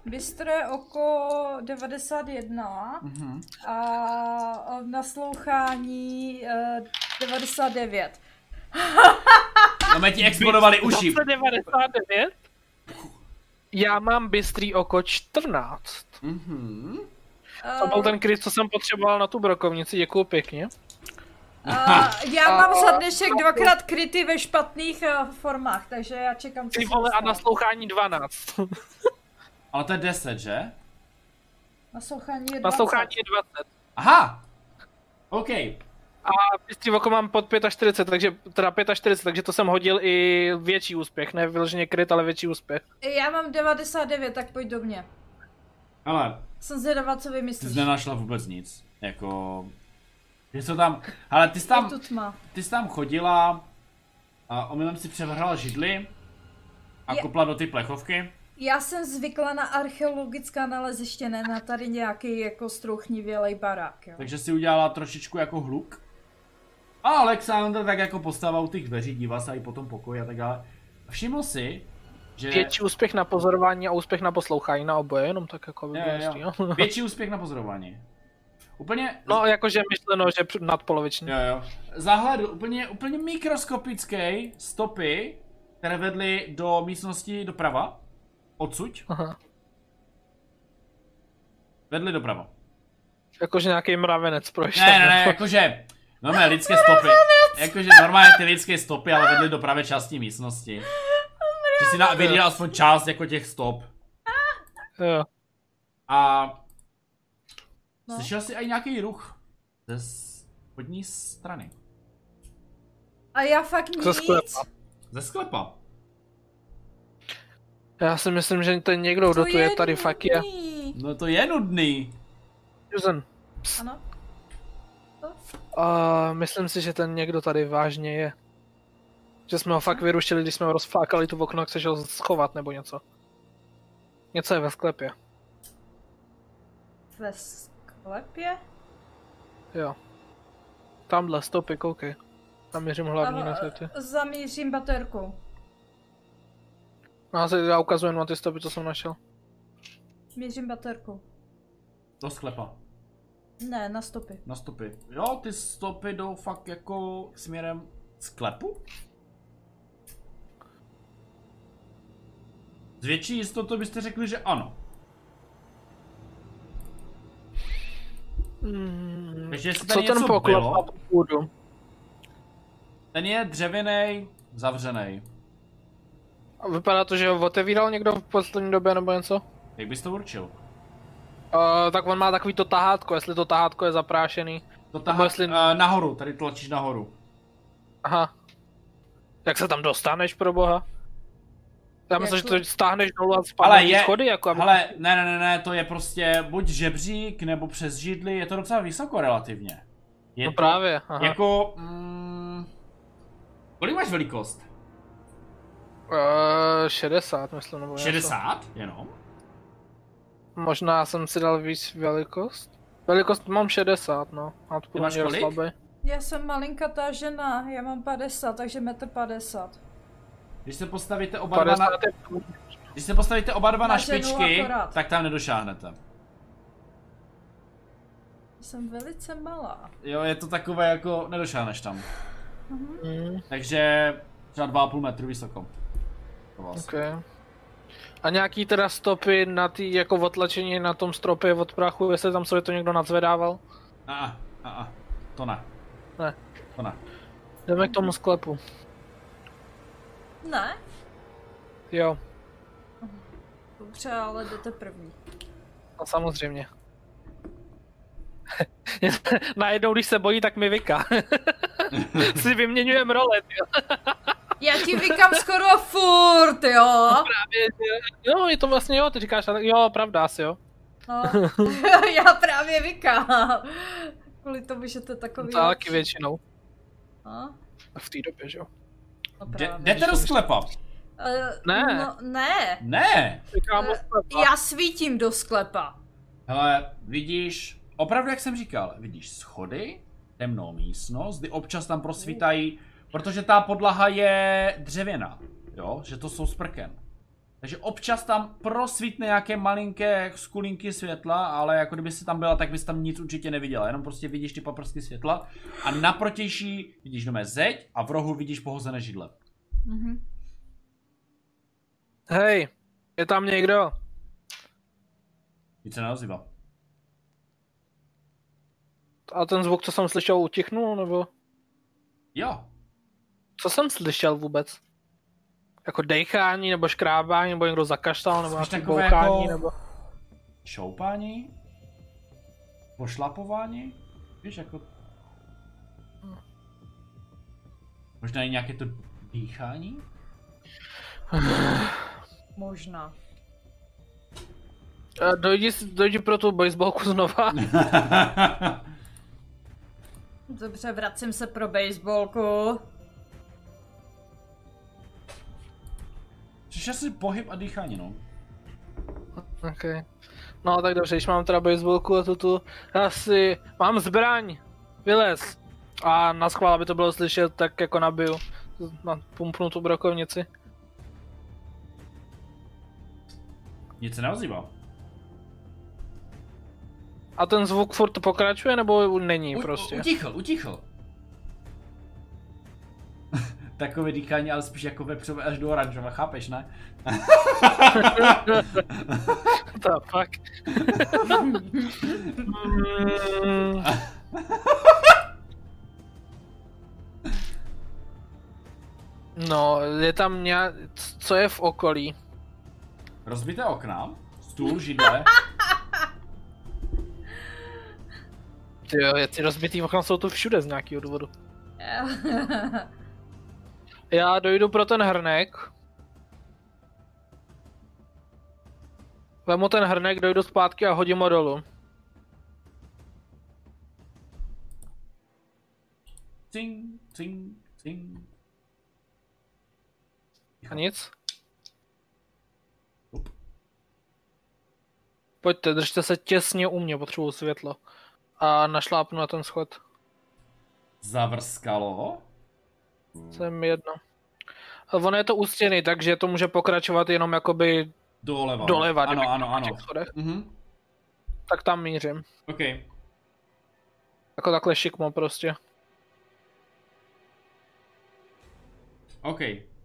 [SPEAKER 2] bystré oko 91
[SPEAKER 1] Mhm.
[SPEAKER 2] a a naslouchání eh, 99.
[SPEAKER 1] No mě ti explodovali uši.
[SPEAKER 3] 99? Já mám bystrý oko 14.
[SPEAKER 1] Mhm.
[SPEAKER 3] To byl
[SPEAKER 2] Eh,
[SPEAKER 3] ten kryt, co jsem potřeboval na tu brokovnici, děkuju pěkně.
[SPEAKER 2] Eh, A já
[SPEAKER 3] A-
[SPEAKER 2] mám
[SPEAKER 3] a-
[SPEAKER 2] za dnešek dvakrát kryty ve špatných eh, formách, takže já čekám, co
[SPEAKER 3] Ty
[SPEAKER 2] se
[SPEAKER 3] vole a
[SPEAKER 2] stane.
[SPEAKER 1] (laughs)
[SPEAKER 3] naslouchání 12.
[SPEAKER 1] Ale to je 10, že?
[SPEAKER 2] Naslouchání je 20.
[SPEAKER 3] naslouchání je 20.
[SPEAKER 1] Aha! OK.
[SPEAKER 3] A bystří oko mám pod 45, takže, teda 45, takže to jsem hodil i větší úspěch, ne vyloženě kryt, ale větší úspěch.
[SPEAKER 2] Já mám 99, tak pojď do mě.
[SPEAKER 1] Ale
[SPEAKER 2] Jsem zvědavá, co
[SPEAKER 1] ty
[SPEAKER 2] vymyslíš.
[SPEAKER 1] jsi nenašla vůbec nic. Jako... Ty jsi to tam... Ale ty jsi tam...
[SPEAKER 2] Je tu tma.
[SPEAKER 1] Ty jsi tam chodila a omylem si převrhla židli a
[SPEAKER 2] Je-
[SPEAKER 1] kopla do ty plechovky.
[SPEAKER 2] Já jsem zvykla na archeologická naleziště, ne na tady nějaký jako strouchnivělej barák, jo.
[SPEAKER 1] Takže si udělala trošičku jako hluk. A Alexander tak jako postava u těch dveří, dívá se i po tom pokoji a tak dále. Všiml si, že...
[SPEAKER 3] Větší úspěch na pozorování a úspěch na poslouchání na oboje, jenom tak jako by
[SPEAKER 1] Jo,
[SPEAKER 3] bylo
[SPEAKER 1] jo,
[SPEAKER 3] hezký,
[SPEAKER 1] jo.
[SPEAKER 3] jo. (laughs)
[SPEAKER 1] Větší úspěch na pozorování. Úplně...
[SPEAKER 3] No, jakože myšleno, že př- nadpoloviční.
[SPEAKER 1] Jo, jo. Zahledu úplně, úplně mikroskopické stopy, které vedly do místnosti doprava. Odsuť.
[SPEAKER 3] Aha.
[SPEAKER 1] Vedly doprava.
[SPEAKER 3] Jakože nějaký mravenec prošel.
[SPEAKER 1] Ne, ne, ne,
[SPEAKER 3] nebo-
[SPEAKER 1] jakože... Normálně lidské stopy. Jakože normálně ty lidské stopy, ale vedly do pravé části místnosti. Že si na, viděl aspoň část jako těch stop.
[SPEAKER 3] (laughs) Jo.
[SPEAKER 1] A
[SPEAKER 2] No.
[SPEAKER 1] slyšel jsi i nějaký ruch ze spodní strany.
[SPEAKER 2] A já fakt
[SPEAKER 3] Ze
[SPEAKER 2] nic.
[SPEAKER 3] sklepa.
[SPEAKER 1] Ze sklepa.
[SPEAKER 3] Já si myslím, že ten někdo, kdo tu je, tady fakt je.
[SPEAKER 2] nudný.
[SPEAKER 1] No to je nudný.
[SPEAKER 3] Susan,
[SPEAKER 2] Ano.
[SPEAKER 3] uh, myslím si, že ten někdo tady vážně je. Že jsme ho fakt vyrušili, když jsme ho rozflákali tu v okno, jak se šel schovat nebo něco. Něco je ve sklepě,
[SPEAKER 2] Ve sklepě?
[SPEAKER 3] jo. Tamhle, stopy, koukej. Tam eh, měřím hlavní
[SPEAKER 2] Ano,
[SPEAKER 3] na světě.
[SPEAKER 2] Zamířím baterku.
[SPEAKER 3] No, já, se, já ukazuji jenom na ty stopy, co jsem našel.
[SPEAKER 2] Mířím baterku.
[SPEAKER 1] Do sklepa.
[SPEAKER 2] Ne, na stopy.
[SPEAKER 1] Na stopy. Jo, ty stopy jdou fakt jako směrem sklepu? S větší jistotou byste řekli, že ano.
[SPEAKER 3] Mm,
[SPEAKER 1] Takže jestli
[SPEAKER 3] co
[SPEAKER 1] tady
[SPEAKER 3] ten
[SPEAKER 1] něco
[SPEAKER 3] poklad
[SPEAKER 1] bylo,
[SPEAKER 3] na tu půdu?
[SPEAKER 1] ten je dřevěný, zavřený.
[SPEAKER 3] A Vypadá to, že ho otevíral někdo v poslední době nebo něco?
[SPEAKER 1] Jak bys to určil?
[SPEAKER 3] Uh, tak on má takový to tahátko, jestli to tahátko je zaprášený.
[SPEAKER 1] To tahá,
[SPEAKER 3] Nebo
[SPEAKER 1] jestli...
[SPEAKER 3] jestli-
[SPEAKER 1] uh, nahoru, tady tlačíš nahoru.
[SPEAKER 3] Aha. Jak se tam dostaneš pro boha? Já myslím, že
[SPEAKER 2] Jako-
[SPEAKER 3] to stáhneš dolů a
[SPEAKER 1] Ale
[SPEAKER 3] spadneš
[SPEAKER 1] je,
[SPEAKER 3] je... schody, jako aby...
[SPEAKER 1] ale ne, ne, ne, ne, to je prostě buď žebřík, nebo přes židli, je to docela vysoko relativně. Je
[SPEAKER 3] No
[SPEAKER 1] to-
[SPEAKER 3] právě, aha. Jako...
[SPEAKER 1] Jako, mm, kolik máš velikost?
[SPEAKER 3] Uh, 60, myslím, nebo něco.
[SPEAKER 1] 60? Jenom?
[SPEAKER 3] Možná jsem si dal víc velikost? Velikost mám 60, no. A to
[SPEAKER 1] máš kolik?
[SPEAKER 2] Já jsem malinkatá žena, já mám 50, takže metr 50.
[SPEAKER 1] Když se postavíte oba dva
[SPEAKER 3] 50
[SPEAKER 1] na,
[SPEAKER 3] je...
[SPEAKER 1] když se postavíte oba dva na
[SPEAKER 2] Na ženu
[SPEAKER 1] špičky,
[SPEAKER 2] akorát.
[SPEAKER 1] tak tam nedošáhnete.
[SPEAKER 2] Jsem velice malá.
[SPEAKER 1] Jo, je to takové jako, nedošáhneš tam.
[SPEAKER 3] Mm,
[SPEAKER 1] Takže třeba 2,5 metru vysoko. To vás.
[SPEAKER 3] okay. A nějaký teda stopy na tý, jako otlačení na tom stropě od prachu, jestli tam se to někdo nadzvedával?
[SPEAKER 1] A, a, a, a, to ne.
[SPEAKER 3] Ne.
[SPEAKER 1] To ne.
[SPEAKER 3] Jdeme k tomu sklepu.
[SPEAKER 2] Ne?
[SPEAKER 3] Jo,
[SPEAKER 2] Dobře, ale jdete první.
[SPEAKER 3] no samozřejmě. (laughs) Najednou, když se bojí, tak
[SPEAKER 1] (laughs)
[SPEAKER 3] mi vyká. si vyměňujeme role, jo.
[SPEAKER 2] Já ti vykám skoro furt, jo?
[SPEAKER 3] Právě, že- jo, je to vlastně jo, ty říkáš, ale jo, pravda asi jo.
[SPEAKER 2] No. (laughs) já právě vykám. Kvůli tomu, že to je
[SPEAKER 3] To
[SPEAKER 2] takový...
[SPEAKER 3] taky většinou.
[SPEAKER 2] No,
[SPEAKER 3] V té době, že jo.
[SPEAKER 2] no
[SPEAKER 1] Jde-
[SPEAKER 2] právě.
[SPEAKER 1] Jdete do sklepa?
[SPEAKER 2] Eh,
[SPEAKER 3] Ne.
[SPEAKER 2] No, ne.
[SPEAKER 1] Ne!
[SPEAKER 3] Říkám,
[SPEAKER 2] Eh, Já svítím do sklepa.
[SPEAKER 1] Hele, vidíš, opravdu jak jsem říkal, vidíš schody, temnou místnost, kdy občas tam prosvítají, protože ta podlaha je dřevěná, jo, že to jsou z prken. Takže občas tam prosvítne nějaké malinké skulinky světla, ale jako kdyby si tam byla, tak bys tam nic určitě neviděla, jenom prostě vidíš ty paprsky světla a na protější vidíš nové zeď a v rohu vidíš pohozené židle.
[SPEAKER 2] Mhm.
[SPEAKER 3] hej, je tam někdo.
[SPEAKER 1] Nic se neozývá.
[SPEAKER 3] A ten zvuk, co jsem slyšel, utichnul, nebo?
[SPEAKER 1] Jo.
[SPEAKER 3] Co jsem slyšel vůbec? Jako dejchání, nebo škrábání, nebo někdo zakaštal, nebo
[SPEAKER 1] Spíš
[SPEAKER 3] nějaký
[SPEAKER 1] takové
[SPEAKER 3] bouchání,
[SPEAKER 1] jako-
[SPEAKER 3] nebo...
[SPEAKER 1] Šoupání? Pošlapování? Víš, jako... Možná i nějaké to
[SPEAKER 3] (laughs)
[SPEAKER 1] dýchání?
[SPEAKER 2] Možná.
[SPEAKER 3] Eh, Dojdi, s- dojdi pro tu
[SPEAKER 1] (laughs)
[SPEAKER 3] baseballku znova.
[SPEAKER 2] Dobře, vracím se pro baseballku.
[SPEAKER 1] Přišel si pohyb a dýchání, no.
[SPEAKER 3] Okay. No tak dobře, když mám teda baseballku a tu tu, já si, mám zbraň, vylez. A na schvál, aby to bylo slyšet, tak jako nabiju. Na, pumpnu tu brokovnici.
[SPEAKER 1] Nic se neozývá.
[SPEAKER 3] A ten zvuk furt pokračuje, nebo u- není
[SPEAKER 1] U-
[SPEAKER 3] prostě?
[SPEAKER 1] u- Utichl, utichl. (laughs) Takové dýchání, ale spíš jako vepřové až do oranžové, chápeš, ne?
[SPEAKER 3] Ta pak. Mm. No, je tam nějak, co je v okolí?
[SPEAKER 1] Rozbité okna, stůl,
[SPEAKER 3] (laughs)
[SPEAKER 1] židle.
[SPEAKER 3] Ty jo, ty rozbitý okna jsou tu všude z nějakého důvodu. Já dojdu pro ten hrnek. Vemu ten hrnek, dojdu zpátky a hodím ho dolů.
[SPEAKER 1] Cing, cing, cing.
[SPEAKER 3] A nic?
[SPEAKER 1] Up.
[SPEAKER 3] Pojďte, držte se těsně u mě, potřebuju světlo. A našlápnu na ten schod.
[SPEAKER 1] Zavrskalo.
[SPEAKER 3] To je mi jedno. A ono je to u stěny, takže to může pokračovat jenom jakoby
[SPEAKER 1] Doleva.
[SPEAKER 3] doleva.
[SPEAKER 1] Ano,
[SPEAKER 3] kdybych
[SPEAKER 1] ano,
[SPEAKER 3] byl na
[SPEAKER 1] ano.
[SPEAKER 3] těch schodech.
[SPEAKER 1] Mhm.
[SPEAKER 3] Tak tam mířím.
[SPEAKER 1] OK.
[SPEAKER 3] Jako takhle šikmo prostě.
[SPEAKER 1] OK.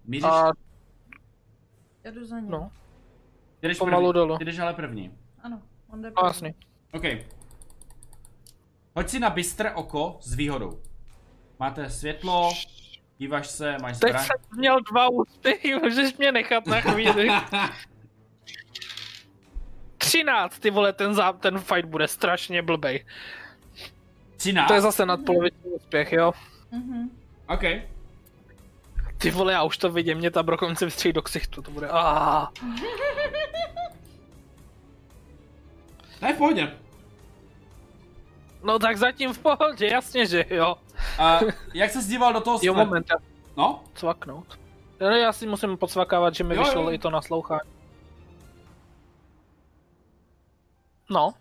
[SPEAKER 1] Míříš,
[SPEAKER 3] A
[SPEAKER 2] (laughs) Já jdu za ním.
[SPEAKER 3] no,
[SPEAKER 1] ty jdeš
[SPEAKER 3] pomalu
[SPEAKER 1] první.
[SPEAKER 3] dolů.
[SPEAKER 1] Ty jdeš ale první.
[SPEAKER 2] Ano, on jde
[SPEAKER 3] no
[SPEAKER 2] první.
[SPEAKER 3] jasný.
[SPEAKER 1] OK. Hoď si na bystré oko s výhodou. Máte světlo, díváš se, máš
[SPEAKER 3] Teď
[SPEAKER 1] zbraň.
[SPEAKER 3] jsem měl dva úspěchy, (laughs) můžeš mě nechat
[SPEAKER 1] (laughs)
[SPEAKER 3] na chvíli. 13, ty vole, ten, zá, ten fight bude strašně blbej.
[SPEAKER 1] 13.
[SPEAKER 3] To je zase nadpoloviční úspěch, jo.
[SPEAKER 2] Mhm.
[SPEAKER 1] OK.
[SPEAKER 3] Ty vole, já už to vidím, mě ta brokonce vystřílí do ksichtu, to bude aaa.
[SPEAKER 1] Ne, v pohodě.
[SPEAKER 3] No tak zatím v pohodě, jasně, že jo.
[SPEAKER 1] A jak se díval do toho
[SPEAKER 3] (laughs) Jo,
[SPEAKER 1] sle-
[SPEAKER 3] moment, já
[SPEAKER 1] No,
[SPEAKER 3] cvaknout. No, já si musím podsvakávat, že mi
[SPEAKER 1] Jo, jo.
[SPEAKER 3] vyšlo i to naslouchání. No,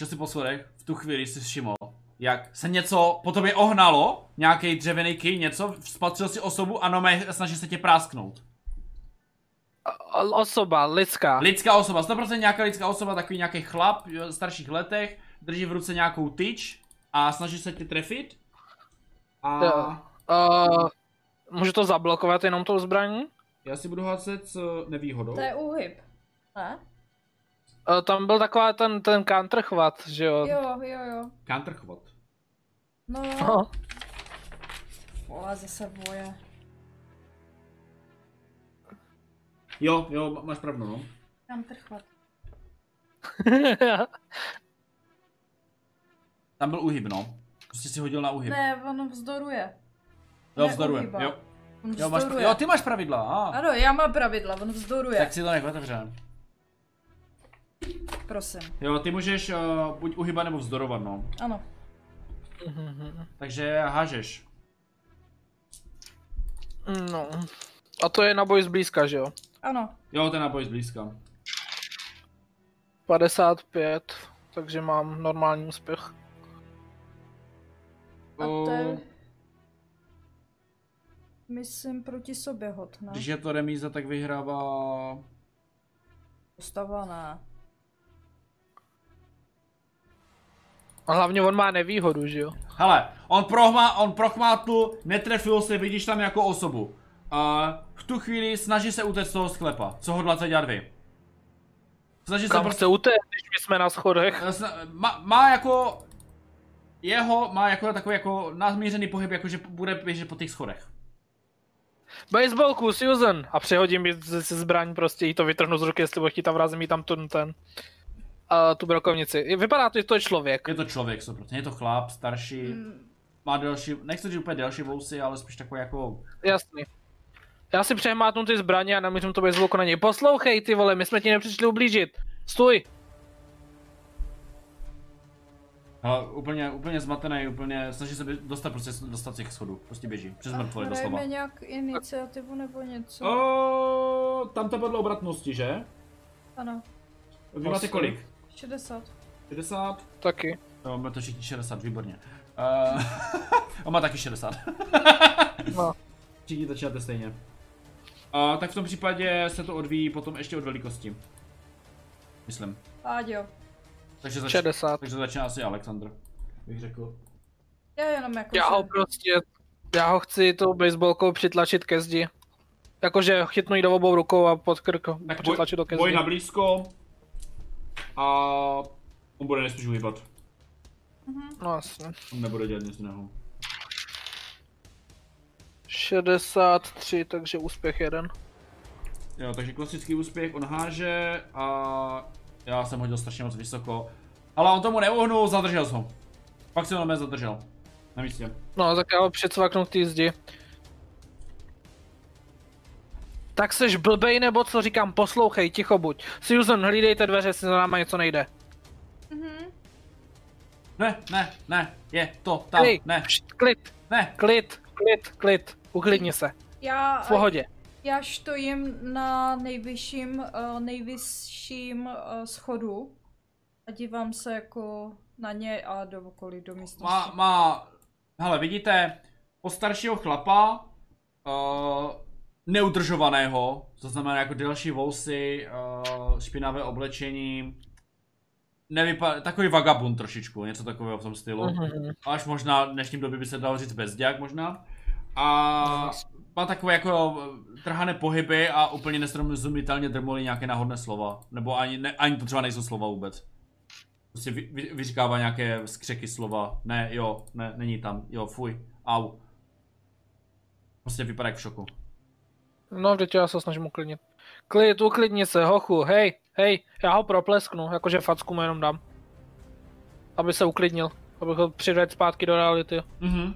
[SPEAKER 1] že si po schodech v tu chvíli si všiml, jak se něco po tobě ohnalo, nějaký dřevěný ký, něco, spatřil si osobu a nome snaží se tě prásknout.
[SPEAKER 3] o- osoba, lidská.
[SPEAKER 1] Lidská osoba, 100% nějaká lidská osoba, takový nějaký chlap jo, v starších letech, drží v ruce nějakou tyč a snaží se tě trefit. A
[SPEAKER 3] Jo. Uh, můžu to zablokovat jenom tou zbraní?
[SPEAKER 1] já si budu házet s nevýhodou.
[SPEAKER 2] To je úhyb. Ne?
[SPEAKER 3] E, Tam byl taková ten, ten counterchvat, že jo?
[SPEAKER 2] Jo, jo, jo.
[SPEAKER 1] Counterchvat.
[SPEAKER 2] No,
[SPEAKER 3] (laughs) No, (laughs)
[SPEAKER 2] vole, zase boje.
[SPEAKER 1] Jo, jo, ma- máš pravdu, no.
[SPEAKER 2] Tam trchvat.
[SPEAKER 1] Tam byl uhyb, no. Prostě si hodil na uhyb.
[SPEAKER 2] Ne, on vzdoruje.
[SPEAKER 1] jo,
[SPEAKER 2] ne,
[SPEAKER 1] vzdoruje.
[SPEAKER 2] uhyba.
[SPEAKER 1] Jo,
[SPEAKER 2] On
[SPEAKER 1] jo, máš,
[SPEAKER 2] vzdoruje.
[SPEAKER 1] jo, ty máš pravidla. A.
[SPEAKER 2] Ano, já mám pravidla, on vzdoruje.
[SPEAKER 1] Tak si to nech otevřen.
[SPEAKER 2] Prosím.
[SPEAKER 1] Jo, ty můžeš uh, buď uhyba nebo vzdorovat, no.
[SPEAKER 2] Ano.
[SPEAKER 1] Takže hážeš.
[SPEAKER 3] no. A to je na boj zblízka, že jo?
[SPEAKER 2] Ano.
[SPEAKER 1] Jo, ten náboj zblízka.
[SPEAKER 3] 55, takže mám normální úspěch.
[SPEAKER 2] A to je...
[SPEAKER 1] O,
[SPEAKER 2] Myslím proti sobě hod, ne?
[SPEAKER 1] Když je to remíza, tak vyhrává...
[SPEAKER 2] Postava ne.
[SPEAKER 3] A hlavně on má nevýhodu, že jo?
[SPEAKER 1] Hele, on, prohma, on prochmátl, netrefil se, vidíš tam jako osobu. A v tu chvíli snaží se utéct z toho sklepa. Co hodláte dělat vy? Snaží se
[SPEAKER 3] Kam
[SPEAKER 1] prostě... Eh,
[SPEAKER 3] chce utéct, když my jsme na schodech?
[SPEAKER 1] Sna- Má, má jako... Jeho má jako takový jako nazmířený pohyb, jakože bude běžet po těch schodech.
[SPEAKER 3] Baseballku, Susan! A přehodím ji ze ze zbraň, prostě jí to vytrhnu z ruky, jestli budu chtít a vrazím jí tam ten, ten. A tu brokovnici. I Vypadá to, že to je člověk.
[SPEAKER 1] Je to člověk, 100%. Je to chlap, starší, má delší, nechci říct úplně delší vousy, ale spíš takový jako...
[SPEAKER 3] Jasný. Já si přehmátnu ty zbraně a namířím to baseballku na něj. Poslouchej ty vole, my jsme ti nepřišli ublížit. Stůj!
[SPEAKER 1] Hele, úplně, úplně zmatený, úplně snaží se by- dostat prostě dostat z těch schodů. Prostě běží, přes mrtvoly doslova.
[SPEAKER 2] Hrajme nějak iniciativu nebo něco.
[SPEAKER 1] O, tam to podle obratnosti, že?
[SPEAKER 2] Ano,
[SPEAKER 1] Vy máte
[SPEAKER 3] Osm.
[SPEAKER 1] kolik?
[SPEAKER 2] 60.
[SPEAKER 1] 60?
[SPEAKER 3] Taky.
[SPEAKER 1] No, máme to všichni 60, výborně. Uh, (laughs) on má taky 60.
[SPEAKER 3] (laughs) No.
[SPEAKER 1] Všichni začínáte stejně. Uh, tak v tom případě se to odvíjí potom ještě od velikosti. Myslím.
[SPEAKER 2] Áďo.
[SPEAKER 1] Takže, zač-
[SPEAKER 3] 60.
[SPEAKER 1] takže začíná asi Alexandr, bych řekl.
[SPEAKER 2] Já jenom jako...
[SPEAKER 3] Já ho prostě, já ho chci tou baseballkou přitlačit ke zdi. Jakože chytnu jí do obou rukou a pod krk
[SPEAKER 1] Tak boj,
[SPEAKER 3] přitlačit do ke
[SPEAKER 1] boj
[SPEAKER 3] zdi.
[SPEAKER 1] na blízko. A on bude nespíš uhybat.
[SPEAKER 3] No jasně.
[SPEAKER 1] On nebude dělat nic jiného.
[SPEAKER 3] 63, takže úspěch jeden.
[SPEAKER 1] Jo, takže klasický úspěch, on háže a já jsem hodil strašně moc vysoko. Ale on tomu neuhnul, zadržel jsem ho. Pak se on zadržel. Na místě.
[SPEAKER 3] No, tak já ho přecvaknu k té zdi. Tak seš blbej nebo co říkám, poslouchej, ticho buď. Susan, hlídejte dveře, jestli za náma něco nejde.
[SPEAKER 1] Ne, ne, ne, je to tam,
[SPEAKER 3] Hej,
[SPEAKER 1] ne,
[SPEAKER 3] št, klid,
[SPEAKER 1] ne.
[SPEAKER 3] klid, klid, klid, uklidni se,
[SPEAKER 2] Já,
[SPEAKER 3] v pohodě.
[SPEAKER 2] já štojím na nejvyšším, uh, nejvyšším uh, schodu a dívám se jako na ně a do okolí, do
[SPEAKER 1] Má,
[SPEAKER 2] místnosti.
[SPEAKER 1] má, hele, vidíte, po staršího chlapa, uh, neudržovaného, to znamená jako delší vousy, uh, špinavé oblečení, nevypadá, takový vagabund trošičku, něco takového v tom stylu.
[SPEAKER 3] Mhm.
[SPEAKER 1] až možná v dnešním době by se dalo říct bezděk možná. A má takové jako eh, trhané pohyby a úplně nesrozumitelně drmolí nějaké náhodné slova. Nebo ani, ne, ani to třeba nejsou slova vůbec. Prostě vy, vy, vyříkává nějaké skřeky slova. Ne, jo, ne, není tam, jo, fuj, au. Prostě vypadá jak v šoku.
[SPEAKER 3] No, teď já se snažím uklidnit. Klid, uklidni se, hochu, hej, hej, já ho proplesknu, jakože facku mu jenom dám. Aby se uklidnil, abych ho přivedl zpátky do reality.
[SPEAKER 1] Mhm.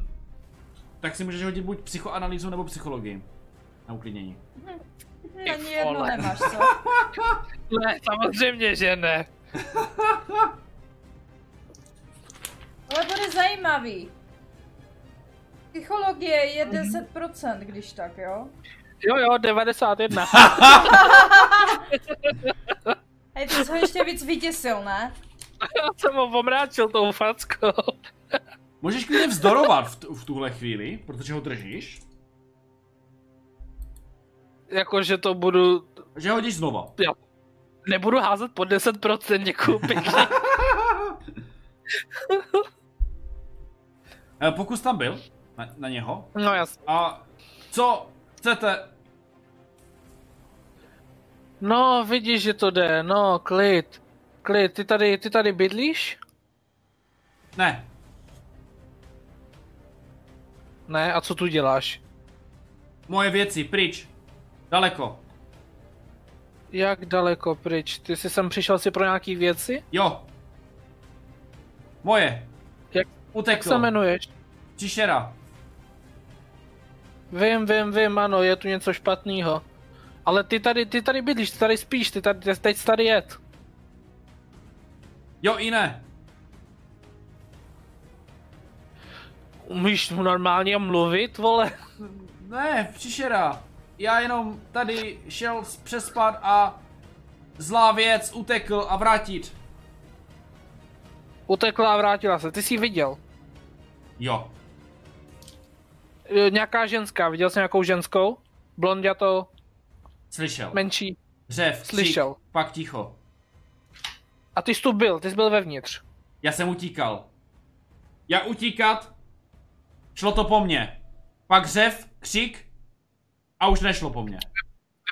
[SPEAKER 1] Tak si můžeš hodit buď psychoanalýzu nebo psychologii. Na uklidnění.
[SPEAKER 2] Ani jedno
[SPEAKER 3] vole.
[SPEAKER 1] (laughs)
[SPEAKER 2] nemáš, co?
[SPEAKER 3] Ne, samozřejmě, že ne.
[SPEAKER 2] Ale bude zajímavý. Psychologie
[SPEAKER 1] Mhm.
[SPEAKER 2] je 10%, když tak, jo?
[SPEAKER 3] Jo, jo, (laughs) 91.
[SPEAKER 2] Hej, ty jsi ho ještě víc vyděsil, ne?
[SPEAKER 3] Já jsem ho omráčil tou fackou.
[SPEAKER 1] Můžeš klidně vzdorovat v, tu- v tuhle chvíli, protože ho držíš.
[SPEAKER 3] Jakože to budu...
[SPEAKER 1] Že hodíš znova.
[SPEAKER 3] Já nebudu házet po 10%, děkuju pěkně.
[SPEAKER 1] Eh, Pokus tam byl na, na něho.
[SPEAKER 3] No jasně.
[SPEAKER 1] A co chcete?
[SPEAKER 3] No, vidíš, že to jde, no, klid. Klid, ty tady, ty tady bydlíš?
[SPEAKER 1] Ne,
[SPEAKER 3] Ne, a co tu děláš?
[SPEAKER 1] moje věci, pryč. Daleko.
[SPEAKER 3] Jak daleko pryč? Ty jsi sem přišel si pro nějaký věci?
[SPEAKER 1] Jo. Moje.
[SPEAKER 3] Jak- Jak
[SPEAKER 1] Utekl.
[SPEAKER 3] se jmenuješ?
[SPEAKER 1] Čišera.
[SPEAKER 3] Vím, vím, vím, ano, je tu něco špatného. Ale ty tady, ty tady bydlíš, ty tady spíš, ty tady, ty teď jsi tady jet.
[SPEAKER 1] Jo i ne.
[SPEAKER 3] Umíš mu normálně mluvit, vole? (laughs)
[SPEAKER 1] Ne, Čišera. Já jenom tady šel s- přespat a zlá věc utekl a vrátit.
[SPEAKER 3] Utekla a vrátila se, ty jsi ji viděl.
[SPEAKER 1] Jo.
[SPEAKER 3] E, Nějaká ženská, viděl jsi nějakou ženskou? Blondětou,
[SPEAKER 1] Slyšel.
[SPEAKER 3] menší.
[SPEAKER 1] Řev, křik,
[SPEAKER 3] Slyšel.
[SPEAKER 1] pak ticho.
[SPEAKER 3] A ty jsi tu byl, ty jsi byl vevnitř.
[SPEAKER 1] Já jsem utíkal. Já utíkat, šlo to po mně. Pak řev, křik a už nešlo po mně.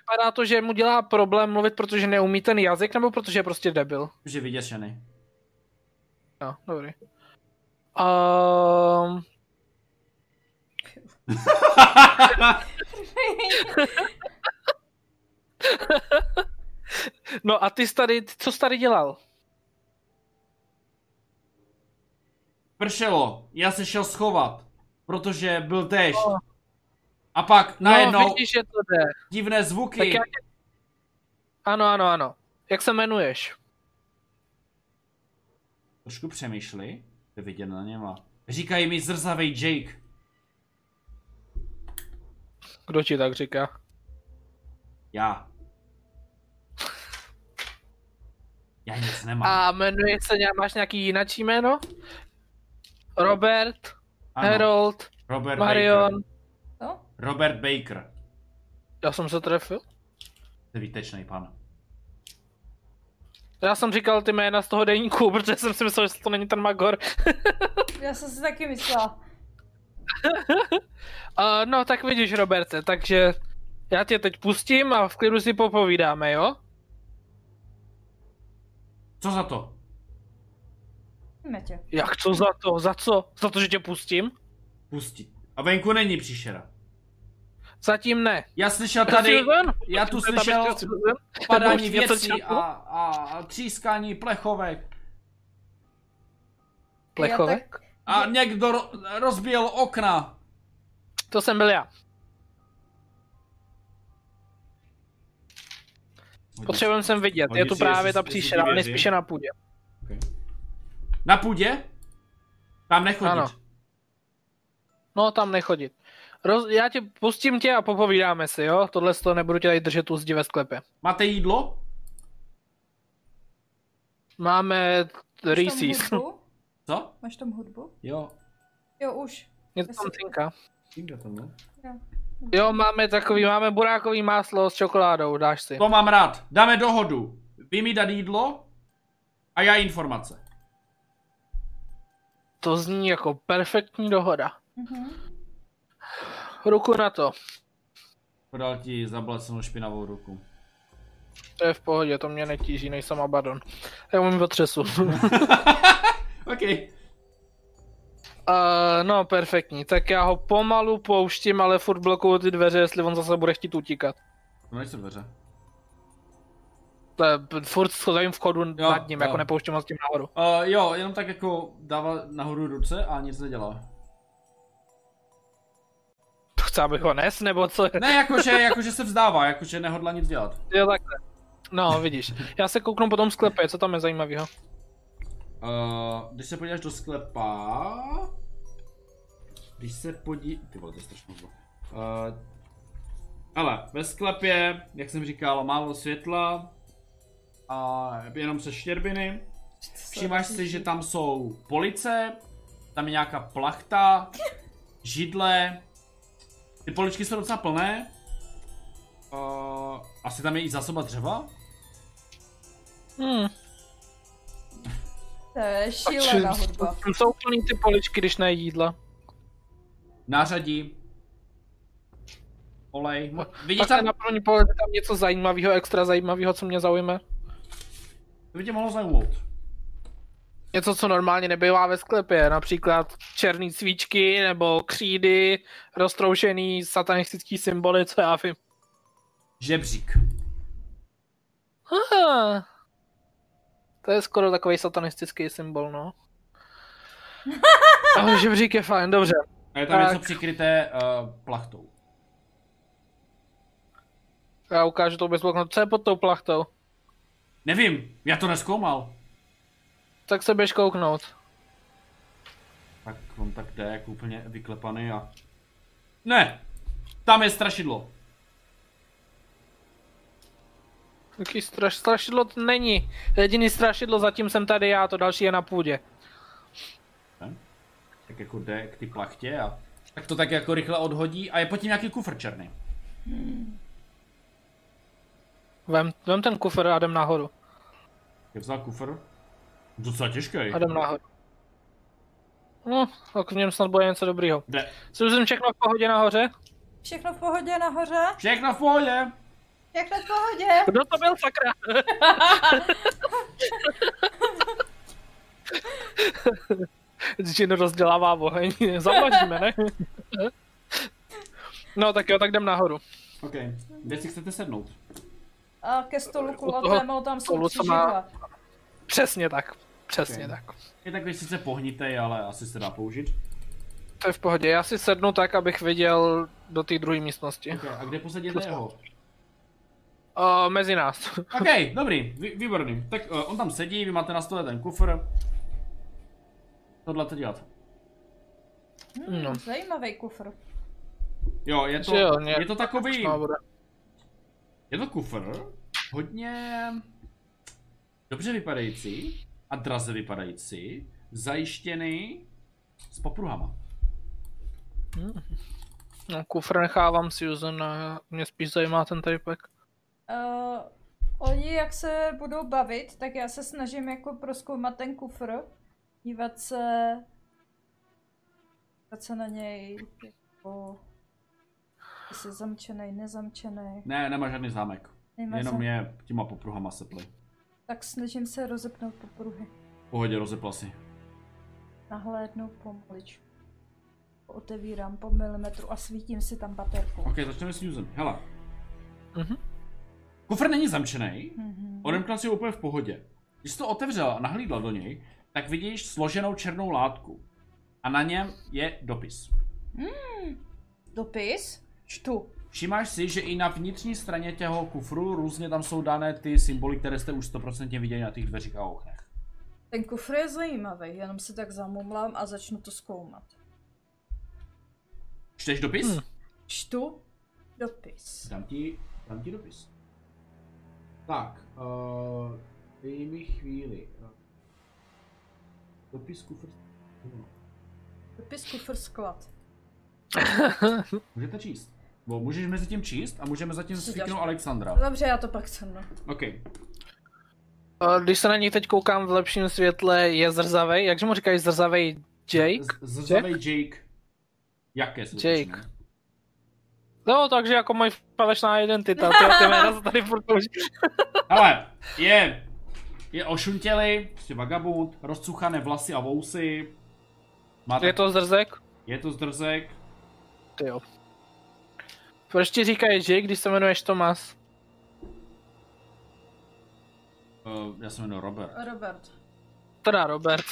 [SPEAKER 3] Vypadá to, že mu dělá problém mluvit, protože neumí ten jazyk, nebo protože je prostě debil.
[SPEAKER 1] Už je vyděšený.
[SPEAKER 3] No, dobrý. Um, (laughs) no a ty jsi tady, co jsi tady dělal?
[SPEAKER 1] Pršelo, já se šel schovat, protože byl déšť. A pak najednou
[SPEAKER 3] No, vidíš, že to jde.
[SPEAKER 1] divné
[SPEAKER 3] Tak
[SPEAKER 1] zvuky.
[SPEAKER 3] já... Ano, ano, ano. Jak se jmenuješ?
[SPEAKER 1] Trošku přemýšlí, to vidět na něma. Říkají mi zrzavej Jake.
[SPEAKER 3] Kdo ti tak říká?
[SPEAKER 1] Já. Já nic nemám.
[SPEAKER 3] A jmenuje se, nějak- máš nějaký jinačí jméno? Robert,
[SPEAKER 1] Ano,
[SPEAKER 3] Harold,
[SPEAKER 1] Robert Baker.
[SPEAKER 3] Marion.
[SPEAKER 2] No?
[SPEAKER 1] Robert Baker.
[SPEAKER 3] Já jsem se trefil.
[SPEAKER 1] Jste výtečný pan.
[SPEAKER 3] Já jsem říkal ty jména z toho deníku, (laughs) protože jsem si myslel, že to není ten Magor.
[SPEAKER 2] Já jsem si taky myslela.
[SPEAKER 3] Uh, no tak vidíš, Roberte, takže já tě teď pustím a v klidu si popovídáme, jo?
[SPEAKER 1] Co za to?
[SPEAKER 2] Metě.
[SPEAKER 3] Jak co za to? Za co? Za to, že tě pustím?
[SPEAKER 1] Pustit. A venku není příšera.
[SPEAKER 3] Zatím ne.
[SPEAKER 1] Já slyšel tady
[SPEAKER 3] Susan?
[SPEAKER 1] já tu
[SPEAKER 3] Tam je
[SPEAKER 1] slyšel
[SPEAKER 3] ještě Susan?
[SPEAKER 1] padání
[SPEAKER 3] Nebo už něco
[SPEAKER 1] věcí a,
[SPEAKER 3] čaplo?
[SPEAKER 1] a, a třískání plechovek.
[SPEAKER 3] Plechovek?
[SPEAKER 2] Já tak-
[SPEAKER 1] A někdo ro- rozbil okna.
[SPEAKER 3] To jsem byl já. Potřebujeme sem vidět.
[SPEAKER 1] Oni
[SPEAKER 3] Je tu
[SPEAKER 1] si-
[SPEAKER 3] právě
[SPEAKER 1] jestli-
[SPEAKER 3] ta
[SPEAKER 1] jestli ti
[SPEAKER 3] příšera, ale
[SPEAKER 1] věří.
[SPEAKER 3] spíše na půdě.
[SPEAKER 1] Na půdě? Tam nechodit.
[SPEAKER 3] Ano. No, tam nechodit. Roz, já tě pustím tě a popovídáme si, jo? Tohle to nebudu tě tady držet u zdi ve sklepě.
[SPEAKER 1] Máte jídlo?
[SPEAKER 3] Máme
[SPEAKER 2] Máš tam
[SPEAKER 3] Reese's.
[SPEAKER 2] hudbu?
[SPEAKER 1] Co?
[SPEAKER 2] Máš tam hudbu?
[SPEAKER 1] Jo.
[SPEAKER 2] Jo, už.
[SPEAKER 3] Něco tam cinká.
[SPEAKER 1] Jde to, no.
[SPEAKER 3] Jo, máme takový, máme burákový máslo s čokoládou, dáš si.
[SPEAKER 1] to mám rád. Dáme dohodu. Vy mi dát jídlo a já informace.
[SPEAKER 3] To zní jako perfektní dohoda.
[SPEAKER 2] Mhm.
[SPEAKER 3] Ruku na to.
[SPEAKER 1] Podal ti zablacenou špinavou ruku.
[SPEAKER 3] To je v pohodě, to mě netíží, nejsem Abaddon. Já umím otřesu. (laughs)
[SPEAKER 1] OK.
[SPEAKER 3] Uh, no, perfektní. Tak já ho pomalu pouštím, ale furt blokuju ty dveře, jestli on zase bude chtít utíkat.
[SPEAKER 1] To nejsou dveře.
[SPEAKER 3] To je p- furt schodovým vchodu
[SPEAKER 1] Jo,
[SPEAKER 3] nad ním,
[SPEAKER 1] jo.
[SPEAKER 3] jako nepouštím ho s tím nahoru.
[SPEAKER 1] Uh, jo, jenom tak jako dává nahoru ruce a nic nedělá.
[SPEAKER 3] To chce, abych ho nes, nebo co?
[SPEAKER 1] Ne, jakože, jakože se vzdává, jakože nehodla nic dělat.
[SPEAKER 3] (laughs) Jo, takhle. No, vidíš. Já se kouknu po tom sklepe, co tam je zajímavého.
[SPEAKER 1] Uh, když se podíváš do sklepa... Když se podí... Ty vole, to je strašně zlo. Uh, ale ve sklepě, jak jsem říkal, málo světla a jenom se štěrbiny. Všimáš si, že tam jsou police, tam je nějaká plachta, židle. Ty poličky jsou docela plné. Uh, asi tam je i zásoba dřeva?
[SPEAKER 3] Hmm.
[SPEAKER 2] To je šílená hudba.
[SPEAKER 3] Tam jsou plný ty poličky, když ne jídla.
[SPEAKER 1] nářadí, olej. Mo- Vidíš
[SPEAKER 3] Pak tam...
[SPEAKER 1] tam,
[SPEAKER 3] na první pohled je tam něco zajímavého, extra zajímavého, co mě zaujme.
[SPEAKER 1] to by tě mohlo zajmout.
[SPEAKER 3] Něco, co normálně nebývá ve sklepě, například černé svíčky nebo křídy, roztroušený satanistický symboly, co já vím.
[SPEAKER 1] Žebřík.
[SPEAKER 3] Ah, to je skoro takový satanistický symbol, no. Ale žebřík je fajn, dobře.
[SPEAKER 1] A je tam
[SPEAKER 3] Tak.
[SPEAKER 1] něco přikryté uh, plachtou.
[SPEAKER 3] Já ukážu to bezblokno. Co je pod tou plachtou?
[SPEAKER 1] Nevím, já to neskoumal.
[SPEAKER 3] Tak se běž kouknout.
[SPEAKER 1] Tak on tak jde jako úplně vyklepaný a... Ne! Tam je strašidlo.
[SPEAKER 3] Jaký straš, strašidlo to není. Jediný strašidlo zatím jsem tady já, to další je na půdě.
[SPEAKER 1] Tak jako jde k ty plachtě a... Tak to tak jako rychle odhodí a je pod tím nějaký kufr černý.
[SPEAKER 3] Vem, vem ten kufr a jdem nahoru.
[SPEAKER 1] Jak vzal kufr? Docela těžký.
[SPEAKER 3] A jdem nahoru. No, tak v něm snad bude něco dobrýho.
[SPEAKER 1] Jde.
[SPEAKER 3] Susan, všechno v pohodě nahoře?
[SPEAKER 2] Všechno v pohodě nahoře?
[SPEAKER 1] Všechno v pohodě!
[SPEAKER 2] Všechno v pohodě?
[SPEAKER 3] Kdo to byl, sakra? Jin rozdělává oheň. (laughs) Zavlažíme, ne? No tak jo, tak jdem nahoru.
[SPEAKER 1] OK, kde si chcete sednout?
[SPEAKER 2] A ke stolu kulatému tam No. jsou
[SPEAKER 3] stolu, co má-
[SPEAKER 2] křižidla.
[SPEAKER 3] Přesně tak. Přesně
[SPEAKER 1] Ok.
[SPEAKER 3] tak.
[SPEAKER 1] Je tak, když sice pohnitej, ale asi se dá použít.
[SPEAKER 3] To je v pohodě. Já si sednu tak, abych viděl do té druhé místnosti.
[SPEAKER 1] OK, a kde posadíte jeho?
[SPEAKER 3] O, mezi nás.
[SPEAKER 1] OK, dobrý, vy, výborný. Tak uh, on tam sedí, vy máte na stole ten kufr. Tohle to dělat.
[SPEAKER 2] Hmm.
[SPEAKER 3] No.
[SPEAKER 2] Zajímavý kufr.
[SPEAKER 1] Jo, je to,
[SPEAKER 3] Že jo, nějak-
[SPEAKER 1] je to takový,
[SPEAKER 3] No, bude.
[SPEAKER 1] je to kufr, hodně dobře vypadající a draze vypadající, zajištěný s popruhama.
[SPEAKER 3] No, kufr nechávám Susan a mě spíš zajímá ten typek.
[SPEAKER 2] Uh, oni jak se budou bavit, tak já se snažím jako proskoumat ten kufr, dívat se, dívat se na něj, jako, jestli je zamčený, nezamčený,
[SPEAKER 1] Ne, nemá žádný zámek,
[SPEAKER 2] nemá
[SPEAKER 1] jenom
[SPEAKER 2] zam...
[SPEAKER 1] je těma popruhama seply.
[SPEAKER 2] tak snažím se rozepnout popruhy,
[SPEAKER 1] V Pohodě, rozepla si.
[SPEAKER 2] nahlédnout pomaličku. Otevírám po milimetru a svítím si tam baterku.
[SPEAKER 1] OK, začneme s Newsem, hele.
[SPEAKER 3] Mhm.
[SPEAKER 1] Kufr není zamčený,
[SPEAKER 2] Mhm.
[SPEAKER 1] Odemkla si ho úplně v pohodě. Když jsi to otevřela a nahlídla do něj, tak vidíš složenou černou látku. A na něm je dopis.
[SPEAKER 2] Dopis? Čtu.
[SPEAKER 1] Všimáš si, že i na vnitřní straně těho kufru různě tam jsou dané ty symboly, které jste už 100% viděli na těch dveřích a oknech.
[SPEAKER 2] Ten kufr je zajímavý, jenom si tak zamumlám a začnu to zkoumat.
[SPEAKER 1] Čteš dopis?
[SPEAKER 3] Hmm.
[SPEAKER 2] Čtu dopis.
[SPEAKER 1] Dám ti, dám ti dopis. Tak, uh, dej mi chvíli. Dopis kufr.
[SPEAKER 2] Dopis kufr sklad.
[SPEAKER 1] Můžete číst. Bo můžeš mezi tím číst a můžeme zatím
[SPEAKER 2] Co dáš?
[SPEAKER 1] svíknout Alexandra.
[SPEAKER 2] Dobře, já to pak jsem. No.
[SPEAKER 1] OK,
[SPEAKER 3] O, Když se na něj teď koukám v lepším světle, je zrzavej. Jakže mu říkají zrzavej Jake?
[SPEAKER 1] Z- Zrzavej Jake. Jaké jsou
[SPEAKER 3] Jake. No, takže jako moje falešná identita, ty, ty jména se tady furt použí-
[SPEAKER 1] Ale je, je ošuntělý, prostě vagabund, rozcuchané vlasy a vousy. Má
[SPEAKER 3] Je to zrzek?
[SPEAKER 1] je to zdrzek.
[SPEAKER 3] Ty jo. Proč ti říkají Jake, když se jmenuješ Tomas?
[SPEAKER 1] Uh, já se jmenuji Robert.
[SPEAKER 2] Robert.
[SPEAKER 3] Teda Robert.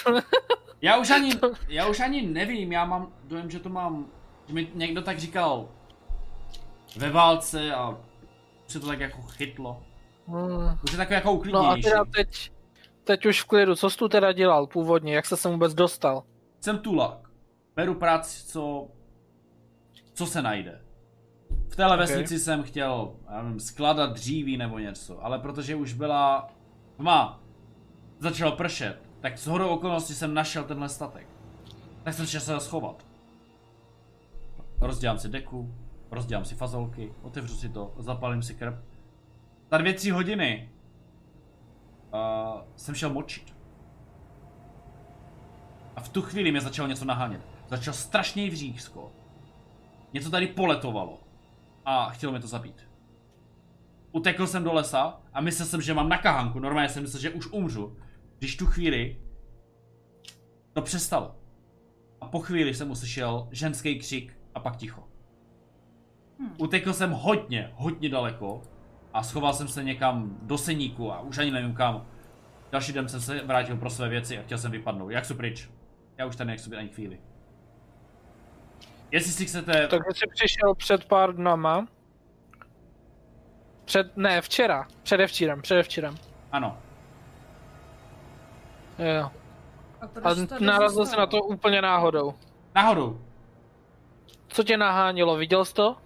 [SPEAKER 1] Já už,
[SPEAKER 3] (laughs)
[SPEAKER 1] ani, já už ani nevím, já mám dojem, že to mám, že mi někdo tak říkal ve válce a se to tak jako chytlo.
[SPEAKER 3] Hmm.
[SPEAKER 1] Už je takové jako
[SPEAKER 3] no a
[SPEAKER 1] uklidnější.
[SPEAKER 3] teda teď, teď už v klidu, co jsi tu teda dělal původně, jak se sem vůbec dostal?
[SPEAKER 1] Jsem tulák. Beru práci, co... Co se najde. V téhle okay.
[SPEAKER 3] Ok.
[SPEAKER 1] vesnici jsem chtěl, já nevím, skladat dříví nebo něco, ale protože už byla tma, začalo pršet, tak s hodou okolností jsem našel tenhle statek. Tak jsem šel se ho schovat. Rozdělám si deku, rozdělám si fazolky, otevřu si to, zapalím si krb. Za dvě, tři hodiny uh, jsem šel močit. A v tu chvíli mě začalo něco nahánět. Začal strašný vřízko. Něco tady poletovalo. A chtělo mě to zabít. Utekl jsem do lesa a myslel jsem, že mám na kahanku. Normálně jsem myslel, že už umřu. Když tu chvíli to přestalo. A po chvíli jsem uslyšel ženský křik a pak ticho.
[SPEAKER 2] Hmm.
[SPEAKER 1] Utekl jsem hodně, hodně daleko a schoval jsem se někam do seníku a už ani nevím kam. Další den jsem se vrátil pro své věci a chtěl jsem vypadnout. Jak jsou pryč? Já už tady nechci být ani chvíli. Jestli si chcete...
[SPEAKER 3] Takže jsi přišel před pár dnama. Před, ne, včera. Předevčírem, předevčírem.
[SPEAKER 1] Ano.
[SPEAKER 3] Jo.
[SPEAKER 2] A, proč
[SPEAKER 3] A
[SPEAKER 2] tady
[SPEAKER 3] narazil
[SPEAKER 2] zůstal?
[SPEAKER 3] jsi na
[SPEAKER 2] (laughs)
[SPEAKER 3] to úplně náhodou.
[SPEAKER 1] Náhodou.
[SPEAKER 3] Co tě nahánilo, viděl jsi to?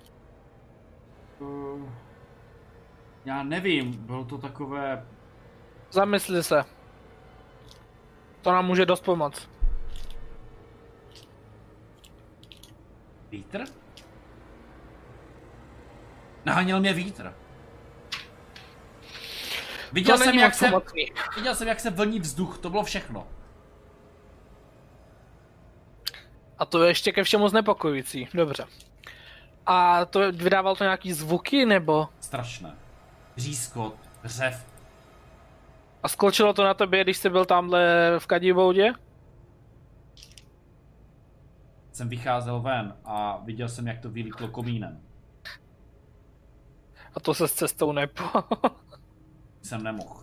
[SPEAKER 1] Eh, Já nevím, bylo to takové...
[SPEAKER 3] Zamysli se. To nám může dost pomoct.
[SPEAKER 1] Vítr? Naháněl mě vítr. Viděl
[SPEAKER 3] to
[SPEAKER 1] jsem,
[SPEAKER 3] není
[SPEAKER 1] jak
[SPEAKER 3] moc
[SPEAKER 1] se,
[SPEAKER 3] pomocný.
[SPEAKER 1] viděl jsem, jak se vlní vzduch, to bylo všechno.
[SPEAKER 3] A to je ještě ke všemu znepokojující. Dobře. A to vydával to nějaký zvuky, nebo?
[SPEAKER 1] Strašné. Řízkot, řev.
[SPEAKER 3] A skočilo to na tebe, když jsi byl tamhle v Kadiboudě?
[SPEAKER 1] jsem vycházel ven a viděl jsem, jak to vylítlo komínem.
[SPEAKER 3] A to se s cestou nepo. (laughs)
[SPEAKER 1] Jsem nemohl.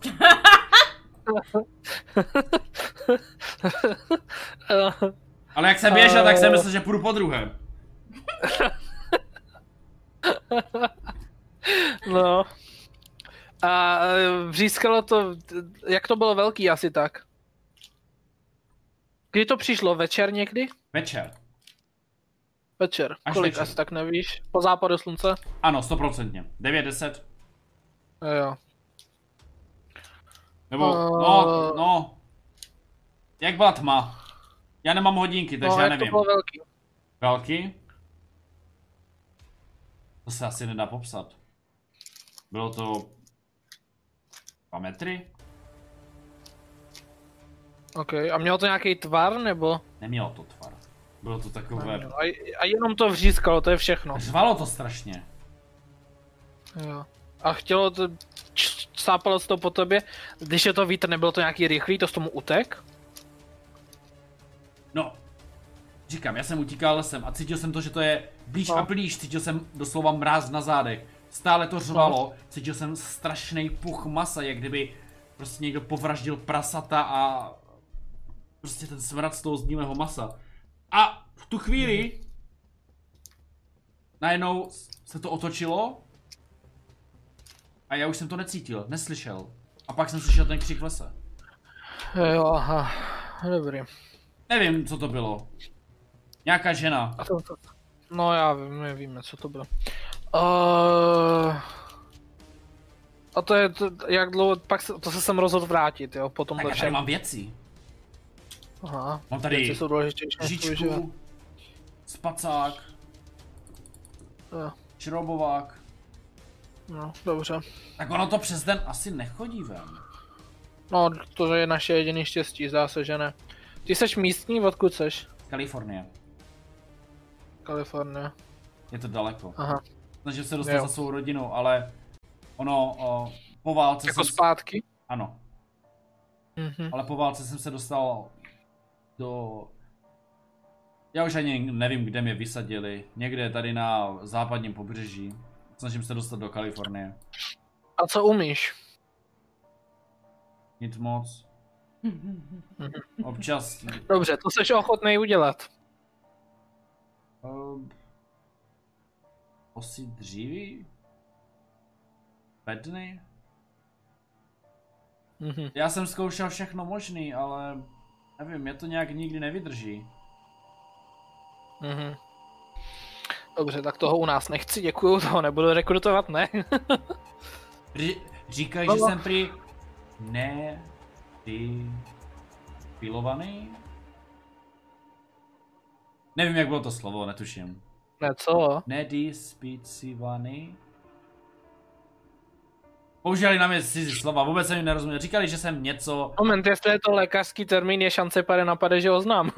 [SPEAKER 1] Ale jak jsem běžel, tak jsem myslel, že půjdu po druhém.
[SPEAKER 3] no. A eh, vřískalo to, jak to bylo velký asi tak? Kdy to přišlo? Večer někdy?
[SPEAKER 1] Večer.
[SPEAKER 3] Večer.
[SPEAKER 1] Až
[SPEAKER 3] Kolik
[SPEAKER 1] večer.
[SPEAKER 3] asi tak nevíš? Po západu slunce?
[SPEAKER 1] Ano, stoprocentně. 9, 10.
[SPEAKER 3] Jo, Jo.
[SPEAKER 1] Nebo, no,
[SPEAKER 3] Eh.
[SPEAKER 1] no. Jak byla tma? Já nemám hodinky, takže já
[SPEAKER 3] no, jak to
[SPEAKER 1] nevím.
[SPEAKER 3] bylo velký?
[SPEAKER 1] Velký? To se asi nedá popsat. Bylo to... 2 metry?
[SPEAKER 3] OK. A mělo to nějaký tvar nebo?
[SPEAKER 1] Nemělo to tvar. Bylo to takové...
[SPEAKER 3] No, A, a jenom to vřískalo, to je všechno.
[SPEAKER 1] Řvalo to strašně.
[SPEAKER 3] Jo. A chtělo to, č- sápalo se to po tobě, když je to vítr, nebylo to nějaký rychlý, to z tomu utek?
[SPEAKER 1] No, říkám, já jsem utíkal lesem a cítil jsem to, že to je blíž
[SPEAKER 3] No.
[SPEAKER 1] a blíž, cítil jsem doslova mráz na zádech. Stále to řvalo, cítil jsem strašný puch masa, jak kdyby prostě někdo povraždil prasata a prostě ten smrad z toho zgnilého masa. A v tu chvíli najednou se to otočilo a já už jsem to necítil, neslyšel. A pak jsem slyšel ten křik v lese.
[SPEAKER 3] Jo, aha. Dobrý.
[SPEAKER 1] Nevím, co to bylo. Nějaká žena.
[SPEAKER 3] A to, to, no já vím, my víme, co to bylo. Uh, a to je, to, jak dlouho, pak se, to se jsem rozhodl vrátit, jo, po
[SPEAKER 1] Tak
[SPEAKER 3] tomhle
[SPEAKER 1] já tady
[SPEAKER 3] všem.
[SPEAKER 1] mám věci.
[SPEAKER 3] Aha,
[SPEAKER 1] Mám tady
[SPEAKER 3] ty jsou prostě, důležitější. než tvůj život.
[SPEAKER 1] žičku, spacák,
[SPEAKER 3] Jo,
[SPEAKER 1] šroubovák.
[SPEAKER 3] Eh, No, dobře.
[SPEAKER 1] Tak ono to přes den asi nechodí ven.
[SPEAKER 3] No, to je naše jediné štěstí, zdá se, že ne. Ty seš místní, odkud seš?
[SPEAKER 1] Kalifornie.
[SPEAKER 3] Kalifornie.
[SPEAKER 1] Je to daleko.
[SPEAKER 3] Aha,
[SPEAKER 1] Snažil se dostat
[SPEAKER 3] Jo.
[SPEAKER 1] za svou rodinu, ale ono o, po válce
[SPEAKER 3] jako
[SPEAKER 1] jsem...
[SPEAKER 3] zpátky?
[SPEAKER 1] Ano,
[SPEAKER 3] Mhm.
[SPEAKER 1] ale po válce jsem se dostal do... Já už ani nevím, kde mě vysadili. Někde tady na západním pobřeží. Snažím se dostat do Kalifornie.
[SPEAKER 3] A co umíš?
[SPEAKER 1] Nic moc. Občas
[SPEAKER 3] Dobře, to seš ochotnej udělat.
[SPEAKER 1] Um, osy dříví? Bedny?
[SPEAKER 3] Mhm.
[SPEAKER 1] Já jsem zkoušel všechno možný, ale nevím, mě to nějak nikdy nevydrží.
[SPEAKER 3] Mhm. Dobře, tak toho u nás nechci, děkuju, (laughs) toho nebudu rekrutovat, ne? (laughs)
[SPEAKER 1] Ří, říkají,
[SPEAKER 3] No,
[SPEAKER 1] že
[SPEAKER 3] no.
[SPEAKER 1] jsem prý... Ne... Ty... Pilovaný? Nevím, jak bylo to slovo, netuším.
[SPEAKER 3] ne, co?
[SPEAKER 1] Nedispicivany? Používali na mě cizí slova, vůbec jsem jim nerozuměl. Říkali, že jsem něco...
[SPEAKER 3] Moment, jestli je to lékařský termín, je šance pade na pade, že ho znám.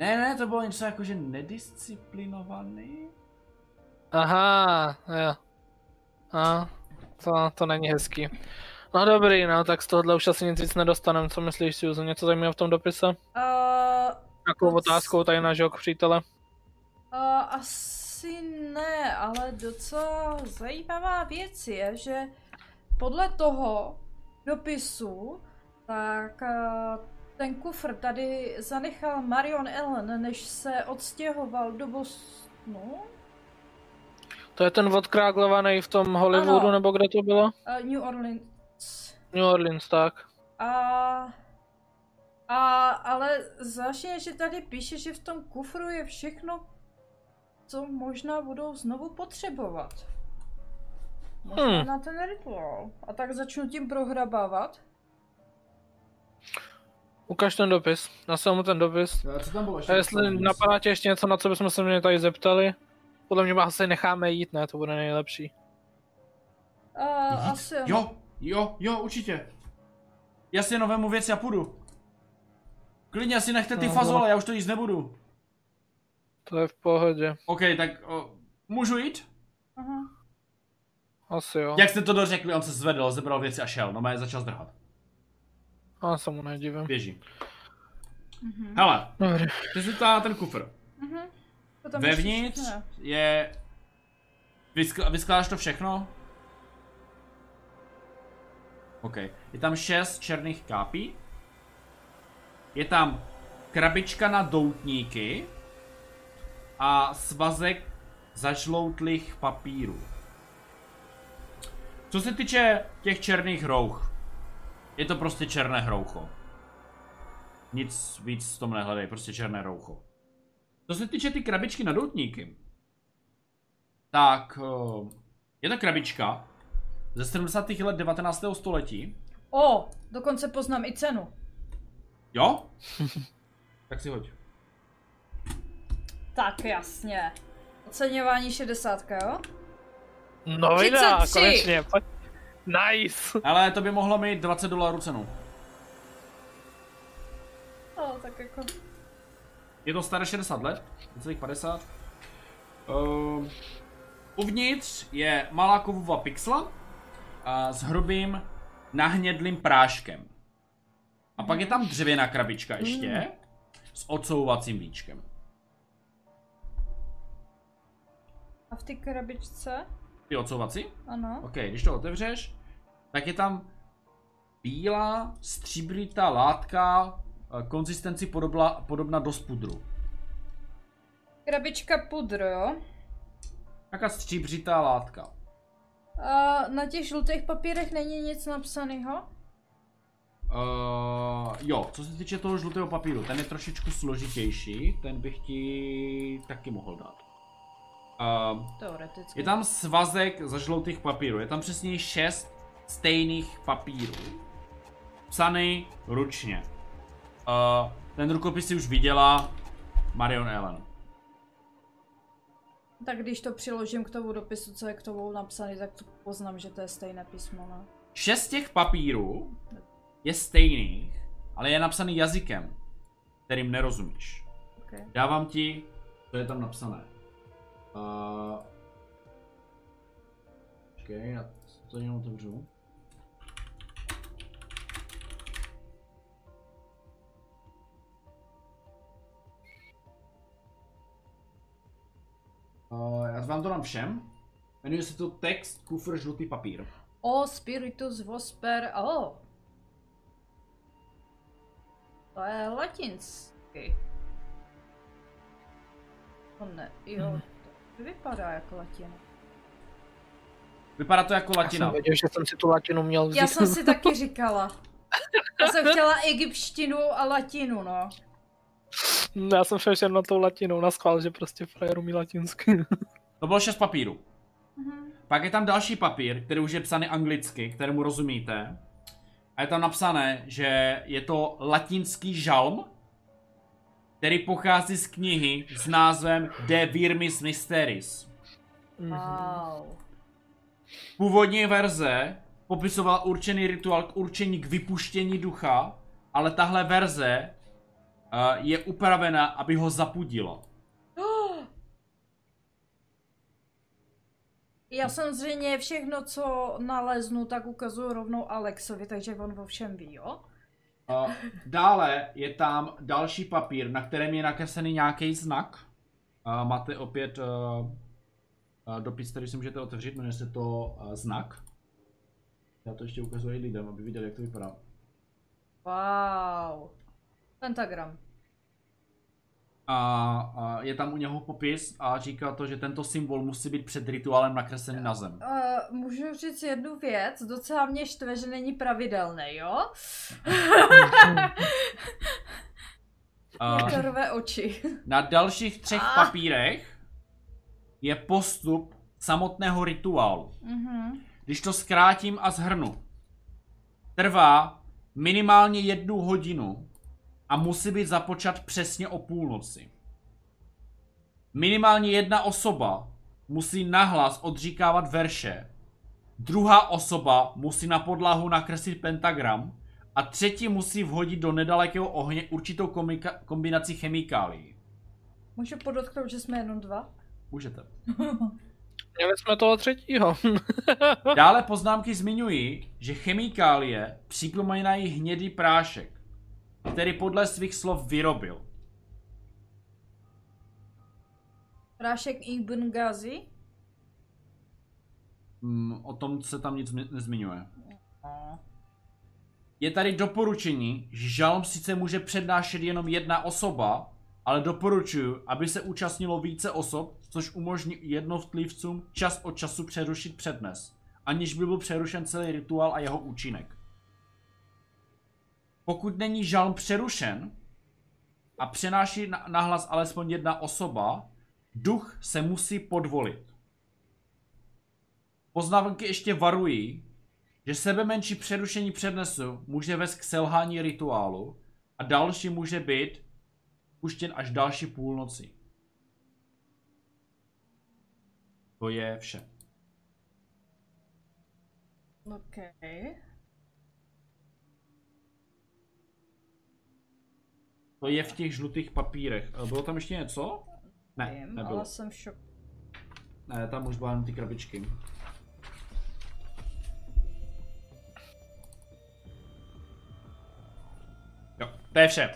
[SPEAKER 1] Ne, ne, to bylo něco jako, že nedisciplinovaný.
[SPEAKER 3] Aha, jo. A, to, to není hezký. No dobrý, no, tak z tohohle už asi nic víc nedostanem, co myslíš, Susan, něco zajímavého v tom dopise?
[SPEAKER 2] Uh,
[SPEAKER 3] Jakou
[SPEAKER 2] Moc.
[SPEAKER 3] otázkou tady na žok, přítele?
[SPEAKER 2] Uh, asi ne, ale docela zajímavá věc je, že podle toho dopisu, tak uh, ten kufr tady zanechal Marion Ellen, než se odstěhoval do Bostonu,
[SPEAKER 3] To je ten odkráglovaný v tom Hollywoodu,
[SPEAKER 2] Ano.
[SPEAKER 3] nebo kde to bylo?
[SPEAKER 2] uh, New Orleans.
[SPEAKER 3] New Orleans, tak.
[SPEAKER 2] A, a, ale zvláštně, že tady píše, že v tom kufru je všechno, co možná budou znovu potřebovat. Možná
[SPEAKER 1] Hm.
[SPEAKER 3] Hmm.
[SPEAKER 2] na ten rituál. A tak začnu tím prohrabávat.
[SPEAKER 3] Ukaž ten dopis, nasel mu ten dopis.
[SPEAKER 1] No, Co tam bylo?
[SPEAKER 3] A jestli napadá tě ještě něco, na co bychom se mě tady zeptali? Podle mě vás asi necháme jít, ne? To bude nejlepší.
[SPEAKER 2] A, asi ano.
[SPEAKER 1] Jo, jo, jo, určitě. Já si novému věc, já půjdu. Klidně si nechte ty
[SPEAKER 3] No,
[SPEAKER 1] fazole, já už to jíst nebudu.
[SPEAKER 3] To je v pohodě.
[SPEAKER 1] OK, tak o, můžu jít?
[SPEAKER 2] Aha.
[SPEAKER 3] Asi jo.
[SPEAKER 1] Jak jste to dořekli, on se zvedl, zebral věci a šel, no má je začal zdrhat.
[SPEAKER 3] Já se mu nedivím.
[SPEAKER 1] Běží. Hele,
[SPEAKER 3] Dobrý.
[SPEAKER 1] ty jsi ta, ten kufr.
[SPEAKER 2] Mhm. Potom
[SPEAKER 1] Vevnitř
[SPEAKER 2] ještě všechno, jo.
[SPEAKER 1] je... Vyskl- vyskládáš to všechno? OK. Je tam šest černých kápí. Je tam krabička na doutníky. A svazek zažloutlých papírů. Co se týče těch černých rouch, je to prostě černé hroucho. Nic víc v tom nehledej, prostě černé roucho. Co se týče ty krabičky na doutníky, tak eh, je to krabička ze 70. let 19. století.
[SPEAKER 2] O, dokonce poznám i cenu.
[SPEAKER 1] Jo? tak si hoď.
[SPEAKER 2] Tak jasně. Oceňování 60, jo?
[SPEAKER 3] No vydá,
[SPEAKER 2] 33.
[SPEAKER 3] konečně. pojď. Nice.
[SPEAKER 1] Ale to by mohlo mít 20 dolarů cenu.
[SPEAKER 2] No, tak jako...
[SPEAKER 1] Je to staré 60 let, necelých 50. Um, uvnitř je malá kovová pixla a s hrubým nahnědlým práškem. A pak je tam dřevěná krabička ještě s odsouvacím víčkem.
[SPEAKER 2] A v ty krabičce?
[SPEAKER 1] Ty odsouvací?
[SPEAKER 2] Ano.
[SPEAKER 1] OK, když to otevřeš, tak je tam bílá stříbritá látka, eh, konzistenci podobla, podobná do spudru.
[SPEAKER 2] Krabička pudr, jo?
[SPEAKER 1] Taká stříbřitá látka.
[SPEAKER 2] A na těch žlutých papírech není nic napsaného?
[SPEAKER 1] Uh, jo, co se týče toho žlutého papíru, ten je trošičku složitější, ten bych ti taky mohl dát. Uh,
[SPEAKER 2] Teoreticky.
[SPEAKER 1] je tam svazek za žlutých papírů, je tam přesně šest stejných papírů, psaný ručně. Uh, ten rukopis si už viděla Marion Ellen.
[SPEAKER 2] Tak když to přiložím k tomu dopisu, co je k tomu napsaný, tak to poznám, že to je stejné písmo, no.
[SPEAKER 1] Šest těch papírů je stejných, ale je napsaný jazykem, kterým nerozumíš.
[SPEAKER 2] Okay.
[SPEAKER 1] Dávám ti, co je tam napsané. Uh, počkej, já to jenom otevřu. Uh, já vám to dám všem. Jmenuje se to text, kufr, žlutý papír.
[SPEAKER 2] O spiritus vosper, o. To je latinsky. To ne,
[SPEAKER 1] Hmm.
[SPEAKER 2] jo, to vypadá jako latina.
[SPEAKER 1] Vypadá to jako
[SPEAKER 3] Já jsem
[SPEAKER 1] latina.
[SPEAKER 3] věděl, že jsem si tu latinu měl vzít.
[SPEAKER 2] Já jsem si taky říkala. Já jsem chtěla egyptštinu a latinu, no.
[SPEAKER 3] No, Já jsem šel jenom na tou latinou na schvál, že prostě frajer umí latinsky.
[SPEAKER 1] To bylo šest papírů. Pak je tam další papír, který už je psaný anglicky, kterému rozumíte. A je tam napsané, že je to latinský žalm, který pochází z knihy s názvem De Virmis Mysteris.
[SPEAKER 2] Wow.
[SPEAKER 1] Původní verze popisoval určený rituál k určení k vypuštění ducha, ale tahle verze eh, je upravena, aby ho zapudila.
[SPEAKER 2] Já samozřejmě všechno, co naleznu, tak ukazuju rovnou Alexovi, takže on o všem ví, jo?
[SPEAKER 1] Uh, dále je tam další papír, na kterém je nakreslený nějaký znak. Uh, máte opět uh, uh, dopis, který si můžete otevřít, jmenuje se to uh, znak. Já to ještě ukazuji i lidem, aby viděli, jak to vypadá.
[SPEAKER 2] Wow. Pentagram.
[SPEAKER 1] A, a je tam u něho popis a říká to, že tento symbol musí být před rituálem nakreslený na zem.
[SPEAKER 2] Uh, můžu říct jednu věc, docela mě štve, že není pravidelný, jo?
[SPEAKER 1] Uh,
[SPEAKER 2] Mě to rve oči.
[SPEAKER 1] Na dalších třech
[SPEAKER 2] Ah.
[SPEAKER 1] papírech je postup samotného rituálu.
[SPEAKER 2] Mhm.
[SPEAKER 1] Když to zkrátím a zhrnu, trvá minimálně jednu hodinu a musí být započat přesně o půlnoci. Minimálně jedna osoba musí nahlas odříkávat verše, druhá osoba musí na podlahu nakreslit pentagram a třetí musí vhodit do nedalekého ohně určitou komika- kombinaci chemikálií.
[SPEAKER 2] Můžu podotknout, že jsme jenom dva?
[SPEAKER 1] Můžete.
[SPEAKER 3] (laughs) Měli jsme toho třetího.
[SPEAKER 1] Dále poznámky zmiňují, že chemikálie připomínají hnědý prášek, který podle svých slov vyrobil.
[SPEAKER 2] Prášek Ibn Ghazi?
[SPEAKER 1] Mm, o tom se tam nic mi- nezmiňuje. Je tady doporučení, že žalm sice může přednášet jenom jedna osoba, ale doporučuji, aby se účastnilo více osob, což umožní jednotlivcům čas od času přerušit přednes, aniž by byl přerušen celý rituál a jeho účinek. Pokud není žalm přerušen a přenáší na- nahlas alespoň jedna osoba, duch se musí podvolit. Poznávanky ještě varují, že sebe menší přerušení přednesu může vést k selhání rituálu a další může být puštěn až další půlnoci. To je vše.
[SPEAKER 2] OK.
[SPEAKER 1] To je v těch žlutých papírech. E, Bylo tam ještě něco? Ne,
[SPEAKER 2] Vím,
[SPEAKER 1] nebylo.
[SPEAKER 2] ale jsem v šoku.
[SPEAKER 1] Ne, tam už byla jenom ty krabičky. Jo, to je vše.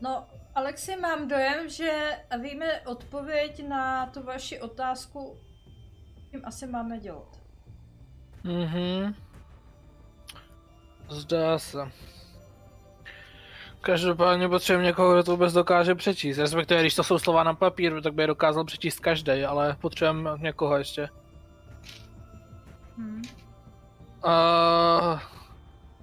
[SPEAKER 2] No, Alexi, mám dojem, že víme odpověď na tu vaši otázku, tím asi máme dělat.
[SPEAKER 3] Mhm. Zdá se. Každopádně potřebujeme někoho, kdo to vůbec dokáže přečíst. Respektive, když to jsou slova na papíru, tak by je dokázal přečíst každý, ale potřebujeme někoho ještě.
[SPEAKER 2] Hm.
[SPEAKER 3] Uh,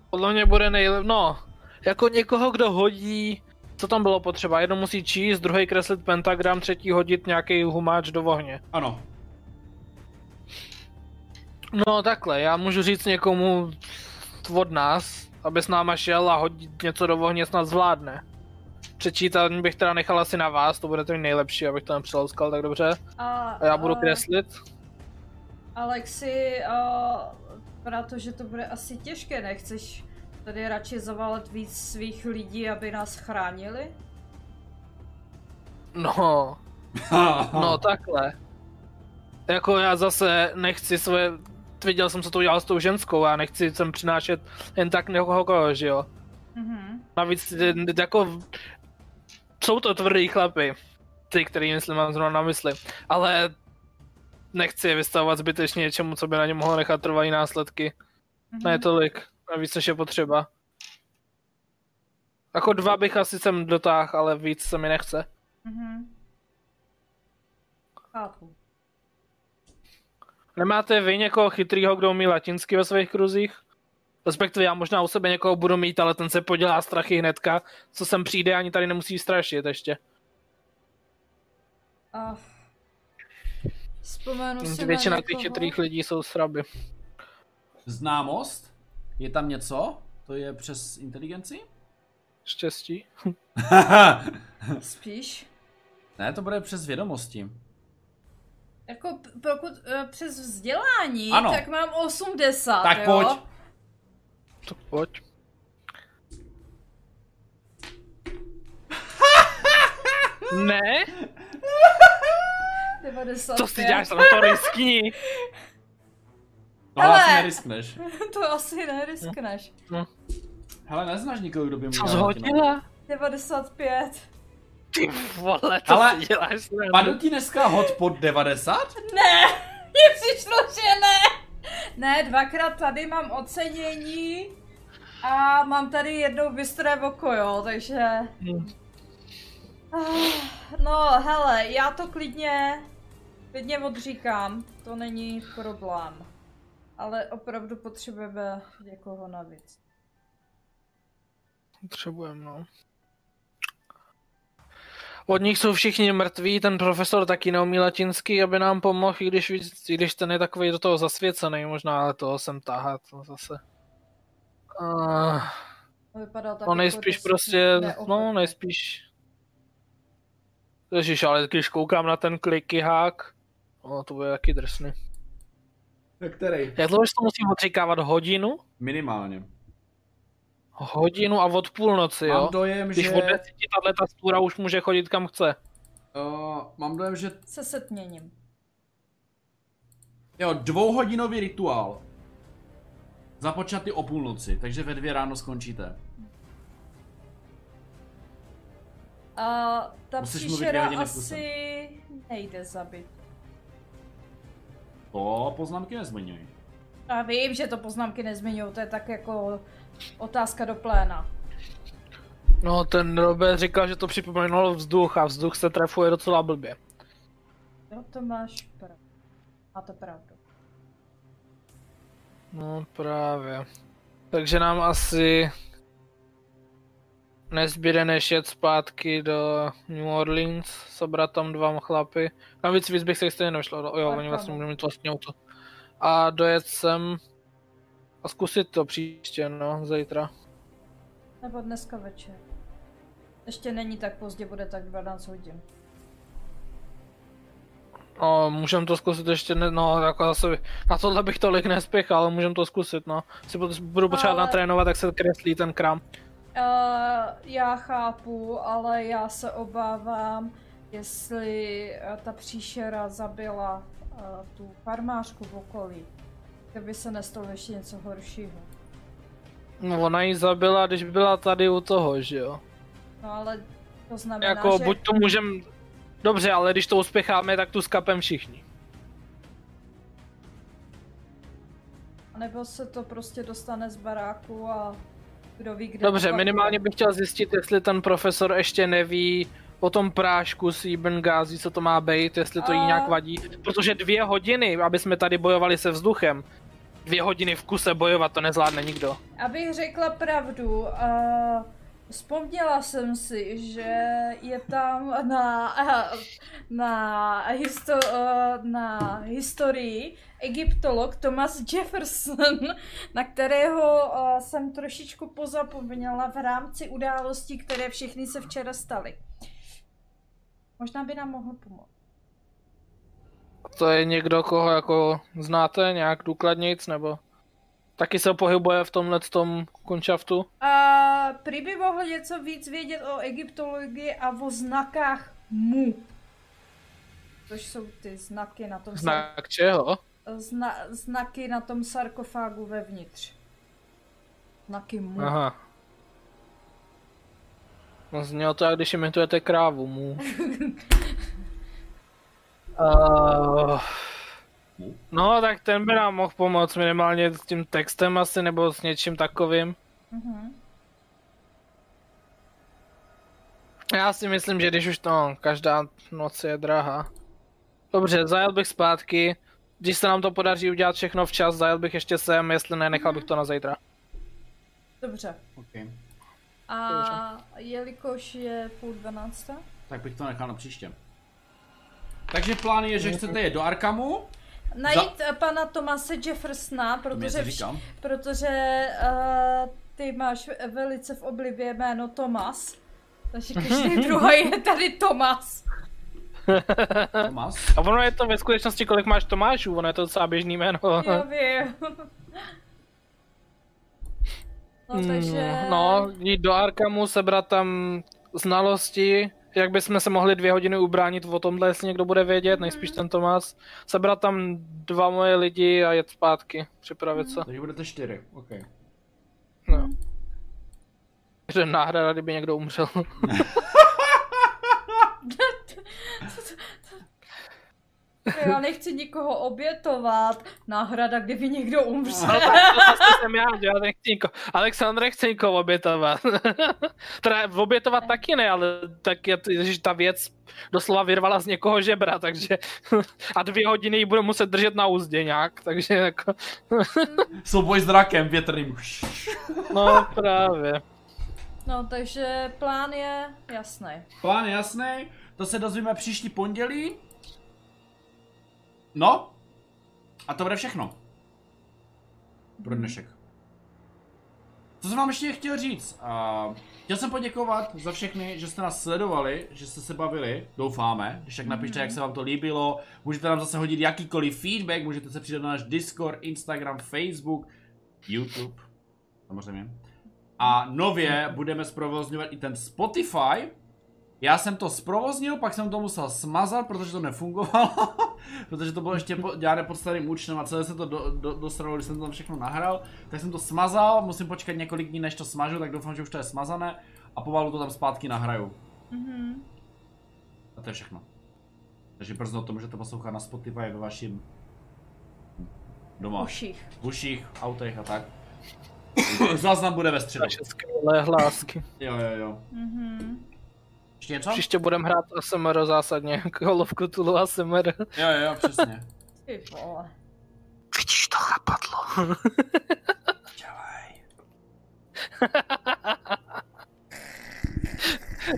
[SPEAKER 3] podle mě bude nejlepší, no, jako někoho, kdo hodí, co tam bylo potřeba, jedno musí číst, druhý kreslit pentagram, třetí hodit nějaký humáč do ohně.
[SPEAKER 1] Ano, (laughs)
[SPEAKER 3] No takhle, já můžu říct někomu od nás, aby s náma šel a hodit něco do ohně snad zvládne. Přečítání bych teda nechal asi na vás, to bude to nejlepší, abych to nepřelouskal tak dobře.
[SPEAKER 2] A,
[SPEAKER 3] A já budu
[SPEAKER 2] a-
[SPEAKER 3] kreslit.
[SPEAKER 2] Alexi, a, protože to bude asi těžké, nechceš tady radši zavolat víc svých lidí, aby nás chránili?
[SPEAKER 3] No, No takhle. Jako já zase nechci svoje... Viděl jsem, co to udělal s tou ženskou, já nechci sem přinášet jen tak někoho, koho, že jo.
[SPEAKER 2] Mhm.
[SPEAKER 3] Navíc eh, jako... Jsou to tvrdý chlapy. Ty, který myslím, mám zrovna na mysli. Ale nechci je vystavovat zbytečně něčemu, co by na ně mohlo nechat trvalý následky.
[SPEAKER 2] Mhm,
[SPEAKER 3] Ne tolik. Navíc, než je potřeba. Jako dva bych asi sem dotáhl, ale víc se mi nechce.
[SPEAKER 2] Mhm. Chápu.
[SPEAKER 3] Nemáte vy někoho chytrýho, kdo umí latinsky ve svých kruzích? Respektive já možná u sebe někoho budu mít, ale ten se podělá strachy hnedka. Co sem přijde, ani tady nemusí strašit ještě.
[SPEAKER 2] A... Vzpomenu si
[SPEAKER 3] Většina
[SPEAKER 2] na
[SPEAKER 3] těch
[SPEAKER 2] někoho.
[SPEAKER 3] chytrých lidí jsou sraby.
[SPEAKER 1] Známost? Je tam něco? To je přes inteligenci?
[SPEAKER 3] Štěstí.
[SPEAKER 2] Spíš.
[SPEAKER 1] ne, to bude přes vědomosti.
[SPEAKER 2] Jako p- pokud eh, přes vzdělání,
[SPEAKER 1] Ano.
[SPEAKER 2] tak mám 80,
[SPEAKER 1] tak
[SPEAKER 2] jo?
[SPEAKER 1] pojď.
[SPEAKER 3] Tak pojď. Ne?
[SPEAKER 2] 95.
[SPEAKER 3] Co si děláš, tam to riskní.
[SPEAKER 1] Tohle asi
[SPEAKER 2] Hele.
[SPEAKER 1] neriskneš.
[SPEAKER 2] (laughs) to asi neriskneš.
[SPEAKER 3] No.
[SPEAKER 1] Hele, neznáš nikoho, kdo by mě
[SPEAKER 3] Co zhodila?
[SPEAKER 2] 95.
[SPEAKER 3] Ty vole, to
[SPEAKER 1] Ale-
[SPEAKER 3] si děláš. srandu.
[SPEAKER 1] Padl ti dneska hod pod 90?
[SPEAKER 2] Ne, je (laughs) přišlo, že ne. Ne, dvakrát tady mám ocenění a mám tady jednou bystré oko, jo, takže...
[SPEAKER 3] Hm.
[SPEAKER 2] Ah, No, hele, já to klidně, klidně odříkám, to není problém. Ale opravdu potřebujeme někoho navíc.
[SPEAKER 3] Potřebujeme, no. Od nich jsou všichni mrtví, ten profesor taky neumí latinsky, aby nám pomohl, i když, víc- i když ten je takový do toho zasvěcený možná, ale toho sem táhá, to zase. Uh,
[SPEAKER 2] To Vypadá tak
[SPEAKER 3] no
[SPEAKER 2] jako
[SPEAKER 3] nejspíš
[SPEAKER 2] dost
[SPEAKER 3] prostě, no
[SPEAKER 2] neochotně.
[SPEAKER 3] nejspíš. Ježiš, ale když koukám na ten kliky hák, no to bude taky drsný.
[SPEAKER 1] Tak který?
[SPEAKER 3] Jak dlouho si to musím odříkávat? Hodinu?
[SPEAKER 1] Minimálně.
[SPEAKER 3] Hodinu a od půlnoci, jo?
[SPEAKER 1] Mám dojem,
[SPEAKER 3] Když
[SPEAKER 1] že...
[SPEAKER 3] od deseti tahle ta stůra už může chodit kam chce.
[SPEAKER 1] Uh, mám dojem, že...
[SPEAKER 2] Se setměním.
[SPEAKER 1] Jo, dvouhodinový rituál. Započatý o půlnoci, takže ve dvě ráno skončíte.
[SPEAKER 2] A ta
[SPEAKER 1] Musíš mluvit
[SPEAKER 2] příšera
[SPEAKER 1] dvě hodiny v kuse.
[SPEAKER 2] asi nejde zabít.
[SPEAKER 1] To poznámky nezmiňují.
[SPEAKER 2] A vím, že to poznámky nezmiňují, to je tak jako otázka do pléna.
[SPEAKER 3] No, ten Robert říkal, že to připomínalo vzduch a vzduch se trefuje docela blbě.
[SPEAKER 2] Jo, to máš pravdu. Má to pravdu.
[SPEAKER 3] No právě. Takže nám asi nezbyde než jet zpátky do New Orleans, sobrat tam dva chlapy. Navíc víc bych se stejně nešlo, jo,
[SPEAKER 2] Tak
[SPEAKER 3] oni vlastně
[SPEAKER 2] ano.
[SPEAKER 3] budou mít vlastní auto. A dojet sem a zkusit to příště, no, zítra.
[SPEAKER 2] Nebo dneska večer. Ještě není tak pozdě, bude tak 12 hodin.
[SPEAKER 3] No, můžem to zkusit ještě, ne, no, jako zase, na tohle bych tolik nespěchal, ale můžem to zkusit, no. Si pot- budu potřebovat
[SPEAKER 2] No, Ale-
[SPEAKER 3] natrénovat, tak se kreslí ten kram.
[SPEAKER 2] Uh, já chápu, ale já se obávám, jestli eh, ta příšera zabila uh, tu farmářku v okolí. Kdyby se nestalo ještě něco horšího.
[SPEAKER 3] No, ona ji zabila, když byla tady u toho, že jo.
[SPEAKER 2] No ale to znamená,
[SPEAKER 3] Jako
[SPEAKER 2] že...
[SPEAKER 3] buď to můžem... Dobře, ale když to uspěcháme, tak tu skapem všichni.
[SPEAKER 2] Nebo se to prostě dostane z baráku a kdo ví, kde... to
[SPEAKER 3] Dobře,
[SPEAKER 2] pak
[SPEAKER 3] minimálně
[SPEAKER 2] bude.
[SPEAKER 3] bych chtěl zjistit, jestli ten profesor ještě neví o tom prášku s Bengází, co to má být, jestli to jí
[SPEAKER 2] A-
[SPEAKER 3] nějak vadí. Protože dvě hodiny, aby jsme tady bojovali se vzduchem, dvě hodiny v kuse bojovat, to nezvládne nikdo.
[SPEAKER 2] Abych řekla pravdu, uh, vzpomněla jsem si, že je tam na, (laughs) eh, na, histo, uh, na historii egyptolog Thomas Jefferson, na kterého uh, jsem trošičku pozapomněla v rámci událostí, které všechny se včera staly. Možná by nám mohl pomoct.
[SPEAKER 3] To je někdo, koho jako znáte nějak důkladnějc, nebo taky se pohybuje v tomhle tom končaftu?
[SPEAKER 2] A prý by mohl něco víc vědět o egyptologii a o znakách mu. Což jsou ty znaky na tom, sar-
[SPEAKER 3] Znak čeho?
[SPEAKER 2] zna- znaky na tom sarkofágu vevnitř. Znaky mu.
[SPEAKER 3] Aha. No znělo to, jak když imitujete krávu
[SPEAKER 2] (laughs)
[SPEAKER 3] mu. uh,
[SPEAKER 1] Mu?
[SPEAKER 3] no, tak ten by nám mohl pomoct minimálně s tím textem asi, nebo s něčím takovým.
[SPEAKER 2] Mhm.
[SPEAKER 3] Já si myslím, že když už to, každá noc je drahá. Dobře, zajel bych zpátky. Když se nám to podaří udělat všechno včas, zajel bych ještě sem, jestli ne, nechal bych to na zítra.
[SPEAKER 2] Dobře.
[SPEAKER 1] Okay.
[SPEAKER 2] A jelikož je půl dvanáctá?
[SPEAKER 1] Tak bych to nechal na příště. Takže plán je, že chcete jet do Arkamu.
[SPEAKER 2] Najít Za... pana Tomase Jeffersona,
[SPEAKER 1] To mi se
[SPEAKER 2] protože, vš-
[SPEAKER 1] říkám.
[SPEAKER 2] protože uh, ty máš velice v oblibě jméno Tomas.
[SPEAKER 1] (laughs)
[SPEAKER 2] Takže každý druhý je tady Tomas. Eh?
[SPEAKER 1] Tomas.
[SPEAKER 3] A ono je to ve skutečnosti, kolik máš Tomášů, ono je to docela běžný jméno. (laughs)
[SPEAKER 2] Já vím. No, takže...
[SPEAKER 3] Hmm, No, jít do Arkamu, sebrat tam znalosti, jak bychom se mohli dvě hodiny ubránit o tomhle, jestli někdo bude vědět, nejspíš ten Tomás. Sebrat tam dva moje lidi a jet zpátky, připravit
[SPEAKER 2] No.
[SPEAKER 3] se.
[SPEAKER 1] Takže budete čtyři. OK.
[SPEAKER 3] No. Takže náhrada, kdyby někdo umřel.
[SPEAKER 2] Já nechci nikoho obětovat. Náhrada, kdyby někdo umřel.
[SPEAKER 3] No tak to zase jsem já, že já nechci nikoho. Aleksandr nechce nikoho obětovat. (laughs) teda obětovat taky ne, ale tak je, že ta věc doslova vyrvala z někoho žebra, takže (laughs) a dvě hodiny ji budu muset držet na úzdě nějak, takže jako,
[SPEAKER 1] Souboj s drakem větrným.
[SPEAKER 3] no právě.
[SPEAKER 2] No, takže plán je jasný.
[SPEAKER 1] Plán je jasný. To se dozvíme příští pondělí. No. A to bude všechno. Pro dnešek. Co jsem vám ještě chtěl říct? Uh, chtěl jsem poděkovat za všechny, že jste nás sledovali, že jste se bavili, doufáme. Když tak napište, jak se vám to líbilo. Můžete nám zase hodit jakýkoliv feedback, můžete se přidat na náš Discord, Instagram, Facebook, YouTube, samozřejmě. A nově budeme zprovozňovat i ten Spotify. Já jsem to zprovoznil, pak jsem to musel smazat, protože to nefungovalo. (laughs) protože to bylo ještě po, dělané pod starým účtem a celé se to do, do, dostralo, když jsem to tam všechno nahrál. Tak jsem to smazal, musím počkat několik dní, než to smažu, tak doufám, že už to je smazané. A pomalu to tam zpátky nahraju.
[SPEAKER 2] Mhm.
[SPEAKER 1] A to je všechno. Takže brzo to můžete poslouchat na Spotify ve vašim doma.
[SPEAKER 2] Uších.
[SPEAKER 1] V uších, v autech a tak. Záznam bude ve středu.
[SPEAKER 3] Naše skvělé hlásky.
[SPEAKER 1] Jo, jo, jo.
[SPEAKER 2] Mhm.
[SPEAKER 1] Ještě něco?
[SPEAKER 3] Příště budeme hrát ASMR zásadně. jako Kolovku Tulu ASMR.
[SPEAKER 1] Jo, jo, jo, přesně.
[SPEAKER 2] Ty vole.
[SPEAKER 3] Vidíš to chapadlo.
[SPEAKER 1] Dělej.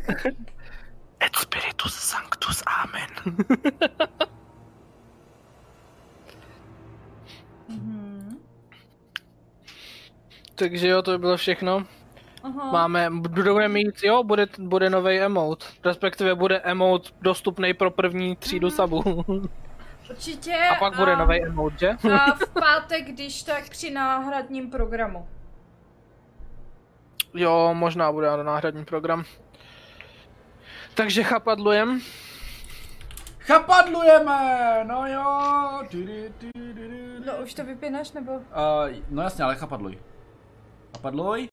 [SPEAKER 3] Et spiritus sanctus amen.
[SPEAKER 2] Mhm.
[SPEAKER 3] Takže jo, to by bylo všechno.
[SPEAKER 2] Aha.
[SPEAKER 3] Máme, budeme mít, jo, bude, bude nový emote. Respektive bude emote dostupný pro první třídu sabů.
[SPEAKER 2] Určitě.
[SPEAKER 3] A pak bude nový emote, že?
[SPEAKER 2] A v pátek, když tak při náhradním programu.
[SPEAKER 3] Jo, možná bude ano, náhradní program. Takže chapadlujem.
[SPEAKER 1] Chapadlujeme, no jo. Tudu, tudu, tudu.
[SPEAKER 2] No už to vypínaš nebo?
[SPEAKER 1] Eh, Uh, no jasně, ale chapadluj. Chapadluj.